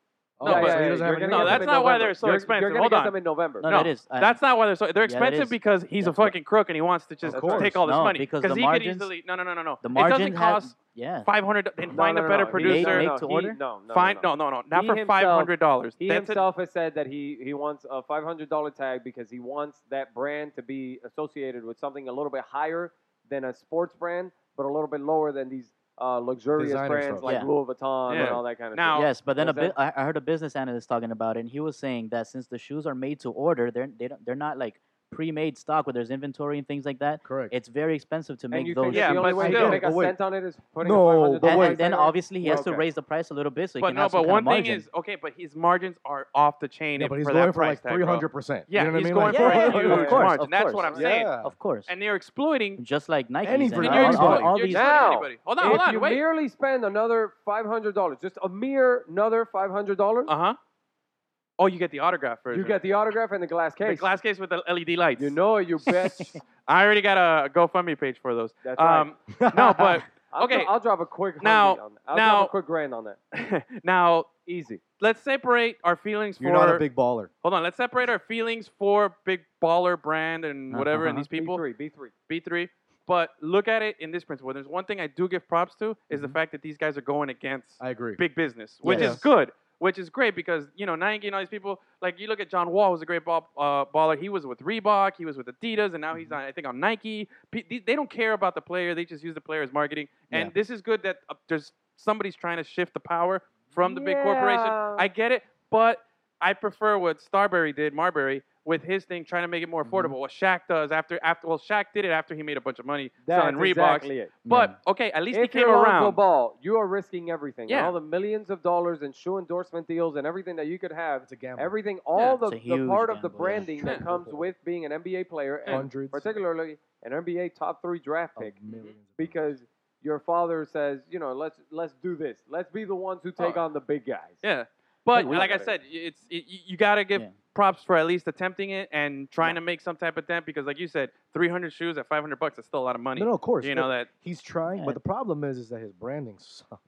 [SPEAKER 4] oh,
[SPEAKER 1] no,
[SPEAKER 4] so
[SPEAKER 1] but-
[SPEAKER 4] he doesn't have
[SPEAKER 3] you're
[SPEAKER 1] No,
[SPEAKER 3] gonna
[SPEAKER 4] any
[SPEAKER 3] get
[SPEAKER 1] that's
[SPEAKER 3] them in
[SPEAKER 1] not why
[SPEAKER 3] November.
[SPEAKER 1] they're so
[SPEAKER 3] You're-
[SPEAKER 1] expensive.
[SPEAKER 3] You're gonna
[SPEAKER 1] Hold
[SPEAKER 3] get
[SPEAKER 1] on.
[SPEAKER 3] them in November.
[SPEAKER 2] No,
[SPEAKER 1] No,
[SPEAKER 2] no, it is. I-
[SPEAKER 1] That's not why they're so. They're
[SPEAKER 2] Yeah, that
[SPEAKER 1] expensive
[SPEAKER 2] is-
[SPEAKER 1] because he's a
[SPEAKER 2] that's what-
[SPEAKER 1] fucking crook and he wants to just
[SPEAKER 4] Of course.
[SPEAKER 1] take all this
[SPEAKER 2] No,
[SPEAKER 1] money
[SPEAKER 2] because the
[SPEAKER 1] he could
[SPEAKER 2] margins-
[SPEAKER 1] easily. No, no, no, no, no.
[SPEAKER 2] the
[SPEAKER 1] it
[SPEAKER 2] margin
[SPEAKER 1] doesn't cost
[SPEAKER 2] yeah.
[SPEAKER 1] five hundred. Then
[SPEAKER 3] No,
[SPEAKER 1] find
[SPEAKER 3] no,
[SPEAKER 1] a
[SPEAKER 3] no,
[SPEAKER 1] better
[SPEAKER 3] he-
[SPEAKER 1] producer.
[SPEAKER 2] Make-
[SPEAKER 3] no, no,
[SPEAKER 2] to
[SPEAKER 3] he-
[SPEAKER 2] order?
[SPEAKER 3] No, no,
[SPEAKER 1] find
[SPEAKER 3] no.
[SPEAKER 1] no, no, no, not
[SPEAKER 3] He
[SPEAKER 1] for
[SPEAKER 3] himself-
[SPEAKER 1] five hundred dollars.
[SPEAKER 3] He
[SPEAKER 1] That's it.
[SPEAKER 3] himself has said that he, he wants a $500 tag because he wants that brand to be associated with something a little bit higher than a sports brand, but a little bit lower than these uh, luxurious
[SPEAKER 4] Designer
[SPEAKER 3] brands
[SPEAKER 4] stuff.
[SPEAKER 3] like
[SPEAKER 2] Yeah.
[SPEAKER 3] Louis Vuitton and
[SPEAKER 1] Yeah.
[SPEAKER 3] all that kind of
[SPEAKER 1] Now-
[SPEAKER 3] stuff.
[SPEAKER 2] Yes, but then a
[SPEAKER 3] What was
[SPEAKER 2] bit. I I heard a business analyst talking about it, and he was saying that since the shoes are made to order, they're they don't, they're not like pre-made stock where there's inventory and things like that.
[SPEAKER 4] Correct.
[SPEAKER 2] It's very expensive to
[SPEAKER 3] and
[SPEAKER 2] make
[SPEAKER 3] you
[SPEAKER 2] those.
[SPEAKER 3] think that
[SPEAKER 1] Yeah,
[SPEAKER 3] the
[SPEAKER 2] shoes.
[SPEAKER 3] only
[SPEAKER 1] but
[SPEAKER 3] way
[SPEAKER 1] still-
[SPEAKER 3] to make a
[SPEAKER 4] but wait.
[SPEAKER 3] cent on it is putting
[SPEAKER 4] No,
[SPEAKER 3] a
[SPEAKER 4] but
[SPEAKER 2] And,
[SPEAKER 4] wait.
[SPEAKER 2] and then obviously he has to
[SPEAKER 3] Okay.
[SPEAKER 2] raise the price a little bit so he
[SPEAKER 1] But
[SPEAKER 2] can
[SPEAKER 1] no,
[SPEAKER 2] have some
[SPEAKER 1] but
[SPEAKER 2] kind
[SPEAKER 1] one
[SPEAKER 2] of
[SPEAKER 1] thing
[SPEAKER 2] margin.
[SPEAKER 1] is okay, but his margins are off the chain.
[SPEAKER 4] yeah,
[SPEAKER 1] if-
[SPEAKER 4] but he's
[SPEAKER 1] for
[SPEAKER 4] going
[SPEAKER 1] that
[SPEAKER 4] for like
[SPEAKER 1] price tag, bro.
[SPEAKER 4] 300%.
[SPEAKER 1] Yeah,
[SPEAKER 4] you know what I
[SPEAKER 1] he's
[SPEAKER 4] mean?
[SPEAKER 1] going
[SPEAKER 4] Like,
[SPEAKER 1] for
[SPEAKER 2] Yeah,
[SPEAKER 1] a huge
[SPEAKER 2] of course,
[SPEAKER 1] margin.
[SPEAKER 2] of
[SPEAKER 1] That's
[SPEAKER 2] course.
[SPEAKER 1] what I'm saying.
[SPEAKER 4] Yeah.
[SPEAKER 2] of course.
[SPEAKER 1] And they're exploiting.
[SPEAKER 2] just like Nike
[SPEAKER 4] Any
[SPEAKER 2] and
[SPEAKER 4] brand.
[SPEAKER 1] And
[SPEAKER 2] all,
[SPEAKER 1] you're
[SPEAKER 2] all,
[SPEAKER 4] Any
[SPEAKER 1] exploiting.
[SPEAKER 4] brand.
[SPEAKER 2] all
[SPEAKER 1] you're
[SPEAKER 2] these.
[SPEAKER 1] exploiting
[SPEAKER 3] Now,
[SPEAKER 1] anybody. Hold on, hold
[SPEAKER 3] if
[SPEAKER 1] on,
[SPEAKER 3] you
[SPEAKER 1] wait.
[SPEAKER 3] merely spend another five hundred dollars, just a mere another five hundred dollars,
[SPEAKER 1] Uh huh. Oh, you get the autograph first.
[SPEAKER 3] you get the autograph and the glass
[SPEAKER 1] the
[SPEAKER 3] case.
[SPEAKER 1] glass case with the LED lights.
[SPEAKER 3] You know it, you bitch.
[SPEAKER 1] I already got a GoFundMe page for those.
[SPEAKER 3] That's
[SPEAKER 1] Um, no, but
[SPEAKER 3] I'll
[SPEAKER 1] okay.
[SPEAKER 3] Dro- I'll drop a quick hundred
[SPEAKER 1] Now-
[SPEAKER 3] on that. I'll
[SPEAKER 1] now-
[SPEAKER 3] drop a quick grand on that.
[SPEAKER 1] now
[SPEAKER 3] Easy.
[SPEAKER 1] let's separate our feelings
[SPEAKER 4] You're
[SPEAKER 1] for
[SPEAKER 4] not a big baller.
[SPEAKER 1] hold on. Let's separate our feelings for big baller brand and whatever and
[SPEAKER 2] Uh-huh.
[SPEAKER 1] these people
[SPEAKER 3] B3, B3.
[SPEAKER 1] B three. But look at it in this principle. There's one thing I do give props to is the fact that these guys are going against
[SPEAKER 4] I agree.
[SPEAKER 1] big business, which
[SPEAKER 4] Yes.
[SPEAKER 1] is good, which is great because you know Nike and all these people. Like you look at John Wall, who's a great ball, uh, baller. He was with Reebok, he was with Adidas, and now he's
[SPEAKER 3] Mm-hmm.
[SPEAKER 1] on, I think on Nike. P- these- they don't care about the player; they just use the player as marketing. And
[SPEAKER 2] Yeah.
[SPEAKER 1] this is good that uh, there's somebody's trying to shift the power from the big corporation.
[SPEAKER 3] Yeah.
[SPEAKER 1] I get it, but I prefer what Starberry did, Marbury. With his thing, trying to make it more
[SPEAKER 3] Mm-hmm.
[SPEAKER 1] affordable, what Shaq does after after well, Shaq did it after he made a bunch of money
[SPEAKER 3] That's
[SPEAKER 1] selling Reeboks.
[SPEAKER 3] exactly it.
[SPEAKER 1] But okay, at least
[SPEAKER 3] If
[SPEAKER 1] he came
[SPEAKER 3] you're Lonzo
[SPEAKER 1] around.
[SPEAKER 3] Ball, you are risking everything. And
[SPEAKER 1] Yeah.
[SPEAKER 3] all the millions of dollars and shoe endorsement deals and everything that you could have.
[SPEAKER 4] It's a gamble.
[SPEAKER 3] Everything, all
[SPEAKER 2] it's
[SPEAKER 3] the,
[SPEAKER 2] a
[SPEAKER 3] the
[SPEAKER 2] huge
[SPEAKER 3] part of the
[SPEAKER 2] gamble, yeah.
[SPEAKER 3] branding that
[SPEAKER 1] Yeah.
[SPEAKER 3] comes with being an NBA player and
[SPEAKER 4] Hundreds.
[SPEAKER 3] particularly an NBA top three draft
[SPEAKER 4] of
[SPEAKER 3] pick
[SPEAKER 4] millions.
[SPEAKER 3] because your father says, you know, let's let's do this. Let's be the ones who take
[SPEAKER 1] Oh.
[SPEAKER 3] on the big guys.
[SPEAKER 1] Yeah, but
[SPEAKER 3] we
[SPEAKER 1] like I
[SPEAKER 3] got it.
[SPEAKER 1] said, it's it, you you gotta give
[SPEAKER 2] Yeah.
[SPEAKER 1] props for at least attempting it and trying to make some type of dent because, like you said, 300 shoes at 500 bucks is still a lot of money.
[SPEAKER 4] No, no, of course.
[SPEAKER 1] you know
[SPEAKER 4] Look,
[SPEAKER 1] that.
[SPEAKER 4] He's trying,
[SPEAKER 2] Yeah.
[SPEAKER 4] but the problem is, is that his branding sucks.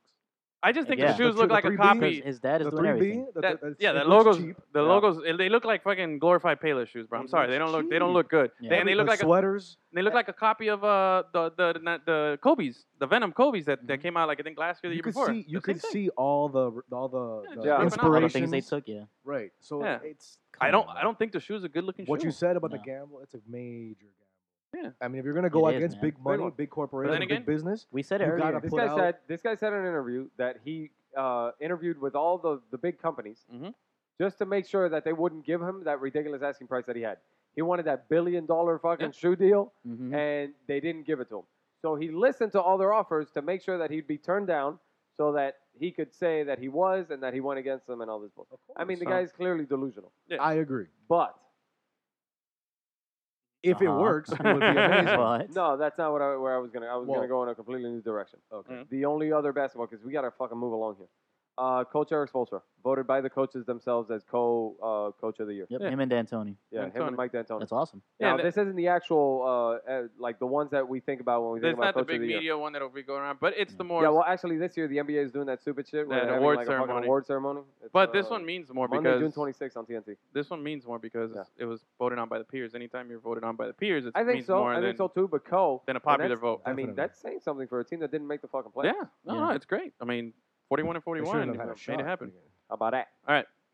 [SPEAKER 1] I just think
[SPEAKER 2] Yeah.
[SPEAKER 1] the shoes
[SPEAKER 4] The
[SPEAKER 1] look
[SPEAKER 4] tr-
[SPEAKER 1] like
[SPEAKER 4] the
[SPEAKER 1] a
[SPEAKER 4] 3B?
[SPEAKER 2] Because
[SPEAKER 1] copy.
[SPEAKER 2] his dad is
[SPEAKER 4] the
[SPEAKER 2] doing everything.
[SPEAKER 4] the,
[SPEAKER 1] That,
[SPEAKER 4] the-
[SPEAKER 1] yeah,
[SPEAKER 4] it
[SPEAKER 1] the
[SPEAKER 4] looks
[SPEAKER 1] logos,
[SPEAKER 4] cheap.
[SPEAKER 1] the
[SPEAKER 3] Yeah.
[SPEAKER 1] logos, eh, they look like fucking glorified Payless shoes, bro. I'm
[SPEAKER 4] It
[SPEAKER 1] sorry, they
[SPEAKER 4] looks
[SPEAKER 1] don't look, they don't
[SPEAKER 4] cheap.
[SPEAKER 1] look good.
[SPEAKER 2] Yeah.
[SPEAKER 1] They, and they
[SPEAKER 4] Every-
[SPEAKER 1] look
[SPEAKER 4] the
[SPEAKER 1] like a,
[SPEAKER 4] sweaters.
[SPEAKER 1] they look like a copy of uh the the the, the Kobe's, the Venom Kobe's that, that came out like I think last year, the
[SPEAKER 4] You
[SPEAKER 1] year
[SPEAKER 4] could
[SPEAKER 1] before.
[SPEAKER 4] see, you
[SPEAKER 1] The same
[SPEAKER 4] could
[SPEAKER 1] thing.
[SPEAKER 4] see all the all the, the
[SPEAKER 1] Yeah,
[SPEAKER 3] just
[SPEAKER 2] All the things
[SPEAKER 4] inspirations.
[SPEAKER 2] they took, yeah.
[SPEAKER 4] Right. So
[SPEAKER 1] Yeah.
[SPEAKER 4] it's.
[SPEAKER 1] I
[SPEAKER 4] come
[SPEAKER 1] don't
[SPEAKER 4] on,
[SPEAKER 1] I
[SPEAKER 4] man.
[SPEAKER 1] don't think the shoes are good looking.
[SPEAKER 4] What
[SPEAKER 1] shoe.
[SPEAKER 4] you said about
[SPEAKER 2] No.
[SPEAKER 4] the gamble, it's a major gamble.
[SPEAKER 1] Yeah.
[SPEAKER 4] I mean, if you're gonna go
[SPEAKER 2] It is,
[SPEAKER 4] against
[SPEAKER 2] man.
[SPEAKER 4] big money,
[SPEAKER 1] one.
[SPEAKER 4] big corporation,
[SPEAKER 1] again-
[SPEAKER 4] big business,
[SPEAKER 2] We said it
[SPEAKER 4] You
[SPEAKER 2] earlier.
[SPEAKER 4] gotta
[SPEAKER 3] This
[SPEAKER 4] put
[SPEAKER 3] guy
[SPEAKER 4] out-
[SPEAKER 3] said this guy said in an interview that he uh, interviewed with all the, the big companies
[SPEAKER 4] Mm-hmm.
[SPEAKER 1] Mhm.
[SPEAKER 3] just to make sure that they wouldn't give him that ridiculous asking price that he had. He wanted that billion dollar fucking shoe deal
[SPEAKER 4] Mm-hmm.
[SPEAKER 2] Mhm.
[SPEAKER 3] and they didn't give it to him. So he listened to all their offers to make sure that he'd be turned down so that he could say that he was and that he went against them and all this bullshit. I mean, the
[SPEAKER 1] So-
[SPEAKER 3] guy's clearly delusional.
[SPEAKER 4] I agree.
[SPEAKER 3] But
[SPEAKER 4] If it
[SPEAKER 2] Uh-huh.
[SPEAKER 4] works, it would be amazing.
[SPEAKER 2] But
[SPEAKER 3] no, that's not what I, where I was going to. I was going
[SPEAKER 4] Well-
[SPEAKER 3] to go in a completely new direction.
[SPEAKER 1] Okay.
[SPEAKER 3] The only other basketball, because we got to fucking move along here. Uh, Coach Eric Spolstra, voted by the coaches themselves as co uh, coach of the year.
[SPEAKER 2] Yep,
[SPEAKER 1] Yeah.
[SPEAKER 2] him and D'Antoni.
[SPEAKER 3] Yeah, him
[SPEAKER 1] D'Antoni.
[SPEAKER 3] and Mike D'Antoni.
[SPEAKER 2] That's awesome.
[SPEAKER 1] Yeah,
[SPEAKER 3] Now,
[SPEAKER 1] that-
[SPEAKER 3] this isn't the actual, uh, uh, like the ones that we think about when we think
[SPEAKER 1] There's
[SPEAKER 3] about
[SPEAKER 1] not the
[SPEAKER 3] coach
[SPEAKER 1] big
[SPEAKER 3] of the year.
[SPEAKER 1] media one that'll be going around, but it's the more.
[SPEAKER 3] Yeah, well, actually, this year the NBA is doing that stupid shit.
[SPEAKER 1] That
[SPEAKER 3] where they're having,
[SPEAKER 1] award
[SPEAKER 3] like, a fucking
[SPEAKER 1] ceremony.
[SPEAKER 3] award ceremony. It's,
[SPEAKER 1] but this
[SPEAKER 3] uh,
[SPEAKER 1] one means more
[SPEAKER 3] Monday,
[SPEAKER 1] because
[SPEAKER 3] June 26th on TNT.
[SPEAKER 1] this one means more because
[SPEAKER 3] Yeah.
[SPEAKER 1] it was voted on by the peers. Anytime you're voted on by the peers, it
[SPEAKER 3] I think
[SPEAKER 1] means
[SPEAKER 3] so.
[SPEAKER 1] more
[SPEAKER 3] I
[SPEAKER 1] than,
[SPEAKER 3] think so too. But Co.
[SPEAKER 1] than a
[SPEAKER 3] and
[SPEAKER 1] popular
[SPEAKER 3] that's-
[SPEAKER 1] vote.
[SPEAKER 3] I mean,
[SPEAKER 4] Definitely.
[SPEAKER 3] that's saying something for a team that didn't make the fucking play.
[SPEAKER 1] Yeah, no,
[SPEAKER 2] Yeah.
[SPEAKER 1] no, it's great. I mean, 41 and
[SPEAKER 4] They should've
[SPEAKER 1] 41
[SPEAKER 4] had a
[SPEAKER 1] made
[SPEAKER 4] shot,
[SPEAKER 1] it happen.
[SPEAKER 4] nigga.
[SPEAKER 3] How about that?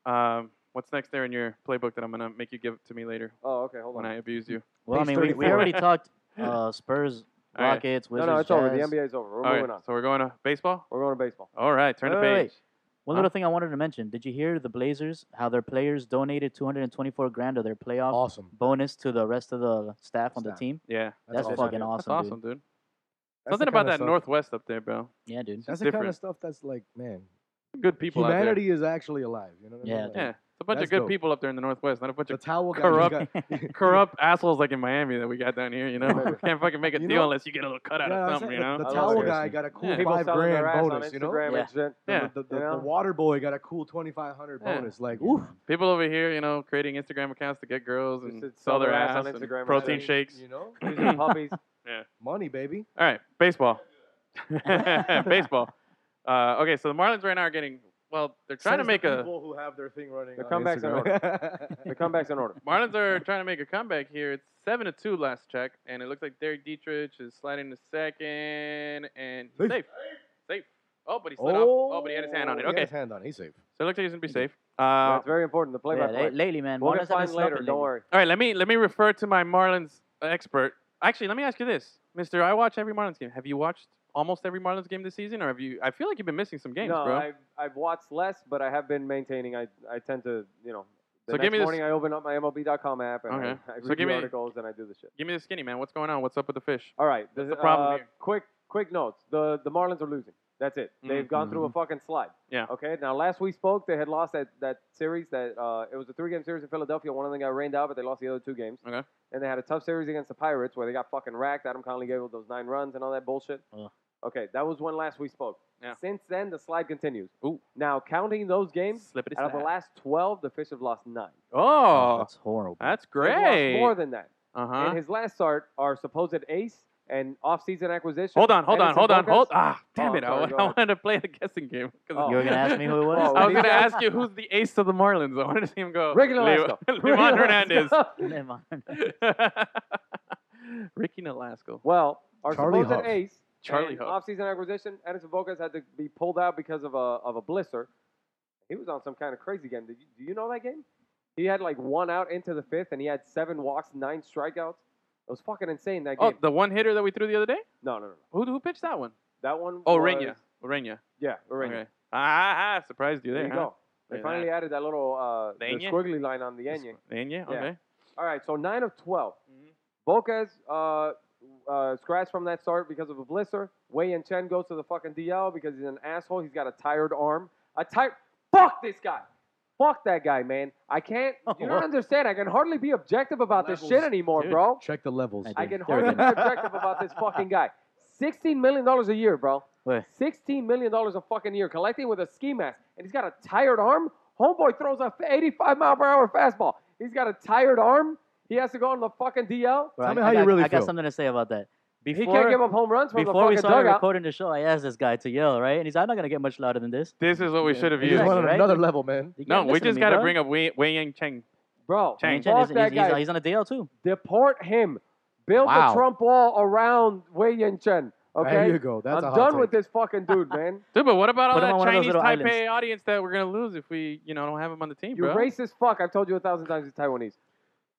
[SPEAKER 1] Um, what's next there in your playbook that I'm gonna make you give to me later
[SPEAKER 3] Oh, okay. Hold on.
[SPEAKER 1] when I abuse you?
[SPEAKER 2] Well, I
[SPEAKER 4] Page
[SPEAKER 2] mean, we, we
[SPEAKER 4] 34.
[SPEAKER 2] already talked uh, Spurs,
[SPEAKER 1] All right.
[SPEAKER 2] Rockets,
[SPEAKER 3] no,
[SPEAKER 2] Wizards,
[SPEAKER 3] no, it's over. The
[SPEAKER 2] Jazz.
[SPEAKER 3] NBA's over. We're
[SPEAKER 1] All right,
[SPEAKER 3] moving on.
[SPEAKER 1] so we're going to baseball.
[SPEAKER 3] We're going to baseball.
[SPEAKER 1] All right, turn the
[SPEAKER 2] Wait, wait,
[SPEAKER 1] page.
[SPEAKER 2] wait. One
[SPEAKER 1] Huh?
[SPEAKER 2] little thing I wanted to mention. Did you hear the Blazers? How their players donated 224 grand of their playoff
[SPEAKER 4] Awesome.
[SPEAKER 2] bonus to the rest of the staff on the
[SPEAKER 4] Staff.
[SPEAKER 2] team.
[SPEAKER 1] Yeah,
[SPEAKER 2] That's,
[SPEAKER 4] awesome.
[SPEAKER 2] fucking
[SPEAKER 4] dude.
[SPEAKER 1] that's
[SPEAKER 2] awesome,
[SPEAKER 1] awesome,
[SPEAKER 2] dude.
[SPEAKER 1] dude.
[SPEAKER 4] That's the
[SPEAKER 1] Something about
[SPEAKER 4] kinda
[SPEAKER 1] that
[SPEAKER 4] stuff-
[SPEAKER 1] Northwest up there, bro.
[SPEAKER 2] Yeah, dude.
[SPEAKER 4] That's the kind
[SPEAKER 1] different.
[SPEAKER 4] of stuff that's like, man,
[SPEAKER 1] Good people out there.
[SPEAKER 4] humanity is actually alive. You know what I mean?
[SPEAKER 2] Yeah,
[SPEAKER 4] Like,
[SPEAKER 1] Yeah, it's a bunch
[SPEAKER 4] That's
[SPEAKER 1] of good
[SPEAKER 4] dope.
[SPEAKER 1] people up there in the Northwest, not a bunch
[SPEAKER 4] The
[SPEAKER 1] of
[SPEAKER 4] towel guy.
[SPEAKER 1] Corrupt.
[SPEAKER 4] you got-
[SPEAKER 1] corrupt assholes like in Miami that we got down here. You know, can't fucking make a
[SPEAKER 4] You
[SPEAKER 1] deal
[SPEAKER 4] know-
[SPEAKER 1] unless you get a little cut out
[SPEAKER 4] Yeah,
[SPEAKER 1] of
[SPEAKER 4] I'm
[SPEAKER 1] something.
[SPEAKER 4] saying
[SPEAKER 1] You know,
[SPEAKER 4] the- The,
[SPEAKER 3] I love
[SPEAKER 4] towel
[SPEAKER 3] it.
[SPEAKER 4] guy got a cool
[SPEAKER 1] Yeah.
[SPEAKER 3] People
[SPEAKER 4] five
[SPEAKER 3] selling
[SPEAKER 4] grand
[SPEAKER 3] their ass
[SPEAKER 4] bonus.
[SPEAKER 3] on
[SPEAKER 4] You know,
[SPEAKER 3] Instagram
[SPEAKER 2] Yeah.
[SPEAKER 3] and shit.
[SPEAKER 1] yeah.
[SPEAKER 4] the, the,
[SPEAKER 3] You
[SPEAKER 4] the
[SPEAKER 3] know?
[SPEAKER 4] water boy got a cool twenty five hundred
[SPEAKER 1] Yeah.
[SPEAKER 4] bonus. Like,
[SPEAKER 2] Yeah.
[SPEAKER 4] oof.
[SPEAKER 1] People over here, you know, creating Instagram accounts to get girls
[SPEAKER 3] Just
[SPEAKER 1] and
[SPEAKER 3] to
[SPEAKER 1] sell their ass,
[SPEAKER 3] on
[SPEAKER 1] and
[SPEAKER 3] Instagram and
[SPEAKER 1] protein
[SPEAKER 3] shit.
[SPEAKER 1] shakes.
[SPEAKER 4] You know,
[SPEAKER 3] These are puppies.
[SPEAKER 4] money, baby.
[SPEAKER 1] All right, baseball. baseball. Uh, okay, so the Marlins right now are getting well. They're trying to
[SPEAKER 4] Says
[SPEAKER 1] make
[SPEAKER 4] the
[SPEAKER 1] a
[SPEAKER 4] people who have their thing running.
[SPEAKER 3] The
[SPEAKER 4] on
[SPEAKER 3] comebacks are
[SPEAKER 4] Instagram.
[SPEAKER 3] The comeback's in order.
[SPEAKER 1] Marlins are trying to make a comeback here. It's seven to two last check, and it looks like Derek Dietrich is sliding to second and
[SPEAKER 4] Safe.
[SPEAKER 1] safe, safe. Oh, but he slid off. Oh, but he had his hand on it.
[SPEAKER 4] he had
[SPEAKER 1] Okay,
[SPEAKER 4] his hand on it. He's safe.
[SPEAKER 1] so it looks like he's gonna be safe.
[SPEAKER 3] That's
[SPEAKER 1] Uh,
[SPEAKER 3] very important. The
[SPEAKER 2] Yeah,
[SPEAKER 3] play-by-play.
[SPEAKER 2] la- lately, man.
[SPEAKER 3] We'll
[SPEAKER 2] Marlins
[SPEAKER 3] get
[SPEAKER 2] haven't
[SPEAKER 3] fined
[SPEAKER 2] slept
[SPEAKER 3] later.
[SPEAKER 2] it
[SPEAKER 3] Don't
[SPEAKER 2] lately.
[SPEAKER 3] worry.
[SPEAKER 1] All right, let me let me refer to my Marlins expert. Actually, let me ask you this, Mister. I watch every Marlins game. Have you watched almost every Marlins game this season, or have you? I feel like you've been missing some games,
[SPEAKER 3] no,
[SPEAKER 1] bro.
[SPEAKER 3] I've, I've watched less, but I have been maintaining. I, I tend to, you know. The
[SPEAKER 1] So
[SPEAKER 3] next
[SPEAKER 1] give me this-
[SPEAKER 3] morning, I open up my MLB.com app and
[SPEAKER 1] Okay.
[SPEAKER 3] I, I read
[SPEAKER 1] So
[SPEAKER 3] the
[SPEAKER 1] give me-
[SPEAKER 3] articles and I do the shit.
[SPEAKER 1] Give me the skinny, man. What's going on? What's up with the fish?
[SPEAKER 3] All right.
[SPEAKER 1] That's the problem
[SPEAKER 3] uh,
[SPEAKER 1] here.
[SPEAKER 3] Quick, quick notes. The the Marlins are losing. That's it. They've gone through a fucking slide.
[SPEAKER 1] Mm-hmm. Yeah.
[SPEAKER 3] Okay. Now, last we spoke, they had lost that, that series. That uh, it was a three game series in Philadelphia. One of them got rained out, but they lost the other two games.
[SPEAKER 1] Okay.
[SPEAKER 3] And they had a tough series against the Pirates where they got fucking racked. Adam Conley gave up those nine runs and all that bullshit.
[SPEAKER 2] Ugh.
[SPEAKER 3] Okay, that was when last we spoke.
[SPEAKER 1] Yeah.
[SPEAKER 3] Since then, the slide continues.
[SPEAKER 1] Ooh.
[SPEAKER 3] Now, counting those games,
[SPEAKER 1] Slippity
[SPEAKER 3] out of the
[SPEAKER 1] slap.
[SPEAKER 3] last 12, the Fish have lost nine.
[SPEAKER 2] Oh,
[SPEAKER 1] Oh,
[SPEAKER 2] that's horrible.
[SPEAKER 1] that's
[SPEAKER 3] They've lost
[SPEAKER 1] great.
[SPEAKER 3] more than that.
[SPEAKER 1] Uh
[SPEAKER 3] And
[SPEAKER 1] huh.
[SPEAKER 3] his last start, our supposed ace and off-season acquisition.
[SPEAKER 1] Hold on, hold on,
[SPEAKER 3] Edison
[SPEAKER 1] hold on,
[SPEAKER 3] Lopez.
[SPEAKER 1] hold. Ah, damn
[SPEAKER 3] Oh,
[SPEAKER 1] it! I,
[SPEAKER 3] sorry,
[SPEAKER 1] wa-
[SPEAKER 3] go
[SPEAKER 1] I
[SPEAKER 3] ahead.
[SPEAKER 1] wanted to play the guessing game. 'cause
[SPEAKER 3] Oh.
[SPEAKER 2] You were gonna ask me who it was?
[SPEAKER 3] Oh,
[SPEAKER 1] I was
[SPEAKER 3] These
[SPEAKER 1] gonna
[SPEAKER 3] guys-
[SPEAKER 1] ask you who's the ace of the Marlins. I wanted to see him go.
[SPEAKER 3] Ricky
[SPEAKER 1] Leo-
[SPEAKER 3] Nolasco. Ricky
[SPEAKER 1] Leon Hernandez.
[SPEAKER 3] Nolasco.
[SPEAKER 2] Never mind.
[SPEAKER 1] Ricky Nolasco.
[SPEAKER 3] Well, our
[SPEAKER 4] Charlie
[SPEAKER 3] supposed
[SPEAKER 4] Huff.
[SPEAKER 3] ace,
[SPEAKER 1] Charlie
[SPEAKER 3] and
[SPEAKER 1] Huff.
[SPEAKER 3] off-season acquisition, Edison Vocas had to be pulled out because of a of a blister. He was on some kind of crazy game. Did you, do you know that game? He had like one out into the fifth, and he had seven walks, nine strikeouts. It was fucking insane that
[SPEAKER 1] Oh,
[SPEAKER 3] game.
[SPEAKER 1] the one hitter that we threw the other day.
[SPEAKER 3] No, no, no, no.
[SPEAKER 1] Who who pitched that one?
[SPEAKER 3] That one.
[SPEAKER 1] Oh,
[SPEAKER 3] was,
[SPEAKER 1] Renya. Renya.
[SPEAKER 3] Yeah, Orania.
[SPEAKER 1] Okay. Ah, ah, ah, surprised you
[SPEAKER 3] There,
[SPEAKER 1] there.
[SPEAKER 3] you
[SPEAKER 1] huh?
[SPEAKER 3] go. They
[SPEAKER 1] Look at
[SPEAKER 3] finally added that little uh, the
[SPEAKER 1] Lenya?
[SPEAKER 3] squiggly line on the Enye.
[SPEAKER 1] Enya.
[SPEAKER 3] Yeah.
[SPEAKER 1] Okay.
[SPEAKER 3] All right, so nine of 12
[SPEAKER 2] Mm-hmm.
[SPEAKER 1] Mhm.
[SPEAKER 3] Volquez uh, uh, scratched from that start because of a blister. Wei and Chen goes to the fucking DL because he's an asshole. He's got a tired arm. A tired. Fuck this guy. Fuck that guy, man. I can't. You don't understand. I can hardly be objective about this shit
[SPEAKER 4] Levels.
[SPEAKER 3] anymore,
[SPEAKER 1] Dude.
[SPEAKER 3] bro.
[SPEAKER 4] Check the levels.
[SPEAKER 2] I
[SPEAKER 3] I
[SPEAKER 2] Dude,
[SPEAKER 3] can
[SPEAKER 2] there we
[SPEAKER 3] hardly be
[SPEAKER 2] go.
[SPEAKER 3] objective about this fucking guy. Sixteen million dollars a year, bro.
[SPEAKER 2] Wait.
[SPEAKER 3] Sixteen million dollars a fucking year, collecting with a ski mask, and he's got a tired arm. Homeboy throws a 85 mile per hour fastball. He's got a tired arm. He has to go on the fucking DL.
[SPEAKER 2] Bro, I-
[SPEAKER 4] me
[SPEAKER 2] I
[SPEAKER 4] how you
[SPEAKER 2] got-
[SPEAKER 4] really
[SPEAKER 2] I got
[SPEAKER 4] feel.
[SPEAKER 2] something to say about that. Before,
[SPEAKER 3] he can't give up home runs from the
[SPEAKER 2] before we
[SPEAKER 3] fucking
[SPEAKER 2] started
[SPEAKER 3] dugout.
[SPEAKER 2] recording the show, I asked this guy to yell, right? And he's I'm not gonna get much louder than this.
[SPEAKER 1] This is what we should have
[SPEAKER 4] He
[SPEAKER 2] Exactly,
[SPEAKER 4] just
[SPEAKER 1] used.
[SPEAKER 4] went on
[SPEAKER 2] right?
[SPEAKER 4] another level, man.
[SPEAKER 2] You
[SPEAKER 1] No,
[SPEAKER 2] gotta
[SPEAKER 1] we
[SPEAKER 2] listen to
[SPEAKER 1] just
[SPEAKER 2] me,
[SPEAKER 1] got to
[SPEAKER 2] bro.
[SPEAKER 1] bring up Wei, Wei Yang Cheng.
[SPEAKER 3] Bro,
[SPEAKER 1] Chang. Chang
[SPEAKER 2] Wang Chen
[SPEAKER 3] fuck
[SPEAKER 2] is,
[SPEAKER 3] that
[SPEAKER 2] he's,
[SPEAKER 3] guy.
[SPEAKER 2] he's, he's on a DL too.
[SPEAKER 3] Deport him. Build
[SPEAKER 2] Wow.
[SPEAKER 3] the Trump wall around Wei Yin Chen. Okay?
[SPEAKER 4] There you go. That's a
[SPEAKER 3] I'm
[SPEAKER 4] hot
[SPEAKER 3] done
[SPEAKER 4] take.
[SPEAKER 3] with this fucking dude, man.
[SPEAKER 1] Dude, but what about all
[SPEAKER 2] Put him
[SPEAKER 1] that
[SPEAKER 2] on one of those
[SPEAKER 1] Chinese
[SPEAKER 2] little
[SPEAKER 1] Taipei
[SPEAKER 2] islands.
[SPEAKER 1] audience that we're gonna lose if we, you know, don't have him on the team,
[SPEAKER 3] You
[SPEAKER 1] bro?
[SPEAKER 3] racist fuck. I've told you a thousand times he's Taiwanese.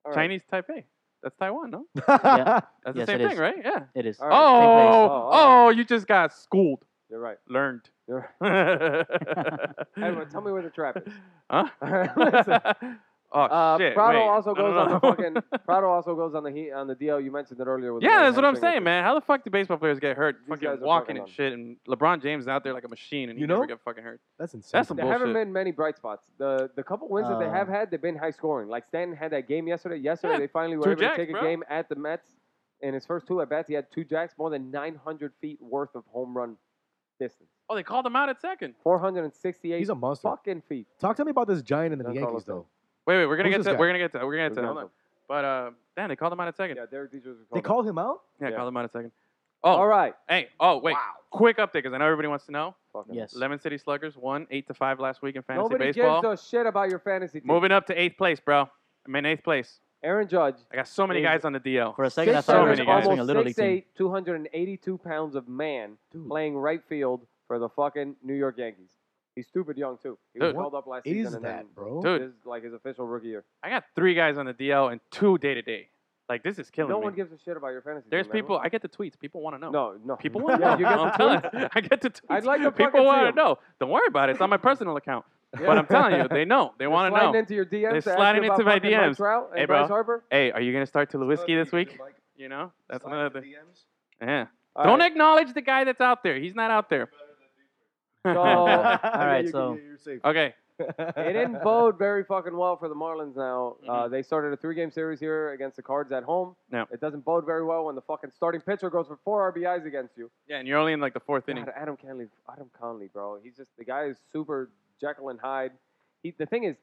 [SPEAKER 3] All right.
[SPEAKER 1] Chinese Taipei. That's Taiwan, no?
[SPEAKER 2] Yeah.
[SPEAKER 1] That's
[SPEAKER 2] Yes,
[SPEAKER 1] the
[SPEAKER 2] it
[SPEAKER 1] same thing,
[SPEAKER 2] is.
[SPEAKER 1] right? Yeah.
[SPEAKER 2] It is.
[SPEAKER 3] All right.
[SPEAKER 1] Oh,
[SPEAKER 3] Oh,
[SPEAKER 1] oh,
[SPEAKER 3] all
[SPEAKER 1] you just got schooled,
[SPEAKER 3] You're right.
[SPEAKER 1] learned.
[SPEAKER 3] You're right. Anyway, tell me where the trap is.
[SPEAKER 1] Huh?
[SPEAKER 3] Listen.
[SPEAKER 1] oh
[SPEAKER 3] Uh,
[SPEAKER 1] shit.
[SPEAKER 3] Prado
[SPEAKER 1] wait. No,
[SPEAKER 3] also
[SPEAKER 1] no,
[SPEAKER 3] goes on
[SPEAKER 1] no.
[SPEAKER 3] the fucking. Prado also goes on the heat on the DL. You mentioned it earlier. With the
[SPEAKER 1] Yeah,
[SPEAKER 3] right
[SPEAKER 1] that's what I'm
[SPEAKER 3] hamstring
[SPEAKER 1] saying, man. How the fuck do baseball players get hurt?
[SPEAKER 3] These guys
[SPEAKER 1] Fucking
[SPEAKER 3] are
[SPEAKER 1] walking
[SPEAKER 3] fucking
[SPEAKER 1] and
[SPEAKER 3] on.
[SPEAKER 1] shit, and LeBron James is out there like a machine, and
[SPEAKER 4] You
[SPEAKER 1] he
[SPEAKER 4] know?
[SPEAKER 1] never get fucking hurt.
[SPEAKER 4] That's insane.
[SPEAKER 1] That's some
[SPEAKER 3] There haven't
[SPEAKER 1] bullshit.
[SPEAKER 3] been many bright spots. The the couple wins that they
[SPEAKER 2] Uh,
[SPEAKER 3] have had, they've been high scoring. Like Stanton had that game yesterday. Yesterday
[SPEAKER 1] Yeah,
[SPEAKER 3] they finally
[SPEAKER 1] two
[SPEAKER 3] were able
[SPEAKER 1] jacks,
[SPEAKER 3] to take
[SPEAKER 1] bro.
[SPEAKER 3] a game at the Mets. In his first two at bats, he had two jacks, more than 900 feet worth of home run distance.
[SPEAKER 1] Oh, they called him out at second.
[SPEAKER 3] 468
[SPEAKER 4] He's a monster.
[SPEAKER 3] fucking feet.
[SPEAKER 4] Talk to me about this giant in the
[SPEAKER 3] Don't call
[SPEAKER 4] Yankees
[SPEAKER 3] us that.
[SPEAKER 4] though.
[SPEAKER 1] Wait, wait, we're gonna
[SPEAKER 4] Who's
[SPEAKER 1] get
[SPEAKER 4] this
[SPEAKER 1] to
[SPEAKER 4] guy?
[SPEAKER 1] we're gonna get to we're gonna get to that.
[SPEAKER 3] We're
[SPEAKER 1] Hold on. But uh, damn, they called him out at second.
[SPEAKER 3] Yeah, Derek Jeter was
[SPEAKER 4] They
[SPEAKER 3] called
[SPEAKER 4] called him out.
[SPEAKER 1] Yeah,
[SPEAKER 3] Yeah.
[SPEAKER 1] called him out at second.
[SPEAKER 3] out.
[SPEAKER 1] Oh,
[SPEAKER 3] All right.
[SPEAKER 1] hey, oh wait, quick update because I know everybody wants to know.
[SPEAKER 3] Fucking-
[SPEAKER 2] Yes.
[SPEAKER 1] Lemon City Sluggers won eight to five last week in fantasy
[SPEAKER 3] Nobody
[SPEAKER 1] baseball.
[SPEAKER 3] gives a shit about your fantasy team.
[SPEAKER 1] Moving up to eighth place, bro. I'm in eighth place.
[SPEAKER 3] Aaron Judge.
[SPEAKER 1] I got so many
[SPEAKER 3] Is-
[SPEAKER 1] guys on the DL.
[SPEAKER 2] For a second, I
[SPEAKER 1] so
[SPEAKER 2] thought
[SPEAKER 1] many
[SPEAKER 2] it was
[SPEAKER 1] guys.
[SPEAKER 2] watching a little league
[SPEAKER 3] almost
[SPEAKER 2] team.
[SPEAKER 3] 6'8", 282 pounds of man
[SPEAKER 4] Dude.
[SPEAKER 3] playing right field for the fucking New York Yankees. He's stupid young too. He was
[SPEAKER 1] Dude.
[SPEAKER 3] called up last
[SPEAKER 4] Is
[SPEAKER 3] season and
[SPEAKER 4] that bro?
[SPEAKER 1] Dude.
[SPEAKER 3] then this is like his official rookie year.
[SPEAKER 1] I got three guys on the DL and two day to day. Like this is killing
[SPEAKER 3] no
[SPEAKER 1] me.
[SPEAKER 3] one gives a shit about your fantasy.
[SPEAKER 1] There's
[SPEAKER 3] team, man.
[SPEAKER 1] people. I get the tweets. People want to know.
[SPEAKER 3] No, no.
[SPEAKER 1] People want to
[SPEAKER 3] Yeah,
[SPEAKER 1] know.
[SPEAKER 3] you get
[SPEAKER 1] I'm
[SPEAKER 3] the
[SPEAKER 1] telling
[SPEAKER 3] tweets.
[SPEAKER 1] you, I get the tweets.
[SPEAKER 3] I'd like to fucking
[SPEAKER 1] People
[SPEAKER 3] see
[SPEAKER 1] want
[SPEAKER 3] 'em.
[SPEAKER 1] to know. Don't worry about it. It's on my personal account. But I'm telling you, they know. They want to
[SPEAKER 3] sliding
[SPEAKER 1] know.
[SPEAKER 3] into your DMs. to ask you
[SPEAKER 1] sliding
[SPEAKER 3] about
[SPEAKER 1] into my
[SPEAKER 3] fucking Mike
[SPEAKER 1] DMs.
[SPEAKER 3] Trout and
[SPEAKER 1] Hey, bro.
[SPEAKER 3] Bryce Harper.
[SPEAKER 1] Hey, are you gonna start Tulowitzki this week? You know, that's another thing. Yeah.
[SPEAKER 3] All
[SPEAKER 1] Don't
[SPEAKER 3] right.
[SPEAKER 1] acknowledge the guy that's out there. He's not out there. Oh,
[SPEAKER 3] So-
[SPEAKER 2] All right, so-
[SPEAKER 1] okay.
[SPEAKER 3] it didn't bode very fucking well for the Marlins now. Uh, they started a three game series here against the Cards at home.
[SPEAKER 1] Mm-hmm. Yeah.
[SPEAKER 3] It doesn't bode very well when the fucking starting pitcher goes for four RBIs against you.
[SPEAKER 1] Yeah, and you're only in like the fourth inning.
[SPEAKER 3] God, Adam Conley, Adam Conley, bro. He's just the guy is super Jekyll and Hyde. He, the thing is,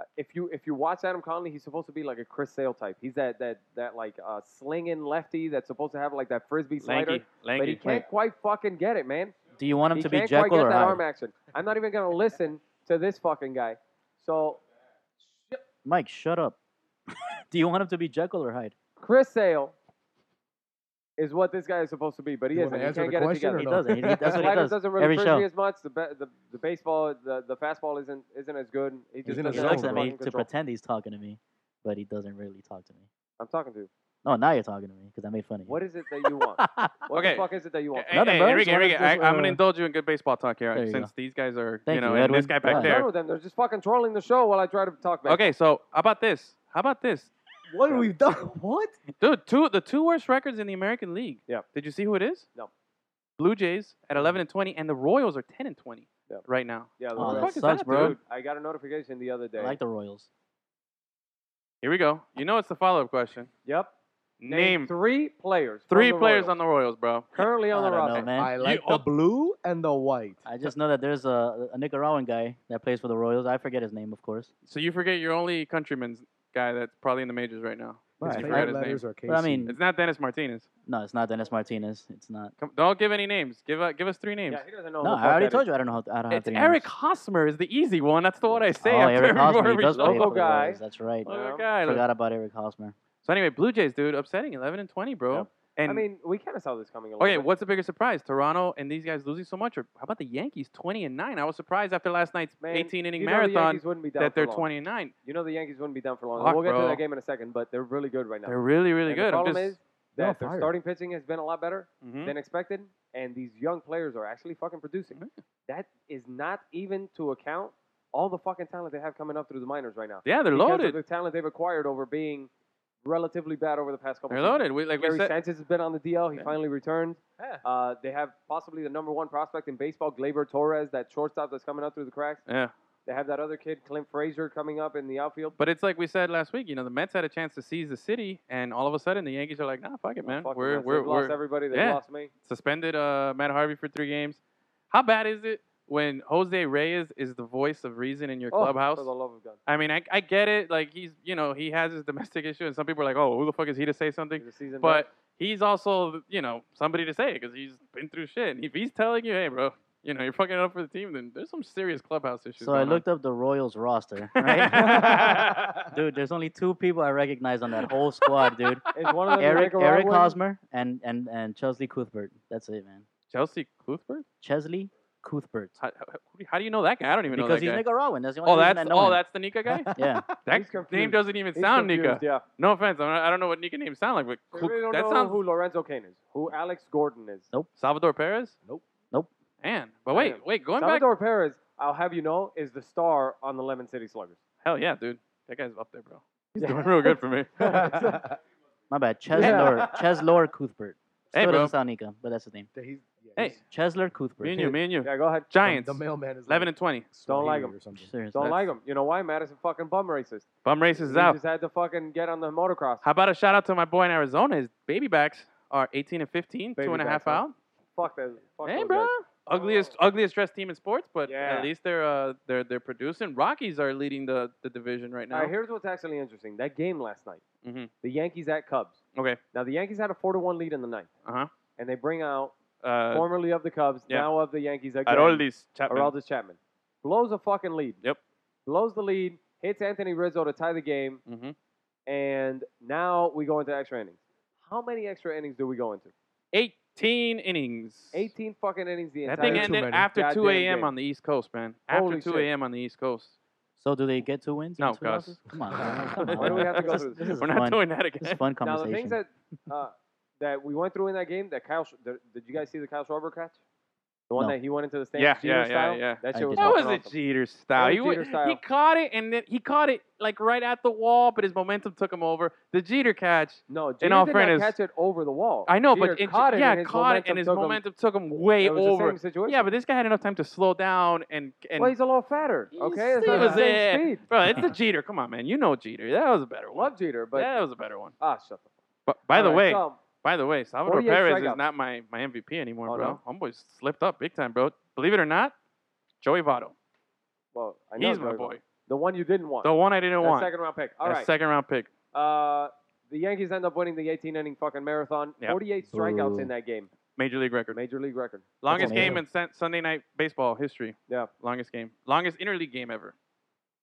[SPEAKER 3] uh, if you if you watch Adam Conley, he's supposed to be like a Chris Sale type. He's that that that like uh, slinging lefty that's supposed to have like that frisbee slider,
[SPEAKER 1] Lanky,
[SPEAKER 3] but he
[SPEAKER 1] lanky.
[SPEAKER 3] can't quite fucking get it, man.
[SPEAKER 2] Do you want him
[SPEAKER 3] He
[SPEAKER 2] to be
[SPEAKER 3] can't
[SPEAKER 2] Jekyll
[SPEAKER 3] quite get
[SPEAKER 2] or
[SPEAKER 3] that
[SPEAKER 2] Hyde?
[SPEAKER 3] arm action. I'm not even gonna listen to this fucking guy. So
[SPEAKER 2] Mike, shut up. Do you want him to be Jekyll or Hyde?
[SPEAKER 3] Chris Sale is what this guy is supposed to be, but he
[SPEAKER 4] You wanna
[SPEAKER 3] isn't. He
[SPEAKER 4] answer
[SPEAKER 3] can't
[SPEAKER 4] the
[SPEAKER 3] get it
[SPEAKER 4] question
[SPEAKER 3] together.
[SPEAKER 4] or
[SPEAKER 2] He doesn't.
[SPEAKER 4] no?
[SPEAKER 2] He, he- that's what he
[SPEAKER 3] slider
[SPEAKER 2] does.
[SPEAKER 3] doesn't really
[SPEAKER 2] every
[SPEAKER 3] push
[SPEAKER 2] show.
[SPEAKER 3] me as much. The, ba- the the baseball, the, the fastball isn't isn't as good. He just
[SPEAKER 4] He's in
[SPEAKER 2] he
[SPEAKER 4] his
[SPEAKER 3] doesn't have
[SPEAKER 2] looks
[SPEAKER 4] zone,
[SPEAKER 2] at
[SPEAKER 3] the
[SPEAKER 2] me
[SPEAKER 3] fucking
[SPEAKER 2] to
[SPEAKER 3] control.
[SPEAKER 2] pretend he's talking to me, but he doesn't really talk to me.
[SPEAKER 3] I'm talking to you.
[SPEAKER 2] No, now you're talking to me because I made fun of you.
[SPEAKER 3] What is it that you want? What
[SPEAKER 1] Okay.
[SPEAKER 3] the fuck is it that you want?
[SPEAKER 1] Hey,
[SPEAKER 2] Nothing,
[SPEAKER 1] hey,
[SPEAKER 2] bro.
[SPEAKER 1] Enrique,
[SPEAKER 2] Just wanted
[SPEAKER 1] Enrique,
[SPEAKER 2] to
[SPEAKER 1] I,
[SPEAKER 2] just,
[SPEAKER 1] I'm gonna
[SPEAKER 2] uh,
[SPEAKER 1] indulge you in good baseball talk here,
[SPEAKER 2] There you
[SPEAKER 1] since
[SPEAKER 2] go.
[SPEAKER 1] these guys are,
[SPEAKER 2] Thank
[SPEAKER 1] you know,
[SPEAKER 2] you,
[SPEAKER 1] and this
[SPEAKER 2] Edwin.
[SPEAKER 1] guy back
[SPEAKER 2] Right.
[SPEAKER 3] What's wrong
[SPEAKER 1] there.
[SPEAKER 3] with them? They're just fucking trolling the show while I try to talk back.
[SPEAKER 1] Okay, so how about this? How about this,
[SPEAKER 4] What have we done? What?
[SPEAKER 1] dude? Two the two worst records in the American League.
[SPEAKER 3] Yeah.
[SPEAKER 1] Did you see who it is?
[SPEAKER 3] No.
[SPEAKER 1] Blue Jays at 11 and 20, and the Royals are 10 and 20
[SPEAKER 3] Yeah.
[SPEAKER 1] right now.
[SPEAKER 3] Yeah, the
[SPEAKER 2] Oh,
[SPEAKER 1] the
[SPEAKER 2] that
[SPEAKER 3] Royals-
[SPEAKER 1] fuck is
[SPEAKER 2] sucks,
[SPEAKER 1] that,
[SPEAKER 2] bro.
[SPEAKER 1] dude?
[SPEAKER 3] Dude, I got a notification the other day.
[SPEAKER 2] I like the Royals.
[SPEAKER 1] Here we go. You know, it's the follow up question.
[SPEAKER 3] yep.
[SPEAKER 1] Name
[SPEAKER 3] three players. from
[SPEAKER 1] three
[SPEAKER 3] the
[SPEAKER 1] players
[SPEAKER 3] Royals
[SPEAKER 1] on the Royals, bro.
[SPEAKER 3] currently on
[SPEAKER 2] I
[SPEAKER 3] the
[SPEAKER 2] don't know,
[SPEAKER 3] roster.
[SPEAKER 2] man.
[SPEAKER 4] I like
[SPEAKER 1] oh.
[SPEAKER 4] the blue and the white.
[SPEAKER 2] I just know that there's a, a Nicaraguan guy that plays for the Royals. I forget his name, of course.
[SPEAKER 1] So you forget your only countryman's guy that's probably in the majors right now.
[SPEAKER 4] His
[SPEAKER 2] Right.
[SPEAKER 1] I
[SPEAKER 4] favorite
[SPEAKER 1] forgot his
[SPEAKER 4] letters are
[SPEAKER 2] But I
[SPEAKER 4] KC.
[SPEAKER 2] mean-
[SPEAKER 1] It's not Dennis Martinez.
[SPEAKER 2] No, it's not Dennis Martinez. It's not.
[SPEAKER 1] Come, don't give any names. Give uh, give us three names.
[SPEAKER 3] Yeah, he doesn't know.
[SPEAKER 2] No,
[SPEAKER 3] who Oh, the
[SPEAKER 2] I
[SPEAKER 3] fuck
[SPEAKER 2] already
[SPEAKER 3] that
[SPEAKER 2] told
[SPEAKER 3] is.
[SPEAKER 2] you I don't know. I don't have
[SPEAKER 1] It's
[SPEAKER 2] three
[SPEAKER 1] Eric
[SPEAKER 2] names.
[SPEAKER 1] Hosmer is the easy one. That's the one I say.
[SPEAKER 2] Oh,
[SPEAKER 1] after
[SPEAKER 2] Eric
[SPEAKER 1] every
[SPEAKER 2] Hosmer. He
[SPEAKER 1] every
[SPEAKER 2] does play
[SPEAKER 1] local
[SPEAKER 2] for the
[SPEAKER 3] guy.
[SPEAKER 2] Royals. That's right.
[SPEAKER 1] local
[SPEAKER 3] Yeah.
[SPEAKER 1] guy.
[SPEAKER 2] Forgot about Eric Hosmer.
[SPEAKER 1] So anyway, Blue Jays, dude, upsetting 11 and 20, bro. And
[SPEAKER 3] I mean, we kind of saw this coming. A little
[SPEAKER 1] okay,
[SPEAKER 3] bit.
[SPEAKER 1] what's the bigger surprise? Toronto and these guys losing so much, or how about the Yankees 20 and nine? I was surprised after last night's
[SPEAKER 3] Man,
[SPEAKER 1] 18 inning
[SPEAKER 3] you know the
[SPEAKER 1] marathon
[SPEAKER 3] Yankees wouldn't be down
[SPEAKER 1] that
[SPEAKER 3] for
[SPEAKER 1] they're
[SPEAKER 3] long.
[SPEAKER 1] 20 and nine.
[SPEAKER 3] You know the Yankees wouldn't be down for long.
[SPEAKER 1] Fuck,
[SPEAKER 3] we'll get
[SPEAKER 1] bro.
[SPEAKER 3] to that game in a second, but they're really good right now.
[SPEAKER 1] They're really, really
[SPEAKER 3] And
[SPEAKER 1] good.
[SPEAKER 3] The
[SPEAKER 1] I'm
[SPEAKER 3] problem
[SPEAKER 1] just
[SPEAKER 3] is
[SPEAKER 4] They're
[SPEAKER 1] Oh,
[SPEAKER 4] on
[SPEAKER 3] that their
[SPEAKER 4] fire.
[SPEAKER 3] starting pitching has been a lot better
[SPEAKER 1] Mhm.
[SPEAKER 3] than expected, and these young players are actually fucking producing.
[SPEAKER 1] Hmm.
[SPEAKER 3] That is not even to account all the fucking talent they have coming up through the minors right now.
[SPEAKER 1] yeah, they're
[SPEAKER 3] Because of
[SPEAKER 1] loaded.
[SPEAKER 3] the talent they've acquired over being relatively bad over the past couple.
[SPEAKER 1] They're
[SPEAKER 3] seasons.
[SPEAKER 1] loaded. We, like we
[SPEAKER 3] Gary
[SPEAKER 1] said,
[SPEAKER 3] Sanchez has been on the DL. He
[SPEAKER 1] Yeah.
[SPEAKER 3] finally returned.
[SPEAKER 1] Yeah.
[SPEAKER 3] Uh, they have possibly the number one prospect in baseball, Glaber Torres, that shortstop that's coming up through the cracks.
[SPEAKER 1] yeah.
[SPEAKER 3] They have that other kid, Clint Frazier, coming up in the outfield.
[SPEAKER 1] But it's like we said last week. You know, the Mets had a chance to seize the city, and all of a sudden the Yankees are like, "Nah, fuck it, man.
[SPEAKER 3] Fuck
[SPEAKER 1] we're
[SPEAKER 3] them,
[SPEAKER 1] we're,
[SPEAKER 3] they've lost
[SPEAKER 1] we're
[SPEAKER 3] everybody. They
[SPEAKER 1] yeah.
[SPEAKER 3] lost me.
[SPEAKER 1] suspended uh, Matt Harvey for three games." How bad is it when Jose Reyes is the voice of reason in your
[SPEAKER 3] Oh,
[SPEAKER 1] clubhouse?
[SPEAKER 3] For the love of God.
[SPEAKER 1] I mean, I, I get it. Like he's, you know, he has his domestic issue, and some people are like, "Oh, who the fuck is he to say something?"
[SPEAKER 3] He's a seasoned vet.
[SPEAKER 1] But he's also, you know, somebody to say it because he's been through shit. And if he's telling you, "Hey, bro, you know, you're fucking up for the team," then there's some serious clubhouse issues.
[SPEAKER 2] So I
[SPEAKER 1] going
[SPEAKER 2] looked up the Royals roster.
[SPEAKER 1] on.
[SPEAKER 2] Right? dude, there's only two people I recognize on that whole squad, dude.
[SPEAKER 3] Is one of them the
[SPEAKER 2] Eric Eric
[SPEAKER 3] Nicaraguan?
[SPEAKER 2] Hosmer and and and Chesley Cuthbert. That's it, man.
[SPEAKER 1] Chelsea Cuthbert.
[SPEAKER 2] Chesley Cuthbert.
[SPEAKER 1] How, how, how do you know that guy? I don't even know
[SPEAKER 2] Because
[SPEAKER 1] that
[SPEAKER 2] he's
[SPEAKER 1] guy.
[SPEAKER 2] Nicaraguan. That's the only
[SPEAKER 1] oh,
[SPEAKER 2] reason
[SPEAKER 1] that's
[SPEAKER 2] I know
[SPEAKER 1] oh,
[SPEAKER 2] him.
[SPEAKER 1] that's the Nika guy.
[SPEAKER 2] yeah.
[SPEAKER 1] That
[SPEAKER 3] He's confused.
[SPEAKER 1] name doesn't even
[SPEAKER 3] He's
[SPEAKER 1] sound Nika.
[SPEAKER 3] confused, Yeah.
[SPEAKER 1] No offense, I'm not, I don't know what Nika names sound like, but
[SPEAKER 3] I
[SPEAKER 1] Cuth-
[SPEAKER 3] really don't
[SPEAKER 1] that
[SPEAKER 3] know
[SPEAKER 1] sounds
[SPEAKER 3] who Lorenzo Kane is, who Alex Gordon is.
[SPEAKER 1] Salvador Perez.
[SPEAKER 4] Nope.
[SPEAKER 2] Nope.
[SPEAKER 1] And but
[SPEAKER 3] I
[SPEAKER 1] wait,
[SPEAKER 3] am.
[SPEAKER 1] wait, going back.
[SPEAKER 3] Salvador Perez, I'll have you know, is the star on the Lemon City Sluggers.
[SPEAKER 1] Hell yeah, dude. That guy's up there, bro. He's
[SPEAKER 3] Yeah.
[SPEAKER 1] doing real good for me.
[SPEAKER 2] My bad. Cheslor Cheslor Cuthbert.
[SPEAKER 1] Hey,
[SPEAKER 2] Still
[SPEAKER 1] bro.
[SPEAKER 2] doesn't sound Nika, but that's his name.
[SPEAKER 4] That he's- yeah,
[SPEAKER 1] Hey,
[SPEAKER 4] he's-
[SPEAKER 2] Cheslor Cuthbert.
[SPEAKER 1] me and you, me and you.
[SPEAKER 3] yeah, go ahead.
[SPEAKER 1] Giants,
[SPEAKER 4] The mailman
[SPEAKER 1] 11
[SPEAKER 4] is like
[SPEAKER 1] and 20.
[SPEAKER 3] Don't like
[SPEAKER 4] Swahili
[SPEAKER 3] him.
[SPEAKER 4] or something.
[SPEAKER 2] Seriously.
[SPEAKER 1] That's-
[SPEAKER 3] Don't like him. You know why? Madison fucking bum racist.
[SPEAKER 1] Bum races
[SPEAKER 3] He
[SPEAKER 1] is out.
[SPEAKER 3] just had to fucking get on the motocross.
[SPEAKER 1] How about a shout out to my boy in Arizona? His baby backs are 18 and 15,
[SPEAKER 3] Baby
[SPEAKER 1] two and a half
[SPEAKER 3] backs, huh?
[SPEAKER 1] out.
[SPEAKER 3] Fuck that. Fuck
[SPEAKER 1] hey,
[SPEAKER 3] those
[SPEAKER 1] bro.
[SPEAKER 3] guys.
[SPEAKER 1] ugliest ugliest dressed team in sports, but
[SPEAKER 3] Oh. Yeah.
[SPEAKER 1] at least they're uh, they're they're producing. Rockies are leading the, the division right
[SPEAKER 3] All
[SPEAKER 1] now.
[SPEAKER 3] right, here's what's actually interesting. That game last night,
[SPEAKER 1] Mhm.
[SPEAKER 3] the Yankees at Cubs.
[SPEAKER 1] Okay.
[SPEAKER 3] Now the Yankees had a four to one lead in the ninth.
[SPEAKER 1] Uh-huh.
[SPEAKER 3] And they bring out
[SPEAKER 1] Uh,
[SPEAKER 3] formerly of the Cubs,
[SPEAKER 1] yeah.
[SPEAKER 3] now of the Yankees again.
[SPEAKER 1] Aroldis Chapman.
[SPEAKER 3] Aroldis Chapman blows a fucking lead.
[SPEAKER 1] Yep.
[SPEAKER 3] Blows the lead, hits Anthony Rizzo to tie the game,
[SPEAKER 1] hmm
[SPEAKER 3] and now we go into extra innings. How many extra innings do we go into?
[SPEAKER 1] 18 innings.
[SPEAKER 3] 18 fucking innings the
[SPEAKER 1] That
[SPEAKER 3] entire
[SPEAKER 1] thing
[SPEAKER 4] Too
[SPEAKER 1] ended
[SPEAKER 4] many.
[SPEAKER 1] after
[SPEAKER 3] Goddamn
[SPEAKER 1] 2 a.m.
[SPEAKER 3] game.
[SPEAKER 1] on the East Coast, man. After
[SPEAKER 3] Holy
[SPEAKER 1] 2
[SPEAKER 3] shit.
[SPEAKER 1] a.m. on the East Coast.
[SPEAKER 2] So do they get two wins? and
[SPEAKER 1] No,
[SPEAKER 2] two
[SPEAKER 1] Gus.
[SPEAKER 2] losses? Come on, come on, come on.
[SPEAKER 3] Why do we have to go
[SPEAKER 2] This is-
[SPEAKER 3] through this?
[SPEAKER 2] This is
[SPEAKER 1] We're
[SPEAKER 2] fun.
[SPEAKER 1] not doing that
[SPEAKER 2] This is
[SPEAKER 1] again.
[SPEAKER 2] fun
[SPEAKER 3] Now
[SPEAKER 2] conversation.
[SPEAKER 3] the things that uh, that we went through in that game, that Kyle, Sch- the, did you guys see the Kyle Schwarber catch? The one
[SPEAKER 2] No.
[SPEAKER 3] that he went into the stand.
[SPEAKER 1] Yeah,
[SPEAKER 3] Jeter
[SPEAKER 1] yeah, yeah,
[SPEAKER 3] style?
[SPEAKER 1] yeah.
[SPEAKER 3] That
[SPEAKER 2] I
[SPEAKER 3] shit was
[SPEAKER 2] did.
[SPEAKER 1] That was
[SPEAKER 3] fucking
[SPEAKER 1] a
[SPEAKER 3] awesome.
[SPEAKER 1] Jeter style.
[SPEAKER 3] That
[SPEAKER 1] He,
[SPEAKER 3] was
[SPEAKER 1] wa-
[SPEAKER 3] Jeter style.
[SPEAKER 1] he caught it and then he caught it like right at the wall, but his momentum took him over. The Jeter catch.
[SPEAKER 3] No, Jeter
[SPEAKER 1] all
[SPEAKER 3] did
[SPEAKER 1] fairness-
[SPEAKER 3] not catch it over the wall.
[SPEAKER 1] I know,
[SPEAKER 3] Jeter
[SPEAKER 1] but it-
[SPEAKER 3] caught it.
[SPEAKER 1] yeah,
[SPEAKER 3] and his
[SPEAKER 1] caught it,
[SPEAKER 3] momentum
[SPEAKER 1] and his
[SPEAKER 3] took him-
[SPEAKER 1] momentum took him way
[SPEAKER 3] it was
[SPEAKER 1] over.
[SPEAKER 3] The same situation.
[SPEAKER 1] Yeah, but this guy had enough time to slow down and and
[SPEAKER 3] well, he's a little fatter.
[SPEAKER 1] He's-
[SPEAKER 3] Okay, it's
[SPEAKER 1] he
[SPEAKER 3] not
[SPEAKER 1] was
[SPEAKER 3] the same
[SPEAKER 1] a-
[SPEAKER 3] speed.
[SPEAKER 1] bro, it's the Jeter. Come on, man, you know Jeter. That was a better one.
[SPEAKER 3] Love Jeter, but
[SPEAKER 1] that was a better one.
[SPEAKER 3] ah, shut the.
[SPEAKER 1] But by the
[SPEAKER 3] All right,
[SPEAKER 1] way,
[SPEAKER 3] so,
[SPEAKER 1] by the way, Salvador
[SPEAKER 3] 48
[SPEAKER 1] Perez is
[SPEAKER 3] strikeouts.
[SPEAKER 1] not my, my MVP anymore,
[SPEAKER 3] Oh,
[SPEAKER 1] bro. Homeboy slipped up big time, bro. Believe it or not, Joey Votto.
[SPEAKER 3] well, I know
[SPEAKER 1] He's my
[SPEAKER 3] Joey
[SPEAKER 1] boy.
[SPEAKER 3] Votto. The one you didn't want.
[SPEAKER 1] The one I didn't
[SPEAKER 3] That
[SPEAKER 1] want.
[SPEAKER 3] second round pick. All
[SPEAKER 1] That
[SPEAKER 3] right.
[SPEAKER 1] second round pick.
[SPEAKER 3] uh, the Yankees end up winning the 18 inning fucking marathon.
[SPEAKER 1] Yep.
[SPEAKER 3] 48 strikeouts
[SPEAKER 2] Ooh.
[SPEAKER 3] in that game.
[SPEAKER 1] Major league record.
[SPEAKER 3] Major league record.
[SPEAKER 1] Longest
[SPEAKER 2] amazing.
[SPEAKER 1] game in Sun- Sunday night baseball history.
[SPEAKER 3] Yeah.
[SPEAKER 1] Longest game. Longest interleague game ever.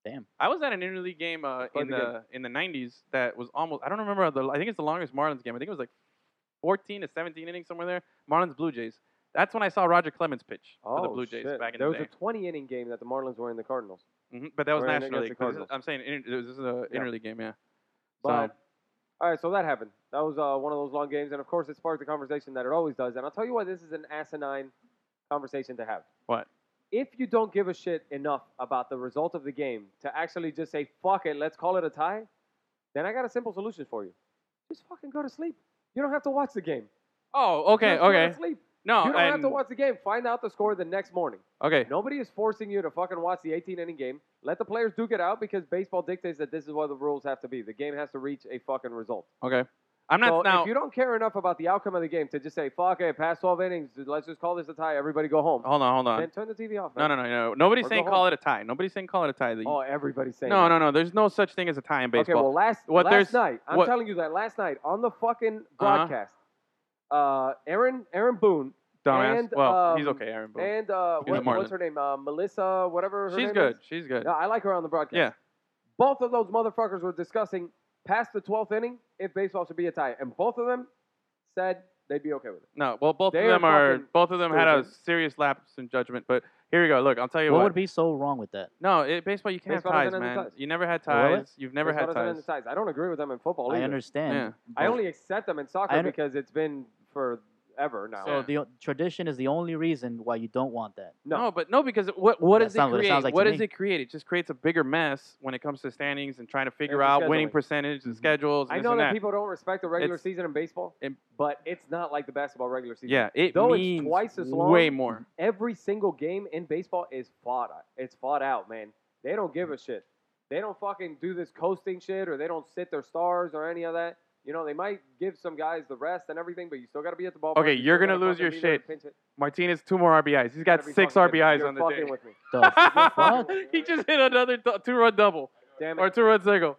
[SPEAKER 2] Damn.
[SPEAKER 1] I was at an interleague game uh,
[SPEAKER 3] Quite
[SPEAKER 1] in
[SPEAKER 3] the
[SPEAKER 1] the in the 90s that was almost I don't remember the I think it's the longest Marlins game. I think it was like 14 to 17 innings somewhere there. Marlins Blue Jays. That's when I saw Roger Clemens pitch for the Blue Jays
[SPEAKER 3] Oh, shit.
[SPEAKER 1] back in
[SPEAKER 3] there
[SPEAKER 1] the
[SPEAKER 3] was
[SPEAKER 1] day.
[SPEAKER 3] a 20 inning game that the Marlins were in the Cardinals.
[SPEAKER 1] hmm But that was
[SPEAKER 3] Right, and
[SPEAKER 1] National League.
[SPEAKER 3] against the
[SPEAKER 1] This is-
[SPEAKER 3] Cardinals.
[SPEAKER 1] I'm saying inter- this is an
[SPEAKER 3] Yeah.
[SPEAKER 1] interleague game, yeah.
[SPEAKER 3] But
[SPEAKER 1] So-
[SPEAKER 3] all right, so that happened. That was uh, one of those long games, and of course, it sparked the conversation that it always does. And I'll tell you why this is an asinine conversation to have.
[SPEAKER 1] What?
[SPEAKER 3] If you don't give a shit enough about the result of the game to actually just say "fuck it," let's call it a tie, then I got a simple solution for you. Just fucking go to sleep. You don't have to watch the game.
[SPEAKER 1] Oh, okay,
[SPEAKER 3] Just go to
[SPEAKER 1] okay.
[SPEAKER 3] sleep.
[SPEAKER 1] No,
[SPEAKER 3] you don't have
[SPEAKER 1] and-
[SPEAKER 3] to watch the game. Find out the score the next morning.
[SPEAKER 1] Okay.
[SPEAKER 3] Nobody is forcing you to fucking watch the 18 inning game. Let the players duke it out because baseball dictates that this is what the rules have to be. The game has to reach a fucking result.
[SPEAKER 1] Okay. I'm not
[SPEAKER 3] so
[SPEAKER 1] now.
[SPEAKER 3] if you don't care enough about the outcome of the game to just say fuck it, past 12 innings, let's just call this a tie. Everybody go home.
[SPEAKER 1] Hold on, hold
[SPEAKER 3] Then
[SPEAKER 1] on.
[SPEAKER 3] turn the TV off.
[SPEAKER 1] No, no, no, no. Nobody's
[SPEAKER 3] Or go
[SPEAKER 1] saying call it a tie. Nobody's saying call it a tie. The-
[SPEAKER 3] Oh, everybody's saying.
[SPEAKER 1] no,
[SPEAKER 3] that.
[SPEAKER 1] no, no. There's no such thing as a tie in baseball.
[SPEAKER 3] Okay, well last
[SPEAKER 1] What
[SPEAKER 3] last
[SPEAKER 1] there's-
[SPEAKER 3] night, I'm
[SPEAKER 1] what- Uh-huh.
[SPEAKER 3] telling you that last night on the fucking broadcast, uh, Aaron Aaron Boone
[SPEAKER 1] Dumbass.
[SPEAKER 3] and,
[SPEAKER 1] well, he's
[SPEAKER 3] um,
[SPEAKER 1] okay, Aaron. Boone.
[SPEAKER 3] and uh,
[SPEAKER 1] He's a
[SPEAKER 3] what-
[SPEAKER 1] Marlin.
[SPEAKER 3] what's her name, uh, Melissa, whatever. Her
[SPEAKER 1] She's
[SPEAKER 3] name
[SPEAKER 1] good.
[SPEAKER 3] is.
[SPEAKER 1] She's good.
[SPEAKER 3] No, I like her on the broadcast.
[SPEAKER 1] Yeah.
[SPEAKER 3] Both of those motherfuckers were discussing past the 12th inning if baseball should be a tie, and both of them said they'd be okay with it.
[SPEAKER 1] No, well, both of
[SPEAKER 3] They
[SPEAKER 1] them
[SPEAKER 3] are
[SPEAKER 1] are.
[SPEAKER 3] fucking
[SPEAKER 1] Both of them had a
[SPEAKER 3] stupid.
[SPEAKER 1] serious lapse in judgment. But here we go. Look, I'll tell you
[SPEAKER 2] what
[SPEAKER 1] what.
[SPEAKER 2] would be so wrong with that?
[SPEAKER 1] no, it, baseball you can't
[SPEAKER 3] Baseball
[SPEAKER 1] have
[SPEAKER 3] doesn't
[SPEAKER 1] ties,
[SPEAKER 3] end in
[SPEAKER 1] man.
[SPEAKER 3] ties.
[SPEAKER 1] You never had
[SPEAKER 2] Really?
[SPEAKER 1] ties. You've never
[SPEAKER 3] Baseball
[SPEAKER 1] had
[SPEAKER 3] doesn't end
[SPEAKER 1] ties.
[SPEAKER 3] in ties. I don't agree with them in football
[SPEAKER 2] I
[SPEAKER 3] either.
[SPEAKER 2] understand.
[SPEAKER 3] I
[SPEAKER 2] but-
[SPEAKER 3] only accept them in soccer
[SPEAKER 2] I under-
[SPEAKER 3] because it's been forever now.
[SPEAKER 2] So the o- tradition is the only reason why you don't want that.
[SPEAKER 3] No.
[SPEAKER 1] No. but no, because what what
[SPEAKER 2] That
[SPEAKER 1] does it
[SPEAKER 2] sounds- that
[SPEAKER 1] create?
[SPEAKER 2] sounds like
[SPEAKER 1] what
[SPEAKER 2] to
[SPEAKER 1] does
[SPEAKER 2] me.
[SPEAKER 1] it create? It just creates a bigger mess when it comes to standings and trying to figure
[SPEAKER 3] the
[SPEAKER 1] out winning
[SPEAKER 3] scheduling.
[SPEAKER 1] percentage and
[SPEAKER 2] Mhm.
[SPEAKER 1] schedules. And
[SPEAKER 3] I
[SPEAKER 1] this
[SPEAKER 3] know
[SPEAKER 1] and
[SPEAKER 3] that,
[SPEAKER 1] that.
[SPEAKER 3] people don't respect the regular
[SPEAKER 1] It's-
[SPEAKER 3] season in baseball,
[SPEAKER 1] It-
[SPEAKER 3] but it's not like the basketball regular season.
[SPEAKER 1] Yeah, it
[SPEAKER 3] Though it's
[SPEAKER 1] means
[SPEAKER 3] twice as long,
[SPEAKER 1] way more.
[SPEAKER 3] Every single game in baseball is fought. out- It's fought out, man. They don't give a shit. They don't fucking do this coasting shit, or they don't sit their stars or any of that. You know, they might give some guys the rest and everything, but you still got to be at the ballpark.
[SPEAKER 1] Okay,
[SPEAKER 3] You
[SPEAKER 1] you're
[SPEAKER 3] still gotta
[SPEAKER 1] gonna lose
[SPEAKER 3] fucking
[SPEAKER 1] your
[SPEAKER 3] be there to
[SPEAKER 1] shit.
[SPEAKER 3] pinch it.
[SPEAKER 1] Martinez two more RBIs. He's got
[SPEAKER 3] Gotta be
[SPEAKER 1] six
[SPEAKER 3] fucking with me.
[SPEAKER 1] RBIs
[SPEAKER 3] You're
[SPEAKER 1] on the
[SPEAKER 3] fucking
[SPEAKER 1] day.
[SPEAKER 3] with me.
[SPEAKER 2] The fuck?
[SPEAKER 1] he just hit another du- two run double
[SPEAKER 3] Damn it.
[SPEAKER 1] or two run single.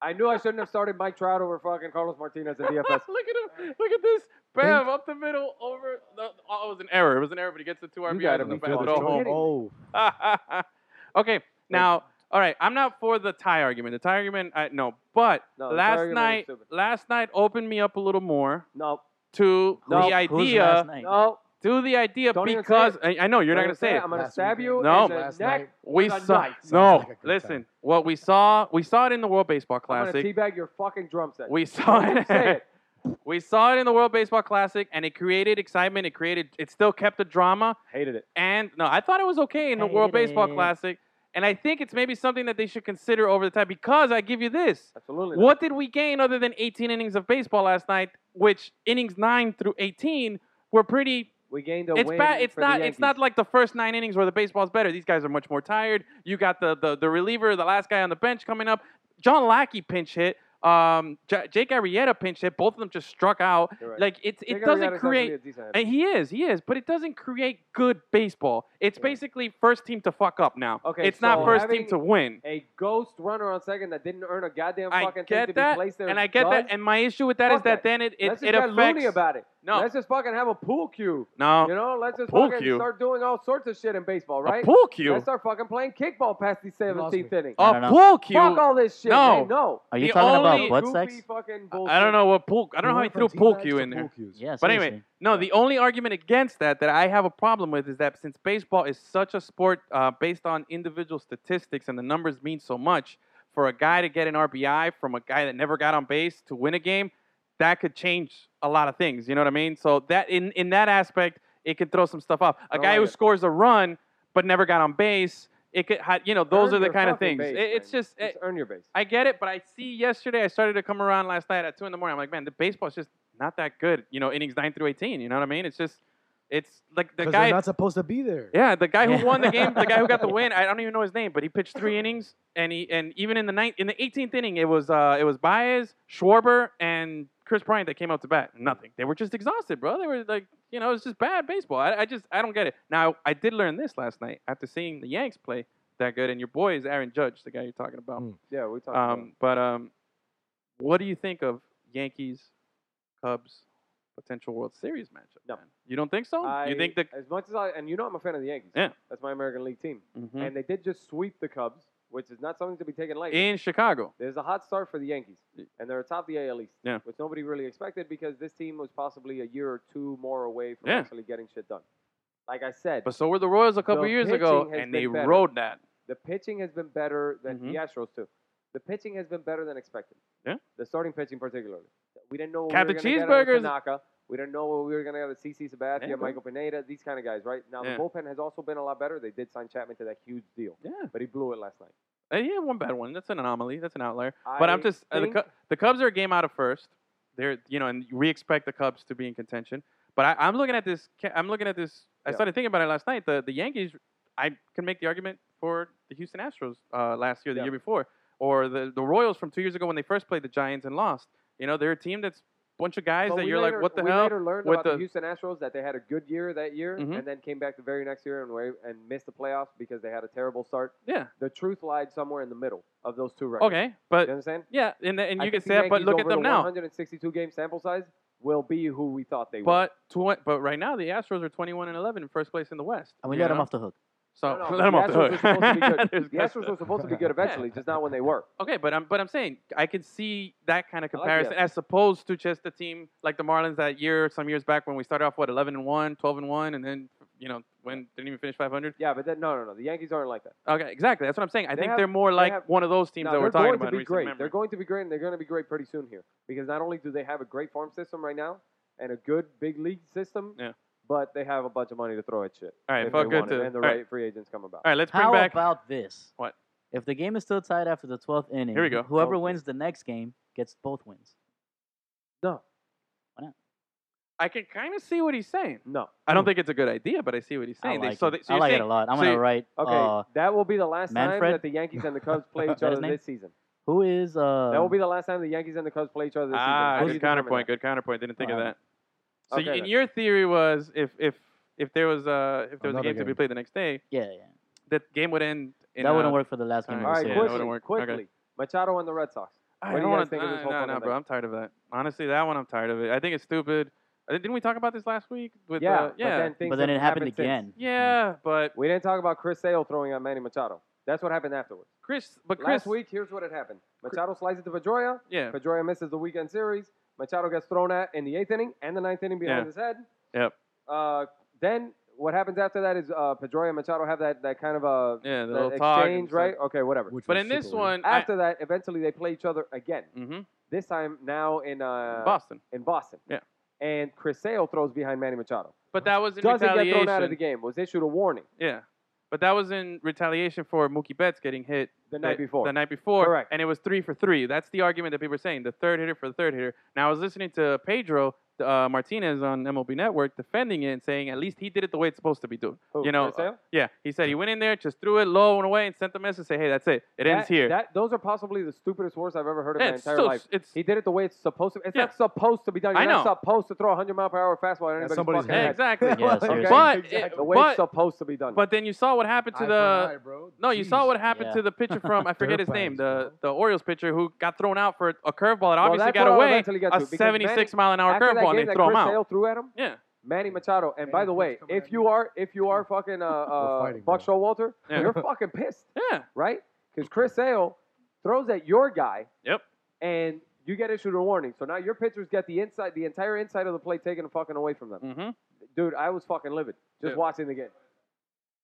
[SPEAKER 3] I knew I shouldn't have started Mike Trout over fucking Carlos Martinez in
[SPEAKER 1] look
[SPEAKER 3] DFS.
[SPEAKER 1] at him. Look at this. Bam, up the middle, over. No, oh, it was an error. It was an error, but he gets the two RBIs
[SPEAKER 3] gotta
[SPEAKER 1] on the
[SPEAKER 3] be
[SPEAKER 1] back.
[SPEAKER 3] fucking
[SPEAKER 1] Go
[SPEAKER 3] kidding
[SPEAKER 1] home.
[SPEAKER 4] Oh,
[SPEAKER 1] okay, now, all right. I'm not for the tie argument. The tie argument, I, no. But
[SPEAKER 3] No, the tie
[SPEAKER 1] last
[SPEAKER 3] argument is
[SPEAKER 1] night,
[SPEAKER 3] stupid.
[SPEAKER 1] last night opened me up a little more
[SPEAKER 3] No,
[SPEAKER 1] to
[SPEAKER 2] Who's-
[SPEAKER 1] the
[SPEAKER 2] who's
[SPEAKER 1] idea.
[SPEAKER 2] last night?
[SPEAKER 3] no.
[SPEAKER 1] To the idea
[SPEAKER 3] Don't even say
[SPEAKER 1] because I, I know you're not gonna say it.
[SPEAKER 3] I'm gonna
[SPEAKER 4] Last
[SPEAKER 3] stab you.
[SPEAKER 1] weekend. No.
[SPEAKER 3] in the
[SPEAKER 4] Last
[SPEAKER 3] neck.
[SPEAKER 4] night.
[SPEAKER 1] We
[SPEAKER 3] Sounds
[SPEAKER 1] saw
[SPEAKER 3] like a
[SPEAKER 1] no.
[SPEAKER 4] good
[SPEAKER 1] Listen,
[SPEAKER 4] time.
[SPEAKER 1] what we saw, we saw it in the World Baseball
[SPEAKER 3] I'm gonna
[SPEAKER 1] Classic.
[SPEAKER 3] teabag your fucking drum set.
[SPEAKER 1] We saw
[SPEAKER 3] Don't say
[SPEAKER 1] it.
[SPEAKER 3] it.
[SPEAKER 1] we saw it in the World Baseball Classic, and it created excitement. It created. It still kept the drama.
[SPEAKER 3] Hated it.
[SPEAKER 1] And no, I thought it was okay in the World
[SPEAKER 2] Hated
[SPEAKER 1] Baseball
[SPEAKER 2] it.
[SPEAKER 1] Classic. And I think it's maybe something that they should consider over the time because I give you this.
[SPEAKER 3] Absolutely. not.
[SPEAKER 1] What did we gain other than 18 innings of baseball last night, which innings 9 through 18 were pretty
[SPEAKER 3] We gained a
[SPEAKER 1] it's
[SPEAKER 3] win.
[SPEAKER 1] bad. It's
[SPEAKER 3] for the
[SPEAKER 1] not. It's
[SPEAKER 3] Yankees.
[SPEAKER 1] not like the first nine innings where the baseball's better. These guys are much more tired. You got the the, the reliever, the last guy on the bench coming up. John Lackey pinch hit. Um, J- Jake Arrieta pinch hit. Both of them just struck out.
[SPEAKER 3] You're right.
[SPEAKER 1] Like it's
[SPEAKER 3] Jake
[SPEAKER 1] it
[SPEAKER 3] Arrieta's
[SPEAKER 1] doesn't
[SPEAKER 3] actually
[SPEAKER 1] create.
[SPEAKER 3] a decent hitter.
[SPEAKER 1] And he is, he is, but it doesn't create good baseball. It's
[SPEAKER 3] Right.
[SPEAKER 1] basically first team to fuck up now.
[SPEAKER 3] Okay,
[SPEAKER 1] it's not
[SPEAKER 3] so
[SPEAKER 1] first team
[SPEAKER 3] having
[SPEAKER 1] to win.
[SPEAKER 3] a ghost runner on second that didn't earn a goddamn
[SPEAKER 1] I
[SPEAKER 3] fucking thing
[SPEAKER 1] get
[SPEAKER 3] to
[SPEAKER 1] that,
[SPEAKER 3] be placed there.
[SPEAKER 1] and I get
[SPEAKER 3] does.
[SPEAKER 1] that. And my issue with that is
[SPEAKER 3] Fuck
[SPEAKER 1] that
[SPEAKER 3] that.
[SPEAKER 1] then it it,
[SPEAKER 3] Let's just
[SPEAKER 1] it
[SPEAKER 3] get
[SPEAKER 1] affects
[SPEAKER 3] loony about it.
[SPEAKER 1] no
[SPEAKER 3] Let's just fucking have a pool cue.
[SPEAKER 1] no
[SPEAKER 3] You know, let's just
[SPEAKER 1] pool
[SPEAKER 3] fucking
[SPEAKER 1] cue?
[SPEAKER 3] start doing all sorts of shit in baseball,
[SPEAKER 1] a
[SPEAKER 3] right?
[SPEAKER 1] pool cue,
[SPEAKER 3] Let's start fucking playing kickball past the
[SPEAKER 4] lost
[SPEAKER 3] 17th inning.
[SPEAKER 2] I
[SPEAKER 1] a
[SPEAKER 2] don't know.
[SPEAKER 1] pool cue.
[SPEAKER 3] Fuck all this shit.
[SPEAKER 1] No.
[SPEAKER 3] man, no.
[SPEAKER 2] Are you
[SPEAKER 1] The
[SPEAKER 2] talking
[SPEAKER 1] only-
[SPEAKER 2] about butt
[SPEAKER 3] Goofy
[SPEAKER 2] sex?
[SPEAKER 3] fucking bullshit.
[SPEAKER 1] I don't know what pool. I don't know how he
[SPEAKER 4] went
[SPEAKER 1] threw
[SPEAKER 4] from
[SPEAKER 1] pool
[SPEAKER 4] teabags
[SPEAKER 1] cue
[SPEAKER 4] to
[SPEAKER 1] in there.
[SPEAKER 4] pool cues.
[SPEAKER 2] Yeah,
[SPEAKER 1] But anyway,
[SPEAKER 2] seriously.
[SPEAKER 1] no, the only argument against that that I have a problem with is that since baseball is such a sport uh, based on individual statistics and the numbers mean so much, for a guy to get an RBI from a guy that never got on base to win a game, that could change a lot of things. You know what I mean? So that in, in that aspect, it could throw some stuff off. A
[SPEAKER 3] Don't
[SPEAKER 1] guy
[SPEAKER 3] like
[SPEAKER 1] who
[SPEAKER 3] it.
[SPEAKER 1] scores a run but never got on base, it could ha- you know those
[SPEAKER 3] Earn
[SPEAKER 1] are the
[SPEAKER 3] your
[SPEAKER 1] kind of
[SPEAKER 3] fucking
[SPEAKER 1] things.
[SPEAKER 3] base,
[SPEAKER 1] It- it's
[SPEAKER 3] man.
[SPEAKER 1] just. it-
[SPEAKER 3] Just earn your base.
[SPEAKER 1] I get it, but I see yesterday I started to come around last night at two in the morning. I'm like, man, the baseball's just not that good. You know, innings nine through eighteen. You know what I mean? It's just, it's like the
[SPEAKER 4] 'Cause
[SPEAKER 1] guy.
[SPEAKER 4] they're not supposed to be there.
[SPEAKER 1] yeah, the guy
[SPEAKER 2] Yeah.
[SPEAKER 1] who won the game, the guy who got the win. I don't even know his name, but he pitched three innings, and he and even in the ninth, in the 18th inning, it was uh, it was Baez, Schwarber, and Chris Bryant that came out to bat. Nothing. They were just exhausted, bro. They were like, you know, it's just bad baseball. I, I just I don't get it. Now I did learn this last night after seeing the Yanks play that good, and your boy is Aaron Judge, the guy you're talking about.
[SPEAKER 4] Mm.
[SPEAKER 3] Yeah, we talked about it.
[SPEAKER 1] Um, but um, what do you think of Yankees, Cubs, potential World Series matchup?
[SPEAKER 3] No.
[SPEAKER 1] man? you don't think so.
[SPEAKER 3] I,
[SPEAKER 1] you think the
[SPEAKER 3] as much as I and you know I'm a fan of the Yankees.
[SPEAKER 1] Yeah.
[SPEAKER 3] That's my American League team.
[SPEAKER 1] Mhm.
[SPEAKER 3] And they did just sweep the Cubs, which is not something to be taken lightly.
[SPEAKER 1] in Chicago?
[SPEAKER 3] There's a hot start for the Yankees, and they're atop the AL East,
[SPEAKER 1] Yeah.
[SPEAKER 3] which nobody really expected because this team was possibly a year or two more away from
[SPEAKER 1] Yeah.
[SPEAKER 3] actually getting shit done. Like I said,
[SPEAKER 1] But so were the Royals a couple
[SPEAKER 3] The
[SPEAKER 1] years ago,
[SPEAKER 3] pitching has
[SPEAKER 1] and
[SPEAKER 3] been
[SPEAKER 1] they
[SPEAKER 3] better.
[SPEAKER 1] rode that.
[SPEAKER 3] the pitching has been better than
[SPEAKER 1] Mhm.
[SPEAKER 3] the Astros too. The pitching has been better than expected.
[SPEAKER 1] Yeah.
[SPEAKER 3] The starting pitching particularly. We didn't know what
[SPEAKER 1] Captain
[SPEAKER 3] we were going to get out
[SPEAKER 1] Cheeseburgers.
[SPEAKER 3] of Tanaka. We didn't know what we were going to get out of CC Sabathia,
[SPEAKER 1] Yeah.
[SPEAKER 3] Michael Pineda, these kind of guys, right? Now
[SPEAKER 1] Yeah.
[SPEAKER 3] the bullpen has also been a lot better. They did sign Chapman to that huge deal,
[SPEAKER 1] Yeah,
[SPEAKER 3] but he blew it last night.
[SPEAKER 1] Uh, yeah, one bad one. That's an anomaly. That's an outlier. But I'm
[SPEAKER 3] I
[SPEAKER 1] just uh, the,
[SPEAKER 3] think-
[SPEAKER 1] Cu- the Cubs are a game out of first. They're you know, and we expect the Cubs to be in contention. But I, I'm looking at this. ca- I'm looking at this. I
[SPEAKER 3] Yeah.
[SPEAKER 1] started thinking about it last night. The the Yankees. I can make the argument for the Houston Astros uh, last year, the
[SPEAKER 3] Yeah.
[SPEAKER 1] year before, or the the Royals from two years ago when they first played the Giants and lost. You know, they're a team that's a bunch of guys
[SPEAKER 3] But
[SPEAKER 1] that
[SPEAKER 3] we
[SPEAKER 1] you're
[SPEAKER 3] later-
[SPEAKER 1] like, what the
[SPEAKER 3] we
[SPEAKER 1] hell?
[SPEAKER 3] later learned
[SPEAKER 1] What
[SPEAKER 3] about the,
[SPEAKER 1] the-
[SPEAKER 3] Houston Astros that they had a good year that year,
[SPEAKER 1] Mhm.
[SPEAKER 3] and then came back the very next year and were, and missed the playoffs because they had a terrible start.
[SPEAKER 1] Yeah.
[SPEAKER 3] The truth lied somewhere in the middle of those two records.
[SPEAKER 1] Okay,
[SPEAKER 3] you
[SPEAKER 1] but
[SPEAKER 3] understand?
[SPEAKER 1] yeah, and, the- and
[SPEAKER 3] I
[SPEAKER 1] you can
[SPEAKER 3] think
[SPEAKER 1] say
[SPEAKER 3] the
[SPEAKER 1] that, but
[SPEAKER 3] Yankees
[SPEAKER 1] look at
[SPEAKER 3] over
[SPEAKER 1] them
[SPEAKER 3] the
[SPEAKER 1] now.
[SPEAKER 3] 162 game sample size will be who we thought they
[SPEAKER 1] But tw- but right now the Astros are 21 and 11 in first place in the West.
[SPEAKER 2] And we
[SPEAKER 1] you
[SPEAKER 2] let him
[SPEAKER 1] know?
[SPEAKER 2] off the hook.
[SPEAKER 1] So
[SPEAKER 3] No, no,
[SPEAKER 1] let them
[SPEAKER 3] the
[SPEAKER 1] off the
[SPEAKER 3] Astros
[SPEAKER 1] hook.
[SPEAKER 3] are supposed to be
[SPEAKER 1] There's
[SPEAKER 3] good. were.
[SPEAKER 1] good
[SPEAKER 3] The Astros were supposed to be good eventually, just not when they were.
[SPEAKER 1] Okay, but I'm but I'm saying I can see that kind of
[SPEAKER 3] I like
[SPEAKER 1] comparison
[SPEAKER 3] the
[SPEAKER 1] as opposed to just a team like the Marlins that year, some years back when we started off what 11 and 1, 12 and 1, and then you know when didn't even finish 500.
[SPEAKER 3] Yeah, but then, no, no, no. The Yankees aren't like that.
[SPEAKER 1] Okay, exactly. That's what I'm saying. I
[SPEAKER 3] They
[SPEAKER 1] think
[SPEAKER 3] have-
[SPEAKER 1] they're more
[SPEAKER 3] they
[SPEAKER 1] like
[SPEAKER 3] have-
[SPEAKER 1] one of those teams
[SPEAKER 3] No,
[SPEAKER 1] that we're
[SPEAKER 3] they're
[SPEAKER 1] talking
[SPEAKER 3] going
[SPEAKER 1] about.
[SPEAKER 3] to
[SPEAKER 1] in
[SPEAKER 3] be
[SPEAKER 1] recent
[SPEAKER 3] great.
[SPEAKER 1] memory.
[SPEAKER 3] They're going to be great, and they're going to be great pretty soon here because not only do they have a great farm system right now and a good big league system,
[SPEAKER 1] Yeah.
[SPEAKER 3] but they have a bunch of money to throw at shit.
[SPEAKER 1] All right,
[SPEAKER 3] if
[SPEAKER 1] felt
[SPEAKER 3] they
[SPEAKER 1] good
[SPEAKER 3] want it,
[SPEAKER 1] to-
[SPEAKER 3] and the
[SPEAKER 1] all right.
[SPEAKER 3] right, free agents come about.
[SPEAKER 1] All right, let's bring
[SPEAKER 2] How
[SPEAKER 1] back.
[SPEAKER 2] about this?
[SPEAKER 1] What?
[SPEAKER 2] If the game is still tied after the 12th inning,
[SPEAKER 1] Here we go.
[SPEAKER 2] whoever
[SPEAKER 3] Okay.
[SPEAKER 2] wins the next game gets both wins.
[SPEAKER 3] No,
[SPEAKER 1] I can kind of see what he's saying.
[SPEAKER 3] no.
[SPEAKER 1] I don't think it's a good idea, but I see what he's
[SPEAKER 2] Hmm. I
[SPEAKER 1] saying. They-
[SPEAKER 2] like,
[SPEAKER 1] so
[SPEAKER 2] it.
[SPEAKER 1] they- so
[SPEAKER 2] I
[SPEAKER 1] you're
[SPEAKER 2] like it
[SPEAKER 1] saying-
[SPEAKER 2] a lot. I'm
[SPEAKER 1] so
[SPEAKER 2] going to
[SPEAKER 1] you-
[SPEAKER 2] write
[SPEAKER 3] Okay,
[SPEAKER 2] uh,
[SPEAKER 3] that will be the last time
[SPEAKER 2] Manfred?
[SPEAKER 3] that the Yankees and the Cubs play
[SPEAKER 2] Is
[SPEAKER 3] each
[SPEAKER 2] that
[SPEAKER 3] other
[SPEAKER 2] his name?
[SPEAKER 3] this season.
[SPEAKER 2] who is. Uh,
[SPEAKER 3] That will be the last time the Yankees and the Cubs play each other this
[SPEAKER 1] Ah,
[SPEAKER 3] season. How do you
[SPEAKER 1] good
[SPEAKER 3] determine
[SPEAKER 1] counterpoint.
[SPEAKER 3] that?
[SPEAKER 1] Good counterpoint. Didn't think of
[SPEAKER 2] Wow.
[SPEAKER 1] that. So,
[SPEAKER 3] Um, Okay,
[SPEAKER 1] y- in
[SPEAKER 3] then.
[SPEAKER 1] your theory was if if if there was uh if there was a
[SPEAKER 4] Another
[SPEAKER 1] game, to be
[SPEAKER 4] game.
[SPEAKER 1] played the next day,
[SPEAKER 2] yeah, yeah.
[SPEAKER 1] that game would end. In,
[SPEAKER 2] that wouldn't
[SPEAKER 1] uh,
[SPEAKER 2] work for the last game.
[SPEAKER 1] time.
[SPEAKER 2] of
[SPEAKER 3] All
[SPEAKER 2] the
[SPEAKER 3] right,
[SPEAKER 1] Yeah,
[SPEAKER 2] series.
[SPEAKER 1] that
[SPEAKER 3] quickly,
[SPEAKER 1] wouldn't work. Okay.
[SPEAKER 3] quickly. Machado and the Red Sox.
[SPEAKER 1] I
[SPEAKER 3] What do
[SPEAKER 1] don't
[SPEAKER 3] you
[SPEAKER 1] wanna-
[SPEAKER 3] guys think of this whole
[SPEAKER 1] nah,
[SPEAKER 3] fucking
[SPEAKER 1] nah, bro.
[SPEAKER 3] thing?
[SPEAKER 1] I'm tired of that. Honestly, that one I'm tired of it. I think it's stupid. I think- Didn't we talk about this last week? With
[SPEAKER 3] yeah,
[SPEAKER 1] uh, yeah,
[SPEAKER 3] But then, things
[SPEAKER 2] But then
[SPEAKER 3] have
[SPEAKER 2] it happened
[SPEAKER 3] since.
[SPEAKER 2] again.
[SPEAKER 1] yeah. But
[SPEAKER 3] We didn't talk about Chris Sale throwing out Manny Machado. That's what happened afterwards.
[SPEAKER 1] Chris, but Chris,
[SPEAKER 3] Last week, here's what had happened. Machado slides it to Pedroia.
[SPEAKER 1] yeah,
[SPEAKER 3] Pedroia misses the weekend series. Machado gets thrown at in the eighth inning and the ninth inning behind
[SPEAKER 1] Yeah.
[SPEAKER 3] his head.
[SPEAKER 1] Yep.
[SPEAKER 3] Uh, then what happens after that is uh, Pedroia and Machado have that, that kind of a
[SPEAKER 1] yeah, the
[SPEAKER 3] that
[SPEAKER 1] little talk and
[SPEAKER 3] exchange,
[SPEAKER 1] stuff.
[SPEAKER 3] right? Okay, whatever.
[SPEAKER 4] Which
[SPEAKER 1] But
[SPEAKER 4] was
[SPEAKER 1] in this
[SPEAKER 4] super weird.
[SPEAKER 1] one,
[SPEAKER 3] After that, eventually they play each other again.
[SPEAKER 1] hmm
[SPEAKER 3] This time now in uh,
[SPEAKER 1] Boston,
[SPEAKER 3] in Boston.
[SPEAKER 1] Yeah.
[SPEAKER 3] And Chris Sale throws behind Manny Machado.
[SPEAKER 1] but that was in
[SPEAKER 3] Doesn't get
[SPEAKER 1] retaliation.
[SPEAKER 3] thrown out of the game. Was issued a warning
[SPEAKER 1] Yeah, but that was in retaliation for Mookie Betts getting hit
[SPEAKER 3] the night
[SPEAKER 1] the-
[SPEAKER 3] before.
[SPEAKER 1] The night before.
[SPEAKER 3] Correct.
[SPEAKER 1] And it was three for three. That's the argument that people were saying. The third hitter for the third hitter. Now I was listening to Pedro uh, Martinez on MLB Network defending it and saying at least he did it the way it's supposed to be done.
[SPEAKER 3] Who,
[SPEAKER 1] You know,
[SPEAKER 3] Arceo?
[SPEAKER 1] Yeah, he said he went in there, just threw it low and away, and sent the message, say, hey, that's it, it ends
[SPEAKER 3] That-
[SPEAKER 1] here.
[SPEAKER 3] That, those are possibly the stupidest words I've ever heard in
[SPEAKER 1] Yeah,
[SPEAKER 3] my
[SPEAKER 1] it's
[SPEAKER 3] entire
[SPEAKER 1] so-
[SPEAKER 3] life.
[SPEAKER 1] it's-
[SPEAKER 3] He did it the way it's supposed to. It's
[SPEAKER 1] Yeah.
[SPEAKER 3] not supposed to be done. You're
[SPEAKER 1] I
[SPEAKER 3] not
[SPEAKER 1] know.
[SPEAKER 3] supposed to throw a 100 mile per hour fastball at anybody's
[SPEAKER 4] somebody's
[SPEAKER 3] fucking
[SPEAKER 1] Yeah,
[SPEAKER 4] head.
[SPEAKER 3] head.
[SPEAKER 1] exactly.
[SPEAKER 2] Yeah,
[SPEAKER 4] Okay.
[SPEAKER 2] seriously.
[SPEAKER 1] But, it,
[SPEAKER 4] Exactly.
[SPEAKER 3] The way
[SPEAKER 1] but,
[SPEAKER 3] it's supposed to be done.
[SPEAKER 1] but then you saw what happened to
[SPEAKER 4] Eye for
[SPEAKER 1] the
[SPEAKER 4] an eye, bro.
[SPEAKER 1] No, you saw
[SPEAKER 4] Jeez.
[SPEAKER 1] what happened
[SPEAKER 2] Yeah.
[SPEAKER 1] to the pitcher from I forget his name, the
[SPEAKER 4] Dirtbags,
[SPEAKER 1] the Orioles pitcher who got thrown out for a curveball that
[SPEAKER 3] Well,
[SPEAKER 1] obviously
[SPEAKER 3] that's
[SPEAKER 1] got
[SPEAKER 3] what I'll
[SPEAKER 1] away,
[SPEAKER 3] eventually get
[SPEAKER 1] a
[SPEAKER 3] to, because
[SPEAKER 1] 76 mile an hour
[SPEAKER 3] After that
[SPEAKER 1] curveball,
[SPEAKER 3] game
[SPEAKER 1] and they
[SPEAKER 3] that
[SPEAKER 1] throw him
[SPEAKER 3] Chris
[SPEAKER 1] out.
[SPEAKER 3] Sale threw at him.
[SPEAKER 1] Yeah,
[SPEAKER 3] Manny Machado. And
[SPEAKER 4] Manny,
[SPEAKER 3] by the
[SPEAKER 4] please
[SPEAKER 3] way,
[SPEAKER 4] come
[SPEAKER 3] if
[SPEAKER 4] at
[SPEAKER 3] you
[SPEAKER 4] me.
[SPEAKER 3] are if you are fucking uh, uh
[SPEAKER 4] fighting,
[SPEAKER 3] Buck
[SPEAKER 4] bro.
[SPEAKER 3] Showalter,
[SPEAKER 1] Yeah.
[SPEAKER 3] you're fucking pissed,
[SPEAKER 1] yeah,
[SPEAKER 3] right? Because Chris Sale throws at your guy.
[SPEAKER 1] Yep.
[SPEAKER 3] And you get issued a warning. So now your pitchers get the inside, the entire inside of the plate taken fucking away from them.
[SPEAKER 1] mm-hmm.
[SPEAKER 3] Dude, I was fucking livid just
[SPEAKER 1] Yeah.
[SPEAKER 3] watching the game.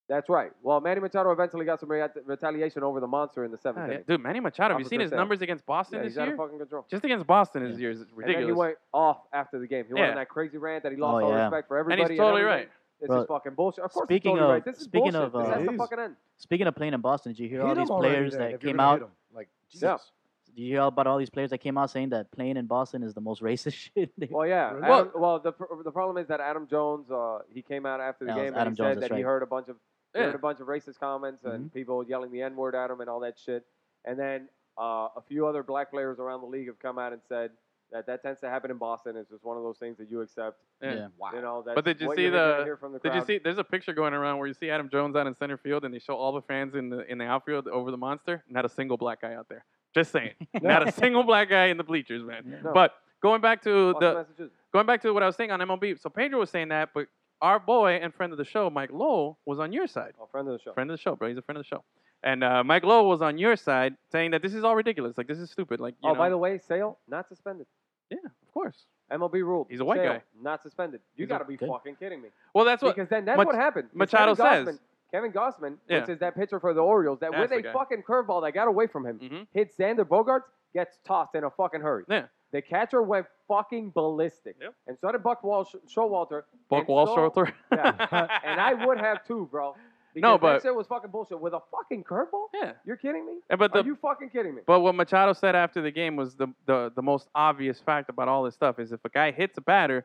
[SPEAKER 3] That's right. Well, Manny Machado eventually got some re- retaliation over the monster in the seventh inning.
[SPEAKER 1] dude, Manny Machado. Have you
[SPEAKER 3] Opposite
[SPEAKER 1] seen his
[SPEAKER 3] Sale.
[SPEAKER 1] numbers against Boston
[SPEAKER 3] Yeah,
[SPEAKER 1] this
[SPEAKER 3] he's out
[SPEAKER 1] year?
[SPEAKER 3] of fucking control.
[SPEAKER 1] Just against Boston this
[SPEAKER 2] Yeah.
[SPEAKER 1] year is
[SPEAKER 3] And then he
[SPEAKER 1] ridiculous.
[SPEAKER 3] went off after the game. He went
[SPEAKER 1] Yeah.
[SPEAKER 3] on that crazy rant that he lost
[SPEAKER 2] Oh,
[SPEAKER 3] all
[SPEAKER 2] yeah.
[SPEAKER 3] respect for
[SPEAKER 1] And
[SPEAKER 3] everybody.
[SPEAKER 1] he's totally
[SPEAKER 3] everything.
[SPEAKER 1] right.
[SPEAKER 3] This
[SPEAKER 2] Bro,
[SPEAKER 3] is fucking bullshit. Of course,
[SPEAKER 2] speaking
[SPEAKER 3] he's totally
[SPEAKER 2] of-
[SPEAKER 3] right. This is
[SPEAKER 2] speaking
[SPEAKER 3] bullshit.
[SPEAKER 2] of,
[SPEAKER 3] this
[SPEAKER 4] uh,
[SPEAKER 3] has to
[SPEAKER 4] It is.
[SPEAKER 3] fucking end.
[SPEAKER 2] Speaking of playing in Boston, did you hear all
[SPEAKER 4] Hit
[SPEAKER 2] these
[SPEAKER 4] him already
[SPEAKER 2] players
[SPEAKER 4] then,
[SPEAKER 2] that
[SPEAKER 4] if you're
[SPEAKER 2] came
[SPEAKER 4] gonna
[SPEAKER 2] out?
[SPEAKER 4] hit him. Like,
[SPEAKER 3] Yeah.
[SPEAKER 4] Jesus.
[SPEAKER 2] Did you hear about all these players that came out saying that playing in Boston is the most racist shit? they-
[SPEAKER 3] Well, yeah.
[SPEAKER 4] Well-
[SPEAKER 3] Adam, well, the, pr- the problem is that Adam Jones, uh, he came out after the
[SPEAKER 2] That was
[SPEAKER 3] game and
[SPEAKER 2] Adam
[SPEAKER 3] he
[SPEAKER 2] Jones,
[SPEAKER 3] said
[SPEAKER 2] that's
[SPEAKER 3] that he
[SPEAKER 2] right.
[SPEAKER 3] heard a bunch of he
[SPEAKER 1] Yeah. Mm-hmm.
[SPEAKER 3] heard a bunch of racist comments and people yelling the N word at him and all that shit. And then uh, a few other black players around the league have come out and said that that tends to happen in Boston. It's just one of those things that you accept.
[SPEAKER 1] Yeah.
[SPEAKER 2] Yeah.
[SPEAKER 3] You know. That's
[SPEAKER 1] But did you
[SPEAKER 3] what
[SPEAKER 1] see
[SPEAKER 3] you're gonna
[SPEAKER 1] the-
[SPEAKER 3] Hear from the
[SPEAKER 1] Did you
[SPEAKER 3] crowd.
[SPEAKER 1] see? There's a picture going around where you see Adam Jones out in center field, and they show all the fans in the in the outfield over the monster. Not a single black guy out there. Just saying, not a single black guy in the bleachers, man.
[SPEAKER 3] No.
[SPEAKER 1] But going back to
[SPEAKER 3] Boston,
[SPEAKER 1] the
[SPEAKER 3] Massachusetts.
[SPEAKER 1] going back to what I was saying on MLB, so Pedro was saying that, but our boy and friend of the show, Mike Lowell, was on your side.
[SPEAKER 3] Oh, friend of the show.
[SPEAKER 1] Friend of the show, bro. He's a friend of the show. And uh, Mike Lowell was on your side saying that this is all ridiculous. Like, this is stupid. Like, you
[SPEAKER 3] oh,
[SPEAKER 1] know,
[SPEAKER 3] by the way, Sale not suspended.
[SPEAKER 1] yeah, of course.
[SPEAKER 3] MLB ruled.
[SPEAKER 1] He's a white
[SPEAKER 3] Sale,
[SPEAKER 1] guy.
[SPEAKER 3] Not suspended. You
[SPEAKER 1] He's a-
[SPEAKER 3] got to be
[SPEAKER 2] good.
[SPEAKER 3] fucking kidding me.
[SPEAKER 1] Well, that's what.
[SPEAKER 3] because then that's
[SPEAKER 1] Mach-
[SPEAKER 3] what happened. Because
[SPEAKER 1] Machado
[SPEAKER 3] Kevin
[SPEAKER 1] says.
[SPEAKER 3] Gossman, Kevin Gossman,
[SPEAKER 1] Yeah.
[SPEAKER 3] which is that pitcher for the Orioles, that
[SPEAKER 1] That's the
[SPEAKER 3] with a
[SPEAKER 1] guy.
[SPEAKER 3] fucking curveball that got away from him,
[SPEAKER 1] Mhm.
[SPEAKER 3] hit Xander Bogarts, gets tossed in a fucking hurry.
[SPEAKER 1] Yeah.
[SPEAKER 3] The catcher went fucking ballistic,
[SPEAKER 1] Yep.
[SPEAKER 3] and so did Buck Walsh, Showalter.
[SPEAKER 1] Buck
[SPEAKER 3] and
[SPEAKER 1] Wall
[SPEAKER 3] so-
[SPEAKER 1] Shorter.
[SPEAKER 3] Yeah. and I would have too, bro. Because
[SPEAKER 1] No, but-
[SPEAKER 3] that shit was fucking bullshit with a fucking curveball.
[SPEAKER 1] Yeah.
[SPEAKER 3] You're kidding me?
[SPEAKER 1] And, but
[SPEAKER 3] Are
[SPEAKER 1] the
[SPEAKER 3] you fucking kidding me?
[SPEAKER 1] But what Machado said after the game was the, the, the most obvious fact about all this stuff is if a guy hits a batter,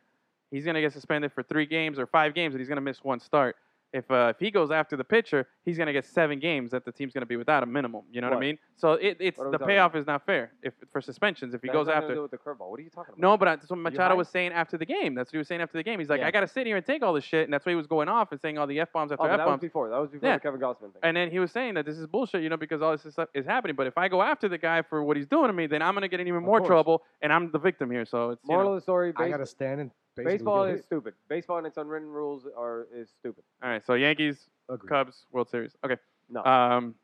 [SPEAKER 1] he's going to get suspended for three games or five games and he's going to miss one start. If, uh, if he goes after the pitcher, he's going to get seven games that the team's going to be without a minimum. You know what,
[SPEAKER 3] What?
[SPEAKER 1] I mean? So it, it's
[SPEAKER 3] What are we
[SPEAKER 1] the
[SPEAKER 3] talking
[SPEAKER 1] payoff is not fair if for suspensions if he
[SPEAKER 3] That
[SPEAKER 1] goes
[SPEAKER 3] has nothing to do
[SPEAKER 1] after.
[SPEAKER 3] with the curveball. What are you talking about?
[SPEAKER 1] No, but that's what Machado
[SPEAKER 3] hide?
[SPEAKER 1] was saying after the game. That's what he was saying after the game. He's like,
[SPEAKER 2] Yeah.
[SPEAKER 1] I got to sit here and take all this shit. And that's why he was going off and saying all the F bombs after
[SPEAKER 3] Oh, but
[SPEAKER 1] F
[SPEAKER 3] that was
[SPEAKER 1] bombs.
[SPEAKER 3] before. That was before
[SPEAKER 1] Yeah.
[SPEAKER 3] the Kevin Gossman thing.
[SPEAKER 1] And then he was saying that this is bullshit, you know, because all this is- stuff is happening. But if I go after the guy for what he's doing to me, then I'm going to get in even more
[SPEAKER 4] course.
[SPEAKER 1] trouble, and I'm the victim here. So it's you
[SPEAKER 3] Moral
[SPEAKER 1] know.
[SPEAKER 3] of the story:
[SPEAKER 4] I
[SPEAKER 3] base-
[SPEAKER 4] gotta stand and basically
[SPEAKER 3] baseball
[SPEAKER 4] get
[SPEAKER 3] is
[SPEAKER 4] hit.
[SPEAKER 3] stupid. Baseball and its unwritten rules are is stupid.
[SPEAKER 1] all right. So Yankees,
[SPEAKER 4] Agreed.
[SPEAKER 1] Cubs, World Series. Okay.
[SPEAKER 3] No.
[SPEAKER 1] Um,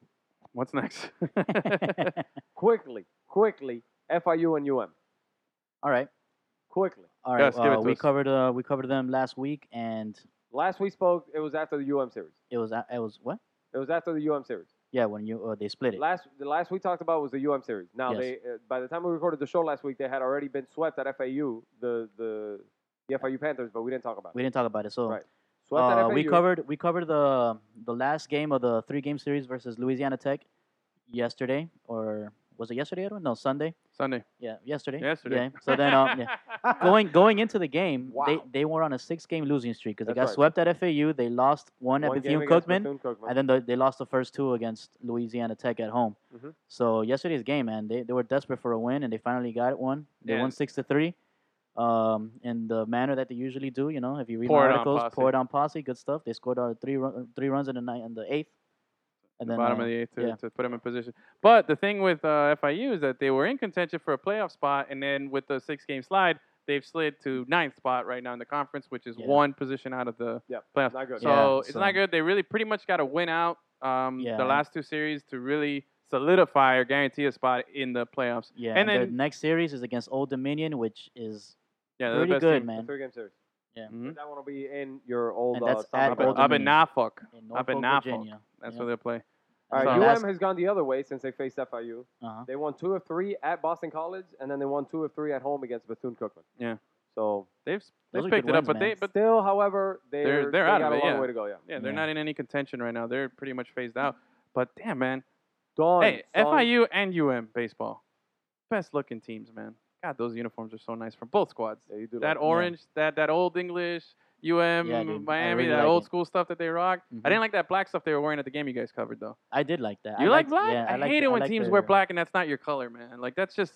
[SPEAKER 1] what's next?
[SPEAKER 3] quickly, quickly, FIU and UM.
[SPEAKER 2] all right,
[SPEAKER 3] Quickly.
[SPEAKER 2] all
[SPEAKER 1] Yes,
[SPEAKER 2] right.
[SPEAKER 1] give it
[SPEAKER 2] uh,
[SPEAKER 1] to
[SPEAKER 2] we
[SPEAKER 1] us.
[SPEAKER 2] covered uh, we covered them last week, and
[SPEAKER 3] Last we spoke, it was after the UM series.
[SPEAKER 2] it was a- it was what?
[SPEAKER 3] It was after the UM series.
[SPEAKER 2] Yeah, when you uh, they split it.
[SPEAKER 3] Last, the last we talked about was the UM series. Now
[SPEAKER 2] Yes.
[SPEAKER 3] they, uh, by the time we recorded the show last week, they had already been swept at FAU, the the, the FIU Panthers, but we didn't talk about it.
[SPEAKER 2] we didn't talk about it, so
[SPEAKER 3] Right. Swept at
[SPEAKER 2] uh, we
[SPEAKER 3] FAU.
[SPEAKER 2] covered we covered the the last game of the three game series versus Louisiana Tech yesterday, or was it yesterday? Edwin? No, Sunday.
[SPEAKER 1] Sunday.
[SPEAKER 2] Yeah, yesterday.
[SPEAKER 1] Yesterday.
[SPEAKER 2] Yeah. So then, um, yeah. going going into the game, they,
[SPEAKER 4] Wow.
[SPEAKER 2] they were on a six game losing streak because they got
[SPEAKER 3] That's
[SPEAKER 2] swept at FAU. They lost one,
[SPEAKER 3] One
[SPEAKER 2] at
[SPEAKER 3] game
[SPEAKER 2] Bethune
[SPEAKER 3] against
[SPEAKER 2] Cookman,
[SPEAKER 3] Bethune-Cookman.
[SPEAKER 2] and then the, they lost the first two against Louisiana Tech at home.
[SPEAKER 3] Mhm.
[SPEAKER 2] So yesterday's game, man, they, they were desperate for a win, and they finally got one. They
[SPEAKER 1] Yeah.
[SPEAKER 2] won six to three, um, in the manner that they usually do. You know, if you read
[SPEAKER 1] Pour it
[SPEAKER 2] my
[SPEAKER 1] on
[SPEAKER 2] articles,
[SPEAKER 1] Posse.
[SPEAKER 2] pour it on posse, good stuff. They scored uh, three run, three runs in the night in the eighth, and
[SPEAKER 1] the
[SPEAKER 2] then
[SPEAKER 1] bottom
[SPEAKER 2] uh,
[SPEAKER 1] of the eighth to,
[SPEAKER 2] yeah.
[SPEAKER 1] to put them in position. But the thing with uh, FIU is that they were in contention for a playoff spot, and then with the six game slide, they've slid to ninth spot right now in the conference, which is
[SPEAKER 2] Yeah.
[SPEAKER 1] one position out of the
[SPEAKER 3] Yep,
[SPEAKER 1] playoffs.
[SPEAKER 3] not good.
[SPEAKER 1] So
[SPEAKER 2] Yeah,
[SPEAKER 1] it's
[SPEAKER 2] so-
[SPEAKER 1] not good. They really pretty much got to win out um,
[SPEAKER 2] Yeah.
[SPEAKER 1] the last two series to really solidify or guarantee a spot in the playoffs.
[SPEAKER 2] yeah,
[SPEAKER 1] and
[SPEAKER 2] and their
[SPEAKER 1] then-
[SPEAKER 2] next series is against Old Dominion, which is
[SPEAKER 1] Yeah, they're the
[SPEAKER 2] pretty
[SPEAKER 1] best
[SPEAKER 2] good,
[SPEAKER 1] team.
[SPEAKER 2] man. Mm-hmm.
[SPEAKER 3] Three game series.
[SPEAKER 1] Mhm.
[SPEAKER 3] That one will be in your old.
[SPEAKER 2] And
[SPEAKER 3] uh,
[SPEAKER 2] that's
[SPEAKER 3] Sun
[SPEAKER 2] at
[SPEAKER 1] Up, in-
[SPEAKER 3] Belt.
[SPEAKER 2] Old
[SPEAKER 1] up in
[SPEAKER 2] Dominion.
[SPEAKER 1] Norfolk.
[SPEAKER 2] in
[SPEAKER 1] Up in
[SPEAKER 2] Norfolk,
[SPEAKER 1] Norfolk.
[SPEAKER 2] Virginia.
[SPEAKER 1] That's
[SPEAKER 2] Yeah.
[SPEAKER 1] where they play.
[SPEAKER 3] All
[SPEAKER 2] So
[SPEAKER 3] right,
[SPEAKER 2] that's-
[SPEAKER 3] UM has gone the other way since they faced FIU.
[SPEAKER 2] Uh-huh.
[SPEAKER 3] They won two of three at Boston College, and then they won two of three at home against Bethune Cookman.
[SPEAKER 1] Yeah.
[SPEAKER 3] So
[SPEAKER 1] They've
[SPEAKER 2] Those
[SPEAKER 1] they've
[SPEAKER 2] are
[SPEAKER 1] picked
[SPEAKER 2] good
[SPEAKER 1] it up,
[SPEAKER 2] wins,
[SPEAKER 1] but they
[SPEAKER 2] man.
[SPEAKER 1] but
[SPEAKER 3] still, however, they're,
[SPEAKER 1] They're- they're
[SPEAKER 3] they
[SPEAKER 1] out
[SPEAKER 3] got
[SPEAKER 1] of
[SPEAKER 3] a
[SPEAKER 1] it,
[SPEAKER 3] long
[SPEAKER 1] yeah.
[SPEAKER 3] way to go. Yeah.
[SPEAKER 1] yeah, they're
[SPEAKER 2] Yeah.
[SPEAKER 1] not in any contention right now. They're pretty much phased out. But damn, man.
[SPEAKER 3] Dawn.
[SPEAKER 2] Oh,
[SPEAKER 1] Hey,
[SPEAKER 3] son.
[SPEAKER 1] FIU and UM baseball, best looking teams, man. God, those uniforms are so nice from both squads.
[SPEAKER 3] Yeah, you do
[SPEAKER 1] That
[SPEAKER 3] like-
[SPEAKER 1] orange, that that old English, UM,
[SPEAKER 2] Yeah, dude, I
[SPEAKER 1] Miami,
[SPEAKER 2] really
[SPEAKER 1] that
[SPEAKER 2] like
[SPEAKER 1] old
[SPEAKER 2] it.
[SPEAKER 1] school stuff that they rock.
[SPEAKER 2] Mhm.
[SPEAKER 1] I didn't like that black stuff they were wearing at the game you guys covered though.
[SPEAKER 2] I did like that.
[SPEAKER 1] You
[SPEAKER 2] I
[SPEAKER 1] like
[SPEAKER 2] liked-
[SPEAKER 1] black?
[SPEAKER 2] Yeah,
[SPEAKER 1] I,
[SPEAKER 2] liked-
[SPEAKER 1] hate it when
[SPEAKER 2] liked
[SPEAKER 1] teams
[SPEAKER 2] their- uh,
[SPEAKER 1] wear black and that's not your color, man. Like that's just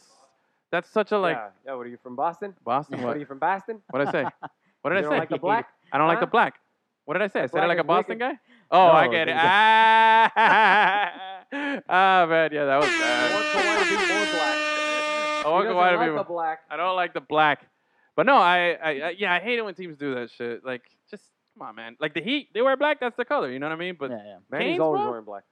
[SPEAKER 1] that's such a like
[SPEAKER 3] yeah. yeah. What are you from Boston?
[SPEAKER 1] Boston.
[SPEAKER 3] What
[SPEAKER 1] What?
[SPEAKER 3] are you from Boston?
[SPEAKER 1] What I say? What did
[SPEAKER 3] you
[SPEAKER 1] I
[SPEAKER 3] don't
[SPEAKER 1] say?
[SPEAKER 3] like the black?
[SPEAKER 1] I don't like
[SPEAKER 3] Huh?
[SPEAKER 1] the black. What did I say? I
[SPEAKER 3] The
[SPEAKER 1] said I
[SPEAKER 3] black
[SPEAKER 1] like a
[SPEAKER 3] is
[SPEAKER 1] Boston guy. Oh,
[SPEAKER 2] No,
[SPEAKER 1] I get
[SPEAKER 2] there
[SPEAKER 1] it.
[SPEAKER 2] you go.
[SPEAKER 1] Ah, ah, man, yeah, that was
[SPEAKER 3] Or
[SPEAKER 1] bad.
[SPEAKER 3] Kawhi be more black.
[SPEAKER 1] I
[SPEAKER 3] He
[SPEAKER 1] want
[SPEAKER 3] doesn't
[SPEAKER 1] Kawhi to
[SPEAKER 3] like
[SPEAKER 1] be-
[SPEAKER 3] the black.
[SPEAKER 1] I don't like the black. But no, I, I, I yeah, I hate it when teams do that shit. Like, just come on, man. Like the Heat, they wear black. That's the color. You know what I mean? But
[SPEAKER 2] Yeah, yeah.
[SPEAKER 3] Manny's
[SPEAKER 1] Canes,
[SPEAKER 3] always
[SPEAKER 1] bro?
[SPEAKER 3] wearing black.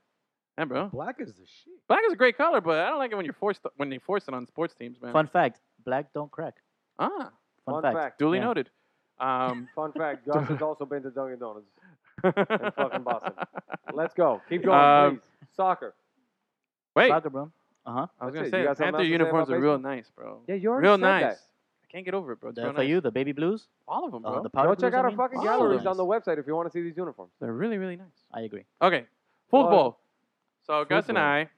[SPEAKER 1] man, bro,
[SPEAKER 4] Black is the shit.
[SPEAKER 1] black is a great color. But I don't like it when you're forced when they force it on sports teams, man.
[SPEAKER 2] Fun fact: black don't crack.
[SPEAKER 1] Ah,
[SPEAKER 2] Fun,
[SPEAKER 3] Fun fact.
[SPEAKER 1] duly
[SPEAKER 2] Yeah.
[SPEAKER 1] noted. Um,
[SPEAKER 3] Fun fact: Gus has also been to Dunkin' Donuts. fucking Boston. Let's go. Keep going,
[SPEAKER 1] Um,
[SPEAKER 3] please. Soccer.
[SPEAKER 1] Wait,
[SPEAKER 2] Soccer, bro. Uh huh.
[SPEAKER 1] I was
[SPEAKER 3] That's
[SPEAKER 1] gonna
[SPEAKER 3] it. You
[SPEAKER 1] say
[SPEAKER 3] got something
[SPEAKER 1] Panther
[SPEAKER 3] else to say
[SPEAKER 1] uniforms
[SPEAKER 3] about
[SPEAKER 1] are real nice, bro.
[SPEAKER 3] Yeah, you already
[SPEAKER 1] real
[SPEAKER 3] said
[SPEAKER 1] nice.
[SPEAKER 3] that.
[SPEAKER 1] I can't get over it, bro. It's
[SPEAKER 2] The
[SPEAKER 1] real
[SPEAKER 2] for
[SPEAKER 1] nice.
[SPEAKER 2] you, the baby blues,
[SPEAKER 1] all of them,
[SPEAKER 2] uh,
[SPEAKER 1] bro.
[SPEAKER 2] the
[SPEAKER 3] Go
[SPEAKER 2] powder
[SPEAKER 3] check
[SPEAKER 2] blues,
[SPEAKER 3] out
[SPEAKER 2] I
[SPEAKER 3] our
[SPEAKER 2] mean.
[SPEAKER 3] fucking
[SPEAKER 1] Wow.
[SPEAKER 3] galleries
[SPEAKER 1] Nice.
[SPEAKER 3] on the website if you want to see these uniforms.
[SPEAKER 1] They're really, really nice.
[SPEAKER 2] I agree.
[SPEAKER 1] Okay, football. So Gus
[SPEAKER 2] Football.
[SPEAKER 1] and I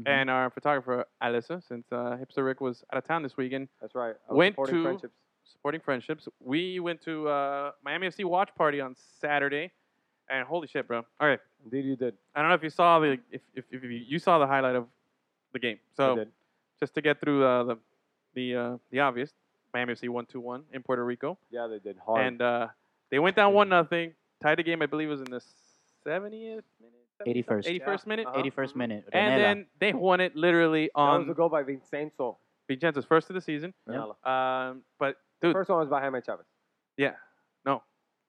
[SPEAKER 2] Mhm.
[SPEAKER 1] and our photographer Alyssa, since uh, Hipster Rick was out of town this weekend,
[SPEAKER 3] That's right. I was
[SPEAKER 1] Went
[SPEAKER 3] supporting
[SPEAKER 1] to-
[SPEAKER 3] friendships.
[SPEAKER 1] supporting friendships. We went to uh, Miami FC watch party on Saturday, and holy shit, bro! All right,
[SPEAKER 3] Indeed, you did.
[SPEAKER 1] I don't know if you saw the if if, if you, you saw the highlight of the game.
[SPEAKER 3] you
[SPEAKER 1] So
[SPEAKER 3] did.
[SPEAKER 1] just to get through uh, the the uh, the obvious, Miami FC one two one in Puerto Rico,
[SPEAKER 3] Yeah, they did hard.
[SPEAKER 1] and uh, they went down one nothing, tied the game. I believe it was in the seventieth minute,
[SPEAKER 2] 81st.
[SPEAKER 1] eighty first minute.
[SPEAKER 3] Uh-huh.
[SPEAKER 2] Eighty first minute.
[SPEAKER 1] And
[SPEAKER 2] Ranella.
[SPEAKER 1] then they won it literally
[SPEAKER 3] that was
[SPEAKER 1] on
[SPEAKER 3] the goal by Vincenzo.
[SPEAKER 1] Vincenzo's first of the season.
[SPEAKER 3] Vanilla.
[SPEAKER 1] Um, but dude,
[SPEAKER 3] First one was by Jaime Chavez.
[SPEAKER 1] yeah, no,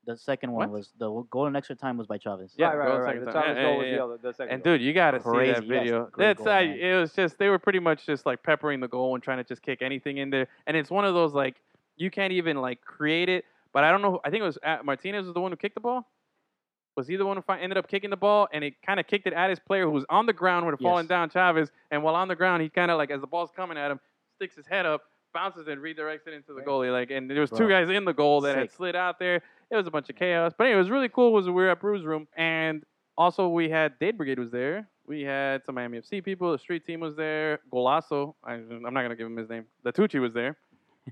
[SPEAKER 2] the second one
[SPEAKER 1] What?
[SPEAKER 2] was the w- goal in extra time was by Chavez.
[SPEAKER 1] Yeah,
[SPEAKER 3] right,
[SPEAKER 1] goal
[SPEAKER 3] right,
[SPEAKER 1] the second
[SPEAKER 3] right. The
[SPEAKER 1] time.
[SPEAKER 3] Chavez
[SPEAKER 1] Yeah,
[SPEAKER 3] goal
[SPEAKER 1] yeah,
[SPEAKER 3] was
[SPEAKER 1] yeah.
[SPEAKER 3] the other, the second.
[SPEAKER 1] And
[SPEAKER 3] goal.
[SPEAKER 1] dude, you gotta
[SPEAKER 2] Crazy,
[SPEAKER 1] see that
[SPEAKER 2] yes,
[SPEAKER 1] video.
[SPEAKER 2] great
[SPEAKER 1] That's
[SPEAKER 2] goal,
[SPEAKER 1] I,
[SPEAKER 2] man.
[SPEAKER 1] it was just they were pretty much just like peppering the goal and trying to just kick anything in there. And it's one of those like you can't even like create it. But I don't know. I think it was uh, Martinez was the one who kicked the ball. Was he the one who fi- ended up kicking the ball? And it kind of kicked it at his player who was on the ground would have fallen
[SPEAKER 2] Yes.
[SPEAKER 1] down Chavez. And while on the ground, he kind of like as the ball's coming at him, sticks his head up, bounces and redirects it into the goalie. Like and there was two
[SPEAKER 2] Bro.
[SPEAKER 1] guys in the goal that had
[SPEAKER 2] Sick.
[SPEAKER 1] slid out there. It was a bunch of chaos. But anyway, it was really cool. Was we were at Brew's room and also, we had Dade Brigade was there. We had some Miami FC people. The street team was there. Golasso, I, I'm not gonna give him his name. Latucci was there,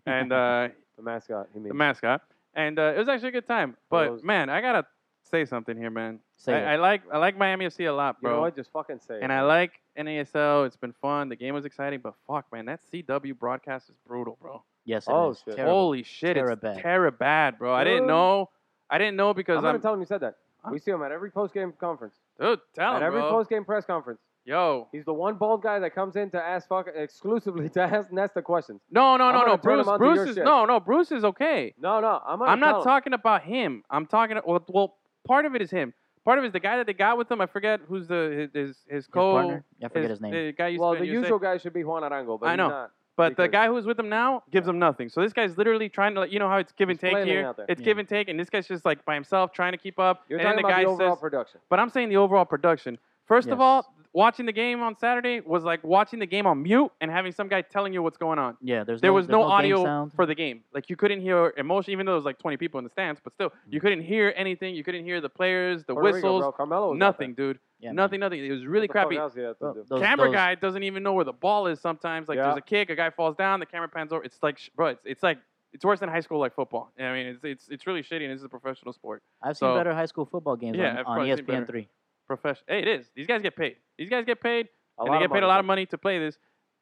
[SPEAKER 1] and uh,
[SPEAKER 3] the mascot. He
[SPEAKER 1] the
[SPEAKER 3] means.
[SPEAKER 1] mascot. And uh, it was actually a good time. But
[SPEAKER 3] was-
[SPEAKER 1] man, I gotta say something here, man.
[SPEAKER 2] Say it.
[SPEAKER 1] I, I like I like Miami FC a lot,
[SPEAKER 3] you
[SPEAKER 1] bro.
[SPEAKER 3] know what? Just fucking say. it.
[SPEAKER 1] and I like NASL. It's been fun. The game was exciting, but fuck, man, that CW broadcast is brutal, bro.
[SPEAKER 2] yes. it
[SPEAKER 3] Oh,
[SPEAKER 2] is.
[SPEAKER 3] shit.
[SPEAKER 2] Terrible.
[SPEAKER 1] Holy shit,
[SPEAKER 2] Terra
[SPEAKER 1] it's
[SPEAKER 2] bad.
[SPEAKER 1] terra bad, bro. I didn't
[SPEAKER 3] Dude.
[SPEAKER 1] know. I didn't know
[SPEAKER 3] I'm
[SPEAKER 1] because
[SPEAKER 3] gonna
[SPEAKER 1] I'm,
[SPEAKER 3] tell him you said that.
[SPEAKER 1] I'm-
[SPEAKER 3] We see him at every post-game conference.
[SPEAKER 1] dude. Tell
[SPEAKER 3] at
[SPEAKER 1] him,
[SPEAKER 3] every
[SPEAKER 1] bro.
[SPEAKER 3] post-game press conference.
[SPEAKER 1] Yo,
[SPEAKER 3] He's the one bald guy that comes in to ask fuck exclusively to ask Nesta questions.
[SPEAKER 1] No, no,
[SPEAKER 3] I'm
[SPEAKER 1] no,
[SPEAKER 3] gonna
[SPEAKER 1] no.
[SPEAKER 3] turn
[SPEAKER 1] Bruce,
[SPEAKER 3] him onto your
[SPEAKER 1] Bruce is
[SPEAKER 3] shit.
[SPEAKER 1] no, no. Bruce is okay.
[SPEAKER 3] No, no, I'm, gonna
[SPEAKER 1] I'm
[SPEAKER 3] tell
[SPEAKER 1] not
[SPEAKER 3] him.
[SPEAKER 1] talking about him. I'm talking. Well, well, part of it is him. Part of it is the guy that they got with him. I forget who's the his his, his
[SPEAKER 2] His
[SPEAKER 1] co.
[SPEAKER 2] partner? I forget his name.
[SPEAKER 1] The guy used
[SPEAKER 3] Well,
[SPEAKER 1] to be
[SPEAKER 3] the
[SPEAKER 1] in USA.
[SPEAKER 3] usual guy should be Juan Arango, but
[SPEAKER 1] I
[SPEAKER 3] he's
[SPEAKER 1] know.
[SPEAKER 3] not.
[SPEAKER 1] But the
[SPEAKER 3] because-
[SPEAKER 1] guy who's with him now gives him nothing. So this guy's literally trying to, like, you know, how it's give and
[SPEAKER 3] He's
[SPEAKER 1] take
[SPEAKER 3] flailing
[SPEAKER 1] here.
[SPEAKER 3] out there.
[SPEAKER 1] It's
[SPEAKER 2] Yeah.
[SPEAKER 1] give and take, and this guy's just like by himself trying to keep up.
[SPEAKER 3] You're
[SPEAKER 1] and then the
[SPEAKER 3] talking about
[SPEAKER 1] guy
[SPEAKER 3] the overall
[SPEAKER 1] says,
[SPEAKER 3] production.
[SPEAKER 1] but I'm saying the overall production. First of
[SPEAKER 2] Yes.
[SPEAKER 1] all, watching the game on Saturday was like watching the game on mute and having some guy telling you what's going on.
[SPEAKER 2] Yeah. There's
[SPEAKER 1] there
[SPEAKER 2] no,
[SPEAKER 1] was
[SPEAKER 2] there's
[SPEAKER 1] no,
[SPEAKER 2] game
[SPEAKER 1] audio
[SPEAKER 2] sound.
[SPEAKER 1] for the game. Like you couldn't hear emotion, even though there was like 20 people in the stands. But still,
[SPEAKER 2] Mm.
[SPEAKER 1] you couldn't hear anything. You couldn't hear the players, the
[SPEAKER 3] Puerto Rico,
[SPEAKER 1] whistles,
[SPEAKER 3] bro. Carmelo was out
[SPEAKER 1] nothing,
[SPEAKER 3] there.
[SPEAKER 1] dude.
[SPEAKER 2] Yeah, man.
[SPEAKER 1] nothing, nothing. It was really
[SPEAKER 3] What the fuck
[SPEAKER 1] crappy.
[SPEAKER 3] else he had to
[SPEAKER 2] Well,
[SPEAKER 3] do?
[SPEAKER 2] those-
[SPEAKER 1] camera
[SPEAKER 2] those-
[SPEAKER 1] guy doesn't even know where the ball is sometimes. Like
[SPEAKER 3] Yeah.
[SPEAKER 1] there's a kick, a guy falls down, the camera pans over. It's like, sh- bro, it's, it's like it's worse than high school like football. I mean, it's it's, it's really shitty. and This is a professional sport.
[SPEAKER 2] I've seen
[SPEAKER 1] so-
[SPEAKER 2] better high school football games
[SPEAKER 1] Yeah,
[SPEAKER 2] on-
[SPEAKER 1] I've
[SPEAKER 2] on,
[SPEAKER 1] probably seen better.
[SPEAKER 2] ESPN three.
[SPEAKER 1] Profession. Hey, it is. These guys get paid. These guys get paid,
[SPEAKER 3] A
[SPEAKER 1] and they
[SPEAKER 3] lot
[SPEAKER 1] get
[SPEAKER 3] of
[SPEAKER 1] paid a lot of
[SPEAKER 3] money.
[SPEAKER 1] money to play this.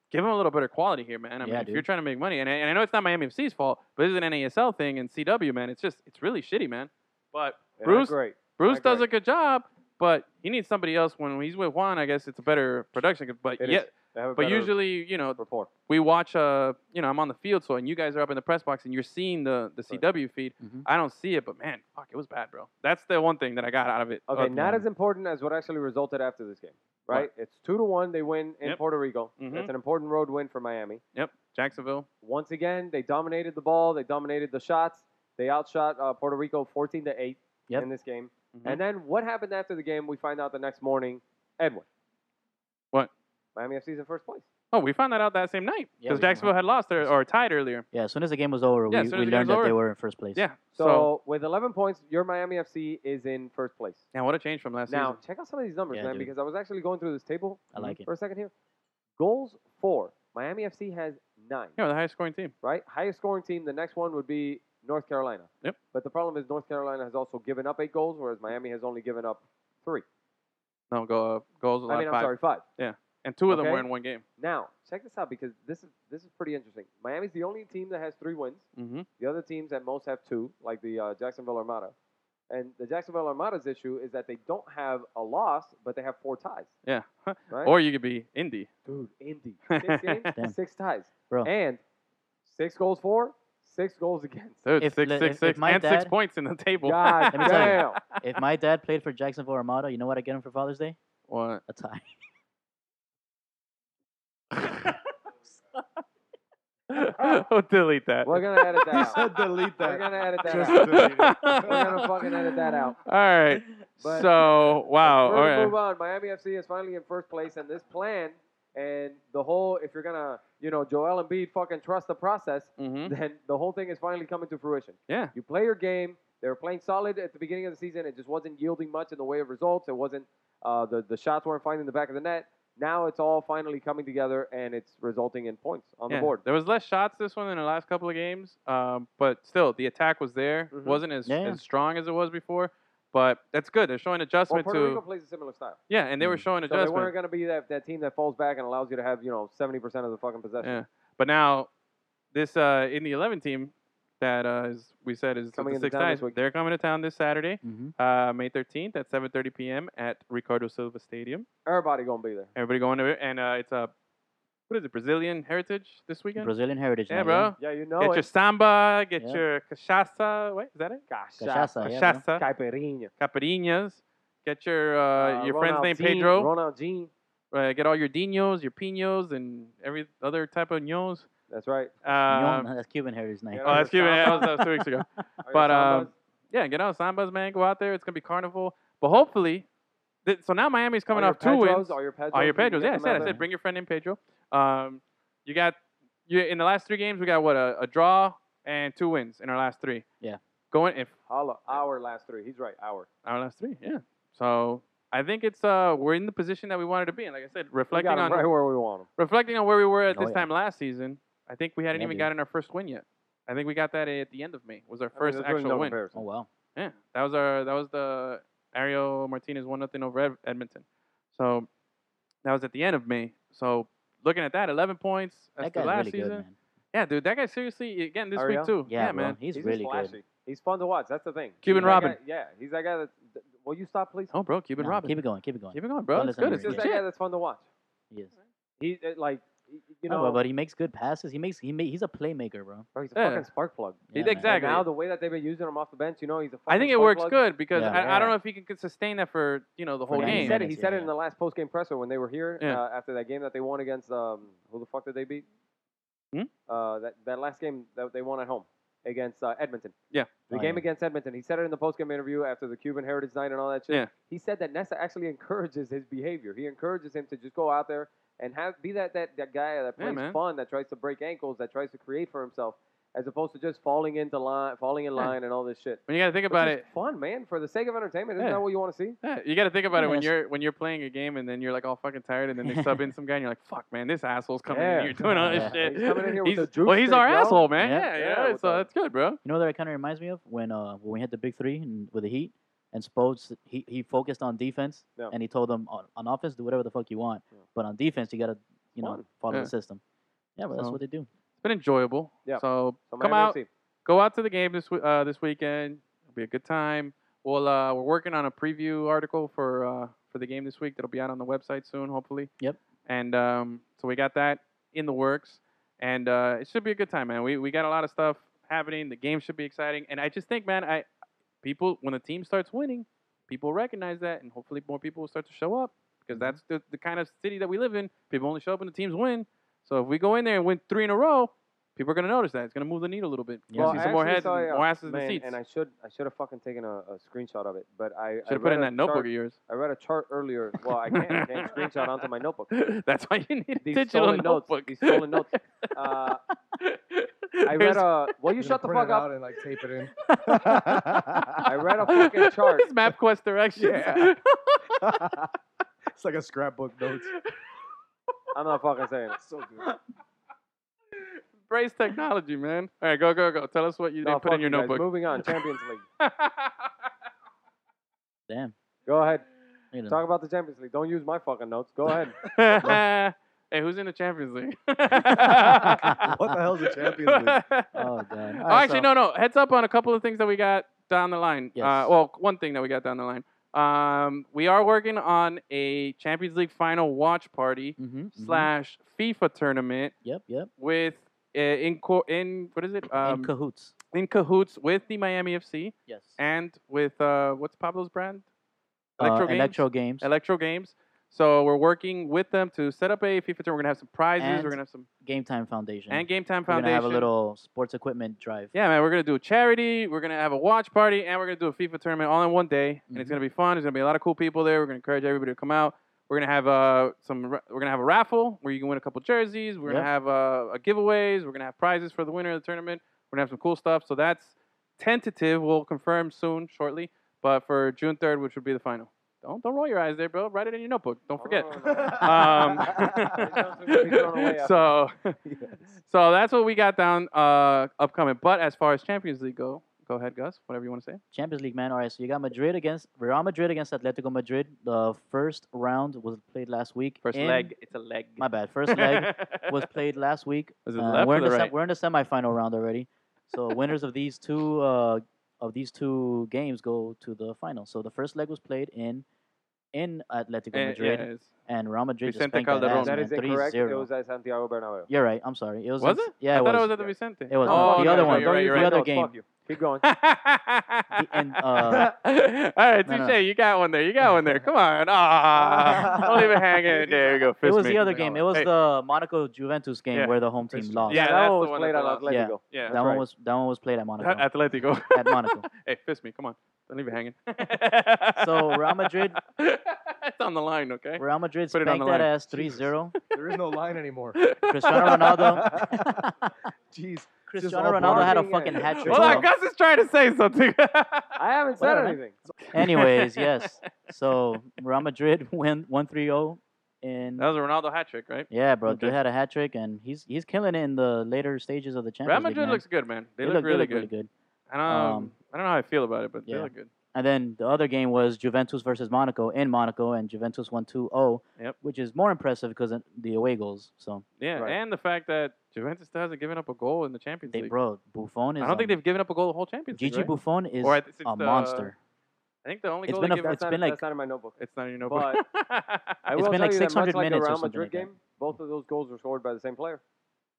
[SPEAKER 1] Give them a little better quality here, man. I mean,
[SPEAKER 2] Yeah,
[SPEAKER 1] if
[SPEAKER 2] dude.
[SPEAKER 1] you're trying to make money, and I, and I know it's not Miami FC's fault, but this is an NASL thing and CW, man. It's just it's really shitty, man. But
[SPEAKER 3] Yeah,
[SPEAKER 1] Bruce-
[SPEAKER 3] great.
[SPEAKER 1] Bruce
[SPEAKER 3] I
[SPEAKER 1] does
[SPEAKER 3] agree.
[SPEAKER 1] a good job, but he needs somebody else. When he's with Juan, I guess it's a better production. But
[SPEAKER 3] It is.
[SPEAKER 1] yeah,
[SPEAKER 3] They have a
[SPEAKER 1] but
[SPEAKER 3] better
[SPEAKER 1] usually, you know,
[SPEAKER 3] report.
[SPEAKER 1] we watch. Uh, you know, I'm on the field, so and you guys are up in the press box, and you're seeing the the
[SPEAKER 3] Right. Mm-hmm.
[SPEAKER 1] CW feed.
[SPEAKER 2] Mhm.
[SPEAKER 1] I don't see it, but man, fuck, it was bad, bro. That's the one thing that I got out of it.
[SPEAKER 3] Okay,
[SPEAKER 1] Uh,
[SPEAKER 3] not as important as what actually resulted after this game, right? It's two to one. They win in
[SPEAKER 1] Yep.
[SPEAKER 3] Puerto Rico.
[SPEAKER 1] Mhm.
[SPEAKER 3] That's an important road win for Miami.
[SPEAKER 1] yep, Jacksonville.
[SPEAKER 3] Once again, they dominated the ball. They dominated the shots. They outshot uh, Puerto Rico 14 to eight
[SPEAKER 2] Yep.
[SPEAKER 3] in this game.
[SPEAKER 1] Mhm.
[SPEAKER 3] And then what happened after the game? We find out the next morning. Edwin.
[SPEAKER 1] What?
[SPEAKER 3] Miami FC's in first place.
[SPEAKER 1] Oh, we found that out that same night
[SPEAKER 2] Yeah,
[SPEAKER 1] because
[SPEAKER 2] we-
[SPEAKER 1] Jacksonville had lost or, or tied earlier.
[SPEAKER 2] Yeah. As soon as the game was over,
[SPEAKER 1] Yeah, as
[SPEAKER 2] we,
[SPEAKER 1] soon
[SPEAKER 2] we
[SPEAKER 1] as the game
[SPEAKER 2] learned
[SPEAKER 1] was
[SPEAKER 2] that they
[SPEAKER 1] over.
[SPEAKER 2] were in first place.
[SPEAKER 1] Yeah.
[SPEAKER 3] So,
[SPEAKER 1] So,
[SPEAKER 3] with 11 points, your Miami FC is in first place.
[SPEAKER 1] man, what a change from last
[SPEAKER 3] Now
[SPEAKER 1] season.
[SPEAKER 3] check out some of these numbers,
[SPEAKER 2] Yeah,
[SPEAKER 3] man,
[SPEAKER 2] dude.
[SPEAKER 3] because I was actually going through this table
[SPEAKER 2] I like it.
[SPEAKER 3] for a second here. Goals for Miami FC has nine,
[SPEAKER 1] Yeah, we're the highest scoring team.
[SPEAKER 3] right? Highest scoring team. The next one would be North Carolina.
[SPEAKER 1] Yep.
[SPEAKER 3] But the problem is North Carolina has also given up eight goals, whereas Miami has only given up three.
[SPEAKER 1] No, go, goals
[SPEAKER 3] I
[SPEAKER 1] allowed
[SPEAKER 3] mean, I'm
[SPEAKER 1] five.
[SPEAKER 3] sorry, five.
[SPEAKER 1] And two of them
[SPEAKER 3] Okay.
[SPEAKER 1] were in one game.
[SPEAKER 3] Now, check this out because this is this is pretty interesting. Miami's the only team that has three wins.
[SPEAKER 1] Mm-hmm.
[SPEAKER 3] The other teams at most have two, like the uh, Jacksonville Armada. And the Jacksonville Armada's issue is that they don't have a loss, but they have four ties.
[SPEAKER 1] Yeah.
[SPEAKER 3] Right?
[SPEAKER 1] Or you could be Indy.
[SPEAKER 4] Dude,
[SPEAKER 3] Indy. Six
[SPEAKER 2] Damn.
[SPEAKER 3] games, six ties.
[SPEAKER 2] Bro.
[SPEAKER 3] And six goals for, six goals against.
[SPEAKER 1] Dude,
[SPEAKER 2] If
[SPEAKER 1] six,
[SPEAKER 2] le-
[SPEAKER 1] six,
[SPEAKER 2] if-
[SPEAKER 1] six,
[SPEAKER 2] if my
[SPEAKER 1] and six
[SPEAKER 2] dad-
[SPEAKER 1] points in the table.
[SPEAKER 3] God
[SPEAKER 2] Let me tell
[SPEAKER 3] damn.
[SPEAKER 2] you. if my dad played for Jacksonville Armada, you know what I get him for Father's Day?
[SPEAKER 1] What?
[SPEAKER 2] A tie.
[SPEAKER 1] we'll delete that.
[SPEAKER 3] We're going to edit
[SPEAKER 4] he
[SPEAKER 3] that out.
[SPEAKER 4] said delete
[SPEAKER 3] We're
[SPEAKER 4] that.
[SPEAKER 3] going to edit that
[SPEAKER 4] Just
[SPEAKER 3] out.
[SPEAKER 4] delete it.
[SPEAKER 3] We're going to fucking edit that out.
[SPEAKER 1] All right.
[SPEAKER 3] But-
[SPEAKER 1] so, wow.
[SPEAKER 3] We're
[SPEAKER 1] all
[SPEAKER 3] gonna
[SPEAKER 1] right.
[SPEAKER 3] move on. Miami FC is finally in first place, and this plan and the whole, if you're gonna, you know, Joel Embiid fucking trust the process,
[SPEAKER 1] Mm-hmm.
[SPEAKER 3] then the whole thing is finally coming to fruition.
[SPEAKER 1] Yeah.
[SPEAKER 3] You play your game. They were playing solid at the beginning of the season. It just wasn't yielding much in the way of results. It wasn't uh, the the shots weren't finding the back of the net. Now it's all finally coming together, and it's resulting in points on
[SPEAKER 1] Yeah.
[SPEAKER 3] the board.
[SPEAKER 1] There was less shots this one than the last couple of games, um, but still the attack was there.
[SPEAKER 3] Mhm.
[SPEAKER 1] wasn't as,
[SPEAKER 2] Yeah, yeah.
[SPEAKER 1] as strong as it was before, but that's good. They're showing
[SPEAKER 3] Well,
[SPEAKER 1] adjustment
[SPEAKER 3] Puerto
[SPEAKER 1] to
[SPEAKER 3] Rico plays a similar style,
[SPEAKER 1] yeah, and they were
[SPEAKER 2] Mm.
[SPEAKER 1] showing
[SPEAKER 3] so they
[SPEAKER 1] adjustment.
[SPEAKER 3] weren't gonna be that, that team that falls back and allows you to have you know seventy percent of the fucking possession.
[SPEAKER 1] Yeah. But now, this uh, in the 11 team that uh, is, we said is
[SPEAKER 3] Coming
[SPEAKER 1] the
[SPEAKER 3] into
[SPEAKER 1] six
[SPEAKER 3] town
[SPEAKER 1] guys,
[SPEAKER 3] this week.
[SPEAKER 1] they're coming to town this Saturday,
[SPEAKER 2] Mm-hmm.
[SPEAKER 1] uh, May 13th at 7:30 p.m. at Ricardo Silva Stadium.
[SPEAKER 3] Everybody gonna be there.
[SPEAKER 1] Everybody going to it, and uh, it's a what is it? Brazilian Heritage this weekend.
[SPEAKER 2] Brazilian heritage.
[SPEAKER 1] yeah,
[SPEAKER 2] night,
[SPEAKER 1] bro.
[SPEAKER 3] Yeah, you know
[SPEAKER 1] get
[SPEAKER 3] it.
[SPEAKER 1] your samba, get
[SPEAKER 2] Yeah.
[SPEAKER 1] your cachaça. Wait, is that it?
[SPEAKER 2] Cachaça, yeah, bro.
[SPEAKER 1] Cachaça,
[SPEAKER 3] Caipirinha.
[SPEAKER 1] capariñas. Get your uh,
[SPEAKER 3] Ah,
[SPEAKER 1] your friend's name
[SPEAKER 3] Ronaldinho-
[SPEAKER 1] Pedro.
[SPEAKER 3] Ronaldinho.
[SPEAKER 1] Uh, get all your dinos, your pinos, and every other type of ños.
[SPEAKER 3] That's right.
[SPEAKER 1] Um,
[SPEAKER 2] Ñon, that's Cuban heritage night.
[SPEAKER 3] yeah.
[SPEAKER 1] Oh, that's Cuban. That was, that was two weeks ago. But, um,
[SPEAKER 3] um,
[SPEAKER 1] Yeah, get out sambas, man. Go out there. It's gonna be carnival. But hopefully, th- so now Miami's coming off two wins.
[SPEAKER 3] All your Pedros.
[SPEAKER 1] All your
[SPEAKER 3] you can
[SPEAKER 1] Pedros.
[SPEAKER 3] get
[SPEAKER 1] Yeah, I
[SPEAKER 3] them
[SPEAKER 1] said.
[SPEAKER 3] out
[SPEAKER 1] I
[SPEAKER 3] there.
[SPEAKER 1] said. Bring your friend in, Pedro. Um, you got you in the last three games. We got what a, a draw and two wins in our last three.
[SPEAKER 2] Yeah.
[SPEAKER 1] Going if
[SPEAKER 3] Holla, our last three. He's right. Our.
[SPEAKER 1] our last three. Yeah. So I think it's uh we're in the position that we wanted to be in. Like I said,
[SPEAKER 3] We
[SPEAKER 1] reflecting
[SPEAKER 3] got
[SPEAKER 1] on
[SPEAKER 3] him right where we want him.
[SPEAKER 1] reflecting on where we were at
[SPEAKER 2] Oh,
[SPEAKER 1] this
[SPEAKER 2] yeah.
[SPEAKER 1] time last season. I think we hadn't
[SPEAKER 2] Yeah,
[SPEAKER 1] even
[SPEAKER 2] dude.
[SPEAKER 1] gotten our first win yet. I think we got that at the end of May. Was our first actual win.
[SPEAKER 2] Oh wow.
[SPEAKER 1] Yeah, that was our that was the Ariel Martinez one nothing over Ed- Edmonton. So that was at the end of May. So looking at that, eleven points. That's
[SPEAKER 2] That guy's
[SPEAKER 1] the last
[SPEAKER 2] really
[SPEAKER 1] season.
[SPEAKER 2] good, man.
[SPEAKER 1] Yeah, dude, that guy seriously again this
[SPEAKER 3] Ariel?
[SPEAKER 1] week too.
[SPEAKER 2] Yeah, bro,
[SPEAKER 1] man.
[SPEAKER 2] He's, really
[SPEAKER 3] flashy.
[SPEAKER 2] good.
[SPEAKER 3] He's fun to watch. That's the thing.
[SPEAKER 1] Cuban
[SPEAKER 3] He's that
[SPEAKER 1] Robin.
[SPEAKER 3] guy- yeah, he's that guy that. Will you stop, please?
[SPEAKER 1] Oh, bro, Cuban
[SPEAKER 2] No,
[SPEAKER 1] Robin.
[SPEAKER 2] Keep it going. Keep it going.
[SPEAKER 1] Keep it going, bro.
[SPEAKER 2] Don't
[SPEAKER 1] It's
[SPEAKER 2] listen
[SPEAKER 1] good.
[SPEAKER 2] to
[SPEAKER 1] It's
[SPEAKER 3] He's
[SPEAKER 2] him.
[SPEAKER 3] just
[SPEAKER 1] legit.
[SPEAKER 3] that guy that's fun to watch.
[SPEAKER 2] He is.
[SPEAKER 3] He uh, like, y- you
[SPEAKER 2] No,
[SPEAKER 3] know,
[SPEAKER 2] bro, but he makes good passes. He makes he ma- he's a playmaker, bro.
[SPEAKER 3] bro, he's a
[SPEAKER 1] Yeah.
[SPEAKER 3] fucking spark plug.
[SPEAKER 2] Yeah,
[SPEAKER 1] It-
[SPEAKER 2] man.
[SPEAKER 3] And
[SPEAKER 1] exactly.
[SPEAKER 3] now the way that they've been using him off the bench, you know, he's a.
[SPEAKER 1] I
[SPEAKER 3] fucking
[SPEAKER 1] think it
[SPEAKER 3] spark
[SPEAKER 1] works
[SPEAKER 3] plug.
[SPEAKER 1] good because
[SPEAKER 2] Yeah.
[SPEAKER 1] I, I don't
[SPEAKER 3] Yeah.
[SPEAKER 1] know if he can sustain that for you know the
[SPEAKER 2] For
[SPEAKER 1] whole
[SPEAKER 2] now,
[SPEAKER 3] And
[SPEAKER 1] game.
[SPEAKER 2] he's
[SPEAKER 3] he said it. He
[SPEAKER 2] minutes,
[SPEAKER 3] said
[SPEAKER 2] yeah,
[SPEAKER 3] it in the last post game presser when they were here
[SPEAKER 1] Yeah.
[SPEAKER 3] uh, after that game that they won against um, who the fuck did they beat?
[SPEAKER 1] Hmm?
[SPEAKER 3] Uh, that that last game that they won at home against uh, Edmonton.
[SPEAKER 1] Yeah.
[SPEAKER 3] The
[SPEAKER 2] Oh,
[SPEAKER 3] game
[SPEAKER 2] yeah.
[SPEAKER 3] against Edmonton. He said it in the post game interview after the Cuban Heritage Night and all that shit.
[SPEAKER 1] Yeah.
[SPEAKER 3] He said that Nessa actually encourages his behavior. He encourages him to just go out there and have be that that, that guy that
[SPEAKER 1] Yeah,
[SPEAKER 3] plays
[SPEAKER 1] man.
[SPEAKER 3] fun, that tries to break ankles, that tries to create for himself, as opposed to just falling into line, falling in
[SPEAKER 1] Yeah.
[SPEAKER 3] line, and all this shit.
[SPEAKER 1] When you got to think
[SPEAKER 3] Which
[SPEAKER 1] about
[SPEAKER 3] is
[SPEAKER 1] it,
[SPEAKER 3] fun, man. For the sake of entertainment, isn't
[SPEAKER 1] Yeah.
[SPEAKER 3] that what you want to see?
[SPEAKER 1] yeah, you got to think about
[SPEAKER 2] Yeah,
[SPEAKER 1] it when
[SPEAKER 2] that's-
[SPEAKER 1] you're when you're playing a game and then you're like all fucking tired and then they sub in some guy and you're like, fuck, man, this asshole's coming in
[SPEAKER 3] Yeah.
[SPEAKER 1] here doing all this
[SPEAKER 2] Yeah.
[SPEAKER 1] shit.
[SPEAKER 3] He's coming in here with
[SPEAKER 1] He's-
[SPEAKER 3] a
[SPEAKER 1] well, he's our
[SPEAKER 3] joystick, yo.
[SPEAKER 1] asshole, man.
[SPEAKER 2] Yeah.
[SPEAKER 1] Yeah, yeah.
[SPEAKER 3] Yeah, with
[SPEAKER 1] so
[SPEAKER 3] the-
[SPEAKER 1] that's good, bro.
[SPEAKER 2] You know what that kind of reminds me of when uh when we had the big three and, with the Heat and Spodes he, he focused on defense
[SPEAKER 3] Yeah.
[SPEAKER 2] and he told them on, on offense do whatever the fuck you want,
[SPEAKER 3] Yeah.
[SPEAKER 2] but on defense you gotta you know
[SPEAKER 3] Fun.
[SPEAKER 2] follow
[SPEAKER 1] Yeah.
[SPEAKER 2] the system. Yeah, but that's
[SPEAKER 1] So-
[SPEAKER 2] what they do.
[SPEAKER 1] It's been enjoyable.
[SPEAKER 3] Yeah.
[SPEAKER 1] So
[SPEAKER 3] So
[SPEAKER 1] come
[SPEAKER 3] Miami
[SPEAKER 1] out,
[SPEAKER 3] FC.
[SPEAKER 1] go out to the game this wee- uh, this weekend. It'll be a good time. We'll uh, we're working on a preview article for uh, for the game this week that'll be out on the website soon, hopefully.
[SPEAKER 2] Yep.
[SPEAKER 1] And um, so we got that in the works, and uh, it should be a good time, man. We we got a lot of stuff happening. The game should be exciting, and I just think, man, I people when the team starts winning, people recognize that, and hopefully more people will start to show up because that's the, the kind of city that we live in. People only show up when the teams win. So if we go in there and win three in a row, people are going to notice that. It's going to move the needle a little bit. You're
[SPEAKER 2] Well,
[SPEAKER 1] going to
[SPEAKER 3] I
[SPEAKER 1] see some more
[SPEAKER 3] actually
[SPEAKER 1] heads,
[SPEAKER 3] saw
[SPEAKER 1] and
[SPEAKER 3] a-
[SPEAKER 1] more asses in
[SPEAKER 3] man,
[SPEAKER 1] the seats.
[SPEAKER 3] And I should I should have fucking taken a, a screenshot of it, but I I
[SPEAKER 1] Should have
[SPEAKER 3] read
[SPEAKER 1] put it in
[SPEAKER 3] a
[SPEAKER 1] that notebook
[SPEAKER 3] chart-
[SPEAKER 1] of yours.
[SPEAKER 3] I read a chart earlier. Well, I can't, I can't screenshot onto my notebook.
[SPEAKER 1] That's why you need a
[SPEAKER 3] These
[SPEAKER 1] digital
[SPEAKER 3] stolen
[SPEAKER 1] notebook.
[SPEAKER 3] notes. These stolen notes. Uh, I read
[SPEAKER 1] There's-
[SPEAKER 3] a. Well, you
[SPEAKER 4] You're
[SPEAKER 3] shut the fuck
[SPEAKER 4] gonna print it out
[SPEAKER 3] up.
[SPEAKER 4] and like tape it in.
[SPEAKER 3] I read a fucking chart.
[SPEAKER 1] It's MapQuest directions.
[SPEAKER 4] Yeah. it's like a scrapbook notes.
[SPEAKER 3] I'm not fucking saying it.
[SPEAKER 4] So good.
[SPEAKER 1] Embrace technology, man. All right, go, go, go. Tell us what you
[SPEAKER 3] No,
[SPEAKER 1] didn't put
[SPEAKER 3] fuck
[SPEAKER 1] in your
[SPEAKER 3] you guys.
[SPEAKER 1] notebook.
[SPEAKER 3] Moving on, Champions League.
[SPEAKER 2] Damn.
[SPEAKER 3] Go ahead.
[SPEAKER 2] You know.
[SPEAKER 3] Talk about the Champions League. Don't use my fucking notes. Go ahead.
[SPEAKER 1] hey, who's in the Champions League? what the
[SPEAKER 4] the hell's the Champions League?
[SPEAKER 3] Uh,
[SPEAKER 2] Oh, God. All right,
[SPEAKER 1] Oh, actually, no,
[SPEAKER 2] so-
[SPEAKER 1] no. Heads up on a couple of things that we got down the line.
[SPEAKER 2] Yes.
[SPEAKER 1] Uh, well, one thing that we got down the line. Um, we are working on a Champions League final watch party
[SPEAKER 2] Mhm, mhm.
[SPEAKER 1] slash FIFA tournament
[SPEAKER 2] Yep, yep.
[SPEAKER 1] with uh, in co- in what is it
[SPEAKER 2] in
[SPEAKER 1] um,
[SPEAKER 2] cahoots.
[SPEAKER 1] in cahoots with the Miami FC
[SPEAKER 2] Yes.
[SPEAKER 1] and with uh, what's Pablo's brand
[SPEAKER 2] Uh,
[SPEAKER 1] Electro Games?
[SPEAKER 2] Electro Games.
[SPEAKER 1] Electro Games. So we're working with them to set up a FIFA tournament. We're gonna have some prizes.
[SPEAKER 2] And
[SPEAKER 1] we're gonna have some
[SPEAKER 2] Game Time Foundation.
[SPEAKER 1] and Game Time
[SPEAKER 2] We're
[SPEAKER 1] Foundation.
[SPEAKER 2] gonna have a little sports equipment drive.
[SPEAKER 1] Yeah, man, we're gonna do a charity. We're gonna have a watch party, and we're gonna do a FIFA tournament all in one day. And it's
[SPEAKER 2] Mhm.
[SPEAKER 1] gonna be fun. There's gonna be a lot of cool people there. We're gonna encourage everybody to come out. We're gonna have uh, some. ra- We're gonna have a raffle where you can win a couple jerseys. We're gonna
[SPEAKER 2] Yeah.
[SPEAKER 1] have uh, a giveaways. We're gonna have prizes for the winner of the tournament. We're gonna have some cool stuff. So that's tentative. We'll confirm soon, shortly. But for June 3rd, which would be the final. Don't don't roll your eyes there, bro. Write it in your notebook. Don't forget. Um, so, so that's what we got down uh, upcoming. But as far as Champions League go, go ahead, Gus. Whatever you want to say.
[SPEAKER 2] Champions League, man. All right, so you got Madrid against Real Madrid against Atletico Madrid. The first round was played last week. in-
[SPEAKER 1] It's a leg.
[SPEAKER 2] My bad. First leg was played last week.
[SPEAKER 1] Was it
[SPEAKER 2] Uh,
[SPEAKER 1] left
[SPEAKER 2] we're
[SPEAKER 1] or
[SPEAKER 2] in
[SPEAKER 1] the
[SPEAKER 2] se-
[SPEAKER 1] right?
[SPEAKER 2] we're in the semifinal round already. So winners of these two uh, of these two games go to the final. So the first leg was played in in Atletico
[SPEAKER 1] Eh,
[SPEAKER 2] Madrid,
[SPEAKER 1] yeah, it's-
[SPEAKER 2] and Real Madrid just
[SPEAKER 1] Vicente
[SPEAKER 2] spanked that
[SPEAKER 1] Calderon.
[SPEAKER 2] ass,
[SPEAKER 3] that
[SPEAKER 2] man,
[SPEAKER 3] is incorrect. It
[SPEAKER 2] 3-0.
[SPEAKER 3] was at Santiago Bernabeu.
[SPEAKER 2] You're right. I'm sorry. It was.
[SPEAKER 1] Was
[SPEAKER 2] in-
[SPEAKER 1] it?
[SPEAKER 2] Yeah,
[SPEAKER 1] I
[SPEAKER 2] it
[SPEAKER 1] thought
[SPEAKER 2] was.
[SPEAKER 1] it was at the Vicente.
[SPEAKER 2] It was.
[SPEAKER 1] Oh,
[SPEAKER 2] The
[SPEAKER 1] no,
[SPEAKER 2] other
[SPEAKER 1] no,
[SPEAKER 2] one.
[SPEAKER 1] You're right. You're
[SPEAKER 2] The
[SPEAKER 1] right.
[SPEAKER 2] other
[SPEAKER 3] No,
[SPEAKER 2] game.
[SPEAKER 3] Fuck you. Keep going.
[SPEAKER 1] The
[SPEAKER 2] and, uh,
[SPEAKER 1] All right,
[SPEAKER 2] no, no.
[SPEAKER 1] touche. You got one there. You got one there. Come on. Ah, don't leave it hanging. There you go.
[SPEAKER 2] It
[SPEAKER 1] Fist
[SPEAKER 2] was
[SPEAKER 1] me.
[SPEAKER 2] the other game. It was
[SPEAKER 1] Hey,
[SPEAKER 2] the Monaco Juventus game
[SPEAKER 1] Yeah.
[SPEAKER 2] where the home team
[SPEAKER 4] Fist me.
[SPEAKER 2] lost.
[SPEAKER 1] Yeah,
[SPEAKER 3] that
[SPEAKER 1] that's
[SPEAKER 3] one
[SPEAKER 1] the
[SPEAKER 3] was
[SPEAKER 1] one
[SPEAKER 3] played
[SPEAKER 1] that
[SPEAKER 3] at
[SPEAKER 1] they
[SPEAKER 2] lost.
[SPEAKER 3] Atletico.
[SPEAKER 1] yeah.
[SPEAKER 2] that
[SPEAKER 3] right.
[SPEAKER 2] one was that one was played at Monaco.
[SPEAKER 1] Atletico.
[SPEAKER 2] at Monaco.
[SPEAKER 1] hey, fist me. Come on. Don't leave it hanging.
[SPEAKER 2] So, Real Madrid-
[SPEAKER 1] it's on the line, okay?
[SPEAKER 2] Real Madrid
[SPEAKER 1] Put it on
[SPEAKER 2] spanked
[SPEAKER 1] the
[SPEAKER 2] that
[SPEAKER 1] line.
[SPEAKER 2] ass 3-0.
[SPEAKER 4] There is no line anymore.
[SPEAKER 2] Cristiano Ronaldo.
[SPEAKER 4] Jeez.
[SPEAKER 2] Cristiano
[SPEAKER 4] all
[SPEAKER 2] Ronaldo had a
[SPEAKER 3] barking
[SPEAKER 2] fucking
[SPEAKER 3] at-
[SPEAKER 2] hat trick.
[SPEAKER 1] Hold on,
[SPEAKER 2] bro.
[SPEAKER 1] Gus is trying to say something.
[SPEAKER 3] I haven't said
[SPEAKER 2] Whatever.
[SPEAKER 3] anything.
[SPEAKER 2] Anyways, yes. So Real Madrid win 1-3-0 and
[SPEAKER 1] that was a Ronaldo hat trick, right?
[SPEAKER 2] yeah, bro, dude
[SPEAKER 1] Okay.
[SPEAKER 2] had a hat trick and he's he's killing it in the later stages of the Champions
[SPEAKER 1] Real
[SPEAKER 2] League.
[SPEAKER 1] Madrid
[SPEAKER 2] man.
[SPEAKER 1] looks good, man. They, look,
[SPEAKER 2] they
[SPEAKER 1] really,
[SPEAKER 2] look
[SPEAKER 1] good.
[SPEAKER 2] really good.
[SPEAKER 1] I don't,
[SPEAKER 2] Um,
[SPEAKER 1] I don't know how I feel about it, but they
[SPEAKER 2] yeah.
[SPEAKER 1] look good.
[SPEAKER 2] And then the other game was Juventus versus Monaco in Monaco, and Juventus won 2-0,
[SPEAKER 1] Yep.
[SPEAKER 2] which is more impressive because of the away goals. So
[SPEAKER 1] Yeah,
[SPEAKER 3] Right.
[SPEAKER 1] and the fact that Juventus still hasn't given up a goal in the Champions
[SPEAKER 2] they
[SPEAKER 1] League.
[SPEAKER 2] bro, Buffon is.
[SPEAKER 1] I don't think
[SPEAKER 2] um,
[SPEAKER 1] they've given up a goal the whole Champions
[SPEAKER 2] Gigi
[SPEAKER 1] League. right?
[SPEAKER 2] Buffon is
[SPEAKER 1] Or I think it's uh,
[SPEAKER 2] a
[SPEAKER 1] the-
[SPEAKER 2] monster.
[SPEAKER 1] I think the only
[SPEAKER 2] It's
[SPEAKER 1] goal
[SPEAKER 2] been
[SPEAKER 1] they
[SPEAKER 2] a-
[SPEAKER 1] give
[SPEAKER 2] that's
[SPEAKER 1] up.
[SPEAKER 3] That's not-
[SPEAKER 2] been like-
[SPEAKER 3] that's not in my notebook.
[SPEAKER 1] It's not in your notebook.
[SPEAKER 3] I
[SPEAKER 2] It's
[SPEAKER 3] will
[SPEAKER 2] been
[SPEAKER 3] tell
[SPEAKER 2] like
[SPEAKER 3] you that
[SPEAKER 2] 600
[SPEAKER 3] much like the
[SPEAKER 2] minutes or
[SPEAKER 3] Real
[SPEAKER 2] something
[SPEAKER 3] Madrid
[SPEAKER 2] like that.
[SPEAKER 3] game, both of those goals were scored by the same player.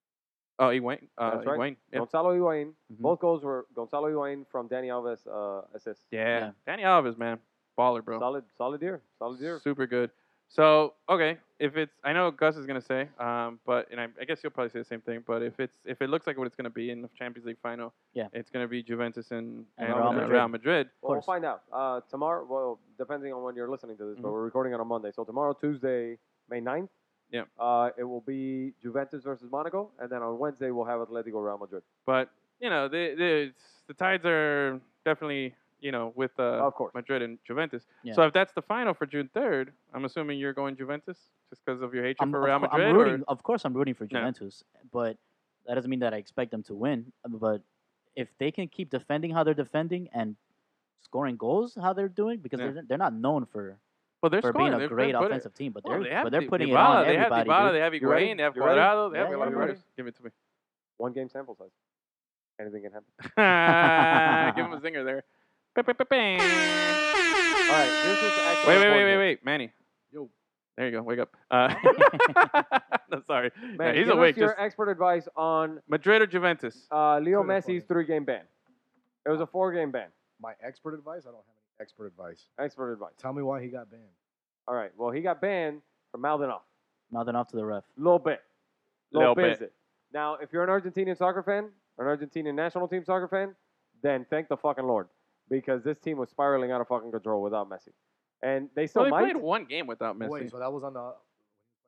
[SPEAKER 1] oh, Ewayne. Uh,
[SPEAKER 3] That's right.
[SPEAKER 1] Ewayne. Yeah.
[SPEAKER 3] Gonzalo Higuain.
[SPEAKER 2] Mhm.
[SPEAKER 3] Both goals were Gonzalo Higuain from Danny Alves uh, assist.
[SPEAKER 1] Yeah.
[SPEAKER 2] Yeah.
[SPEAKER 1] Danny Alves, man. Baller, bro.
[SPEAKER 3] Solid, solid year. Solid year.
[SPEAKER 1] Super good. So okay, if it's I know Gus is gonna say, um, but and I, I guess you'll probably say the same thing. But if it's if it looks like what it's gonna be in the Champions League final,
[SPEAKER 2] Yeah.
[SPEAKER 1] it's gonna be Juventus and,
[SPEAKER 2] And
[SPEAKER 1] and,
[SPEAKER 2] Real
[SPEAKER 1] uh,
[SPEAKER 2] Madrid.
[SPEAKER 1] Real Madrid.
[SPEAKER 3] Well, we'll
[SPEAKER 2] course.
[SPEAKER 3] find out uh, tomorrow. Well, depending on when you're listening to this, but
[SPEAKER 1] Mhm.
[SPEAKER 3] we're recording on a Monday, so tomorrow, Tuesday, May 9th,
[SPEAKER 1] Yeah.
[SPEAKER 3] uh, it will be Juventus versus Monaco, and then on Wednesday we'll have Atletico Real Madrid.
[SPEAKER 1] But you know the the, it's- the tides are definitely you know with uh,
[SPEAKER 3] Of course.
[SPEAKER 1] Madrid and Juventus.
[SPEAKER 2] Oh. Yeah.
[SPEAKER 1] So if that's the final for June third, I'm assuming you're going Juventus just because of your hatred
[SPEAKER 2] I'm,
[SPEAKER 1] for
[SPEAKER 2] of
[SPEAKER 1] Real
[SPEAKER 2] cou- I'm
[SPEAKER 1] Madrid.
[SPEAKER 2] rooting,
[SPEAKER 1] or,
[SPEAKER 2] of course, I'm rooting for
[SPEAKER 1] No.
[SPEAKER 2] Juventus, but that doesn't mean that I expect them to win. But if they can keep defending how they're defending and scoring goals how they're doing, because
[SPEAKER 1] Yeah.
[SPEAKER 2] they're, they're not known for,
[SPEAKER 1] but they're
[SPEAKER 2] for
[SPEAKER 1] scoring.
[SPEAKER 2] being a
[SPEAKER 1] They've
[SPEAKER 2] great
[SPEAKER 1] been putting-
[SPEAKER 2] offensive team, but
[SPEAKER 1] Well,
[SPEAKER 2] they're
[SPEAKER 1] they have
[SPEAKER 2] but they're
[SPEAKER 1] Di-
[SPEAKER 2] putting it
[SPEAKER 1] Dybala,
[SPEAKER 2] on everybody.
[SPEAKER 1] They have Dybala,
[SPEAKER 2] dude.
[SPEAKER 1] they have
[SPEAKER 3] You ready?
[SPEAKER 1] Higuain, they have
[SPEAKER 3] You ready?
[SPEAKER 1] Cuadrado, they
[SPEAKER 2] Yeah,
[SPEAKER 1] have a
[SPEAKER 2] yeah,
[SPEAKER 1] lot of
[SPEAKER 2] I'm ready.
[SPEAKER 1] players. Give it to me.
[SPEAKER 3] One game sample size. Anything can happen.
[SPEAKER 1] Give him a zinger there. Ba- ba- ba- bang.
[SPEAKER 3] All right. Here's what's
[SPEAKER 1] Wait, wait,
[SPEAKER 3] actually
[SPEAKER 1] wait,
[SPEAKER 3] important
[SPEAKER 1] wait,
[SPEAKER 3] here.
[SPEAKER 1] wait, Manny.
[SPEAKER 4] Yo.
[SPEAKER 1] There you go. Wake up. Uh, no, sorry.
[SPEAKER 3] Man,
[SPEAKER 1] Yeah, he's
[SPEAKER 3] give us
[SPEAKER 1] awake.
[SPEAKER 3] your
[SPEAKER 1] Just
[SPEAKER 3] expert advice on
[SPEAKER 1] Madrid or Juventus?
[SPEAKER 3] uh, Leo
[SPEAKER 4] Good
[SPEAKER 3] Messi's
[SPEAKER 4] point.
[SPEAKER 3] three-game ban. It was a four-game ban.
[SPEAKER 4] My expert advice? I don't have any expert advice.
[SPEAKER 3] Expert advice.
[SPEAKER 4] Tell me why he got banned.
[SPEAKER 3] All right. Well, he got banned for mouthing off.
[SPEAKER 2] Mouthing off to the ref.
[SPEAKER 3] little bit.
[SPEAKER 1] Little
[SPEAKER 3] little
[SPEAKER 1] bit.
[SPEAKER 3] bit. Now, if you're an Argentinian soccer fan, or an Argentinian national team soccer fan, then thank the fucking Lord. Because this team was spiraling out of fucking control without Messi. And they still
[SPEAKER 1] well, they
[SPEAKER 3] might.
[SPEAKER 1] played one game without Messi.
[SPEAKER 4] Wait, so that was on the.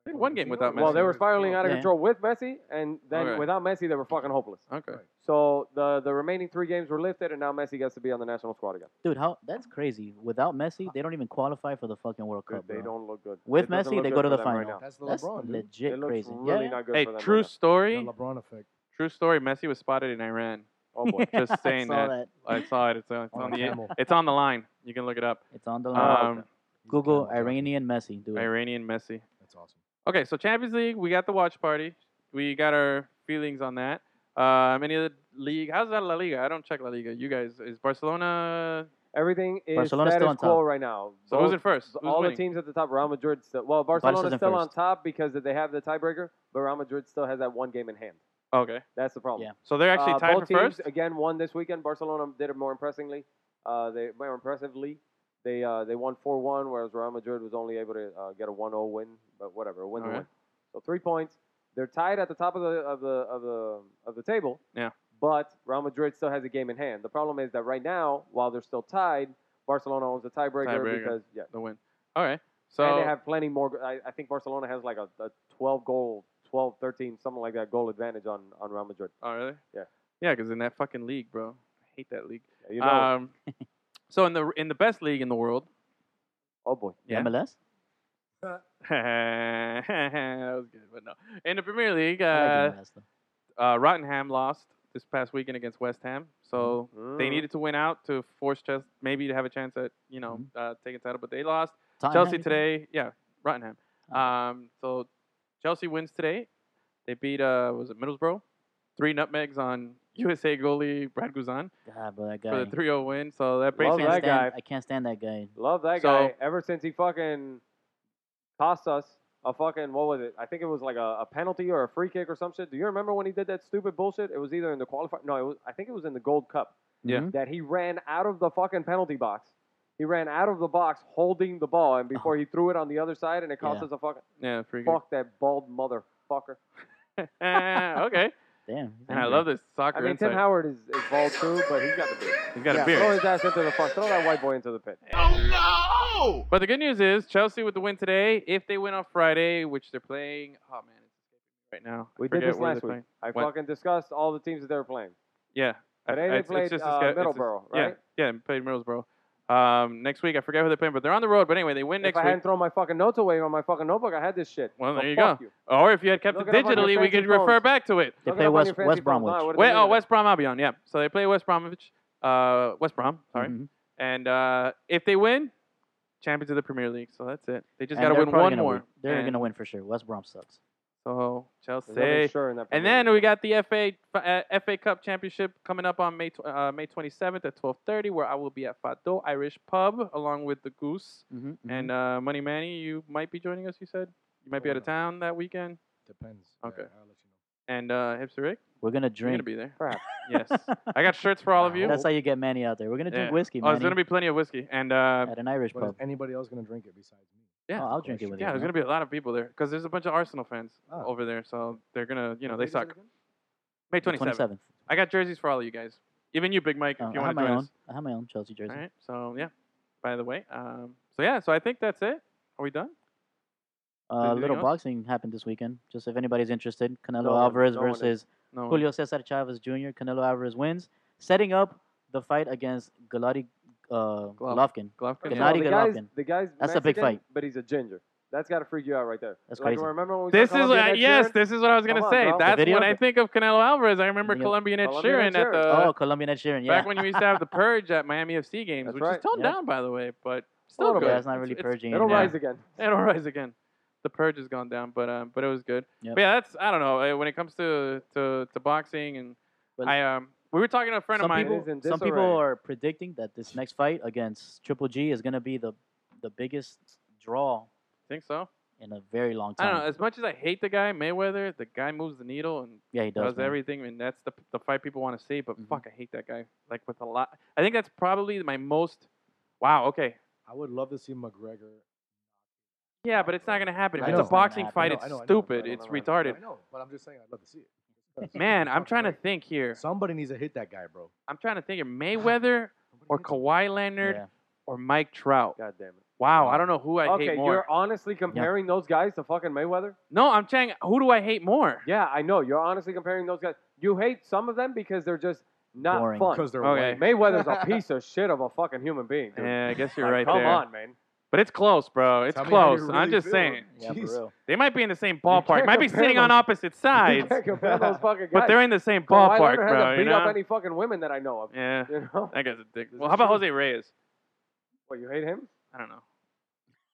[SPEAKER 1] They had one game without
[SPEAKER 3] well,
[SPEAKER 1] Messi.
[SPEAKER 3] they were spiraling out of
[SPEAKER 2] Yeah.
[SPEAKER 3] control with Messi, and then
[SPEAKER 1] Okay.
[SPEAKER 3] without Messi, they were fucking hopeless.
[SPEAKER 1] okay.
[SPEAKER 4] Right.
[SPEAKER 3] So the, the remaining three games were lifted, and now Messi gets to be on the national squad again.
[SPEAKER 2] Dude, how that's crazy. Without Messi, they don't even qualify for the fucking World
[SPEAKER 3] Dude,
[SPEAKER 2] Cup.
[SPEAKER 3] they
[SPEAKER 2] bro.
[SPEAKER 3] don't look good.
[SPEAKER 2] With
[SPEAKER 3] It doesn't
[SPEAKER 2] Messi,
[SPEAKER 3] look
[SPEAKER 2] they
[SPEAKER 3] good
[SPEAKER 2] go to
[SPEAKER 3] for
[SPEAKER 2] the
[SPEAKER 3] them right
[SPEAKER 2] final.
[SPEAKER 3] now.
[SPEAKER 4] That's
[SPEAKER 2] That's
[SPEAKER 4] LeBron. dude.
[SPEAKER 2] legit
[SPEAKER 3] It looks
[SPEAKER 2] crazy.
[SPEAKER 3] really
[SPEAKER 2] yeah,
[SPEAKER 3] not good
[SPEAKER 1] Hey,
[SPEAKER 3] for them.
[SPEAKER 1] true
[SPEAKER 3] right now.
[SPEAKER 4] The
[SPEAKER 1] story.
[SPEAKER 4] LeBron effect.
[SPEAKER 1] True story. Messi was spotted in Iran. Oh boy, just
[SPEAKER 2] I
[SPEAKER 1] saying
[SPEAKER 2] saw
[SPEAKER 1] that. I saw it. It's on, it's
[SPEAKER 4] On
[SPEAKER 1] on
[SPEAKER 4] a
[SPEAKER 1] the
[SPEAKER 4] camel.
[SPEAKER 1] it's on the line. You can look it up.
[SPEAKER 2] It's
[SPEAKER 4] Oh,
[SPEAKER 2] on the
[SPEAKER 1] Um,
[SPEAKER 2] Google
[SPEAKER 4] Camel, yeah.
[SPEAKER 2] Iranian Messi, dude.
[SPEAKER 1] Iranian Messi.
[SPEAKER 4] That's awesome.
[SPEAKER 1] Okay, so Champions League, we got the watch party. We got our feelings on that. Um, any other league? How's that La Liga? I don't check La Liga. You guys, is Barcelona?
[SPEAKER 3] Everything is
[SPEAKER 2] Barcelona's still
[SPEAKER 3] status
[SPEAKER 2] on top.
[SPEAKER 3] quo right now.
[SPEAKER 1] So
[SPEAKER 3] Both-
[SPEAKER 1] who's in first? Who's
[SPEAKER 3] all
[SPEAKER 1] winning?
[SPEAKER 3] the teams at the top. Real Madrid still. Well, Barcelona's
[SPEAKER 2] in
[SPEAKER 3] still on
[SPEAKER 2] first.
[SPEAKER 3] top because they have the tiebreaker, but Real Madrid still has that one game in hand.
[SPEAKER 1] Okay,
[SPEAKER 3] That's the problem.
[SPEAKER 2] Yeah.
[SPEAKER 1] so they're actually
[SPEAKER 3] Uh,
[SPEAKER 1] tied
[SPEAKER 3] both
[SPEAKER 1] for
[SPEAKER 3] teams,
[SPEAKER 1] first.
[SPEAKER 3] Again, won this weekend. Barcelona did it more impressively. Uh, they more impressively. They uh, they won four one, whereas Real Madrid was only able to uh, get a 1-0 win. But whatever, a win's a
[SPEAKER 1] Alright.
[SPEAKER 3] win. So three points. They're tied at the top of the of the of the of the table.
[SPEAKER 1] Yeah.
[SPEAKER 3] But Real Madrid still has a game in hand. The problem is that right now, while they're still tied, Barcelona owns the tiebreaker,
[SPEAKER 1] Tiebreaker.
[SPEAKER 3] because yeah,
[SPEAKER 1] The win. All right. So
[SPEAKER 3] and they have plenty more. I, I think Barcelona has like a, a 12 goal, 12, 13, something like that goal advantage on on Real Madrid.
[SPEAKER 1] Oh, really?
[SPEAKER 3] Yeah.
[SPEAKER 1] Yeah, because in that fucking league, bro. I hate that league.
[SPEAKER 3] You know,
[SPEAKER 1] Um, so in the in the best league in the world,
[SPEAKER 3] oh boy.
[SPEAKER 1] yeah.
[SPEAKER 2] MLS?
[SPEAKER 1] that was good, but no. In the Premier League,
[SPEAKER 2] I like
[SPEAKER 1] uh,
[SPEAKER 2] MLS, though.
[SPEAKER 1] uh, Rottenham lost this past weekend against West Ham, so they
[SPEAKER 3] Mm.
[SPEAKER 1] needed to win out to force Chelsea maybe to have a chance at you know
[SPEAKER 3] Mm-hmm.
[SPEAKER 1] uh, taking title, but they lost.
[SPEAKER 2] Tottenham,
[SPEAKER 1] Chelsea
[SPEAKER 2] you said?
[SPEAKER 1] today, yeah, Rottenham.
[SPEAKER 2] Oh.
[SPEAKER 1] Um, so Chelsea wins today. They beat uh, was it Middlesbrough? Three nutmegs on USA goalie Brad Guzan
[SPEAKER 2] God, bro, that guy.
[SPEAKER 1] for the 3-0 win. So that
[SPEAKER 3] Love
[SPEAKER 1] basically
[SPEAKER 3] that
[SPEAKER 2] Can't stand-
[SPEAKER 3] guy.
[SPEAKER 2] I can't stand that guy.
[SPEAKER 3] Love that
[SPEAKER 1] So-
[SPEAKER 3] guy. Ever since he fucking cost us a fucking what was it? I think it was like a, a penalty or a free kick or some shit. Do you remember when he did that stupid bullshit? It was either in the qualifier. No, it was. I think it was in the Gold Cup.
[SPEAKER 1] Yeah.
[SPEAKER 3] That he ran out of the fucking penalty box. He ran out of the box holding the ball, and before he threw it on the other side, and it cost
[SPEAKER 2] Yeah.
[SPEAKER 3] us a fucking
[SPEAKER 1] Uh-huh. yeah, pretty good.
[SPEAKER 3] fuck that bald motherfucker.
[SPEAKER 1] Ah, okay.
[SPEAKER 2] Damn. he's
[SPEAKER 1] And I
[SPEAKER 2] angry.
[SPEAKER 1] love this soccer
[SPEAKER 3] I mean, Tim
[SPEAKER 1] insight.
[SPEAKER 3] Howard is, is bald too, but he's got the beard.
[SPEAKER 1] He's got
[SPEAKER 3] yeah,
[SPEAKER 1] a beard.
[SPEAKER 3] Throw his ass into the fuck. Throw that white boy into the pit.
[SPEAKER 1] But the good news is Chelsea with the win today. If they win on Friday, which they're playing, oh man, it's right now. I
[SPEAKER 3] We did
[SPEAKER 1] forget
[SPEAKER 3] this
[SPEAKER 1] where
[SPEAKER 3] last
[SPEAKER 1] they're
[SPEAKER 3] week.
[SPEAKER 1] playing.
[SPEAKER 3] I
[SPEAKER 1] What?
[SPEAKER 3] fucking discussed all the teams that they were playing.
[SPEAKER 1] Yeah. I-
[SPEAKER 3] Today
[SPEAKER 1] I-
[SPEAKER 3] they
[SPEAKER 1] it's- it's
[SPEAKER 3] played,
[SPEAKER 1] just-
[SPEAKER 3] uh,
[SPEAKER 1] it's just-
[SPEAKER 3] Middlesbrough, right?
[SPEAKER 1] Yeah, yeah, they played Middlesbrough. Um, next week, I forget who they're playing, but they're on the road. But anyway, they win
[SPEAKER 3] if
[SPEAKER 1] next
[SPEAKER 3] I
[SPEAKER 1] week.
[SPEAKER 3] hadn't thrown my fucking notes away on my fucking notebook, I had this shit.
[SPEAKER 1] Well,
[SPEAKER 3] So
[SPEAKER 1] there you
[SPEAKER 3] fuck
[SPEAKER 1] go. Or if you had kept
[SPEAKER 3] Look
[SPEAKER 1] it
[SPEAKER 3] it up on your
[SPEAKER 1] digitally, we
[SPEAKER 3] fancy
[SPEAKER 1] could refer
[SPEAKER 3] phones.
[SPEAKER 1] back to it.
[SPEAKER 2] They
[SPEAKER 3] Look it
[SPEAKER 2] play
[SPEAKER 3] up on
[SPEAKER 2] West-
[SPEAKER 3] your fancy
[SPEAKER 2] West
[SPEAKER 3] phone. No, I
[SPEAKER 2] Bromwich.
[SPEAKER 3] would've
[SPEAKER 1] Wait,
[SPEAKER 3] deleted
[SPEAKER 1] oh,
[SPEAKER 3] it.
[SPEAKER 1] West Brom Albion. Yeah. So they play West Bromwich. Uh, West Brom, sorry.
[SPEAKER 3] Mm-hmm.
[SPEAKER 2] Mhm.
[SPEAKER 1] And uh, if they win, champions of the Premier League. So that's it. They just
[SPEAKER 2] And
[SPEAKER 1] got to
[SPEAKER 2] they're
[SPEAKER 1] win
[SPEAKER 2] probably
[SPEAKER 1] one
[SPEAKER 2] gonna
[SPEAKER 1] more.
[SPEAKER 2] Win. They're
[SPEAKER 1] And
[SPEAKER 2] going to win for sure. West Brom sucks.
[SPEAKER 1] So Chelsea.
[SPEAKER 3] There's nothing sure in that
[SPEAKER 1] And
[SPEAKER 3] Premier
[SPEAKER 1] then we got the FA uh, FA Cup Championship coming up on May tw- uh, May 27th at 12:30, where I will be at Fado Irish Pub along with the Goose
[SPEAKER 2] Mm-hmm.
[SPEAKER 1] and uh, Money Manny. You might be joining us. You said you might be out of
[SPEAKER 4] Probably
[SPEAKER 1] town that weekend,
[SPEAKER 4] Depends.
[SPEAKER 1] Okay.
[SPEAKER 4] Yeah, I'll let you know.
[SPEAKER 1] and uh, Hipster Rick,
[SPEAKER 2] We're going to
[SPEAKER 1] you're gonna
[SPEAKER 2] drink.
[SPEAKER 1] be there.
[SPEAKER 3] Perhaps.
[SPEAKER 1] Yes, I got shirts for all of you.
[SPEAKER 2] That's how you get Manny out there. We're going to drink
[SPEAKER 1] Yeah.
[SPEAKER 2] whiskey,
[SPEAKER 1] oh, there's gonna
[SPEAKER 2] Manny,
[SPEAKER 1] be plenty of whiskey, and uh,
[SPEAKER 2] at an Irish
[SPEAKER 4] But
[SPEAKER 2] pub.
[SPEAKER 4] is anybody else gonna drink it besides me?
[SPEAKER 1] yeah,
[SPEAKER 2] oh, I'll drink it with
[SPEAKER 1] yeah,
[SPEAKER 2] you.
[SPEAKER 1] there's gonna be a lot of people there because there's a bunch of Arsenal fans
[SPEAKER 4] Ah.
[SPEAKER 1] over there, so they're gonna, you know,
[SPEAKER 4] What
[SPEAKER 1] they
[SPEAKER 4] date is it
[SPEAKER 1] suck.
[SPEAKER 4] again?
[SPEAKER 1] May
[SPEAKER 2] The
[SPEAKER 1] 27th. I got jerseys for all of you guys, even you, Big Mike,
[SPEAKER 2] Oh,
[SPEAKER 1] if you
[SPEAKER 2] I have
[SPEAKER 1] want to
[SPEAKER 2] my
[SPEAKER 1] join us.
[SPEAKER 2] own. I have my own Chelsea jersey.
[SPEAKER 1] All right. So yeah. By the way, um, so yeah. So I think that's it. Are we done?
[SPEAKER 2] Uh,
[SPEAKER 1] Anything
[SPEAKER 2] little
[SPEAKER 1] else?
[SPEAKER 2] boxing happened this weekend. Just if anybody's interested, Canelo
[SPEAKER 3] No one-
[SPEAKER 2] Alvarez
[SPEAKER 3] no one is.
[SPEAKER 2] versus
[SPEAKER 1] No. one-
[SPEAKER 2] Julio Cesar Chavez Jr. Canelo Alvarez wins, setting up the fight against Galati uh, Golovkin.
[SPEAKER 1] Golovkin.
[SPEAKER 2] Good
[SPEAKER 1] Yeah.
[SPEAKER 2] night. Gennady
[SPEAKER 3] League. the guy's,
[SPEAKER 2] Golovkin.
[SPEAKER 3] the guy's
[SPEAKER 2] That's a big
[SPEAKER 3] Mexican,
[SPEAKER 2] fight.
[SPEAKER 3] but he's a ginger. That's got to freak you out right there.
[SPEAKER 2] That's
[SPEAKER 3] like,
[SPEAKER 2] crazy.
[SPEAKER 3] Remember when we
[SPEAKER 1] This
[SPEAKER 3] saw
[SPEAKER 1] is
[SPEAKER 3] Colombian
[SPEAKER 1] uh,
[SPEAKER 3] Ed
[SPEAKER 1] yes.
[SPEAKER 3] Sheeran?
[SPEAKER 1] This is what I was gonna
[SPEAKER 3] Come on,
[SPEAKER 1] say.
[SPEAKER 3] bro. The
[SPEAKER 1] That's
[SPEAKER 2] video?
[SPEAKER 1] when I think of Canelo Alvarez. I remember
[SPEAKER 2] Yeah.
[SPEAKER 1] Colombian Ed
[SPEAKER 3] Colombian Ed
[SPEAKER 1] Sheeran at
[SPEAKER 3] Sheeran.
[SPEAKER 1] the
[SPEAKER 2] Oh, Colombian Ed Sheeran. Yeah.
[SPEAKER 1] Uh, back when you used to have the purge at Miami FC games,
[SPEAKER 3] That's
[SPEAKER 1] which is
[SPEAKER 3] right.
[SPEAKER 1] toned
[SPEAKER 2] Yeah.
[SPEAKER 1] down by the way, but still
[SPEAKER 3] little
[SPEAKER 1] good.
[SPEAKER 3] bit.
[SPEAKER 2] yeah, it's not really purging.
[SPEAKER 3] It'll
[SPEAKER 1] Yeah.
[SPEAKER 3] rise again.
[SPEAKER 1] It'll rise again. The purge has gone down, but um, but it was good.
[SPEAKER 2] Yep.
[SPEAKER 1] But yeah, that's I don't know. uh, When it comes to to, to boxing and
[SPEAKER 2] Well-
[SPEAKER 1] I um, we were talking to a friend
[SPEAKER 2] some
[SPEAKER 1] of mine.
[SPEAKER 3] It is in
[SPEAKER 2] people, some people
[SPEAKER 3] disarray.
[SPEAKER 2] are predicting that this next fight against Triple G is going to be the the biggest draw
[SPEAKER 1] think so.
[SPEAKER 2] in a very long
[SPEAKER 1] I
[SPEAKER 2] time.
[SPEAKER 1] don't know. As much as I hate the guy Mayweather, the guy moves the needle and
[SPEAKER 2] Yeah, he does.
[SPEAKER 1] does
[SPEAKER 2] man.
[SPEAKER 1] everything, and that's the the fight people want to see. But
[SPEAKER 2] Mhm.
[SPEAKER 1] fuck, I hate that guy. Like with a lot, I think that's probably my most. Wow. Okay.
[SPEAKER 4] I would love to see McGregor.
[SPEAKER 1] Yeah, but it's not gonna happen. If
[SPEAKER 4] I
[SPEAKER 1] it's
[SPEAKER 4] know.
[SPEAKER 1] a
[SPEAKER 4] It's
[SPEAKER 2] not
[SPEAKER 1] boxing
[SPEAKER 2] gonna
[SPEAKER 1] fight, it's
[SPEAKER 4] happen. I know, I know, I know,
[SPEAKER 1] stupid.
[SPEAKER 3] I know,
[SPEAKER 1] It's
[SPEAKER 3] I know.
[SPEAKER 1] retarded.
[SPEAKER 4] I know, but I'm just saying, I'd love to see it.
[SPEAKER 1] Man, I'm trying to think here.
[SPEAKER 4] Somebody needs to hit that guy, bro.
[SPEAKER 1] I'm trying to think here. Mayweather or
[SPEAKER 4] Somebody hit
[SPEAKER 1] Kawhi Leonard
[SPEAKER 2] Yeah.
[SPEAKER 1] or Mike Trout.
[SPEAKER 3] God damn it.
[SPEAKER 1] Wow, I don't know who I
[SPEAKER 3] okay,
[SPEAKER 1] hate more.
[SPEAKER 3] you're honestly comparing those guys to fucking Mayweather?
[SPEAKER 1] No, I'm saying who do I hate more?
[SPEAKER 3] Yeah, I know. You're honestly comparing those guys. You hate some of them because they're just not
[SPEAKER 2] Boring.
[SPEAKER 3] fun.
[SPEAKER 1] Oh,
[SPEAKER 4] Because they're
[SPEAKER 1] Okay.
[SPEAKER 4] okay.
[SPEAKER 3] Mayweather's a piece of shit of a fucking human being. Dude.
[SPEAKER 1] Yeah, I guess you're right
[SPEAKER 3] Like, come
[SPEAKER 1] there.
[SPEAKER 3] on, man.
[SPEAKER 1] But it's close, bro. It's
[SPEAKER 4] Tell me how you
[SPEAKER 1] close. I'm
[SPEAKER 4] really
[SPEAKER 1] just
[SPEAKER 4] feel.
[SPEAKER 1] saying.
[SPEAKER 2] Yeah,
[SPEAKER 4] Jeez.
[SPEAKER 2] for real.
[SPEAKER 1] They might be in the same
[SPEAKER 3] can't
[SPEAKER 1] ballpark. Might be
[SPEAKER 3] compare
[SPEAKER 1] sitting on
[SPEAKER 3] them.
[SPEAKER 1] opposite sides,
[SPEAKER 3] can't compare those fucking guys.
[SPEAKER 1] but they're in the same
[SPEAKER 3] Kawhi
[SPEAKER 1] ballpark,
[SPEAKER 3] Leonard hasn't
[SPEAKER 1] bro. You
[SPEAKER 3] beat up
[SPEAKER 1] know?
[SPEAKER 3] any fucking women that I know of.
[SPEAKER 1] yeah,
[SPEAKER 3] You know?
[SPEAKER 1] that guy's a dick.
[SPEAKER 3] This
[SPEAKER 1] Well,
[SPEAKER 3] is
[SPEAKER 1] how about
[SPEAKER 3] true.
[SPEAKER 1] Jose Reyes?
[SPEAKER 3] What, you hate him?
[SPEAKER 1] I don't know.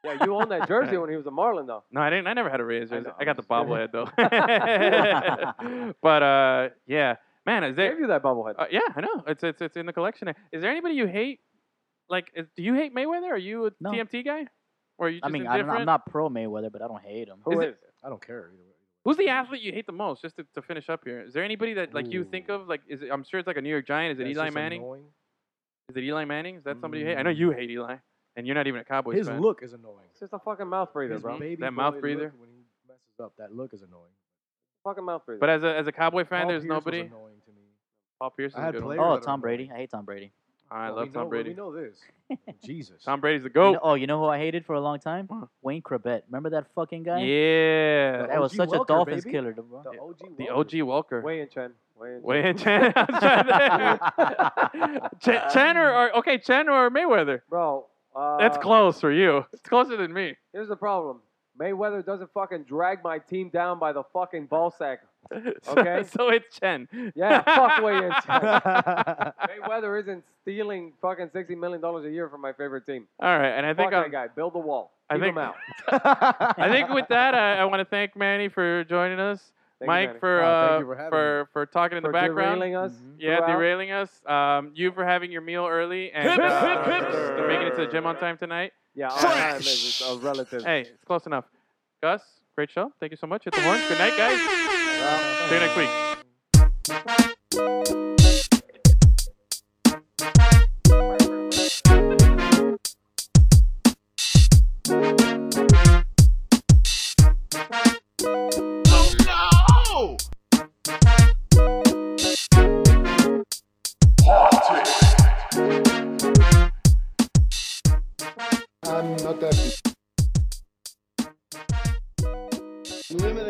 [SPEAKER 3] Yeah, you owned that jersey when he was a Marlin, though.
[SPEAKER 1] No, I didn't. I never had a Reyes
[SPEAKER 3] I
[SPEAKER 1] jersey.
[SPEAKER 3] know,
[SPEAKER 1] I, got the
[SPEAKER 3] I'm
[SPEAKER 1] bobblehead though. but uh, yeah, man, is
[SPEAKER 3] They
[SPEAKER 1] there?
[SPEAKER 3] gave you that bobblehead.
[SPEAKER 1] Uh, yeah, I know. It's it's it's in the collection. there. Is there anybody you hate? Like, is, do you hate Mayweather? Are you a
[SPEAKER 2] No.
[SPEAKER 1] TMT guy? Or are you just
[SPEAKER 2] I mean, I don't,
[SPEAKER 1] indifferent?
[SPEAKER 2] I'm not pro Mayweather, but I don't hate him.
[SPEAKER 3] Who
[SPEAKER 1] is
[SPEAKER 3] is,
[SPEAKER 1] it-
[SPEAKER 4] I don't care either way.
[SPEAKER 1] Who's the athlete you hate the most? Just to, to finish up here, is there anybody that like you think
[SPEAKER 4] Ooh.
[SPEAKER 1] of? Like, is it, I'm sure it's like a New York Giant. Is it
[SPEAKER 4] That's
[SPEAKER 1] Eli
[SPEAKER 4] just
[SPEAKER 1] Manning?
[SPEAKER 4] annoying.
[SPEAKER 1] Is it Eli Manning? Is that somebody you hate? I know you hate Eli, and you're not even a Cowboys
[SPEAKER 4] His
[SPEAKER 1] fan.
[SPEAKER 4] look is annoying.
[SPEAKER 3] It's just a fucking mouth breather,
[SPEAKER 4] His
[SPEAKER 3] bro.
[SPEAKER 4] baby
[SPEAKER 1] That
[SPEAKER 4] boy
[SPEAKER 1] mouth
[SPEAKER 4] look
[SPEAKER 1] breather?
[SPEAKER 4] When he messes up, that look is annoying.
[SPEAKER 3] Fucking mouth breather.
[SPEAKER 1] But as a as a Cowboy fan,
[SPEAKER 4] Paul
[SPEAKER 1] there's
[SPEAKER 4] Pierce was
[SPEAKER 1] nobody.
[SPEAKER 4] annoying to me.
[SPEAKER 1] Paul Pierce is
[SPEAKER 4] I
[SPEAKER 1] a
[SPEAKER 4] had
[SPEAKER 1] good one.
[SPEAKER 4] players-
[SPEAKER 2] Oh,
[SPEAKER 4] that are
[SPEAKER 2] Tom Brady.
[SPEAKER 4] annoying.
[SPEAKER 2] I hate Tom Brady.
[SPEAKER 1] I
[SPEAKER 4] Well, we
[SPEAKER 1] love
[SPEAKER 4] know-
[SPEAKER 1] Tom Brady.
[SPEAKER 4] We know this. Jesus.
[SPEAKER 1] Tom Brady's the
[SPEAKER 2] You
[SPEAKER 1] goat.
[SPEAKER 2] know, oh, you know who I hated for a long time?
[SPEAKER 1] Huh.
[SPEAKER 2] Wayne Krebet. Remember that fucking guy?
[SPEAKER 1] Yeah.
[SPEAKER 4] The
[SPEAKER 2] That was
[SPEAKER 4] OG
[SPEAKER 2] such a
[SPEAKER 4] Welker,
[SPEAKER 2] Dolphins
[SPEAKER 4] baby.
[SPEAKER 2] killer, bro.
[SPEAKER 4] the OG.
[SPEAKER 1] The
[SPEAKER 4] Welker.
[SPEAKER 1] OG Welker.
[SPEAKER 3] Weigh in, Chen. Weigh in.
[SPEAKER 1] Wait, Chen. I'm trying to- Chen, Chen or, or okay, Chen or Mayweather.
[SPEAKER 3] Bro, uh,
[SPEAKER 1] That's close for you. It's closer than me.
[SPEAKER 3] Here's the problem. Mayweather doesn't fucking drag my team down by the fucking ball sack.
[SPEAKER 1] So-
[SPEAKER 3] Okay.
[SPEAKER 1] So, it's Chen.
[SPEAKER 3] Yeah, fuck way in Chen. Mayweather isn't stealing fucking sixty million dollars a year from my favorite team.
[SPEAKER 1] All right, and I
[SPEAKER 3] Fuck
[SPEAKER 1] think
[SPEAKER 3] that
[SPEAKER 1] I'm,
[SPEAKER 3] guy. Build the wall.
[SPEAKER 1] I
[SPEAKER 3] Keep
[SPEAKER 1] think-
[SPEAKER 3] him out.
[SPEAKER 1] I think with that, I, I want to thank Manny for joining us,
[SPEAKER 3] Thank you,
[SPEAKER 1] Mike
[SPEAKER 3] Manny.
[SPEAKER 1] for
[SPEAKER 4] Oh,
[SPEAKER 1] uh,
[SPEAKER 4] thank you for having
[SPEAKER 1] for, for talking in
[SPEAKER 3] for
[SPEAKER 1] the background.
[SPEAKER 3] derailing us.
[SPEAKER 2] Mhm.
[SPEAKER 1] Yeah,
[SPEAKER 3] throughout.
[SPEAKER 1] derailing us. Um, you for having your meal early and
[SPEAKER 4] Hip,
[SPEAKER 1] uh,
[SPEAKER 4] hip, hip.
[SPEAKER 1] for making it to the gym on time tonight.
[SPEAKER 3] Yeah, all time is a relative.
[SPEAKER 1] Hey, it's close enough. Gus, great show. Thank you so much. Hit the horn. Good night, guys. See you next week.
[SPEAKER 7] I'm not that. Limited.